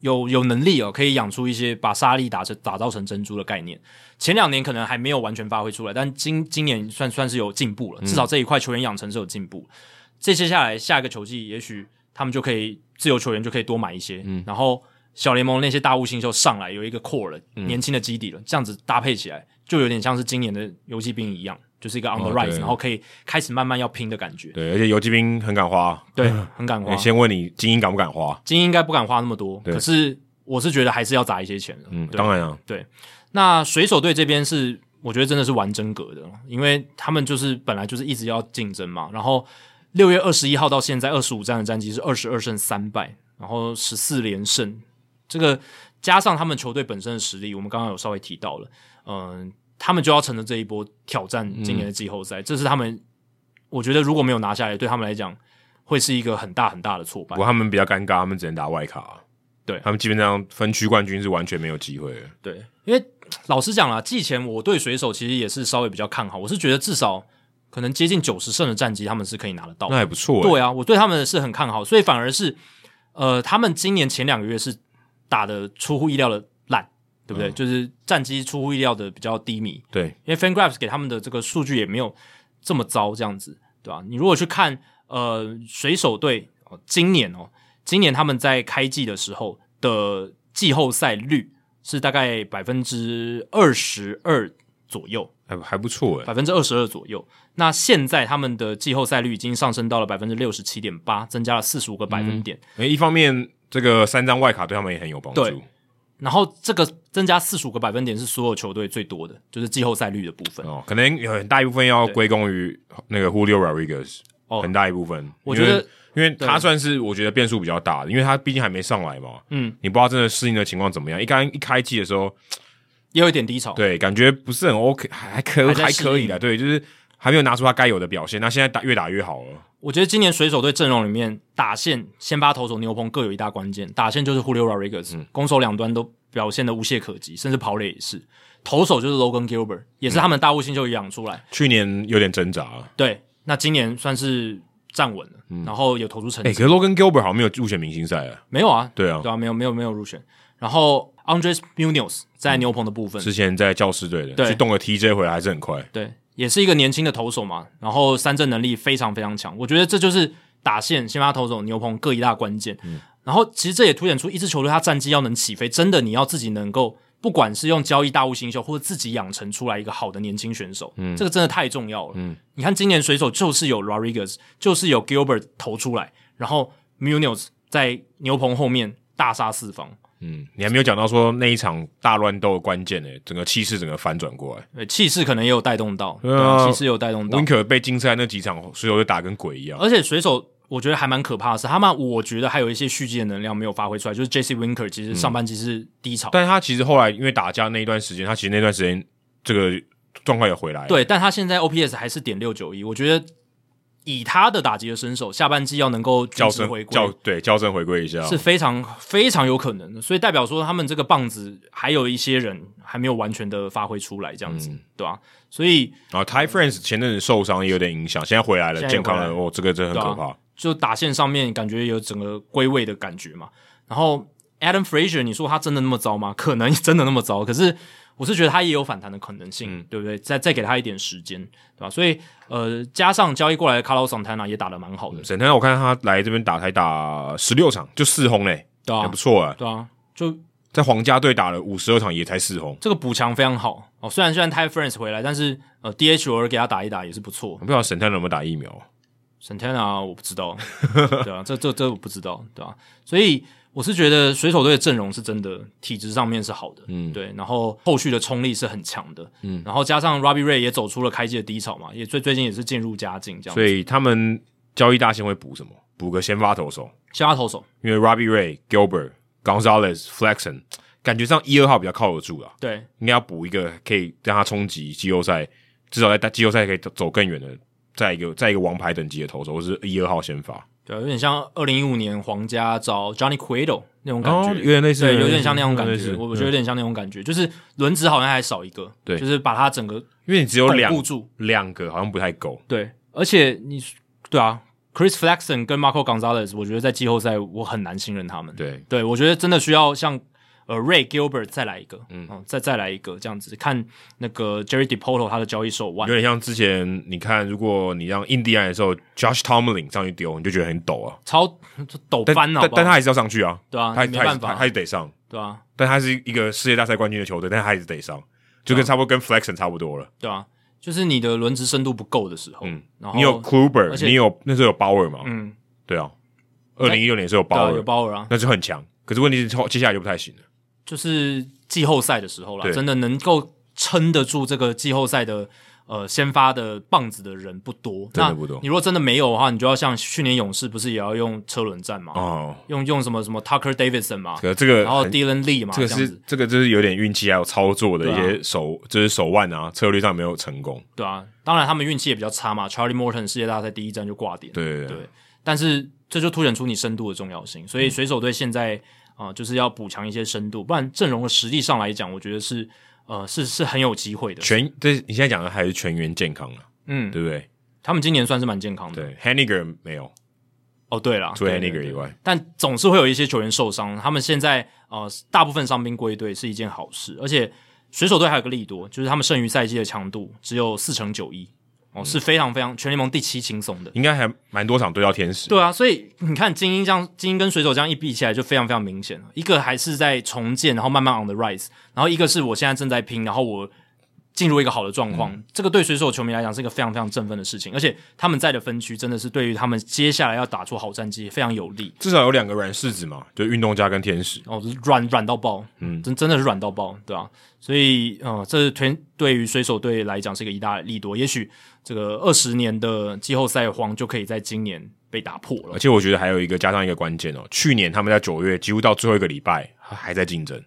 Speaker 1: 有有能力哦，可以养出一些把沙粒打成打造成珍珠的概念。前两年可能还没有完全发挥出来，但今今年算算是有进步
Speaker 2: 嗯
Speaker 1: 了，至少这一块球员养成是有进步。这接下来下一个球季，也许他们就可以自由球员就可以多买一些，
Speaker 2: 嗯
Speaker 1: 然后小联盟那些大物新秀上来有一个 core 了，
Speaker 2: 嗯
Speaker 1: 年轻的基底了，这样子搭配起来就有点像是今年的游击兵一样，就是一个 on the
Speaker 2: 哦
Speaker 1: rise，、
Speaker 2: 对
Speaker 1: 然后可以开始慢慢要拼的感觉。
Speaker 2: 对，而且游击兵很敢花。
Speaker 1: 对，很感化。
Speaker 2: 你先问你精英敢不敢花？
Speaker 1: 精英应该不敢花那么多，
Speaker 2: 对
Speaker 1: 可是我是觉得还是要砸一些钱的。
Speaker 2: 嗯，
Speaker 1: 对
Speaker 2: 当然啊，
Speaker 1: 那水手队这边是我觉得真的是玩真格的，因为他们就是本来就是一直要竞争嘛。然后六月二十一号到现在二十五战的战绩是二十二胜三败，然后十四连胜，这个加上他们球队本身的实力，我们刚刚有稍微提到了，嗯、他们就要趁着这一波挑战今年的季后赛，这是他们我觉得如果没有拿下来，对他们来讲会是一个很大很大的挫败
Speaker 2: 不。过他们比较尴尬，他们只能打外卡。啊
Speaker 1: 对哦
Speaker 2: 他们基本上分区冠军是完全没有机会的。
Speaker 1: 对，因为老实讲啦，季前我对水手其实也是稍微比较看好，我是觉得至少可能接近九十胜的战绩，他们是可以拿得到的。
Speaker 2: 那还不错、欸，
Speaker 1: 对啊，我对他们是很看好，所以反而是呃，他们今年前两个月是打的出乎意料的烂，对不对？就是战绩出乎意料的比较低迷，
Speaker 2: 对
Speaker 1: 因为 FanGraphs 给他们的这个数据也没有这么糟，这样子，对吧、你如果去看呃水手队、哦今年哦，今年他们在开季的时候的季后赛率是大概百分之二十二左右，
Speaker 2: 还还不错哎、
Speaker 1: 百分之二十二左右。那现在他们的季后赛率已经上升到了百分之六十七点八，增加了四十五个百分点。
Speaker 2: 因为一方面这个三张外卡对他们也很有帮助
Speaker 1: 对，然后这个增加四十五个百分点是所有球队最多的，就是季后赛率的部分。
Speaker 2: 哦，可能有很大一部分要归功于那个 Julio Rodriguez，、
Speaker 1: 哦
Speaker 2: 很大一部分。
Speaker 1: 我觉得
Speaker 2: 因为，因为他算是我觉得变数比较大的，因为他毕竟还没上来嘛，
Speaker 1: 嗯，
Speaker 2: 你不知道真的适应的情况怎么样。一刚一开季的时候，
Speaker 1: 也有一点低潮。
Speaker 2: 对，感觉不是很 OK，还还可
Speaker 1: 还在
Speaker 2: 还
Speaker 1: 适
Speaker 2: 可以
Speaker 1: 应
Speaker 2: 的，对，就是还没有拿出他该有的表现。那现在打越打越好了，
Speaker 1: 我觉得今年水手队阵容里面，打线、先发投手牛棚各有一大关键。打线就是 Julio Rodriguez，、攻
Speaker 2: 嗯
Speaker 1: 守两端都表现的无懈可击，甚至跑垒也是。投手就是 Logan Gilbert，也是他们大物新秀养出来。
Speaker 2: 去年有点挣扎了。
Speaker 1: 对，那今年算是站稳了，然后有投出成
Speaker 2: 哎、
Speaker 1: 绩。
Speaker 2: 可是 Logan Gilbert 好像没有入选明星赛啊。
Speaker 1: 没有啊，
Speaker 2: 对啊
Speaker 1: 对啊，没有没有没有入选。然后 Andres Munoz
Speaker 2: 嗯
Speaker 1: 在牛棚的部分，
Speaker 2: 之前在教师队的，
Speaker 1: 对
Speaker 2: 去动了 TJ 回来还是很快。
Speaker 1: 对，也是一个年轻的投手嘛，然后三振能力非常非常强，我觉得这就是打线、先发投手、牛棚各一大关键。然后其实这也凸显出一支球队它战绩要能起飞，真的你要自己能够，不管是用交易大物新秀，或者自己养成出来一个好的年轻选手，这个真的太重要了。你看今年水手就是有 Rodriguez，就是有 Gilbert 投出来，然后 Munoz 在牛棚后面大杀四方。
Speaker 2: 嗯，你还没有讲到说那一场大乱斗的关键呢、整个气势整个反转过来。
Speaker 1: 呃，气势可能也有带动到，
Speaker 2: 对啊
Speaker 1: 气势也有带动到
Speaker 2: 温。可被禁赛那几场，水手就打跟鬼一样。
Speaker 1: 而且水手我觉得还蛮可怕的是，他们我觉得还有一些蓄积的能量没有发挥出来，就是 J C Winker 其实上半季是低潮，
Speaker 2: 但是他其实后来因为打架那一段时间，他其实那段时间这个状况也回来了。
Speaker 1: 对，但他现在 O P S 还是点六九一，我觉得以他的打击的身手，下半季要能够
Speaker 2: 校
Speaker 1: 均值
Speaker 2: 正
Speaker 1: 回归
Speaker 2: 校。对校正回归一下，
Speaker 1: 是非常非常有可能的，所以代表说他们这个棒子还有一些人还没有完全的发挥出来，这样子，对吧、所以
Speaker 2: 然后 Ty France 啊前阵子受伤也有点影响，现在回来了，
Speaker 1: 现在又
Speaker 2: 健
Speaker 1: 回
Speaker 2: 康
Speaker 1: 来了啊
Speaker 2: 了，哦，这个真的很可怕。
Speaker 1: 就打线上面感觉有整个归位的感觉嘛。然后 Adam Fraser，你说他真的那么糟吗？可能 真的那么糟，可是我是觉得他也有反弹的可能性，
Speaker 2: 嗯
Speaker 1: 对不对？再再给他一点时间，对吧？所以呃，加上交易过来的 Carlos Santana 也打得蛮好的，
Speaker 2: 沈腾，我看他来这边打才打十六场就四轰嘞，
Speaker 1: 对
Speaker 2: 也
Speaker 1: 啊
Speaker 2: 不，错啊。
Speaker 1: 对啊，就
Speaker 2: 在皇家队打了五十二场也才四轰，
Speaker 1: 这个补强非常好哦。虽然虽然 Ty France 回来，但是呃，DH 偶尔给他打一打也是不错
Speaker 2: 我。不知道沈腾有没有打疫苗。
Speaker 1: Santana 我不知道， 对啊，这这这我不知道，对啊，所以我是觉得水手队的阵容是真的体质上面是好的，嗯，对，然后后续的冲力是很强的，嗯，然后加上 Robbie Ray 也走出了开季的低潮嘛，也最最近也是渐入佳境这样子，
Speaker 2: 所以他们交易大线会补什么？补个先发投手，
Speaker 1: 先发投手，
Speaker 2: 因为 Robbie Ray、Gilbert、Gonzalez、Flexon 感觉上一二号比较靠得住啦，
Speaker 1: 对，
Speaker 2: 应该要补一个可以让他冲击季后赛，至少在季后赛可以走更远的，再一个再一个王牌等级的投手，或是一二号先发，
Speaker 1: 对啊，有点像二零一五年皇家找 Johnny Cueto 那种感
Speaker 2: 哦
Speaker 1: 觉，
Speaker 2: 有点类似
Speaker 1: 对，有点像那种感
Speaker 2: 有点
Speaker 1: 觉，
Speaker 2: 类似嗯
Speaker 1: 我我觉得有点像那种感觉，就是轮值好像还少一个，
Speaker 2: 对
Speaker 1: 就是把它整个
Speaker 2: 因为你只有
Speaker 1: 巩
Speaker 2: 两
Speaker 1: 固住，
Speaker 2: 两个好像不太够，
Speaker 1: 对，而且你对啊，Chris Flexen 跟 Marco Gonzalez，我觉得在季后赛我很难信任他们。，
Speaker 2: 对，
Speaker 1: 对我觉得真的需要像呃 Ray Gilbert 再来一个，嗯，再再来一个这样子，看那个 Jerry Depoto 他的交易手腕
Speaker 2: 有。点像之前你看，如果你让印第安的时候，Josh Tomlin 上去丢，你就觉得很陡啊，
Speaker 1: 超抖
Speaker 2: 但
Speaker 1: 翻好
Speaker 2: 但
Speaker 1: 哦不好
Speaker 2: 但他还是要上去啊，
Speaker 1: 对啊，
Speaker 2: 他
Speaker 1: 你没
Speaker 2: 他还
Speaker 1: 办
Speaker 2: 是他
Speaker 1: 法
Speaker 2: 他，还是得上。
Speaker 1: 对啊，
Speaker 2: 但他是一个世界大赛冠军的球队，但他还是得上，就
Speaker 1: 啊
Speaker 2: 跟差不多跟 Flexon 差不多了。
Speaker 1: 对啊，就是你的轮值深度不够的时候，
Speaker 2: 嗯
Speaker 1: 然后
Speaker 2: 你有
Speaker 1: 而
Speaker 2: Kluber，
Speaker 1: 且
Speaker 2: 你有那时候有 Bauer 嘛？
Speaker 1: 嗯，
Speaker 2: 对啊，二零一六年是有
Speaker 1: 对啊，有
Speaker 2: Bauer，
Speaker 1: 鲍尔啊，
Speaker 2: 那就很强。可是问题是后接下来就不太行了。
Speaker 1: 就是季后赛的时候啦，
Speaker 2: 对
Speaker 1: 真的能够撑得住这个季后赛的呃先发的棒子的人不多，
Speaker 2: 真的
Speaker 1: 那
Speaker 2: 不多
Speaker 1: 你如果真的没有的话，你就要像去年勇士不是也要用车轮战嘛，
Speaker 2: 哦，
Speaker 1: 用用什么什么 Tucker Davidson 嘛，
Speaker 2: 可这个
Speaker 1: 然后
Speaker 2: 很
Speaker 1: Dylan Lee 嘛，
Speaker 2: 这个
Speaker 1: 这样
Speaker 2: 是
Speaker 1: 子
Speaker 2: 这个就是有点运气，还有操作的一
Speaker 1: 对啊
Speaker 2: 些手，就是手腕啊，策略上没有成功。
Speaker 1: 对啊，当然他们运气也比较差嘛，Charlie Morton 世界大赛第一站就挂点，
Speaker 2: 对对
Speaker 1: 对，但是这就凸显出你深度的重要性。
Speaker 2: 嗯
Speaker 1: 所以水手队现在啊、呃就是要补强一些深度，不然阵容的实力上来讲，我觉得是呃是是很有机会的。
Speaker 2: 全这你现在讲的还是全员健康了，
Speaker 1: 嗯，
Speaker 2: 对不对？
Speaker 1: 他们今年算是蛮健康的。
Speaker 2: 对 h e n i g e r 没有，
Speaker 1: 哦，对了，
Speaker 2: 除了
Speaker 1: 嗯对
Speaker 2: h e n
Speaker 1: 对
Speaker 2: i g e r
Speaker 1: 对
Speaker 2: 以外，
Speaker 1: 但总是会有一些球员受伤。他们现在呃，大部分伤兵归队是一件好事，而且水手队还有个利多，就是他们剩余赛季的强度只有四乘九一，哦，
Speaker 2: 嗯
Speaker 1: 是非常非常全联盟第七轻松的。
Speaker 2: 应该还蛮多场对到天使。
Speaker 1: 对啊，所以你看精英这样，精英跟水手这样一比起来，就非常非常明显了。一个还是在重建，然后慢慢 on the rise，然后一个是我现在正在拼，然后我进入一个好的状况。
Speaker 2: 嗯
Speaker 1: 这个对水手球迷来讲是一个非常非常振奋的事情，而且他们在的分区真的是对于他们接下来要打出好战绩非常有利。
Speaker 2: 至少有两个软柿子嘛，就运动家跟天使。
Speaker 1: 哦，软软到爆，嗯，真真的是软到爆，对啊？所以，呃，这是全对于水手队来讲是一个一大利多。也许这个二十年的季后赛荒就可以在今年被打破了
Speaker 2: 而。且我觉得还有一个加上一个关键哦，去年他们在九月几乎到最后一个礼拜还在竞争，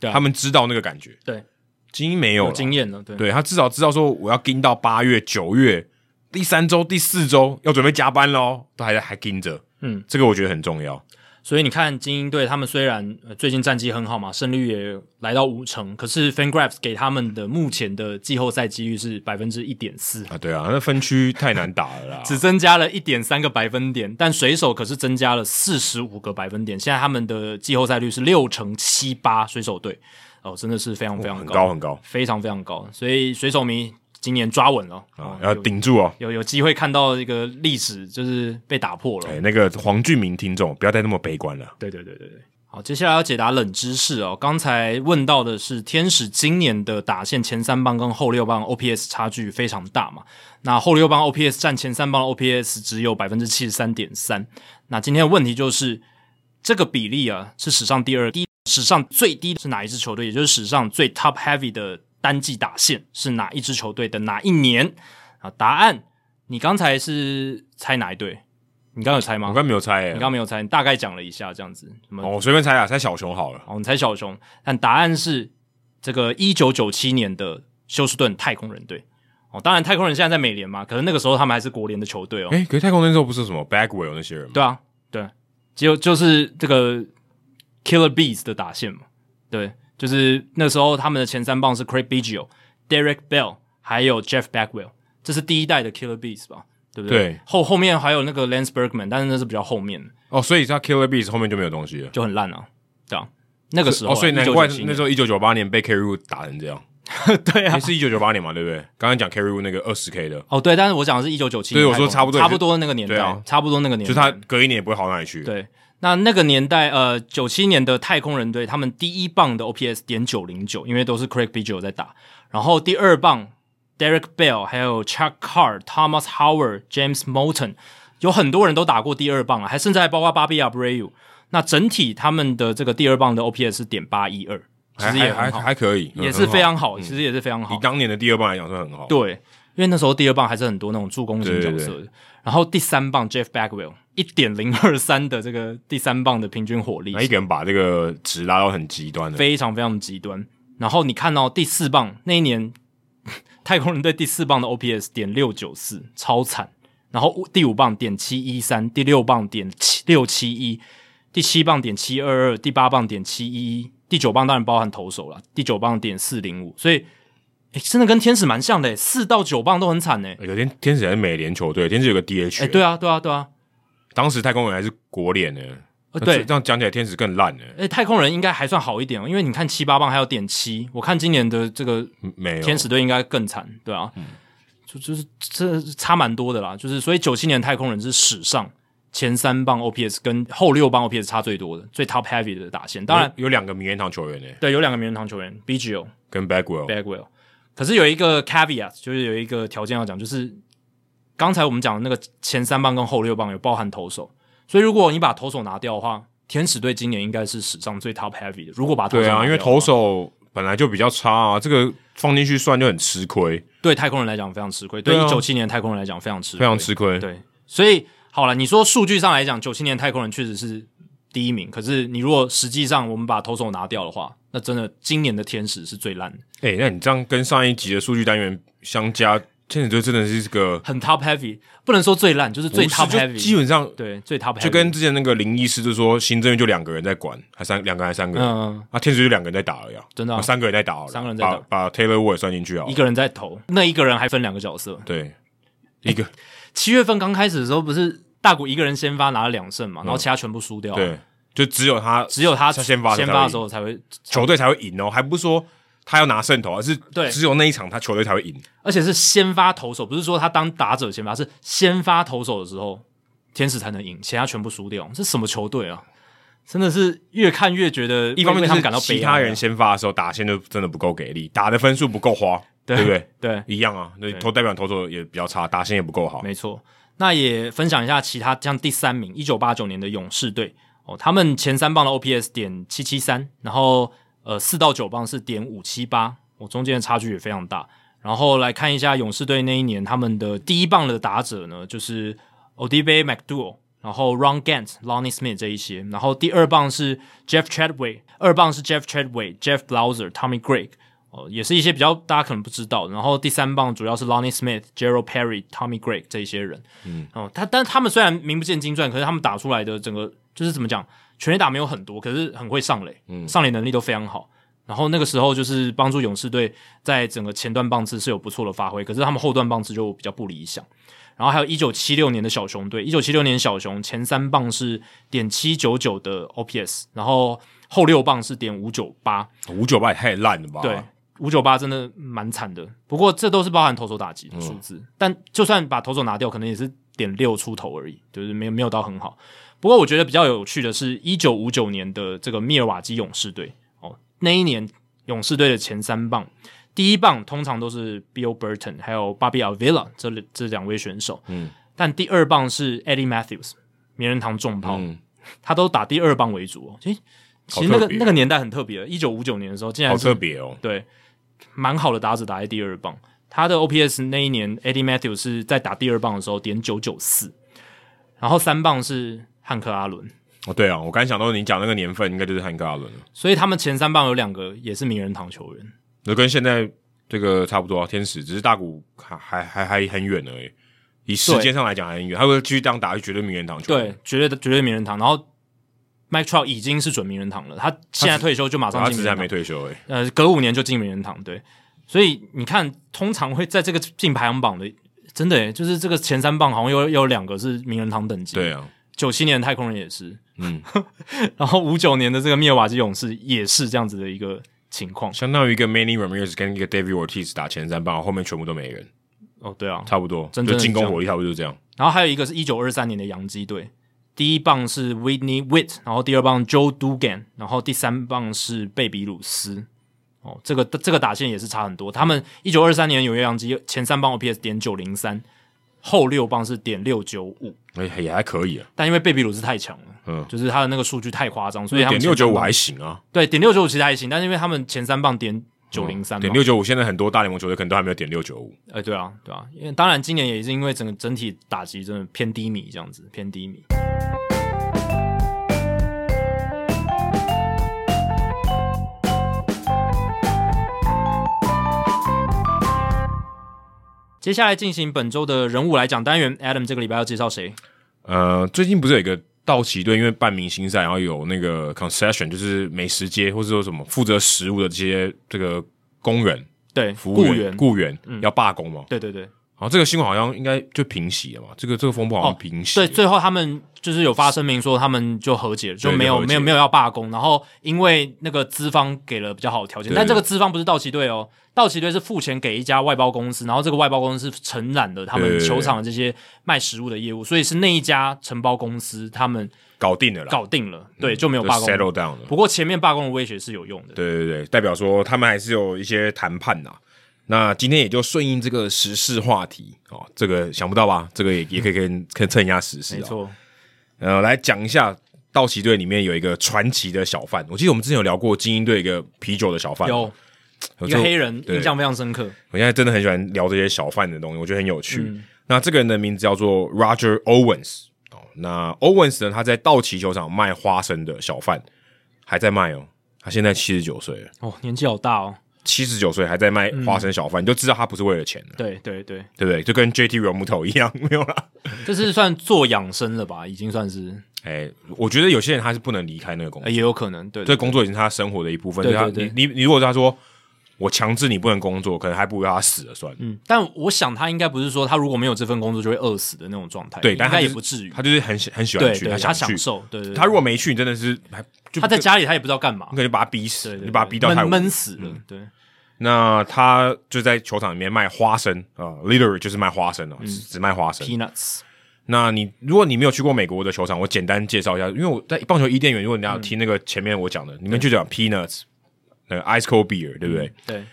Speaker 1: 对啊
Speaker 2: 他们知道那个感觉。
Speaker 1: 对，
Speaker 2: 精英没有
Speaker 1: 有
Speaker 2: 了，
Speaker 1: 经验了，对
Speaker 2: 对他至少知道说我要盯到八月、九月第三周、第四周要准备加班喽，都还还盯着。
Speaker 1: 嗯，
Speaker 2: 这个我觉得很重要。
Speaker 1: 所以你看精英队他们虽然、呃最近战绩很好嘛，胜率也来到五成，可是 FanGraphs 给他们的目前的季后赛几率是百分之一点四，
Speaker 2: 啊，对啊，那分区太难打 了啦。
Speaker 1: 只增加了一点三个百分点，但水手可是增加了四十五个百分点，现在他们的季后赛率是六成七八，水手队哦，真的是非常非常
Speaker 2: 很
Speaker 1: 高，
Speaker 2: 高很高
Speaker 1: 非常非常高，所以水手迷今年抓稳了，
Speaker 2: 啊
Speaker 1: 哦，
Speaker 2: 要
Speaker 1: 有
Speaker 2: 顶住哦。
Speaker 1: 有有机会看到这个历史就是被打破了，
Speaker 2: 哎，那个黄俊明听众，不要再那么悲观了。
Speaker 1: 对对对对对。好，接下来要解答冷知识哦。刚才问到的是天使今年的打线前三棒跟后六棒 OPS 差距非常大嘛？那后六棒 OPS 占前三棒的 OPS 只有百分之七十三点三。那今天的问题就是这个比例啊是史上第二低，史上最低是哪一支球队？也就是史上最 top heavy 的单季打线是哪一支球队的哪一年？啊，答案你刚才是猜哪一队？你刚刚有猜吗？
Speaker 2: 我刚没有猜
Speaker 1: 你
Speaker 2: 哎
Speaker 1: 刚，刚没有猜，你大概讲了一下这样子。什么？
Speaker 2: 哦，我随便猜啊，猜小熊好了。
Speaker 1: 哦，你猜小熊，但答案是这个一九九七年的休斯顿太空人队。哦，当然太空人现在在美联嘛，可是那个时候他们还是国联的球队哦。
Speaker 2: 哎，可是太空那时候不是什么 Bagwell 那些人吗？
Speaker 1: 对啊，对，就就是这个 Killer Bees 的打线嘛，对，就是那时候他们的前三棒是 Craig Biggio、Derek Bell 还有 Jeff Bagwell，这是第一代的 Killer Bees 吧，对不对
Speaker 2: 对
Speaker 1: 后后面还有那个 Lance Berkman，但是那是比较后面的，
Speaker 2: 哦，所以他 Killer Bees 后面就没有东西了。
Speaker 1: 就很烂啊，对啊，那个时候啊、
Speaker 2: 哦，所以难怪
Speaker 1: 1997年
Speaker 2: 那时候一九九八年被 Kerry Wood 打成 这样。
Speaker 1: 对啊
Speaker 2: 也，是一九九八年嘛，对不对？刚刚讲 Kerry Wood 那个二十 K 的，
Speaker 1: 哦对，但是我讲的是一九九七，
Speaker 2: 对我说差不多
Speaker 1: 差不多那个年代，
Speaker 2: 对啊
Speaker 1: 差不多那个年代，
Speaker 2: 就他隔一年也不会好到哪里去。
Speaker 1: 对。那那个年代，呃，九七年的太空人队，他们第一棒的 OPS 点九零九，因为都是 Craig B 九在打，然后第二棒 Derek Bell，还有 Chuck Carr、Thomas Howard、James Moulton，有很多人都打过第二棒啊，还甚至还包括 Bobby Abreu。那整体他们的这个第二棒的 OPS 是点八一二，其
Speaker 2: 还
Speaker 1: 实也
Speaker 2: 还
Speaker 1: 很
Speaker 2: 还
Speaker 1: 好，
Speaker 2: 还可以，嗯
Speaker 1: 也是非。
Speaker 2: 很好
Speaker 1: 常好，其实也是非常好
Speaker 2: 以。当年的第二棒来讲，算很好。
Speaker 1: 对，因为那时候第二棒还是很多那种助攻型角色的。
Speaker 2: 对对
Speaker 1: 然后第三棒 Jeff Bagwell 一点零二三的这个第三棒的平均火力
Speaker 2: 那一个人把这个值拉到很极端的，
Speaker 1: 非常非常极端。然后你看到第四棒那一年，太空人队第四棒的 OPS 点六九四，超惨。然后第五棒点七一三，第六棒点七六七一，第七棒点七二二，第八棒点七一一，第九棒当然包含投手了，第九棒点四零五。所以，诶真的跟天使蛮像的，四到九棒都很惨呢。
Speaker 2: 有天天使还是美联球队，天使有个 DH，、
Speaker 1: 哎、对啊，对啊，对啊，
Speaker 2: 当时太空人还是国联呢、
Speaker 1: 呃，
Speaker 2: 那
Speaker 1: 对
Speaker 2: 这，样讲起来天使更烂呢、
Speaker 1: 哎、太空人应该还算好一点哦，因为你看七八棒还有点七，我看今年的这个
Speaker 2: 嗯没有嗯
Speaker 1: 天使队应该更惨，对啊，就就是这差蛮多的啦，就是所以九七年太空人是史上前三棒 OPS 跟后六棒 OPS 差最多的，最 top heavy 的打线，当然。
Speaker 2: 有有两个名人堂球员呢、
Speaker 1: 对，有两个名人堂球员 b g o
Speaker 2: 跟 Bagwell，
Speaker 1: Bagwell，可是有一个 caveat，就是有一个条件要讲，就是刚才我们讲的那个前三棒跟后六棒有包含投手，所以如果你把投手拿掉的话，天使队今年应该是史上最 top heavy 的。如果把投手
Speaker 2: 对
Speaker 1: 拿掉的话
Speaker 2: 啊，因为投手本来就比较差啊，这个放进去算就很吃亏，
Speaker 1: 对太空人来讲非常吃亏，
Speaker 2: 对
Speaker 1: 对
Speaker 2: 啊
Speaker 1: 一九七年太空人来讲非常吃亏，
Speaker 2: 非常吃亏。
Speaker 1: 对，所以好了，你说数据上来讲，九七年太空人确实是第一名，可是你如果实际上我们把投手拿掉的话，那真的今年的天使是最烂的，
Speaker 2: 哎、那你这样跟上一集的数据单元相加，天使队真的是这个
Speaker 1: 很 top heavy，不能说最烂，就是最
Speaker 2: 不是
Speaker 1: top
Speaker 2: 就
Speaker 1: heavy，
Speaker 2: 基本上
Speaker 1: 对最 top heavy，
Speaker 2: 就跟之前那个林医师就说，行政院就两个人在管，还三两个还三个人，
Speaker 1: 嗯
Speaker 2: 啊，天使就两个人在打了呀，
Speaker 1: 真的啊
Speaker 2: 啊三个人在打好了，
Speaker 1: 三个人在打
Speaker 2: 把把 Taylor Ward 算进去啊
Speaker 1: 一，个人在投，那一个人还分两个角色。
Speaker 2: 对，一
Speaker 1: 哎
Speaker 2: 个
Speaker 1: 七月份刚开始的时候，不是大谷一个人先发拿了两胜嘛，然后其他全部输掉，，
Speaker 2: 嗯对，就只有他
Speaker 1: 只有他
Speaker 2: 先发
Speaker 1: 先发的时候才会
Speaker 2: 球队才会赢哦，还不是说他要拿胜投，而是
Speaker 1: 对
Speaker 2: 只有那一场他球队才会赢，
Speaker 1: 而且是先发投手，不是说他当打者先发，是先发投手的时候，天使才能赢，其他全部输掉。这什么球队啊？真的是越看越觉得，
Speaker 2: 一方
Speaker 1: 为
Speaker 2: 面就
Speaker 1: 他
Speaker 2: 是
Speaker 1: 们感到悲
Speaker 2: 其
Speaker 1: 哀啊
Speaker 2: 他人先发的时候打线就真的不够给力，打的分数不够花，
Speaker 1: 对
Speaker 2: 对不对？
Speaker 1: 对，
Speaker 2: 一样啊，那投代表投手也比较差，打线也不够好，
Speaker 1: 没错。那也分享一下其他，像第三名，一九八九年的勇士队哦，他们前三棒的 OPS 点七七三，然后呃四到九棒是点五七八，我中间的差距也非常大。然后来看一下勇士队那一年，他们的第一棒的打者呢，就是 o d i b e McDuo，然后 Ron Gant、Lonnie Smith 这一些，然后第二棒是 Jeff Chadway，二棒是 Jeff Chadway、Jeff Blauser、Tommy Gregg，哦，也是一些比较大家可能不知道的。然后第三棒主要是 Lonnie Smith、Gerald Perry、Tommy Gregg 这一些人，嗯，哦，他但他们虽然名不见经传，可是他们打出来的整个就是怎么讲，全垒打没有很多，可是很会上垒，
Speaker 2: 嗯
Speaker 1: 上垒能力都非常好。然后那个时候就是帮助勇士队在整个前段棒次是有不错的发挥，可是他们后段棒次就比较不理想。然后还有一九七六年的小熊队，一九七六年小熊前三棒是点七九九的 OPS，然后后六棒是点五九八，
Speaker 2: 五九八也太烂了吧？
Speaker 1: 对，五九八真的蛮惨的。不过这都是包含投手打击的
Speaker 2: 嗯
Speaker 1: 数字，但就算把投手拿掉，可能也是点六出头而已，就是没有没有到很好。不过我觉得比较有趣的是，一九五九年的这个密尔瓦基勇士队哦，那一年勇士队的前三棒，第一棒通常都是 Bill Burton 还有 Bobby Avila 这这两位选手，
Speaker 2: 嗯，
Speaker 1: 但第二棒是 Eddie Matthews 名人堂重炮，
Speaker 2: 嗯，
Speaker 1: 他都打第二棒为主哦。其实其实
Speaker 2: 好
Speaker 1: 那
Speaker 2: 特
Speaker 1: 个
Speaker 2: 别
Speaker 1: 那个年代很特别，一九五九年的时候，竟然
Speaker 2: 好
Speaker 1: 是
Speaker 2: 特别哦。
Speaker 1: 对，蛮好的打者打在第二棒。他的 OPS 那一年，Eddie Matthews 是在打第二棒的时候点九九四，然后三棒是汉克阿伦，
Speaker 2: 哦，对啊，我刚才想到你讲那个年份，应该就是汉克阿伦了，
Speaker 1: 所以他们前三棒有两个也是名人堂球员。
Speaker 2: 就跟现在这个差不多啊。天使只是大谷还还还还很远而已，以时间上来讲还很远，他会继续这样打，绝对名人堂球员。
Speaker 1: 对，绝对的绝对名人堂。然后 Mike Trout 已经是准名人堂了，他现在退休就马上
Speaker 2: 他
Speaker 1: 进
Speaker 2: 只
Speaker 1: 名
Speaker 2: 是还
Speaker 1: 人堂，
Speaker 2: 没退休哎，
Speaker 1: 呃，隔五年就进名人堂。对，所以你看，通常会在这个进排行榜的，真的耶就是这个前三棒好像有有两个是名人堂等级。
Speaker 2: 对，啊，
Speaker 1: 九七年的太空人也是，
Speaker 2: 嗯，
Speaker 1: 然后五九年的这个密尔瓦基勇士也是这样子的一个情况。
Speaker 2: 相当于一个 Manny Ramirez 跟一个 David Ortiz 打前三棒，后面全部都没人，
Speaker 1: 哦，对啊，
Speaker 2: 差不多，
Speaker 1: 真
Speaker 2: 就
Speaker 1: 正是这
Speaker 2: 进攻
Speaker 1: 样
Speaker 2: 火力差不多就这样。
Speaker 1: 然后还有一个是一九二三年的洋基队，第一棒是 Whitney Witt，然后第二棒 Joe Dugan，然后第三棒是贝比鲁斯。哦，这个这个打线也是差很多。他们一九二三年纽约洋基前三棒 OPS 点九零三，后六棒是点六九五，
Speaker 2: 哎、也还可以啊，
Speaker 1: 但因为贝比鲁斯太强了，
Speaker 2: 嗯
Speaker 1: 就是他的那个数据太夸张，所以他
Speaker 2: 点
Speaker 1: 们
Speaker 2: 六九五还
Speaker 1: 前三棒
Speaker 2: 行啊，
Speaker 1: 对点六九五其实还行，但是因为他们前三棒点九零三，
Speaker 2: 哦点六九五现在很多大联盟球队可能都还没有点六九五，
Speaker 1: 哎，对啊，对啊，因为当然今年也是因为整个整体打击真的偏低迷，这样子偏低迷。接下来进行本周的人物来讲单元，Adam 这个礼拜要介绍谁？
Speaker 2: 呃，最近不是有一个道奇队因为办明星赛，然后有那个 concession，就是美食街或者说什么负责食物的这些这个工人、
Speaker 1: 对，
Speaker 2: 服
Speaker 1: 雇
Speaker 2: 务
Speaker 1: 员嗯
Speaker 2: 员、。雇员、要罢工嘛？
Speaker 1: 对对对
Speaker 2: 然后这个新闻好像应该就平息了嘛，这个这个风波好像平息了、
Speaker 1: 哦对，最后他们就是有发声明说他们就和解了，就
Speaker 2: 对
Speaker 1: 没有
Speaker 2: 就和解
Speaker 1: 没有没有要罢工。然后因为那个资方给了比较好的条件，
Speaker 2: 对
Speaker 1: 但这个资方不是道奇队哦，道奇队是付钱给一家外包公司，然后这个外包公司承揽了他
Speaker 2: 对
Speaker 1: 们
Speaker 2: 对对
Speaker 1: 球场的这些卖食物的业务，所以是那一家承包公司他们
Speaker 2: 搞定了啦，
Speaker 1: 搞定了，对，就没有罢
Speaker 2: 嗯就
Speaker 1: 工。
Speaker 2: settle down 了。
Speaker 1: 不过前面罢工的威胁是有用的，
Speaker 2: 对对对，代表说他们还是有一些谈判呐、那今天也就顺应这个时事话题哦，这个想不到吧？这 个也也可以跟跟蹭一下时事、哦，
Speaker 1: 没错，
Speaker 2: 呃，来讲一下道奇队里面有一个传奇的小贩。我记得我们之前有聊过精英队一个啤酒的小贩，
Speaker 1: 有
Speaker 2: 我
Speaker 1: 一
Speaker 2: 就
Speaker 1: 个黑人
Speaker 2: 对
Speaker 1: 印象非常深刻，
Speaker 2: 我现在真的很喜欢聊这些小贩的东西，我觉得很有趣。
Speaker 1: 嗯
Speaker 2: 那这个人的名字叫做 Roger Owens 哦，那 Owens 呢，他在道奇球场卖花生的小贩，还在卖哦。他现在七十九岁了，
Speaker 1: 哦，年纪好大哦，
Speaker 2: 七十九岁还在卖花生小
Speaker 1: 嗯
Speaker 2: 贩，你就知道他不是为了钱的，
Speaker 1: 对对对，
Speaker 2: 对不对？就跟 JT 软木 头一样，没有啦。
Speaker 1: 这是算做养生了吧？已经算是，
Speaker 2: 哎，我觉得有些人他是不能离开那个工作
Speaker 1: 呃，也有可能，对
Speaker 2: 这工作已经是他生活的一部分。
Speaker 1: 对
Speaker 2: 所以他
Speaker 1: 对对
Speaker 2: 你你你如果他说我强制你不能工作，可能还不如让他死了算了。
Speaker 1: 嗯，但我想他应该不是说他如果没有这份工作就会饿死的那种状态，
Speaker 2: 对，但
Speaker 1: 应
Speaker 2: 他
Speaker 1: 该
Speaker 2: 就
Speaker 1: 也
Speaker 2: 是
Speaker 1: 不至于。
Speaker 2: 他就是很喜很喜欢
Speaker 1: 对
Speaker 2: 去，
Speaker 1: 对，
Speaker 2: 想去
Speaker 1: 享。受，对对。
Speaker 2: 他如果没去，你真的是还就
Speaker 1: 他在
Speaker 2: 就
Speaker 1: 家里他也不知道干嘛
Speaker 2: 你，可能就把他逼死，
Speaker 1: 对对，
Speaker 2: 你把他逼到太嗯
Speaker 1: 闷
Speaker 2: 无
Speaker 1: 闷死了，对
Speaker 2: 那他就在球场里面卖花生啊、l i t e r a l l y 就是卖花生哦，
Speaker 1: 嗯
Speaker 2: 只只卖花生。
Speaker 1: ，peanuts。
Speaker 2: 那你如果你没有去过美国的球场，我简单介绍一下，因为我在棒球伊甸园，如果你要听那个前面我讲的，你们就
Speaker 1: 嗯
Speaker 2: 讲 peanuts，那个 ice cold beer，对不对？
Speaker 1: 对，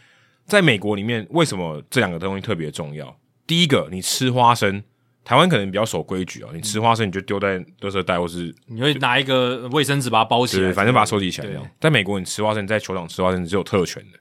Speaker 2: 在美国里面，为什么这两个东西特别重要？第一个，你吃花生，台湾可能比较守规矩哦，你吃花生你就丢在垃圾袋或是
Speaker 1: 你会拿一个卫生纸把它包起
Speaker 2: 对，
Speaker 1: 来，
Speaker 2: 反正把它收集起来
Speaker 1: 对
Speaker 2: 这样。在美国，你吃花生，你在球场吃花生你是有特权的，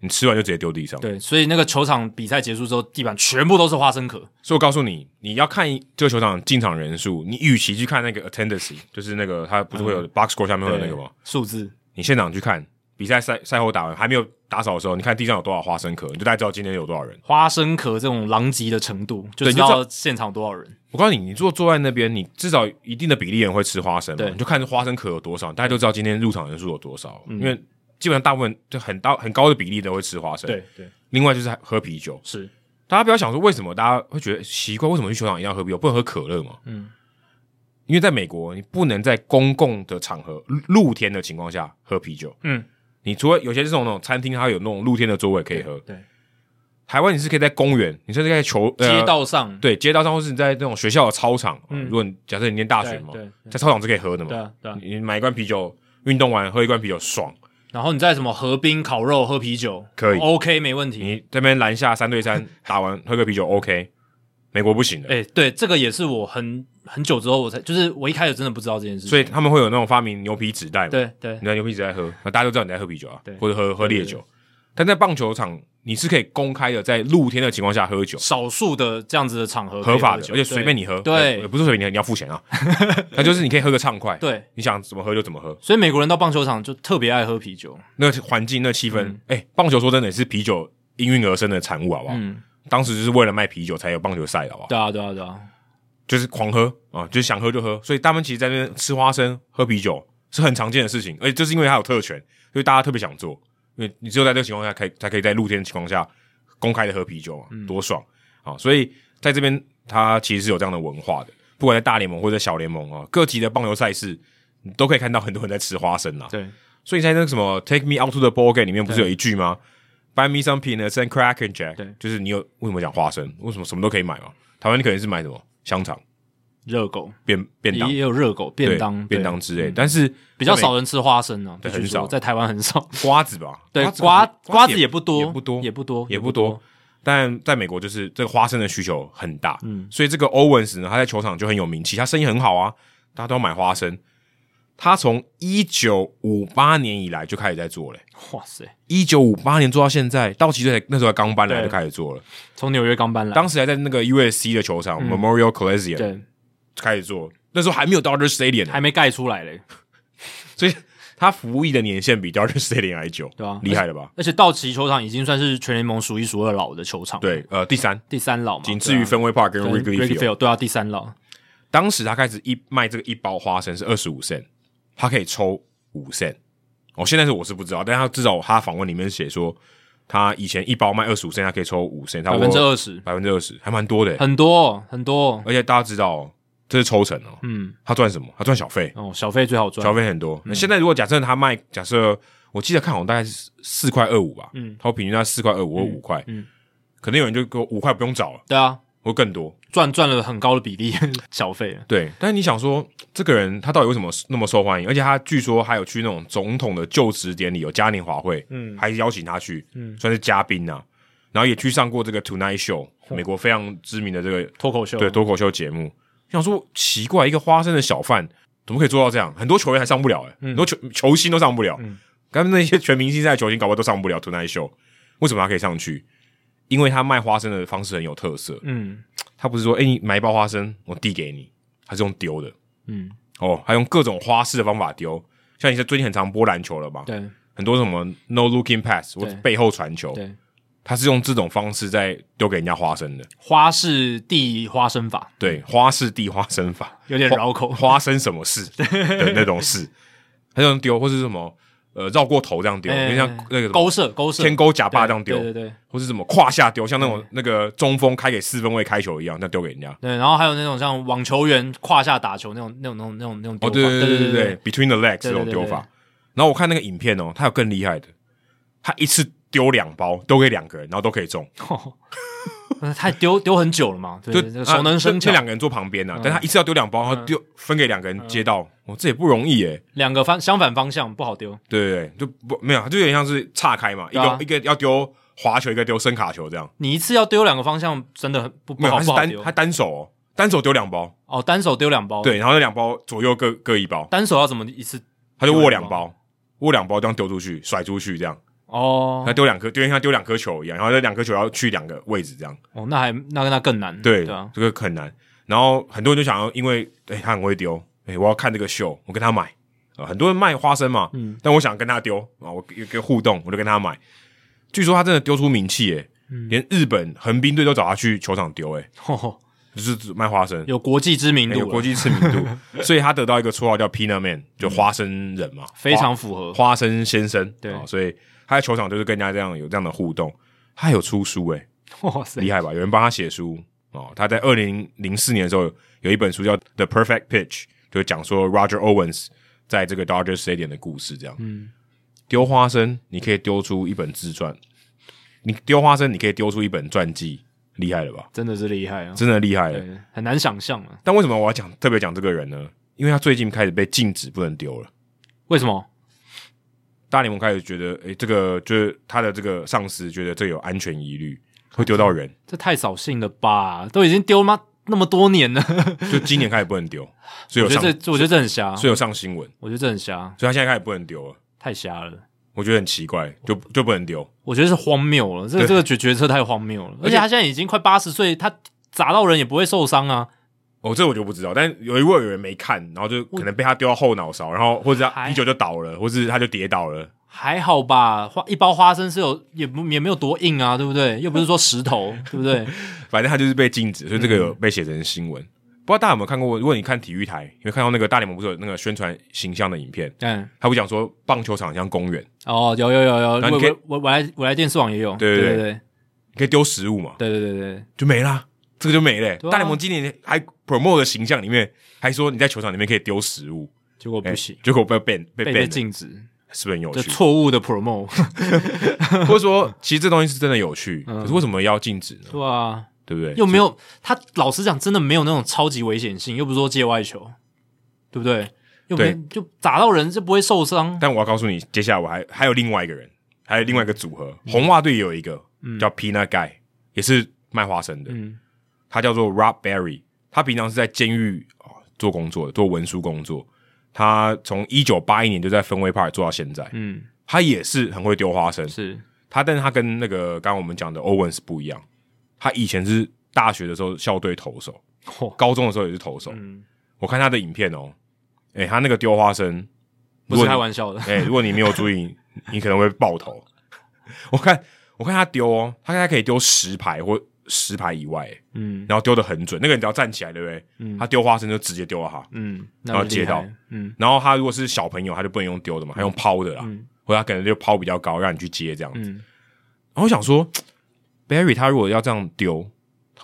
Speaker 2: 你吃完就直接丢地上。
Speaker 1: 对，所以那个球场比赛结束之后，地板全部都是花生壳，
Speaker 2: 所以我告诉你，你要看这个球场进场人数，你与其去
Speaker 1: 嗯
Speaker 2: 看那个 attendance，就是那个它不是会有 box score 下面会有那个吗？
Speaker 1: 数字
Speaker 2: 你现场去看，比赛赛赛后打完还没有打扫的时候，你看地上有多少花生壳，你就大概知道今天有多少人。
Speaker 1: 花生壳这种狼藉的程度，就
Speaker 2: 对
Speaker 1: 知
Speaker 2: 就知
Speaker 1: 道
Speaker 2: 道
Speaker 1: 现场有多少人。
Speaker 2: 我告诉你，你坐坐在那边，你至少一定的比例人会吃花生嘛，
Speaker 1: 对
Speaker 2: 你就看花生壳有多少，大家就知道今天入场人数有多少，
Speaker 1: 嗯
Speaker 2: 因为基本上大部分就很大很高的比例都会吃花生。，
Speaker 1: 对，
Speaker 2: 另外就是喝啤酒，
Speaker 1: 是
Speaker 2: 大家不要想说为什么大家会觉得奇怪，为什么去球场一定要喝啤酒，不能喝可乐嘛？
Speaker 1: 嗯，
Speaker 2: 因为在美国，你不能在公共的场合、露露天的情况下喝啤酒。
Speaker 1: 嗯，
Speaker 2: 你除了有些这种那种餐厅，它有那种露天的座位可以喝。
Speaker 1: 对，
Speaker 2: 台湾你是可以在公园，你甚至可以在球、呃
Speaker 1: 街道上，
Speaker 2: 对街道上，或是你在那种学校的操场。
Speaker 1: 嗯
Speaker 2: 如果你假设你念大学嘛
Speaker 1: 对对，
Speaker 2: 在操场是可以喝的嘛。
Speaker 1: 对啊对啊
Speaker 2: 你买一罐啤酒，运动完喝一罐啤酒爽。
Speaker 1: 然后你在什么河滨烤肉、喝啤酒，
Speaker 2: 可以
Speaker 1: ，OK，没问题。
Speaker 2: 你这边篮下三对 三打完喝个啤酒 OK，美国不行的。
Speaker 1: 哎、对，这个也是我很很久之后我才，就是我一开始真的不知道这件事情，
Speaker 2: 所以他们会有那种发明牛皮纸袋嘛，
Speaker 1: 对对
Speaker 2: 你在牛皮纸在喝，那大家都知道你在喝啤酒啊
Speaker 1: 对，
Speaker 2: 或者喝喝烈酒。但在棒球场，你是可以公开的在露天的情况下喝酒，
Speaker 1: 少数的这样子的场合可以
Speaker 2: 合法的，
Speaker 1: 喝酒
Speaker 2: 而且随便
Speaker 1: 对
Speaker 2: 你喝，
Speaker 1: 对
Speaker 2: 呃不是随便你，你要 付钱啊。那就是你可以喝个畅快，
Speaker 1: 对，
Speaker 2: 你想怎么喝就怎么喝。
Speaker 1: 所以美国人到棒球场就特别爱喝啤酒，
Speaker 2: 那环境、那气氛，哎，棒球说真的也是啤酒应运而生的产物，好不好？
Speaker 1: 嗯，
Speaker 2: 当时就是为了卖啤酒才有棒球赛，好不好？
Speaker 1: 对啊对啊对啊，
Speaker 2: 就是狂喝啊，就是想喝就喝。所以他们其实在那边吃花生、喝啤酒是很常见的事情，而且就是因为它有特权，所以大家特别想做。因为你只有在这个情况下，可以才可以在露天的情况下公开的喝啤酒嘛，
Speaker 1: 嗯
Speaker 2: 多爽啊！所以在这边，它其实是有这样的文化的，不管在大联盟或者小联盟啊，各级的棒球赛事，你都可以看到很多人在吃花生啦。
Speaker 1: 对，
Speaker 2: 所以在那个什么 “Take me out to the ball game” 里面不是有一句吗？“Buy me some peanuts and crack and jack”，
Speaker 1: 对
Speaker 2: 就是你有为什么讲花生？为什么什么都可以买嘛？台湾你可能是买什么香肠、
Speaker 1: 热狗
Speaker 2: 便便当
Speaker 1: 也、也有热狗
Speaker 2: 对
Speaker 1: 便当
Speaker 2: 便
Speaker 1: 对嗯
Speaker 2: 当之类，但是
Speaker 1: 比较
Speaker 2: 在
Speaker 1: 少人吃花生呢、啊，
Speaker 2: 对
Speaker 1: 必须
Speaker 2: 很少
Speaker 1: 说在台湾很 少。
Speaker 2: 美瓜子吧？
Speaker 1: 对，瓜
Speaker 2: 瓜
Speaker 1: 瓜
Speaker 2: 子
Speaker 1: 子也不多，
Speaker 2: 也不多，
Speaker 1: 也不多，
Speaker 2: 也不多。。但在美国，就是这个花生的需求很大，
Speaker 1: 嗯
Speaker 2: 所以这个 Owens 呢，他在球场就很有名气，他生意很好啊，大家都要买花生。他从一九五八年以来就开始在做了、
Speaker 1: 哇塞，
Speaker 2: 一九五八年做到现在，道奇队才那时候才刚搬来
Speaker 1: 对
Speaker 2: 就开始做了，
Speaker 1: 从纽约刚搬来，
Speaker 2: 当时还在那个 USC 的球场、Memorial
Speaker 1: 嗯
Speaker 2: Coliseum
Speaker 1: 对，
Speaker 2: 开始做，那时候还没有 Dodger Stadium，呢
Speaker 1: 还没盖出来嘞，
Speaker 2: 所以他服役的年限比 Dodger Stadium 还久，
Speaker 1: 对啊
Speaker 2: 厉害了吧？
Speaker 1: 而且道奇球场已经算是全联盟数一数二老的球场，，
Speaker 2: 对，呃，第三，
Speaker 1: 第三老嘛，
Speaker 2: 仅次于
Speaker 1: 对啊
Speaker 2: Fenway Park 跟
Speaker 1: 对
Speaker 2: Wrigley
Speaker 1: Wrigley
Speaker 2: Field。
Speaker 1: Field，对啊，第三老，
Speaker 2: 当时他开始一卖这个一包花生是二十五 cent，他可以抽五 cent。哦，现在是我是不知道，但他至少他访问里面写说，他以前一包卖二十五 cent，他可以抽五 cent，
Speaker 1: 百分之二十，
Speaker 2: 百分之二十，还蛮多的耶。
Speaker 1: 很多哦很多，
Speaker 2: 而且大家知道哦，这是抽成哦，
Speaker 1: 嗯，
Speaker 2: 他赚什么？他赚小费，
Speaker 1: 哦，小费最好
Speaker 2: 小
Speaker 1: 赚，
Speaker 2: 费很多。那现在如果假设他卖，假设我记得看好像大概是四块二五吧，
Speaker 1: 嗯
Speaker 2: 嗯，他平均在四块二五或五块，
Speaker 1: 嗯
Speaker 2: 嗯，可能有人就给我五块不用找了，
Speaker 1: 对啊，
Speaker 2: 或更多。
Speaker 1: 赚赚了很高的比例 小费，
Speaker 2: 对，但是你想说这个人他到底为什么那么受欢迎？而且他据说还有去那种总统的就职典礼，有嘉年华会，
Speaker 1: 嗯
Speaker 2: 嗯，还邀请他去，
Speaker 1: 嗯
Speaker 2: 嗯，算是嘉宾呐、啊。然后也去上过这个 Tonight Show，美国非常知名的这个
Speaker 1: 脱口秀，
Speaker 2: 对脱口秀节目。想说奇怪，一个花生的小贩怎么可以做到这样？很多球员还上不了、欸，
Speaker 1: 嗯
Speaker 2: 很多球球星都上不了。刚、们那些全明星赛的球星搞不好都上不了 Tonight Show，为什么他可以上去？因为他卖花生的方式很有特色，
Speaker 1: 嗯
Speaker 2: 他不是说哎、欸你买一包花生我递给你，他是用丢的
Speaker 1: 嗯，
Speaker 2: 哦，他用各种花式的方法丢。像你在最近很常播篮球了嘛，
Speaker 1: 对
Speaker 2: 很多什么 no looking pass 或
Speaker 1: 对
Speaker 2: 者背后传球，
Speaker 1: 对，
Speaker 2: 他是用这种方式在丢给人家花生的。
Speaker 1: 花式地花生法
Speaker 2: 对，花式递花生法，
Speaker 1: 有点绕口，
Speaker 2: 花生什 么事的那种事，他这样丢，或是什么呃绕过头这样丢，
Speaker 1: 哎
Speaker 2: 就像那个什么
Speaker 1: 勾射勾射，
Speaker 2: 天勾假巴这样丢，
Speaker 1: 对对哎对。
Speaker 2: 或是什么胯下丢，像那种那个中锋开给四分卫开球一样，那丢给人家。
Speaker 1: 对，然后还有那种像网球员胯下打球那种、那种、那种、那种、那种丢
Speaker 2: 哦，
Speaker 1: 法，
Speaker 2: 对
Speaker 1: 对
Speaker 2: 对
Speaker 1: 对
Speaker 2: 对 ，between the legs
Speaker 1: 对对
Speaker 2: 这
Speaker 1: 对
Speaker 2: 种丢
Speaker 1: 对
Speaker 2: 法。然后我看那个影片哦，他有更厉害的，他一次丢两包，丢给两个人，然后都可以中，
Speaker 1: 对，他丢丢很久了嘛，对，对对熟能生巧
Speaker 2: 啊
Speaker 1: 嗯
Speaker 2: 这这，两个人坐旁边呐，但他一次要丢两包，然后丢分给两个人接到，哦，这也不容易耶。
Speaker 1: 两个方相反方向不好丢，
Speaker 2: 对对对，就不没有，就有点像是岔开嘛，一
Speaker 1: 对啊
Speaker 2: 个一个要丢滑球，一个丢声卡球这样。
Speaker 1: 你一次要丢两个方向真的很不不
Speaker 2: 没有，
Speaker 1: 好
Speaker 2: 他是
Speaker 1: 不好
Speaker 2: 单
Speaker 1: 丢
Speaker 2: 他单手哦，单手丢两包，
Speaker 1: 哦，单手丢两包，，
Speaker 2: 对，然后那两包左右各各一包，
Speaker 1: 单手要怎么一次
Speaker 2: 他就
Speaker 1: 丢
Speaker 2: 握
Speaker 1: 两
Speaker 2: 两包，握两包这样丢出去，甩出去这样，
Speaker 1: 哦
Speaker 2: 他丢两颗，就像丢两颗球一样，然后这两颗球要去两个位置这样，
Speaker 1: 哦，那还那那更难，
Speaker 2: 对，
Speaker 1: 对啊，
Speaker 2: 这个很难。然后很多人就想要，因为哎、他很会丢，哎、我要看这个秀，我跟他买，呃很多人卖花生嘛，嗯，但我想跟他丢啊，我有个互动，我就跟他买。据说他真的丢出名气，诶、
Speaker 1: 嗯
Speaker 2: 连日本横滨队都找他去球场丢，诶，
Speaker 1: 哦，
Speaker 2: 就是卖花生，
Speaker 1: 有国际知名
Speaker 2: 哎有
Speaker 1: 度
Speaker 2: 国
Speaker 1: 了，嗯
Speaker 2: 际知名 度，所以他得到一个绰号叫 Peanut Man，就花生人嘛，
Speaker 1: 非
Speaker 2: 花
Speaker 1: 常符合。
Speaker 2: 花生先生。
Speaker 1: 对
Speaker 2: 哦所以他在球场就是跟人家这样有这样的互动。他有出书哎诶、
Speaker 1: 哇塞
Speaker 2: 厉害吧？有人帮他写书哦。他在二零零四年的时候有一本书叫《The Perfect Pitch》，就讲说 Roger Owens 在这个 Dodger Stadium 的故事。这样，嗯，丢花生你可以丢出一本自传，你丢花生你可以丢出一本传记，厉害了吧？
Speaker 1: 真的是厉害啊！
Speaker 2: 真的厉害了。
Speaker 1: 对，很难想象啊。
Speaker 2: 但为什么我要讲特别讲这个人呢？因为他最近开始被禁止不能丢了。
Speaker 1: 为什么？
Speaker 2: 大联盟开始觉得，诶、这个就是他的这个上司觉得这有安全疑虑，会丢到人，
Speaker 1: 这太扫兴了吧？都已经丢妈那么多年了，
Speaker 2: 就今年开始不能丢，所以
Speaker 1: 我
Speaker 2: 有
Speaker 1: 觉
Speaker 2: 上，
Speaker 1: 得这，我觉得这很瞎，
Speaker 2: 所以有上新闻。
Speaker 1: 我觉得这很瞎，
Speaker 2: 所以他现在开始不能丢了，
Speaker 1: 太瞎了。
Speaker 2: 我觉得很奇怪，就就不能丢。
Speaker 1: 我觉得是荒谬了，这个
Speaker 2: 对
Speaker 1: 这个决决策太荒谬了。而且他现在已经快八十岁，他砸到人也不会受伤啊。
Speaker 2: 哦，这我就不知道，但有一位有人没看，然后就可能被他丢到后脑勺，然后或者他
Speaker 1: 还
Speaker 2: 啤酒就倒了，或是他就跌倒了。
Speaker 1: 还好吧，花一包花生是有也不也没有多硬啊，对不对？又不是说石 头，对不对？
Speaker 2: 反正他就是被禁止，所以这个
Speaker 1: 嗯
Speaker 2: 有被写成新闻。不知道大家有没有看过？如果你看体育台，你会看到那个大联盟不是有那个宣传形象的影片，
Speaker 1: 嗯，
Speaker 2: 他会讲说棒球场像公园，
Speaker 1: 哦，有有有有，
Speaker 2: 然后
Speaker 1: 我
Speaker 2: 你可以
Speaker 1: 我我我来我来电视网也有，
Speaker 2: 对对
Speaker 1: 对
Speaker 2: 你可以丢食物嘛，
Speaker 1: 对对对对对，
Speaker 2: 就没啦，这个就没了、
Speaker 1: 对啊
Speaker 2: 大联盟今年还 promote 的形象里面还说你在球场里面可以丢食物，
Speaker 1: 结果
Speaker 2: 哎
Speaker 1: 不行，
Speaker 2: 结果被 ban 哎
Speaker 1: 被
Speaker 2: 被
Speaker 1: 被
Speaker 2: ban 了，
Speaker 1: 禁止，
Speaker 2: 是不是很有
Speaker 1: 就
Speaker 2: 趣？
Speaker 1: 错误的 promo，
Speaker 2: 或者说，其实这东西是真的有趣，可是为什么要禁止呢？
Speaker 1: 对啊，
Speaker 2: 对不对？
Speaker 1: 嗯又没有他老实讲，真的没有那种超级危险性，又不是说界外球，对不对？又没就砸到人就不会受伤，
Speaker 2: 但我要告诉你，接下来我还还有另外一个人，还有另外一个组合，
Speaker 1: 嗯
Speaker 2: 红袜队有一个叫 Peanut Guy，也是卖花生的，
Speaker 1: 嗯
Speaker 2: 他叫做 Rob Berry，他平常是在监狱啊、做工作的，做文书工作。他从一九八一年就在分威派做到现在，
Speaker 1: 嗯，
Speaker 2: 他也是很会丢花生。
Speaker 1: 是
Speaker 2: 他，但是他跟那个刚刚我们讲的 Owens 不一样，他以前是大学的时候校队投手，
Speaker 1: 嚯，
Speaker 2: 高中的时候也是投手。
Speaker 1: 嗯，
Speaker 2: 我看他的影片哦，诶、他那个丢花生，
Speaker 1: 不是开
Speaker 2: 笑。
Speaker 1: 玩笑的，
Speaker 2: 诶、如果你没有注意，你可能会爆头。 我看，我看他丢哦，他大概可以丢十排或十排以外，
Speaker 1: 嗯
Speaker 2: 然后丢的很准。那个人只要站起来，对不对？
Speaker 1: 嗯
Speaker 2: 他丢花生就直接丢到他。
Speaker 1: 嗯，那
Speaker 2: 然后
Speaker 1: 就
Speaker 2: 接
Speaker 1: 厉害
Speaker 2: 到，
Speaker 1: 嗯
Speaker 2: 然后他如果是小朋友，他就不能用丢的嘛，他用抛的啦，
Speaker 1: 嗯
Speaker 2: 或者他可能就抛比较高，让你去接这样子。
Speaker 1: 嗯，
Speaker 2: 然后我想说，Barry 他如果要这样丢，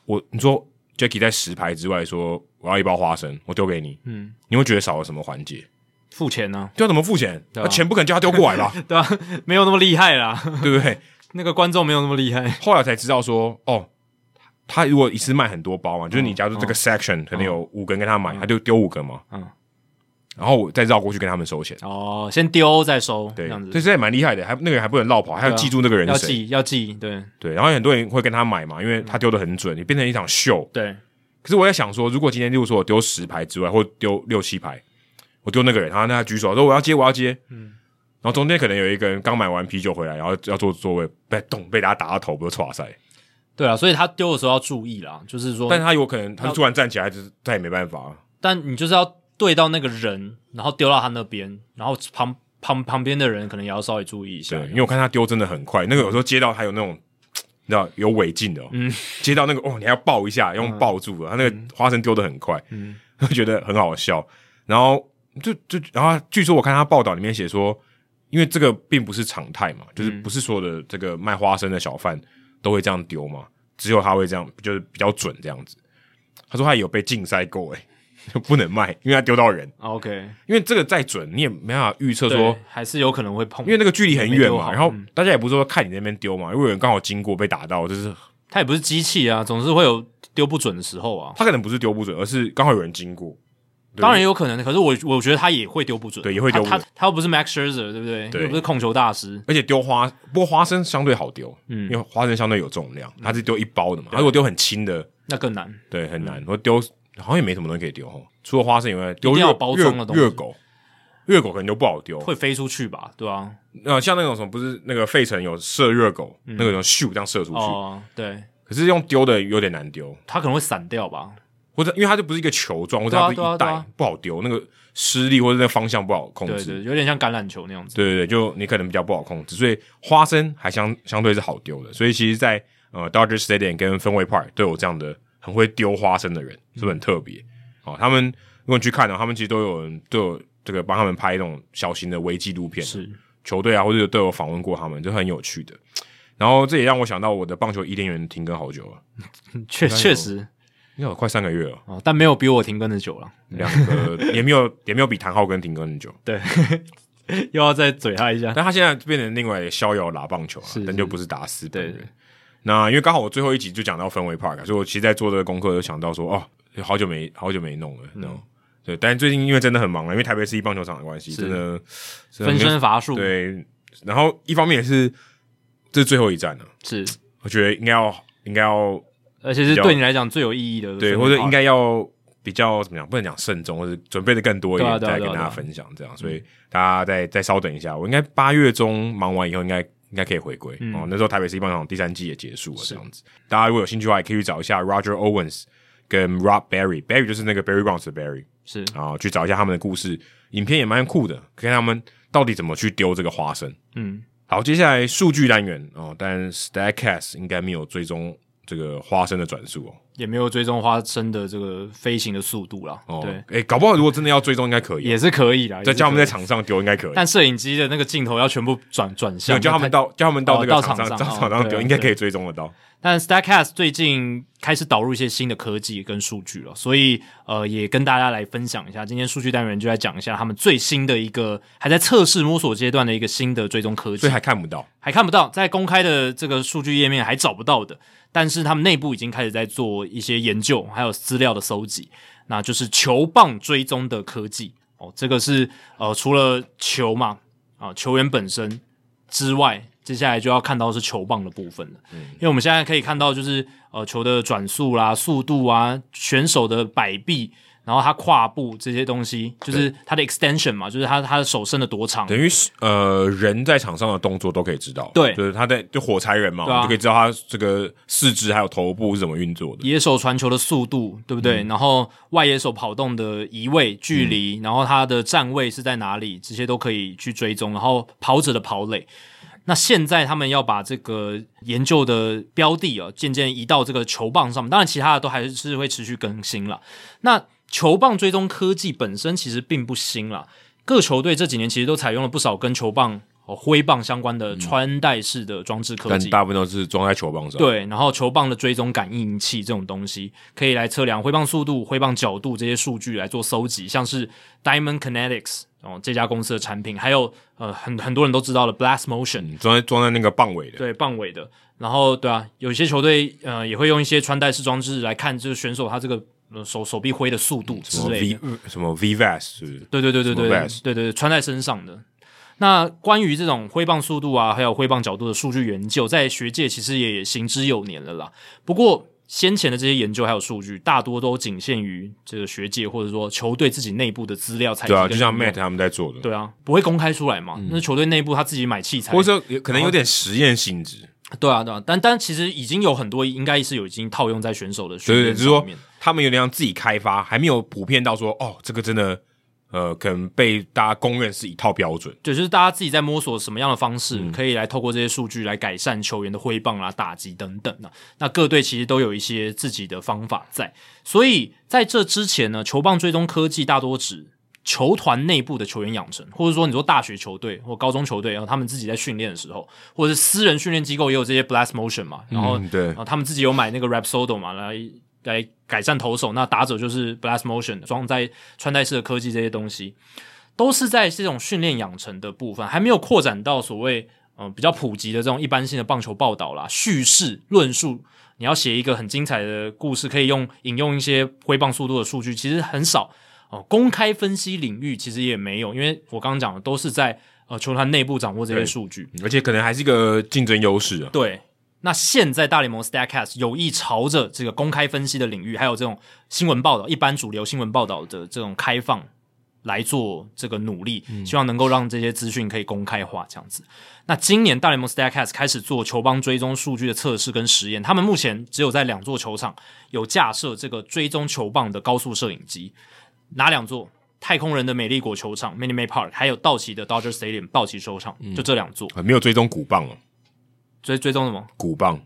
Speaker 2: 我你说 Jackie 在十排之外说我要一包花生，我丢给你，
Speaker 1: 嗯，
Speaker 2: 你会觉得少了什么环节？
Speaker 1: 付钱呢、
Speaker 2: 就要怎么付钱？
Speaker 1: 对
Speaker 2: 那、
Speaker 1: 啊
Speaker 2: 钱不肯叫他丢过 来吧，
Speaker 1: 对啊，没有那么厉害啦，
Speaker 2: 对不对？
Speaker 1: 那个观众没有那么厉害，
Speaker 2: 后来才知道说，哦，他如果一次卖很多包嘛，就是你假如这个 section 可能有五根跟他买，他就丢五根嘛，
Speaker 1: 嗯
Speaker 2: 然后我再绕过去跟他们收钱，
Speaker 1: 哦，先丢再收，
Speaker 2: 对，
Speaker 1: 这样
Speaker 2: 所以
Speaker 1: 子，
Speaker 2: 这也蛮厉害的，还那个人还不能绕跑，还要
Speaker 1: 对啊
Speaker 2: 记住那个人
Speaker 1: 要
Speaker 2: 是谁，
Speaker 1: 记嗯要记，对
Speaker 2: 对，然后很多人会跟他买嘛，因为他丢的很准，你变成一场秀。
Speaker 1: 对，
Speaker 2: 可是我在想说，如果今天例如说我丢十排之外，或丢六七排，我丢那个人，然后那他举手说我要接，我要接，嗯，然后中间可能有一个人刚买完啤酒回来，然后要坐座位，被咚被大家打到头，不就唰塞？
Speaker 1: 对啊，所以他丢的时候要注意啦，就是说，但
Speaker 2: 但是他有可能，他就突然站起来，就是再也没办法了。啊
Speaker 1: 但你就是要对到那个人，然后丢到他那边，然后旁旁旁边的人可能也要稍微注意一下
Speaker 2: 对，，因为我看他丢真的很快，那个有时候接到还有那种。你知道有违禁的、哦， 接到那个哦，你还要抱一下，用抱住的，他那个花生丢的很快，嗯， 我觉得很好笑。然后就就然后据说我看他报道里面写说，因为这个并不是常态嘛，就是不是所有的这个卖花生的小贩都会这样丢嘛，只有他会这样，就是比较准这样子。他说他也有被禁赛过、欸，诶， 不能卖，因为他丢到人，
Speaker 1: 啊 OK，
Speaker 2: 因为这个再准你也没办法预测
Speaker 1: 对，
Speaker 2: 说
Speaker 1: 还是有可能会碰，
Speaker 2: 因为那个距离很远
Speaker 1: 没
Speaker 2: 嘛，
Speaker 1: 丢好嗯
Speaker 2: 然后大家也不是说看你那边丢嘛，如果有人刚好经过被打到，就是
Speaker 1: 他也不是机器啊，总是会有丢不准的时候啊，
Speaker 2: 他可能不是丢不准，而是刚好有人经过，对
Speaker 1: 当然也有可能，可是我我觉得他也会丢不准，
Speaker 2: 对也会丢不
Speaker 1: 他
Speaker 2: 准
Speaker 1: 他他又不是 Max Scherzer，对不对？
Speaker 2: 对
Speaker 1: 又不是控球大师，
Speaker 2: 而且丢花，不过花生相对好丢，
Speaker 1: 嗯
Speaker 2: 因为花生相对有重量，它是丢一包的嘛，它如果丢很轻的，
Speaker 1: 那更难。
Speaker 2: 对，很难，或丢好像也没什么东西可以丢哦，除了花生以外，
Speaker 1: 嗯
Speaker 2: 丢
Speaker 1: 一定要
Speaker 2: 热
Speaker 1: 包装的东西
Speaker 2: 热狗。热狗可能就不好丢，
Speaker 1: 会飞出去吧，对啊，
Speaker 2: 那、像那种什么，不是那个费城有射热狗，
Speaker 1: 嗯
Speaker 2: 那个什么咻这样射出去，
Speaker 1: 哦，对，
Speaker 2: 可是用丢的有点难丢，
Speaker 1: 它可能会散掉吧，
Speaker 2: 或者因为它就不是一个球状，或者它不是
Speaker 1: 对啊对
Speaker 2: 一
Speaker 1: 啊对
Speaker 2: 带
Speaker 1: 啊，
Speaker 2: 不好丢，那个施力或者那个方向不好控
Speaker 1: 对
Speaker 2: 制。
Speaker 1: 对，有点像橄榄球那样子。
Speaker 2: 对对对，就你可能比较不好控制，所以花生还相相对是好丢的。所以其实在，呃 Dodger Stadium 跟分位 Park 都有这样的很会丢花生的人，是不是很特别？
Speaker 1: 嗯
Speaker 2: 哦，他们如果你去看呢、他们其实都有人都有这个帮他们拍那种小型的微纪录片，
Speaker 1: 是
Speaker 2: 球队啊，或者都有访问过他们，就很有趣的。然后这也让我想到我的棒球伊甸园停更好久了，
Speaker 1: 嗯确
Speaker 2: 该有
Speaker 1: 确实
Speaker 2: 应该有快三个月了，
Speaker 1: 哦，但没有比我停更的久了，
Speaker 2: 两个也没有也没有比谭浩跟停更很久。
Speaker 1: 又要再嘴他一下。
Speaker 2: 但他现在变成另外一个逍遥打棒球了，
Speaker 1: 是
Speaker 2: 但就不是打死本
Speaker 1: 对
Speaker 2: 人。那因为刚好我最后一集就讲到氛围 park，所以我啊其实在做这个功课就想到说，哦，好久没好久没弄了，
Speaker 1: 嗯
Speaker 2: 然后对，但最近因为真的很忙了，因为台北市立棒球场的关系，真的真的
Speaker 1: 分
Speaker 2: 没有
Speaker 1: 身乏术，
Speaker 2: 对。然后一方面也是这是最后一站了，
Speaker 1: 是，
Speaker 2: 我觉得应该要应该要
Speaker 1: 而且是
Speaker 2: 比较
Speaker 1: 对你来讲最有意义的分
Speaker 2: 对，
Speaker 1: 化，
Speaker 2: 或者应该要比较怎么讲，不能讲慎重，或者准备的更多一
Speaker 1: 对
Speaker 2: 点，
Speaker 1: 啊对啊
Speaker 2: 再跟
Speaker 1: 对啊
Speaker 2: 大
Speaker 1: 对啊
Speaker 2: 家分享这样。所以大家再再稍等一下，我应该八月中忙完以后，应该应该可以回归、
Speaker 1: 嗯
Speaker 2: 哦。那时候台北市棒球场第三季也结束了，这样子。大家如果有兴趣的话，也可以去找一下 Roger Owens 跟 Rob Barry，Barry 就是那个 Barry Bonds 的 Barry
Speaker 1: 是
Speaker 2: 啊，去找一下他们的故事，影片也蛮酷的，看他们到底怎么去丢这个花生。
Speaker 1: 嗯，
Speaker 2: 好，接下来数据单元哦，但 Statcast 应该没有追踪这个花生的转速哦。
Speaker 1: 也没有追踪花生的这个飞行的速度啦。
Speaker 2: 哦，
Speaker 1: 对，
Speaker 2: 哎、搞不好如果真的要追踪，应该可以。
Speaker 1: 也是可以啦。
Speaker 2: 再叫他们在
Speaker 1: 在，
Speaker 2: 场上丢，应该可以。
Speaker 1: 但摄影机的那个镜头要全部转转
Speaker 2: 没有
Speaker 1: 向，
Speaker 2: 叫他们到，叫他们到这个
Speaker 1: 哦到
Speaker 2: 场上，
Speaker 1: 场上
Speaker 2: 到
Speaker 1: 哦
Speaker 2: 场上
Speaker 1: 对
Speaker 2: 丢，
Speaker 1: 啊
Speaker 2: 应该可以追踪得到。
Speaker 1: 但 Stacks 最近开始导入一些新的科技跟数据了，所以呃，也跟大家来分享一下。今天数据单元就来讲一下他们最新的一个还在测试摸索阶段的一个新的追踪科技
Speaker 2: 所以，还看不到。
Speaker 1: 还看不到，在公开的这个数据页面还找不到的。但是他们内部已经开始在做一些研究，还有资料的搜集，那就是球棒追踪的科技哦。这个是呃，除了球嘛啊、球员本身之外，接下来就要看到是球棒的部分了。因为我们现在可以看到，就是呃球的转速啦、速度啊、选手的摆臂，然后他跨步这些东西，就是他的 extension 嘛，就是他他的手伸的多长，
Speaker 2: 等于是呃，人在场上的动作都可以知道。
Speaker 1: 对
Speaker 2: 就是他在就火柴人嘛，
Speaker 1: 对啊
Speaker 2: 你就可以知道他这个四肢还有头部是怎么运作的。
Speaker 1: 野手传球的速度，对不对？然后外野手跑动的移位距离，然后他的站位是在哪里，这些都可以去追踪。然后跑者的跑垒，那现在他们要把这个研究的标的啊，渐渐移到这个球棒上面。当然，其他的都还是会持续更新了。那球棒追踪科技本身其实并不新啦，各球队这几年其实都采用了不少跟球棒、哦挥棒相关的穿戴式的装置科
Speaker 2: 但
Speaker 1: 技。
Speaker 2: 大部分都是装在球棒上。，
Speaker 1: 对，然后球棒的追踪感应器这种东西，可以来测量挥棒速度、挥棒角度这些数据来做搜集，像是 Diamond Kinetics 哦这家公司的产品，还有呃很很多人都知道的 Blast Motion
Speaker 2: 你装在装在那个棒尾的。
Speaker 1: 对棒尾的，然后对啊，有些球队呃也会用一些穿戴式装置来看这个选手他这个、呃手手臂挥的速度
Speaker 2: 嗯什
Speaker 1: 之
Speaker 2: 么
Speaker 1: 类的
Speaker 2: V。什么 V Vas 是不是？
Speaker 1: 对对对对
Speaker 2: 什么
Speaker 1: 对
Speaker 2: vest
Speaker 1: 对对对，穿在身上的。那关于这种挥棒速度啊，还有挥棒角度的数据研究，在学界其实也行之有年了啦。不过先前的这些研究还有数据，大多都仅限于这个学界或者说球队自己内部的资料采集
Speaker 2: 对
Speaker 1: 跟应
Speaker 2: 啊，
Speaker 1: 用。
Speaker 2: 就像 Matt 他们在做的，
Speaker 1: 对啊，不会公开出来嘛？那球队内部他自己买器材，
Speaker 2: 或者说有可能有点实验性质。
Speaker 1: 对啊对啊，但但其实已经有很多应该是有已经套用在选手的训
Speaker 2: 对对，
Speaker 1: 练
Speaker 2: 就是说
Speaker 1: 上面。
Speaker 2: 他们有点像自己开发，还没有普遍到说哦，这个真的呃，可能被大家公认是一套标准。
Speaker 1: 对，就是大家自己在摸索什么样的方式、可以来透过这些数据来改善球员的挥棒啦、打击等等啊。那各队其实都有一些自己的方法在，所以在这之前呢，球棒追踪科技大多指球团内部的球员养成，或者说你说大学球队或高中球队，然后他们自己在训练的时候，或者是私人训练机构也有这些 blast motion 嘛，然后、
Speaker 2: 嗯对
Speaker 1: 然后他们自己有买那个 Rapsodo 嘛，来来改善投手，那打者就是 blast motion 装在穿戴式的科技这些东西。都是在这种训练养成的部分，还没有扩展到所谓嗯、呃比较普及的这种一般性的棒球报道啦、叙事论述。你要写一个很精彩的故事，可以用引用一些挥棒速度的数据，其实很少哦、公开分析领域其实也没有，因为我刚刚讲的都是在呃球团内部掌握这些
Speaker 2: 对
Speaker 1: 数据。
Speaker 2: 而且可能还是一个竞争优势啊。
Speaker 1: 对，那现在大联盟 Statcast 有意朝着这个公开分析的领域，还有这种新闻报道、一般主流新闻报道的这种开放来做这个努力，希望能够让这些资讯可以公开化，这样子。那今年大联盟 Statcast 开始做球帮追踪数据的测试跟实验，他们目前只有在两座球场有架设这个追踪球棒的高速摄影机，哪两座？太空人的美丽果球场 （Minute Maid Park） 还有道奇的 Dodger Stadium 道奇球场，就这两座。
Speaker 2: 呃没有追踪鼓棒哦，
Speaker 1: 追追踪什么？
Speaker 2: 鼓棒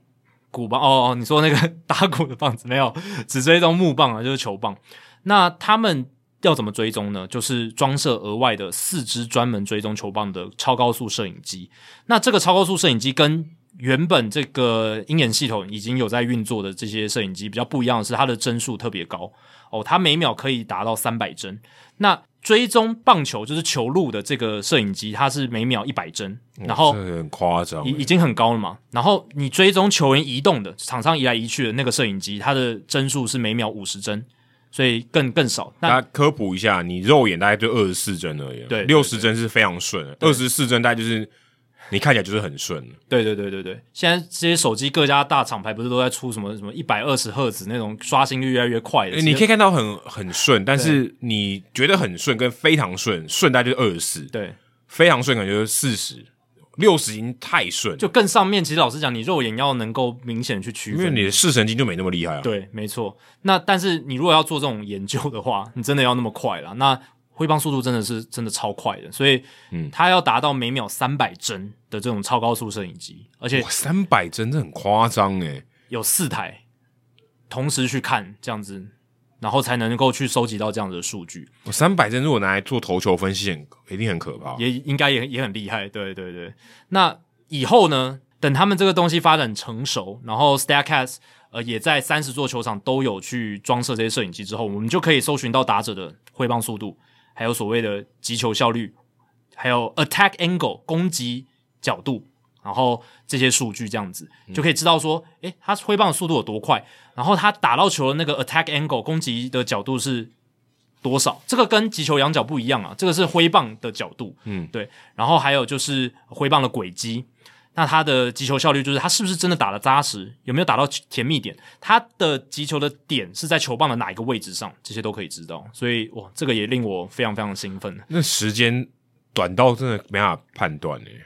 Speaker 1: 鼓棒哦哦，你说那个 打鼓的棒子没有，只追踪木棒啊，就是球棒。那他们要怎么追踪呢？就是装设额外的四支专门追踪球棒的超高速摄影机。那这个超高速摄影机跟原本这个鹰眼系统已经有在运作的这些摄影机比较不一样的是，它的帧数特别高哦，它每秒可以达到三百帧。那追踪棒球就是球路的这个摄影机，它是每秒一百帧，然后
Speaker 2: 这很夸张欸
Speaker 1: 已已经很高了嘛。然后你追踪球员移动的，场上移来移去的那个摄影机，它的帧数是每秒五十帧，所以更更少。那
Speaker 2: 大家科普一下，你肉眼大概就二十四帧而已，啊
Speaker 1: 对对
Speaker 2: 六十帧是非常顺的，二十四帧大概就是你看起来就是很顺，
Speaker 1: 对对对对对，现在这些手机各家大厂牌不是都在出什么什么一百二十赫兹那种刷新率越来越快的？
Speaker 2: 你可
Speaker 1: 以
Speaker 2: 以看到很很顺，但是你觉得很顺跟非常顺，顺大概就是二十四，
Speaker 1: 对，
Speaker 2: 非常顺可能就是四十，六十已经太顺，
Speaker 1: 就更上面。其实老实讲，你肉眼要能够明显去区
Speaker 2: 因为
Speaker 1: 分。
Speaker 2: 你的视神经就没那么 厉害啊。
Speaker 1: 对，没错。那但是你如果要做这种研究的话，你真的要那么快啦。那挥棒速度真的是真的超快的，所以，嗯，它要达到每秒三百帧的这种超高速摄影机，而且
Speaker 2: 哇，三百帧这很夸张欸诶。
Speaker 1: 有四台同时去看这样子，然后才能够去收集到这样的数据，
Speaker 2: 我三百帧如果拿来做投球分析，很一定很可怕。
Speaker 1: 也应该也也很厉害。对对对，那以后呢，等他们这个东西发展成熟，然后 Statcast 呃也在三十座球场都有去装设这些摄影机之后，我们就可以搜寻到打者的挥棒速度，还有所谓的击球效率，还有 attack angle 攻击角度，然后这些数据这样子、就可以知道说，诶，他挥棒的速度有多快，然后他打到球的那个 attack angle 攻击的角度是多少？这个跟击球仰角不一样啊，这个是挥棒的角度，
Speaker 2: 嗯
Speaker 1: 嗯，对。然后还有就是挥棒的轨迹，那他的击球效率就是他是不是真的打的扎实，有没有打到甜蜜点？他的击球的点是在球棒的哪一个位置上？这些都可以知道，所以哇，这个也令我非常非常兴奋。
Speaker 2: 那时间短到真的没办法判断诶。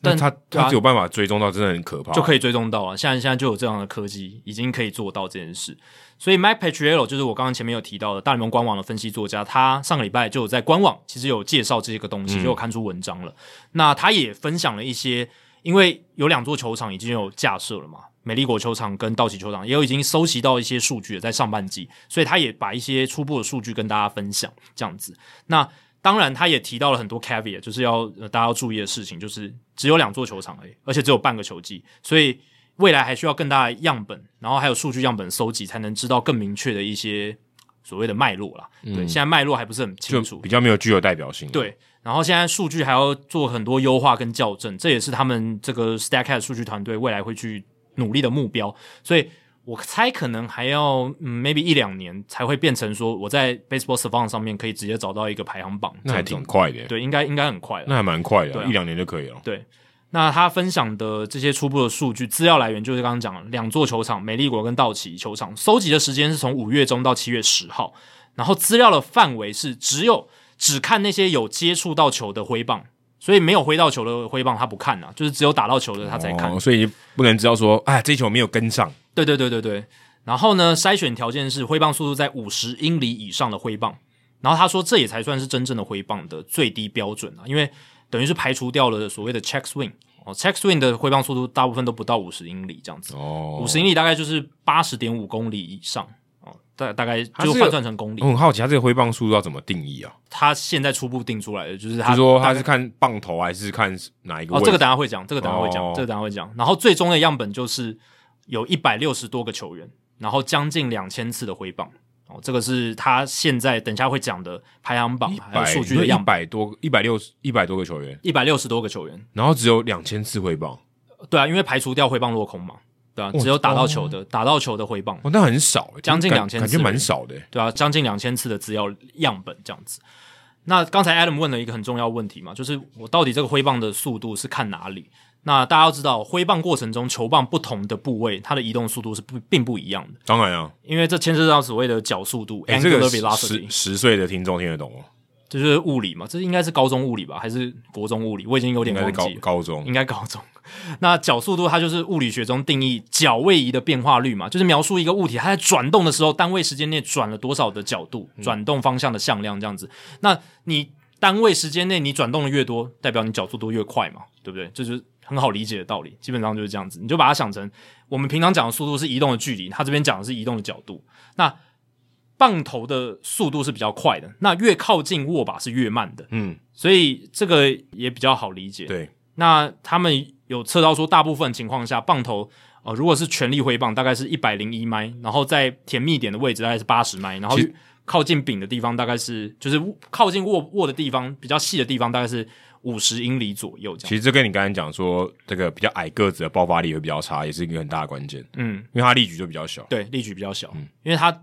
Speaker 2: 那
Speaker 1: 但
Speaker 2: 他
Speaker 1: 对啊
Speaker 2: 他只有办法追踪到，真的很可怕。
Speaker 1: 就可以追踪到啊。现在现在就有这样的科技，已经可以做到这件事。所以 Mike Patriello 就是我刚刚前面有提到的大联盟官网的分析作家，他上个礼拜就有在官网其实有介绍这个东西，就有刊出文章了。那他也分享了一些，因为有两座球场已经有架设了嘛。美丽国球场跟道奇球场也有已经收集到一些数据了，在上半季，所以他也把一些初步的数据跟大家分享，这样子。那当然，他也提到了很多 caveat，就是要、呃大家要注意的事情，就是只有两座球场而已，而且只有半个球季，所以未来还需要更大的样本，然后还有数据样本搜集，才能知道更明确的一些所谓的脉络啦。对，现在脉络还不是很清
Speaker 2: 嗯就
Speaker 1: 楚，
Speaker 2: 比较没有具有代表性。，啊
Speaker 1: 对，然后现在数据还要做很多优化跟校正，这也是他们这个 Stacks 数据团队未来会去努力的目标。所以我猜可能还要嗯 maybe 一两年才会变成说我在 Baseball Savant 上面可以直接找到一个排行榜这
Speaker 2: 那还
Speaker 1: 样子，
Speaker 2: 挺快的耶，
Speaker 1: 对，应该应该很快了。
Speaker 2: 那还蛮快的
Speaker 1: 对
Speaker 2: 啊，
Speaker 1: 啊
Speaker 2: 一两年就可以了。
Speaker 1: 对，那他分享的这些初步的数据资料来源就是刚刚讲了两座球场，美丽国跟道奇球场，收集的时间是从五月中到七月十号，然后资料的范围是只有只看那些有接触到球的挥棒。所以没有挥到球的挥棒，他不看啊，就是只有打到球的他才看。
Speaker 2: 哦，所以不能知道说，哎，这球没有跟上，
Speaker 1: 对对对对对。然后呢，筛选条件是挥棒速度在五十英里以上的挥棒。然后他说，这也才算是真正的挥棒的最低标准啊，因为等于是排除掉了所谓的 check swing 哦，check swing 的挥棒速度大部分都不到五十英里这样子，
Speaker 2: 哦
Speaker 1: 五十、英里大概就是八十点五公里以上哦，大大概
Speaker 2: 它是嗯
Speaker 1: 就换算成公里
Speaker 2: 我。很好奇，他这个挥棒速度要怎么定义啊？
Speaker 1: 他现在初步定出来的就是
Speaker 2: 就
Speaker 1: 他
Speaker 2: 是说
Speaker 1: 大
Speaker 2: 他
Speaker 1: 概
Speaker 2: 是看棒头还是看哪一个
Speaker 1: 哦
Speaker 2: 位，置？
Speaker 1: 这个等下会讲，这个等下会讲，
Speaker 2: 哦
Speaker 1: 这个等下会讲。然后最终的样本就是有一百六十多个球员，然后将近两千次的挥棒。哦，这个是他现在等一下会讲的排行榜哦还有数据的样
Speaker 2: 一
Speaker 1: 本，
Speaker 2: 百多、一百六、一百多个球员，
Speaker 1: 一百六十多个球员。
Speaker 2: 然后只有两千次挥棒，
Speaker 1: 对啊，因为排除掉挥棒落空嘛，对啊，只有打到球的，打到球的挥棒。
Speaker 2: 哦，那很少、欸，
Speaker 1: 将近
Speaker 2: 感
Speaker 1: 2000
Speaker 2: 感觉
Speaker 1: 次
Speaker 2: 蛮少的、欸。
Speaker 1: 对啊，将近两千次的资料样本这样子。那刚才 Adam 问了一个很重要问题嘛，就是我到底这个挥棒的速度是看哪里？那大家要知道，挥棒过程中球棒不同的部位，它的移动速度是不并不一样的，
Speaker 2: 当然啊，
Speaker 1: 因为这牵涉到所谓的角速度
Speaker 2: 哎、这
Speaker 1: （angular
Speaker 2: 个
Speaker 1: velocity）
Speaker 2: 十。十岁的听众听得懂吗？哦
Speaker 1: 这就是物理嘛，这应该是高中物理吧，还是国中物理？我已经有
Speaker 2: 应
Speaker 1: 点
Speaker 2: 该是
Speaker 1: 忘
Speaker 2: 高
Speaker 1: 记了，
Speaker 2: 高中
Speaker 1: 应该高中。 那角速度它就是物理学中定义角位移的变化率嘛，就是描述一个物体它在转动的时候，单位时间内转了多少的角度，转动方向的向量这样子。那你单位时间内你转动的越多，代表你角速度越快嘛，对不对？这就是很好理解的道理，基本上就是这样子。你就把它想成我们平常讲的速度是移动的距离，它这边讲的是移动的角度。那棒头的速度是比较快的，那越靠近握把是越慢的，
Speaker 2: 嗯，
Speaker 1: 所以这个也比较好理解。
Speaker 2: 对，
Speaker 1: 那他们有测到说，大部分情况下棒头呃，如果是全力挥棒，大概是一百零一迈，然后在甜蜜点的位置大概是八十迈，然后
Speaker 2: 其实
Speaker 1: 靠近柄的地方大概是就是靠近握握的地方比较细的地方大概是五十英里左右这
Speaker 2: 其
Speaker 1: 样。
Speaker 2: 实这跟你刚才讲说这个比较矮个子的爆发力会比较差，也是一个很大的关键，
Speaker 1: 嗯，
Speaker 2: 因为他力矩就比较小。
Speaker 1: 对，力矩比较小，
Speaker 2: 嗯
Speaker 1: 因为它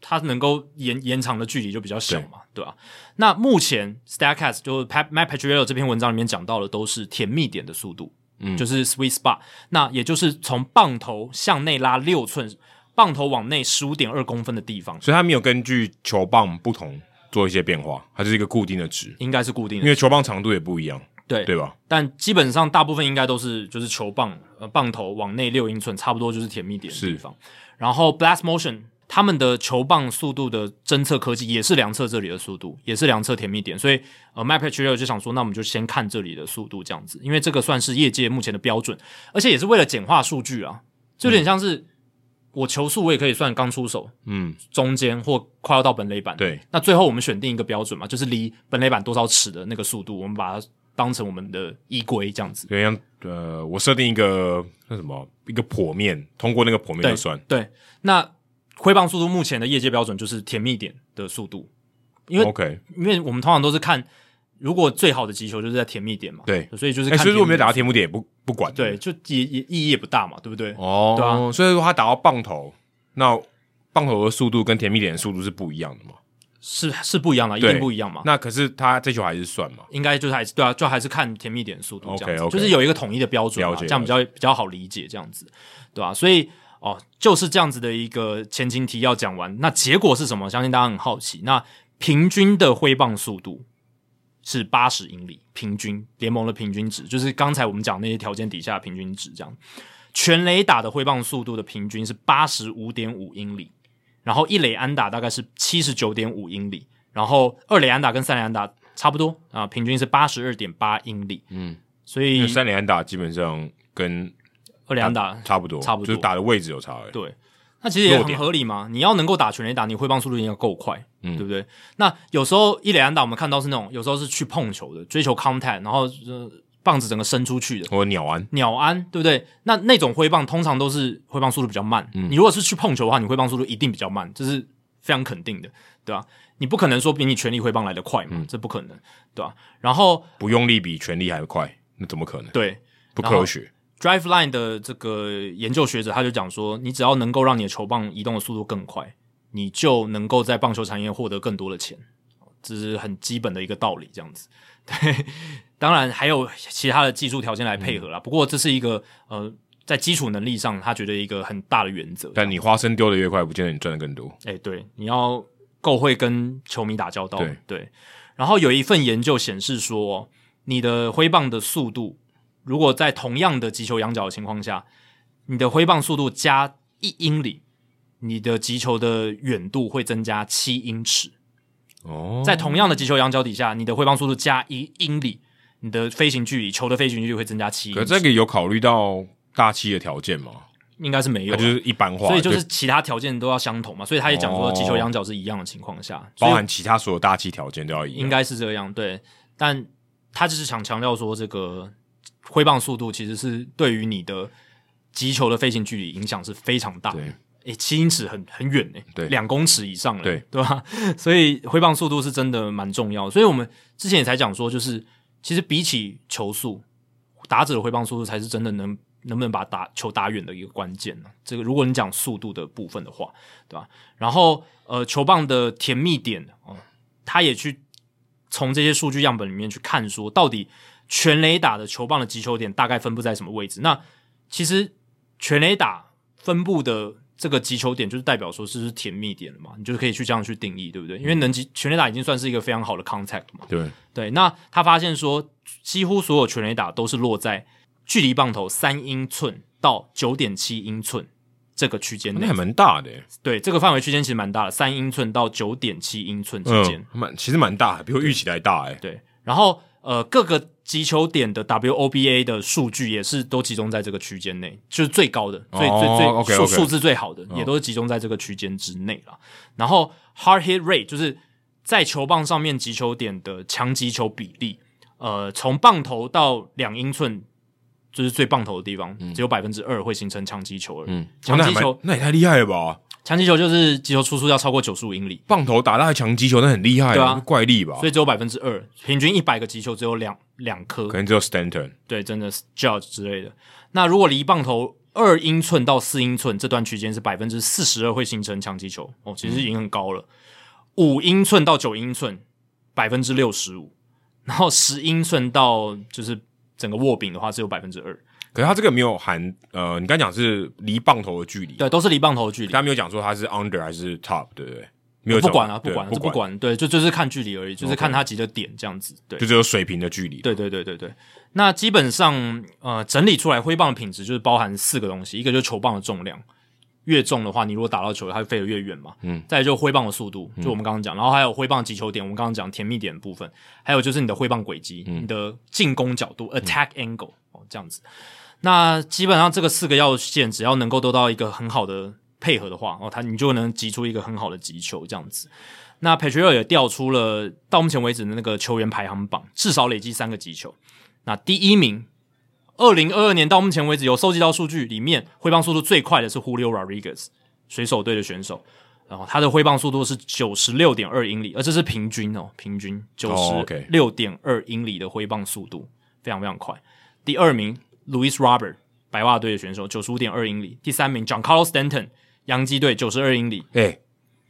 Speaker 1: 它能够延延长的距离就比较小嘛，对吧、那目前 Stacks 就是 Pat Matt Patriello 这篇文章里面讲到的都是甜蜜点的速度，
Speaker 2: 嗯
Speaker 1: 就是 sweet spot。那也就是从棒头向内拉六寸，棒头往内十五点二公分的地方，
Speaker 2: 所以他没有根据球棒不同做一些变化，它就是一个固定的值，
Speaker 1: 应该是固定
Speaker 2: 因
Speaker 1: 的，
Speaker 2: 为球棒长度也不一样，
Speaker 1: 对
Speaker 2: 对吧？
Speaker 1: 但基本上大部分应该都是就是球棒呃棒头往内六英寸，差不多就是甜蜜点的地方。然后 Blast Motion 他们的球棒速度的侦测科技也是量测这里的速度，也是量测甜蜜点，所以呃 Map h r 就想说，那我们就先看这里的速度这样子，因为这个算是业界目前的标准，而且也是为了简化数据啊，就有点像是、我球速我也可以算刚出手、
Speaker 2: 嗯，
Speaker 1: 中间或快要到本垒板，
Speaker 2: 对，
Speaker 1: 那最后我们选定一个标准嘛，就是离本垒板多少尺的那个速度，我们把它当成我们的依规这样子。
Speaker 2: 有点像呃，我设定一个那什么一个剖面，通过那个剖面
Speaker 1: 对
Speaker 2: 就算，
Speaker 1: 对，那挥棒速度目前的业界标准就是甜蜜点的速度，因为
Speaker 2: OK，
Speaker 1: 因为我们通常都是看如果最好的击球就是在甜蜜点嘛，
Speaker 2: 对
Speaker 1: 所以就是
Speaker 2: 哎、
Speaker 1: 看
Speaker 2: 所
Speaker 1: 甜蜜点、
Speaker 2: 以如果没有打到天幕点也不不管，
Speaker 1: 对，就也也意义也不大嘛，对不对？
Speaker 2: 哦，
Speaker 1: 对啊
Speaker 2: 所以说他打到棒头，那棒头的速度跟甜蜜点的速度是不一样的嘛？
Speaker 1: 是是不一样啦，一
Speaker 2: 对
Speaker 1: 定不一样嘛。
Speaker 2: 那可是他这球还是算嘛？
Speaker 1: 应该就是还是对啊，就还是看甜蜜点的速度这样子
Speaker 2: OK，OK
Speaker 1: 就是有一个统一的标准、啊，
Speaker 2: 了解
Speaker 1: 这样比较比较好理解这样子，对吧、所以哦，就是这样子的一个前情提要讲完，那结果是什么？相信大家很好奇。那平均的挥棒速度是八十英里，平均联盟的平均值，就是刚才我们讲那些条件底下的平均值这样。全垒打的挥棒速度的平均是八十五点五英里，然后一垒安打大概是七十九点五英里，然后二垒安打跟三垒安打差不多啊、平均是八十二点八英里。
Speaker 2: 嗯，
Speaker 1: 所
Speaker 2: 因
Speaker 1: 以
Speaker 2: 为三连打基本上跟
Speaker 1: 二垒安打
Speaker 2: 差不多，
Speaker 1: 差不多
Speaker 2: 就是打的位置有差而已。
Speaker 1: 对，那其实也
Speaker 2: 弱
Speaker 1: 很
Speaker 2: 点
Speaker 1: 合理嘛。你要能够打全垒打，你挥棒速度一定要够快，
Speaker 2: 嗯
Speaker 1: 对不对？那有时候一垒安打我们看到是那种，有时候是去碰球的，追求 contact，然后、呃、棒子整个伸出去的，
Speaker 2: 或者鸟安，
Speaker 1: 鸟安，对不对？那那种挥棒通常都是挥棒速度比较慢。你如果是去碰球的话，你挥棒速度一定比较慢，这是非常肯定的，对吧、你不可能说比你全力挥棒来的快嘛，这不可能，对吧、然后
Speaker 2: 不用力比全力还快，那怎么可能？
Speaker 1: 对
Speaker 2: 不科学。
Speaker 1: Drive Line 的这个研究学者他就讲说，你只要能够让你的球棒移动的速度更快，你就能够在棒球产业获得更多的钱，这是很基本的一个道理，这样子。 对，当然还有其他的技术条件来配合啦。不过这是一个呃，在基础能力上，他觉得一个很大的原则。
Speaker 2: 但你花生丢的越快，不见得你赚的更多。
Speaker 1: 哎、对，你要够会跟球迷打交道。
Speaker 2: 对
Speaker 1: 然后有一份研究显示说，你的挥棒的速度，如果在同样的击球仰角的情况下，你的挥棒速度加一英里，你的击球的远度会增加七英尺。
Speaker 2: 哦，
Speaker 1: 在同样的击球仰角底下，你的挥棒速度加一英里，你的飞行距离球的飞行距离会增加七
Speaker 2: 可
Speaker 1: 英
Speaker 2: 是
Speaker 1: 尺。
Speaker 2: 这个有考虑到大气的条件吗？
Speaker 1: 应该是没有
Speaker 2: 它
Speaker 1: 啊，
Speaker 2: 就是一般化，
Speaker 1: 所以就是其他条件都要相同嘛。所以他也讲说，击球仰角是一样的情况下，所以
Speaker 2: 包含其他所有大气条件都要一样。
Speaker 1: 应该是这样，对。但他就是想强调说，这个挥棒速度其实是对于你的击球的飞行距离影响是非常大的。
Speaker 2: 对
Speaker 1: 诶，七英尺很很远诶、
Speaker 2: 对
Speaker 1: 两公尺以上了，
Speaker 2: 对
Speaker 1: 对吧？ 所以挥棒速度是真的蛮重要的。所以我们之前也才讲说，就是其实比起球速，打者的挥棒速度才是真的能能不能把打球打远的一个关键呢、这个如果你讲速度的部分的话，对吧？然后呃，球棒的甜蜜点哦、他也去从这些数据样本里面去看，说到底全垒打的球棒的击球点大概分布在什么位置？那其实全垒打分布的这个击球点就是代表说这是甜蜜点了嘛，你就是可以去这样去定义，对不对？因为能击全垒打已经算是一个非常好的 contact 嘛。
Speaker 2: 对，
Speaker 1: 对，那他发现说，几乎所有全垒打都是落在距离棒头三英寸到九点七英寸这个区间内
Speaker 2: 那还。蛮大的耶，欸
Speaker 1: 对，这个范围区间其实蛮大的，三英寸到九点七英寸之间。
Speaker 2: 嗯，蛮其实蛮大的，比我预期的还大哎。
Speaker 1: 对，然后呃，各个击球点的 WOBA 的数据也是都集中在这个区间内，就是最高的、最最最
Speaker 2: 哦，OK，
Speaker 1: 数
Speaker 2: OK
Speaker 1: 数字最好的，也都是集中在这个区间之内了。然后 hard hit rate 就是在球棒上面击球点的强击球比例，呃，从棒头到两英寸。就是最棒头的地方，只有百分之二会形成强击球而已。
Speaker 2: 嗯，
Speaker 1: 强
Speaker 2: 哦那还
Speaker 1: 击球
Speaker 2: 蛮，那也太厉害了吧！
Speaker 1: 强击球就是击球出速要超过九十五英里，
Speaker 2: 棒头打到强击球，那很厉害，
Speaker 1: 对啊
Speaker 2: 怪力吧？
Speaker 1: 所以只有百分之二，平均一百个击球只有两两颗
Speaker 2: 可。能只有 Stanton
Speaker 1: 对，真的是 Judge 之类的。那如果离棒头二英寸到四英寸这段区间是百分之四十二会形成强击球，哦，其实已经很高了。五、英寸到九英寸百分之六十五，然后十英寸到就是整个握柄的话只有百分之二，
Speaker 2: 可是他这个没有含，呃，你刚讲是离棒头的距离，
Speaker 1: 对，都是离棒头的距离。
Speaker 2: 他没有讲说他是 under 还是 top，对不对？没有
Speaker 1: 不
Speaker 2: 讲
Speaker 1: 管啊，不
Speaker 2: 对
Speaker 1: 管、啊，这
Speaker 2: 不
Speaker 1: 不，管，对，就就是看距离而已，就是看他击的点这样子。对
Speaker 2: 就，只有水平的距离。
Speaker 1: 对对对对对。那基本上，呃，整理出来挥棒的品质就是包含四个东西，一个就是球棒的重量，越重的话，你如果打到球，它会飞得越远嘛。嗯。再来就是挥棒的速度，就我们刚刚讲，然后还有挥棒的击球点，我们刚刚讲甜蜜点的部分，还有就是你的挥棒轨迹、你的进攻角度 （attack angle）、哦，这样子。那基本上这个四个要件，只要能够得到一个很好的配合的话，哦，他你就能击出一个很好的击球这样子。那 p a t r i o 也调出了到目前为止的那个球员排行榜，至少累积三个击球。那第一名，二零二二年到目前为止有收集到数据里面，挥棒速度最快的是 Julio Rodriguez，水手队的选手。然后他的挥棒速度是九十六点二英里，而这是平均哦，平均九
Speaker 2: 哦
Speaker 1: 十
Speaker 2: ，OK
Speaker 1: 六点二英里的挥棒速度，非常非常快。第二名 Louis Robert，白袜队的选手，九十五点二英里。第三名 John Carlos Stanton，洋基队九十二英里，
Speaker 2: 哎、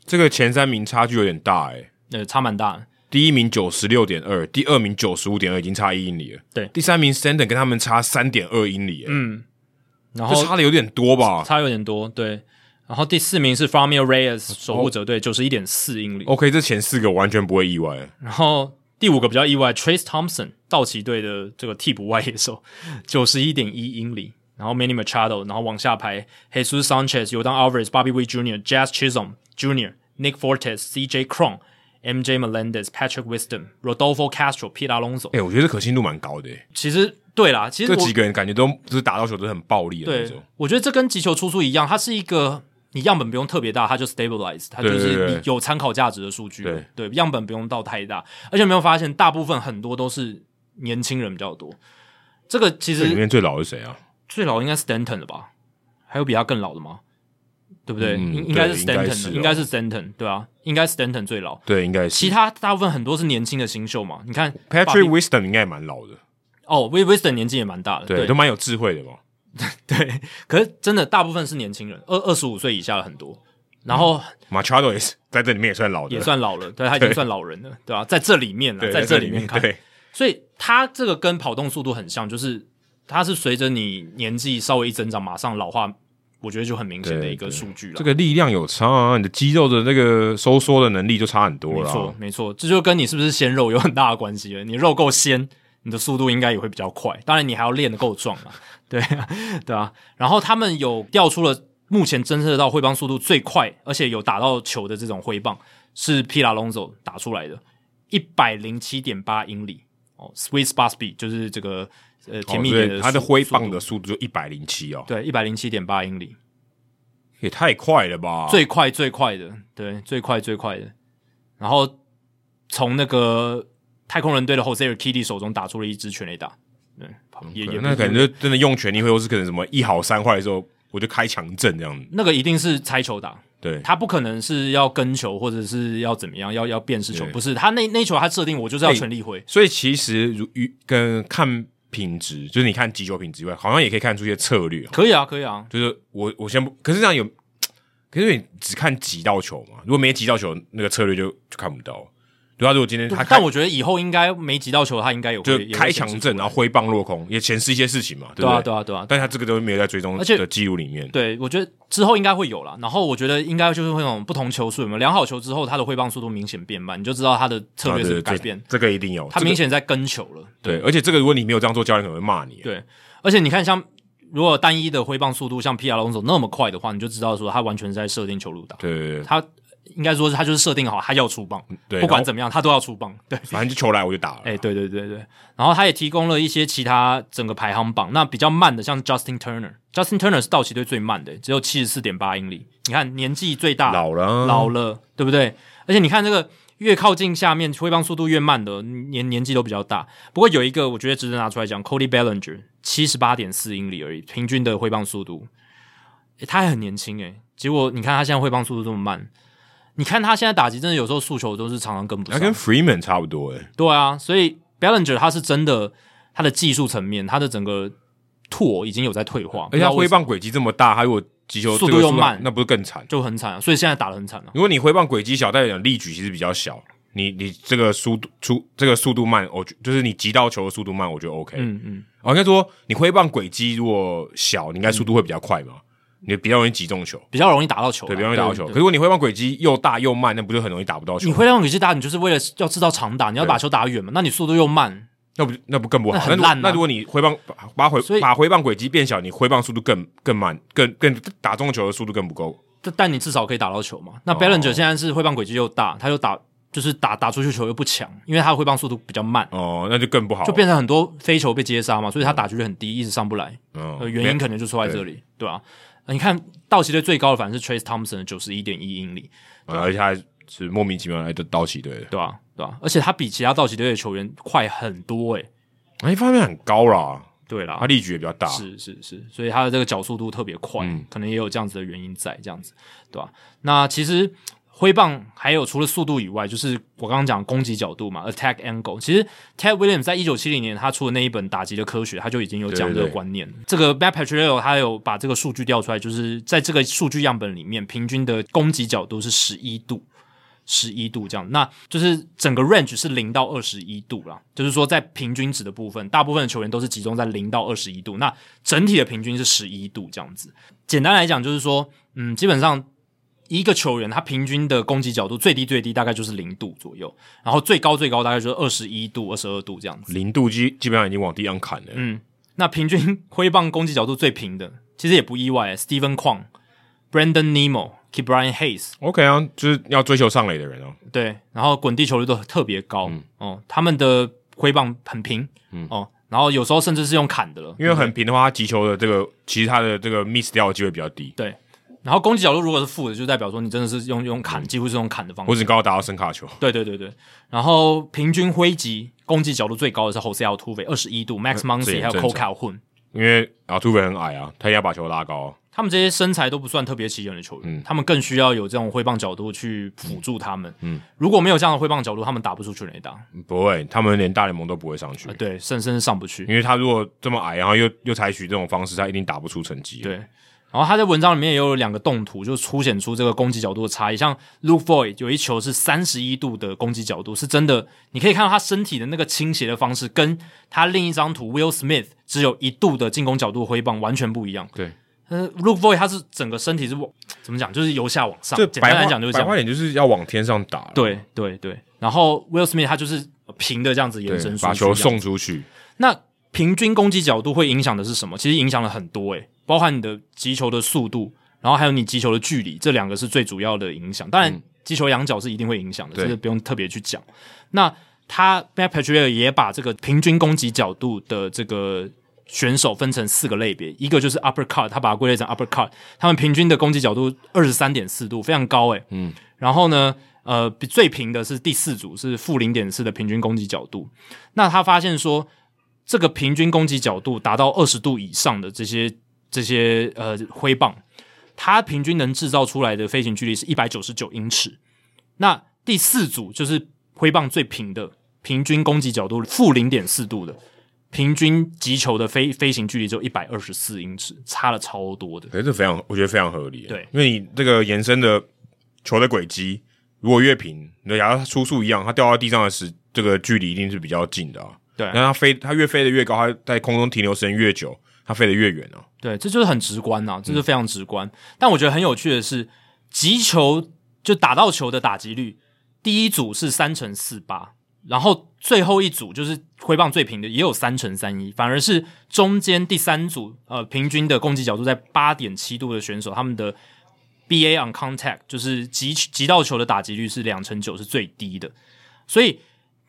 Speaker 2: 这个前三名差距有点大哎、
Speaker 1: 呃，差蛮大的。
Speaker 2: 第一名九十六点二，第二名九十五点二，已经差一英里了。
Speaker 1: 对
Speaker 2: 第三名 Stanton 跟他们差三点二英里、欸，嗯，
Speaker 1: 然后
Speaker 2: 这差的有点多吧
Speaker 1: 差有点多，对。然后第四名是 f a m i l
Speaker 2: 哦
Speaker 1: Reyes 守护者队，九十一点四英里。
Speaker 2: ？OK，这前四个我完全不会意外。
Speaker 1: 然后第五个比较意外，Trace Thompson 道奇队的这个替补外野手，九十一点一英里。然后 Manny Machado，然后往下排，Jesus Sanchez、Yordan Alvarez、Bobby Witt Jr.、Jazz Chisholm Jr.、Nick Fortes、C.J. Cron、M.J. Melendez、Patrick Wisdom、Rodolfo Castro、Pete Alonso
Speaker 2: 哎、。我觉得这可信度蛮高的、欸，
Speaker 1: 其实对啦，其实
Speaker 2: 这
Speaker 1: 我
Speaker 2: 几个人感觉都就是打到球都很暴力的那
Speaker 1: 对
Speaker 2: 种。，
Speaker 1: 我觉得这跟击球出速一样，它是一个你样本不用特别大，它就 stabilize，它就
Speaker 2: 对对
Speaker 1: 是
Speaker 2: 对
Speaker 1: 你有参考价值的数据。
Speaker 2: 对
Speaker 1: 样本不用到太大，而且有没有发现大部分很多都是年轻人比较多。这个其
Speaker 2: 这里
Speaker 1: 实
Speaker 2: 面最老是谁啊？
Speaker 1: 最老应该是 Stanton 了吧？还有比他更老的吗？对不对？
Speaker 2: 嗯
Speaker 1: 应应该
Speaker 2: 对
Speaker 1: 是
Speaker 2: 应该
Speaker 1: Stanton，
Speaker 2: 是
Speaker 1: 的
Speaker 2: 哦
Speaker 1: 应该是 Stanton，对啊，应该 Stanton 最老。
Speaker 2: 对，应该
Speaker 1: 其
Speaker 2: 是
Speaker 1: 他大部分很多是年轻的新秀嘛？你看
Speaker 2: Patrick
Speaker 1: Bobby-
Speaker 2: Wisdom 应该也蛮老的，
Speaker 1: 哦，Wi Wiston 年纪也蛮大的，
Speaker 2: 对，都蛮有智慧的嘛。
Speaker 1: 对，可是真的大部分是年轻人，二二十五岁以下的很多，然后
Speaker 2: Machado 也是 在这里面也算老的，
Speaker 1: 也算老了，对他已经算老人了，对吧、在这里面了，
Speaker 2: 对
Speaker 1: 在这
Speaker 2: 这
Speaker 1: 里面看，
Speaker 2: 对，
Speaker 1: 所以他这个跟跑动速度很像，就是它是随着你年纪稍微一增长，马上老化，我觉得就很明显的一个
Speaker 2: 对对
Speaker 1: 数据了。
Speaker 2: 这个力量有差、啊，你的肌肉的那个收缩的能力就差很多哦
Speaker 1: 没
Speaker 2: 了、
Speaker 1: 错，没错，这就跟你是不是鲜肉有很大的关系了。你肉够鲜，你的速度应该也会比较快。当然，你还要练得够壮啊， 对啊，对啊。然后他们有调出了目前侦测到挥棒速度最快，而且有打到球的这种挥棒是皮拉隆佐打出来的，一百零七点八英里哦，Swiss b o s b y 就是这个呃甜蜜
Speaker 2: 哦所
Speaker 1: 点
Speaker 2: 以
Speaker 1: 的速、
Speaker 2: 他的挥
Speaker 1: 速
Speaker 2: 棒
Speaker 1: 度
Speaker 2: 的速度就一百零七哦，
Speaker 1: 对一百零七点八英里，
Speaker 2: 也太快了吧！
Speaker 1: 最快最快的，对，最快最快的。然后从那个太空人队的 Jose Kitty 手中打出了一支全垒打，对，也也
Speaker 2: 对
Speaker 1: 不
Speaker 2: 那
Speaker 1: 是
Speaker 2: 可能就真的用全力挥，或是可能什么一好三坏的时候，我就开强震这样子。
Speaker 1: 那个一定是拆球打，
Speaker 2: 对，
Speaker 1: 他不可能是要跟球或者是要怎么样，要要变式球，
Speaker 2: 对
Speaker 1: 不是他那那球他设定我就是要
Speaker 2: 哎
Speaker 1: 全力挥，
Speaker 2: 所以其实如与跟看品质，就是你看击球品质以外，好像也可以看出一些策略。
Speaker 1: 可以啊，可以啊，
Speaker 2: 就是我我先不，可是这样有，可是你只看击到球嘛？如果没击到球，那个策略就就看不到。对啊，如果今天他
Speaker 1: 但
Speaker 2: 开
Speaker 1: 我觉得以后应该没击到球，他应该有
Speaker 2: 就
Speaker 1: 会也会
Speaker 2: 开
Speaker 1: 显
Speaker 2: 强
Speaker 1: 示
Speaker 2: 阵，然后挥棒落空，也显示一些事情嘛，对
Speaker 1: 对
Speaker 2: 不
Speaker 1: 啊
Speaker 2: 对？
Speaker 1: 对啊对啊，
Speaker 2: 但他这个都没有在追踪
Speaker 1: 而且
Speaker 2: 的记录里面。
Speaker 1: 对，我觉得之后应该会有啦。然后我觉得应该就是会那种不同球速有没有量好球之后，他的挥棒速度明显变慢，你就知道他的策
Speaker 2: 啊
Speaker 1: 略
Speaker 2: 对
Speaker 1: 是
Speaker 2: 对，
Speaker 1: 改
Speaker 2: 这
Speaker 1: 变，
Speaker 2: 这个一定有，
Speaker 1: 他
Speaker 2: 这个
Speaker 1: 明显在跟球了。
Speaker 2: 对，而且这个如果你没有这样做，教练可能会骂你。
Speaker 1: 对，而且你看像。如果单一的挥棒速度像皮亚龙走那么快的话，你就知道说他完全是在设定球路打。
Speaker 2: 对对对
Speaker 1: 他应该说是他就是设定好他要出棒，
Speaker 2: 对，啊
Speaker 1: 不管
Speaker 2: 么，
Speaker 1: 怎么样他都要出棒。对，
Speaker 2: 反正就球来我就打了。
Speaker 1: 哎、对对对对，然后他也提供了一些其他整个排行榜，那比较慢的像 Justin Turner，Justin Turner 是道奇队最慢的，只有七十四点八英里。你看年纪最大，
Speaker 2: 老了啊
Speaker 1: 老了，对不对？而且你看这个越靠近下面挥棒速度越慢的年年纪都比较大。不过有一个我觉得值得拿出来讲，Cody Bellinger 七十八点四英里而已，平均的挥棒速度，诶他还很年轻诶。结果你看他现在挥棒速度这么慢，你看他现在打击真的有时候速球都是常常跟不
Speaker 2: 他
Speaker 1: 上。
Speaker 2: 跟 Freeman 差不多哎，
Speaker 1: 对啊，所以 Bellinger 他是真的，他的技术层面，他的整个拓已经有在退化，
Speaker 2: 而且他挥棒轨迹这么大，还有击球
Speaker 1: 速度
Speaker 2: 这个
Speaker 1: 又慢
Speaker 2: 那不是更惨？
Speaker 1: 就很惨、啊，所以现在打的很惨啊。
Speaker 2: 如果你挥棒轨迹小，代表力矩其实比较小，你你这个速度出这个速度慢，我觉就是你击到球的速度慢，我觉得 OK。
Speaker 1: 嗯嗯，
Speaker 2: 哦，应该说你挥棒轨迹如果小，你应该速度会比较快嘛，你比较容易击中球，
Speaker 1: 比较容易打到球啊，
Speaker 2: 对，比较容易打到球。可
Speaker 1: 对
Speaker 2: 是如果你挥棒轨迹又大又慢，那不就很容易打不到球
Speaker 1: 你？挥到轨迹打，你就是为了要制造长打，你要把球打远嘛，那你速度又慢，
Speaker 2: 那不那不更不
Speaker 1: 那
Speaker 2: 好？那
Speaker 1: 很
Speaker 2: 如
Speaker 1: 烂啊
Speaker 2: 那如果你挥棒把把挥
Speaker 1: 所以
Speaker 2: 把挥棒轨迹变小，你挥棒速度更更慢，更更打中球的速度更不够。
Speaker 1: 但但你至少可以打到球嘛。那
Speaker 2: 哦
Speaker 1: Bellinger 现在是挥棒轨迹又大，他又打就是打打出去球又不强，因为他的挥棒速度比较慢。
Speaker 2: 哦，那就更不好。
Speaker 1: 就变成很多飞球被接杀嘛，所以他打击率很低，一直上不来。
Speaker 2: 嗯
Speaker 1: 呃，原因可能就出在这里，对吧、呃你看道奇队最高的反正是 Trace Thompson 的九十一点一英里，
Speaker 2: 呃而且他是莫名其妙来的道奇队的，
Speaker 1: 对吧、对吧、而且他比其他道奇队的球员快很多、诶，
Speaker 2: 哎，方面很高啦，
Speaker 1: 对啦，
Speaker 2: 他力矩也比较大。
Speaker 1: 是是是，所以他的这个角速度特别快，
Speaker 2: 嗯
Speaker 1: 可能也有这样子的原因在，这样子，对吧、那其实挥棒还有除了速度以外，就是我刚刚讲攻击角度嘛，attack angle。其实 Ted Williams 在一九七零年他出的那一本《打击的科学》，他就已经有讲
Speaker 2: 对对
Speaker 1: 这个
Speaker 2: 对
Speaker 1: 观念了。这个 Matt Patriello 他有把这个数据调出来，就是在这个数据样本里面，平均的攻击角度是十一度。十一度这样，那就是整个 range 是零到二十一度啦，就是说在平均值的部分，大部分的球员都是集中在零到二十一度，那整体的平均是十一度这样子。简单来讲，就是说，嗯，基本上一个球员他平均的攻击角度最低最低大概就是零度左右，然后最高最高大概就是二十一度、二十二度这样子。
Speaker 2: 零度基基本上已经往地上砍了，
Speaker 1: 嗯，那平均挥棒攻击角度最平的，其实也不意外，Steven 欸 Kwong、Brandon Nemo、k e Brian Hayes，
Speaker 2: OK 啊，就是要追求上垒的人哦、
Speaker 1: 对，然后滚地球率都特别高，
Speaker 2: 嗯
Speaker 1: 哦，他们的挥棒很平，哦，然后有时候甚至是用砍的了，
Speaker 2: 因为很平的话，他击球的这个其实他的这个 miss 掉的机会比较低。
Speaker 1: 对。然后攻击角度如果是负的，就代表说你真的是用用
Speaker 2: 嗯
Speaker 1: 砍，几乎是用砍的方式
Speaker 2: 我。只刚好打到声卡球，
Speaker 1: 对对对对，然后平均挥击攻击角度最高的是 Jose Altuve 二十一度，Max
Speaker 2: 这
Speaker 1: Muncy
Speaker 2: 也
Speaker 1: 还有
Speaker 2: 呃正
Speaker 1: Cole
Speaker 2: 常
Speaker 1: Calhoun，
Speaker 2: 因为阿突维很矮啊，他也要把球拉高啊、
Speaker 1: 他们这些身材都不算特别起眼的球员，他们更需要有这种挥棒角度去辅助他们。嗯，如果没有这样的挥棒角度，他们打不出全垒打，
Speaker 2: 不会，他们连大联盟都不会上去，
Speaker 1: 呃对，甚甚至上不去。
Speaker 2: 因为他如果这么矮，然后又又采取这种方式，他一定打不出成绩。
Speaker 1: 对，然后他在文章里面也有两个动图，就凸显出这个攻击角度的差异。像 Luke Voigt 有一球是三十一度的攻击角度，是真的，你可以看到他身体的那个倾斜的方式，跟他另一张图 Will Smith 只有一度的进攻角度挥棒完全不一样。
Speaker 2: 对，
Speaker 1: 呃，Luke Voigt 他是整个身体是往怎么讲，就是由下往上，
Speaker 2: 这
Speaker 1: 简
Speaker 2: 白
Speaker 1: 单
Speaker 2: 话
Speaker 1: 来讲就是这
Speaker 2: 白
Speaker 1: 样
Speaker 2: 话。点就是要往天上打，，
Speaker 1: 对对对，然后 Will Smith 他就是平的这样子延伸
Speaker 2: 对，
Speaker 1: 出去
Speaker 2: 把球
Speaker 1: 这样
Speaker 2: 送出去，
Speaker 1: 那平均攻击角度会影响的是什么？其实影响了很多诶、包含你的击球的速度，然后还有你击球的距离，这两个是最主要的影响。当然，击球仰角是一定会影响的，
Speaker 2: 对
Speaker 1: 这个不用特别去讲。那他 Matt Patricia 也把这个平均攻击角度的这个选手分成四个类别，一个就是 uppercut，他把它归类成 uppercut，他们平均的攻击角度二十三点四度，非常高诶、嗯，然后呢，呃，比最平的是第四组是负零点四的平均攻击角度。那他发现说，这个平均攻击角度达到二十度以上的这些这些呃挥棒，它平均能制造出来的飞行距离是一百九十九英尺。那第四组就是挥棒最平的，平均攻击角度负零点四度的，平均击球的飞飞行距离就一百二十四英尺，差了超多的。
Speaker 2: 可是这非常，我觉得非常合理。啊
Speaker 1: 对，
Speaker 2: 因为你这个延伸的球的轨迹，如果越平，那假如他出速一样，他掉到地上的时这个距离一定是比较近的啊。
Speaker 1: 对
Speaker 2: 那他飞，他越飞得越高，他在空中停留时间越久，他飞得越远啊。
Speaker 1: 对，这就是很直观呐、这是非常直观。但我觉得很有趣的是，击球就打到球的打击率，第一组是三乘四八，然后最后一组就是挥棒最平的，也有三乘三一，反而是中间第三组呃平均的攻击角度在八点七度的选手，他们的 BA on contact 就是击击到球的打击率是两成九，是最低的。所以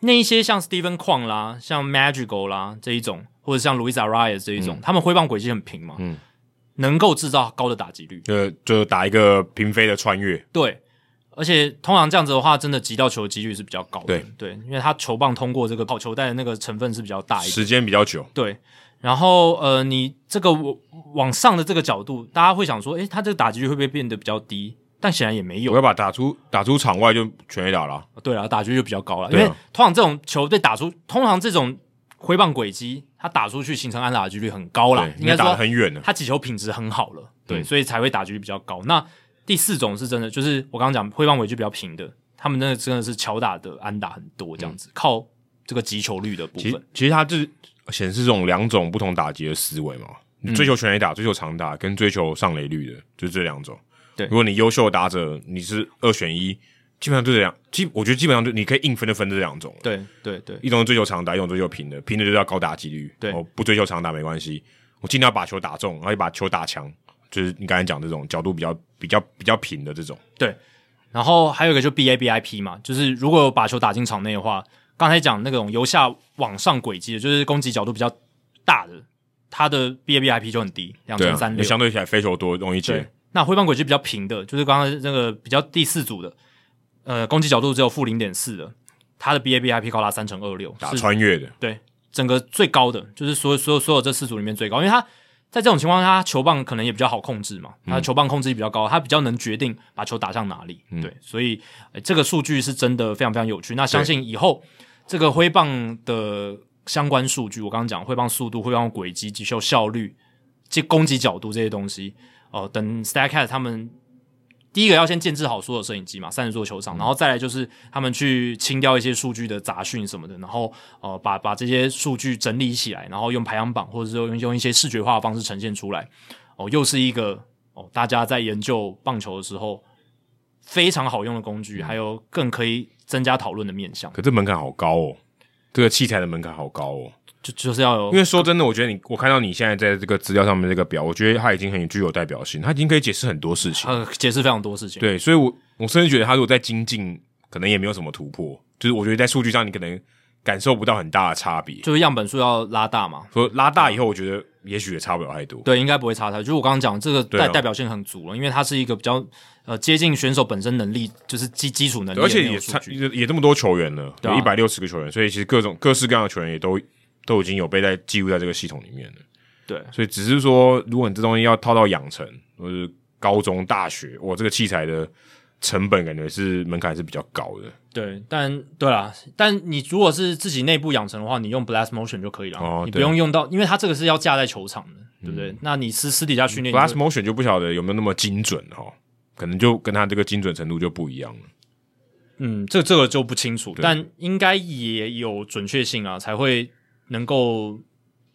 Speaker 1: 那一些像 Steven Kwong 啦、像 Magical 啦这一种，或者像 Luis Arias 这一种，他们挥棒轨迹很平嘛，
Speaker 2: 嗯
Speaker 1: 能够制造高的打击率。
Speaker 2: 就就打一个平飞的穿越，
Speaker 1: 对，而且通常这样子的话，真的击到球的几率是比较高的。
Speaker 2: 对
Speaker 1: 因为它球棒通过这个跑球带的那个成分是比较大一点。
Speaker 2: 时间比较久。
Speaker 1: 对，然后呃，你这个往往上的这个角度，大家会想说，诶，它这个打击率会不会变得比较低？但显然也没有
Speaker 2: 我。要把打出打出场外就全垒打了啊、
Speaker 1: 对啊，打击率就比较高了，因
Speaker 2: 对啊
Speaker 1: 为通常这种球被打出，通常这种挥棒轨迹，它打出去形成安打的几率很高啦
Speaker 2: 对，，
Speaker 1: 应
Speaker 2: 因为
Speaker 1: 该
Speaker 2: 打得
Speaker 1: 说
Speaker 2: 很远啊呢。
Speaker 1: 它起球品质很好了，对，
Speaker 2: 嗯
Speaker 1: 所以才会打击率比较高。那第四种是真的，就是我刚刚讲挥棒轨迹比较平的，他们那个真的是巧打的安打很多这样子，靠这个击球率的部
Speaker 2: 嗯其
Speaker 1: 分
Speaker 2: 实，其实它是显示这种两种不同打击的思维嘛，
Speaker 1: 嗯
Speaker 2: 你追求全垒打、追求长打跟追求上垒率的，就这两种。
Speaker 1: 对
Speaker 2: 如果你优秀的打者，你是二选一，基本上就这样。基我觉得基本上就你可以硬分的分这两种，
Speaker 1: 对对对
Speaker 2: 一种追求长打，一种追求平的，平的就是要高打击率，
Speaker 1: 对
Speaker 2: 我不追求长打没关系，我尽量把球打中，然后也把球打强，就是你刚才讲这种角度比较比较比较平的这种。
Speaker 1: 对。然后还有一个就 B A B I P 嘛，就是如果有把球打进场内的话，刚才讲那种由下往上轨迹的，就是攻击角度比较大的，它的 B A B I P 就很低，两
Speaker 2: 对
Speaker 1: 千
Speaker 2: 啊，
Speaker 1: 三
Speaker 2: 你
Speaker 1: 六。
Speaker 2: 相对起来飞球多，容易接
Speaker 1: 对。，那挥棒轨迹比较平的，就是刚刚那个比较第四组的，呃，攻击角度只有负零点四的，它的 BABIP 高达三乘二六，
Speaker 2: 打
Speaker 1: 是
Speaker 2: 穿越的，
Speaker 1: 对整个最高的，就是所有所有所有这四组里面最高，因为它在这种情况下，它球棒可能也比较好控制嘛，
Speaker 2: 嗯
Speaker 1: 它球棒控制力比较高，它比较能决定把球打向哪里，对，所以、呃这个数据是真的非常非常有趣。那相信以后这个挥棒的相关数据，我刚刚讲挥棒速度、挥棒轨迹、击球效率、这攻击角度这些东西，哦、等 Stacks 他们第一个要先建制好所有摄影机嘛，三十座球场，然后再来就是他们去清掉一些数据的杂讯什么的，然后呃把把这些数据整理起来，然后用排行榜或者是用用一些视觉化的方式呈现出来。哦、又是一个哦、大家在研究棒球的时候非常好用的工具，还有更可以增加讨论的面向，
Speaker 2: 可这门槛好高哦，这个器材的门槛好高哦。
Speaker 1: 就就是要
Speaker 2: 因
Speaker 1: 有
Speaker 2: 为说真的，我觉得你我看到你现在在这个资料上面这个表，我觉得它已经很具有代表性，它已经可以解释很多事情。
Speaker 1: 呃解释非常多事情。
Speaker 2: 对，所以我我甚至觉得它如果在精进，可能也没有什么突破。就是我觉得在数据上，你可能感受不到很大的差别。
Speaker 1: 就是样本数要拉大嘛，
Speaker 2: 说拉大以后，我觉得也许也差不了太多。
Speaker 1: 对，应该不会差太多。就是我刚刚讲这个代、
Speaker 2: 啊
Speaker 1: 代表性很足了，因为它是一个比较呃接近选手本身能力，就是基基础能力
Speaker 2: 而
Speaker 1: 的
Speaker 2: 且
Speaker 1: 那种
Speaker 2: 也
Speaker 1: 数
Speaker 2: 差
Speaker 1: 据。
Speaker 2: 也也这么多球员了，
Speaker 1: 对
Speaker 2: 有
Speaker 1: 啊
Speaker 2: 一百六十个球员，所以其实各种各式各样的球员也都都已经有被在记录在这个系统里面了。
Speaker 1: 对
Speaker 2: 所以只是说，如果你这东西要套到养成，或是高中、大学，我这个器材的成本感觉是门槛是比较高的
Speaker 1: 对，但对啦，但你如果是自己内部养成的话，你用 Blast Motion 就可以了，
Speaker 2: 哦
Speaker 1: 你不
Speaker 2: 对嗯
Speaker 1: 用用到，因为它这个是要架在球场的，对不对？那你私私底下训练你就
Speaker 2: Flash Motion 就不晓得有没有那么精准哈，可能就跟它这个精准程度就不一样了。
Speaker 1: 嗯，这这个就不清楚，但应该也有准确性啊，才会能够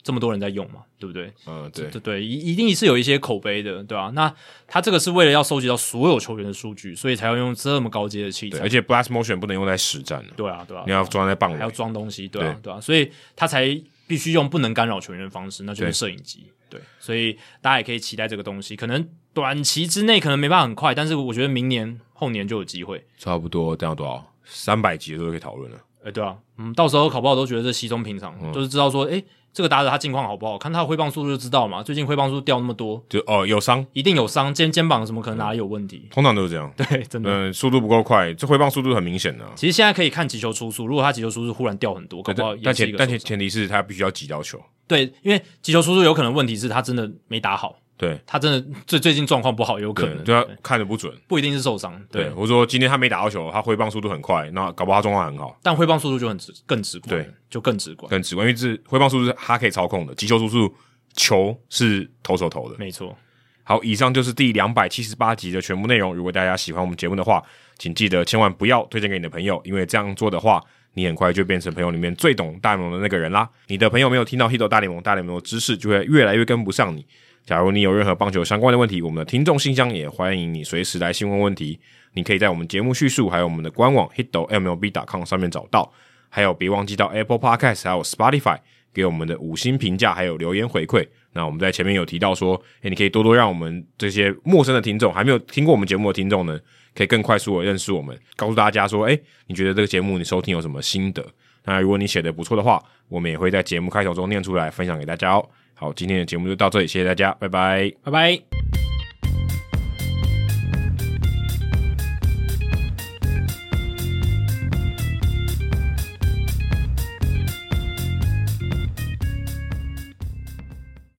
Speaker 1: 这么多人在用嘛，对不对？
Speaker 2: 嗯，对，
Speaker 1: 对对，一一定是有一些口碑的，对吧、那他这个是为了要收集到所有球员的数据，所以才要用这么高阶的器
Speaker 2: 对，
Speaker 1: 材
Speaker 2: 而。且 Flash Motion 不能用在实战了，
Speaker 1: 对啊，对啊，
Speaker 2: 你要装在棒
Speaker 1: 还要
Speaker 2: 垒。
Speaker 1: 装东西，对啊，对啊，所以他才必须用不能干扰球员的方式，那就是
Speaker 2: 对
Speaker 1: 摄影机。对，所以大家也可以期待这个东西，可能短期之内可能没办法很快，但是我觉得明年后年就有机会。
Speaker 2: 差不多这样多少？三百集的时候就可以讨论了。
Speaker 1: 哎、对啊，嗯，到时候考不好都觉得这稀松平
Speaker 2: 嗯
Speaker 1: 常，就是知道说，哎、这个打者他近况好不好，看他的挥棒速度就知道嘛。最近挥棒速度掉那么多，
Speaker 2: 就哦，有伤，
Speaker 1: 一定有伤，肩肩膀什么可能哪里有问题。
Speaker 2: 通常都是这样。
Speaker 1: 对，真的。
Speaker 2: 嗯、速度不够快，这挥棒速度很明显的、啊。
Speaker 1: 其实现在可以看击球出速，如果他击球出速忽然掉很多，搞
Speaker 2: 但
Speaker 1: 不好
Speaker 2: 但
Speaker 1: 也是一
Speaker 2: 前
Speaker 1: 个
Speaker 2: 但
Speaker 1: 受
Speaker 2: 前
Speaker 1: 伤
Speaker 2: 前提是他必须要挤到球。
Speaker 1: 对，因为击球出速有可能问题是他真的没打好，
Speaker 2: 对，
Speaker 1: 他真的最最近状况不好，有可
Speaker 2: 对，
Speaker 1: 能
Speaker 2: 就他
Speaker 1: 对
Speaker 2: 看的不准。
Speaker 1: 不一定是受伤，对，
Speaker 2: 对，我说今天他没打到球，他挥棒速度很快，那搞不好他状况很好，
Speaker 1: 但挥棒速度就很直，更直观，
Speaker 2: 对，
Speaker 1: 就更直观，
Speaker 2: 更直观，因为这挥棒速度是他可以操控的，击球速度球是投手投的，
Speaker 1: 没错，
Speaker 2: 好，以上就是第两百七十八集的全部内容。如果大家喜欢我们节目的话，请记得千万不要推荐给你的朋友，因为这样做的话，你很快就变成朋友里面最懂大联盟的那个人啦。你的朋友没有听到《h i t 大联盟》大联盟的知识，就会越来越跟不上你。假如你有任何棒球相关的问题，我们的听众信箱也欢迎你随时来询问问题。你可以在我们节目叙述，还有我们的官网 hitmlb.com 上面找到。还有别忘记到 Apple Podcast 还有 Spotify 给我们的五星评价，还有留言回馈。那我们在前面有提到说，诶、你可以多多让我们这些陌生的听众，还没有听过我们节目的听众呢，可以更快速的认识我们，告诉大家说，诶、你觉得这个节目你收听有什么心得？那如果你写的不错的话，我们也会在节目开头中念出来，分享给大家哦。好，今天的节目就到这里，谢谢大家，拜拜。
Speaker 1: 拜拜。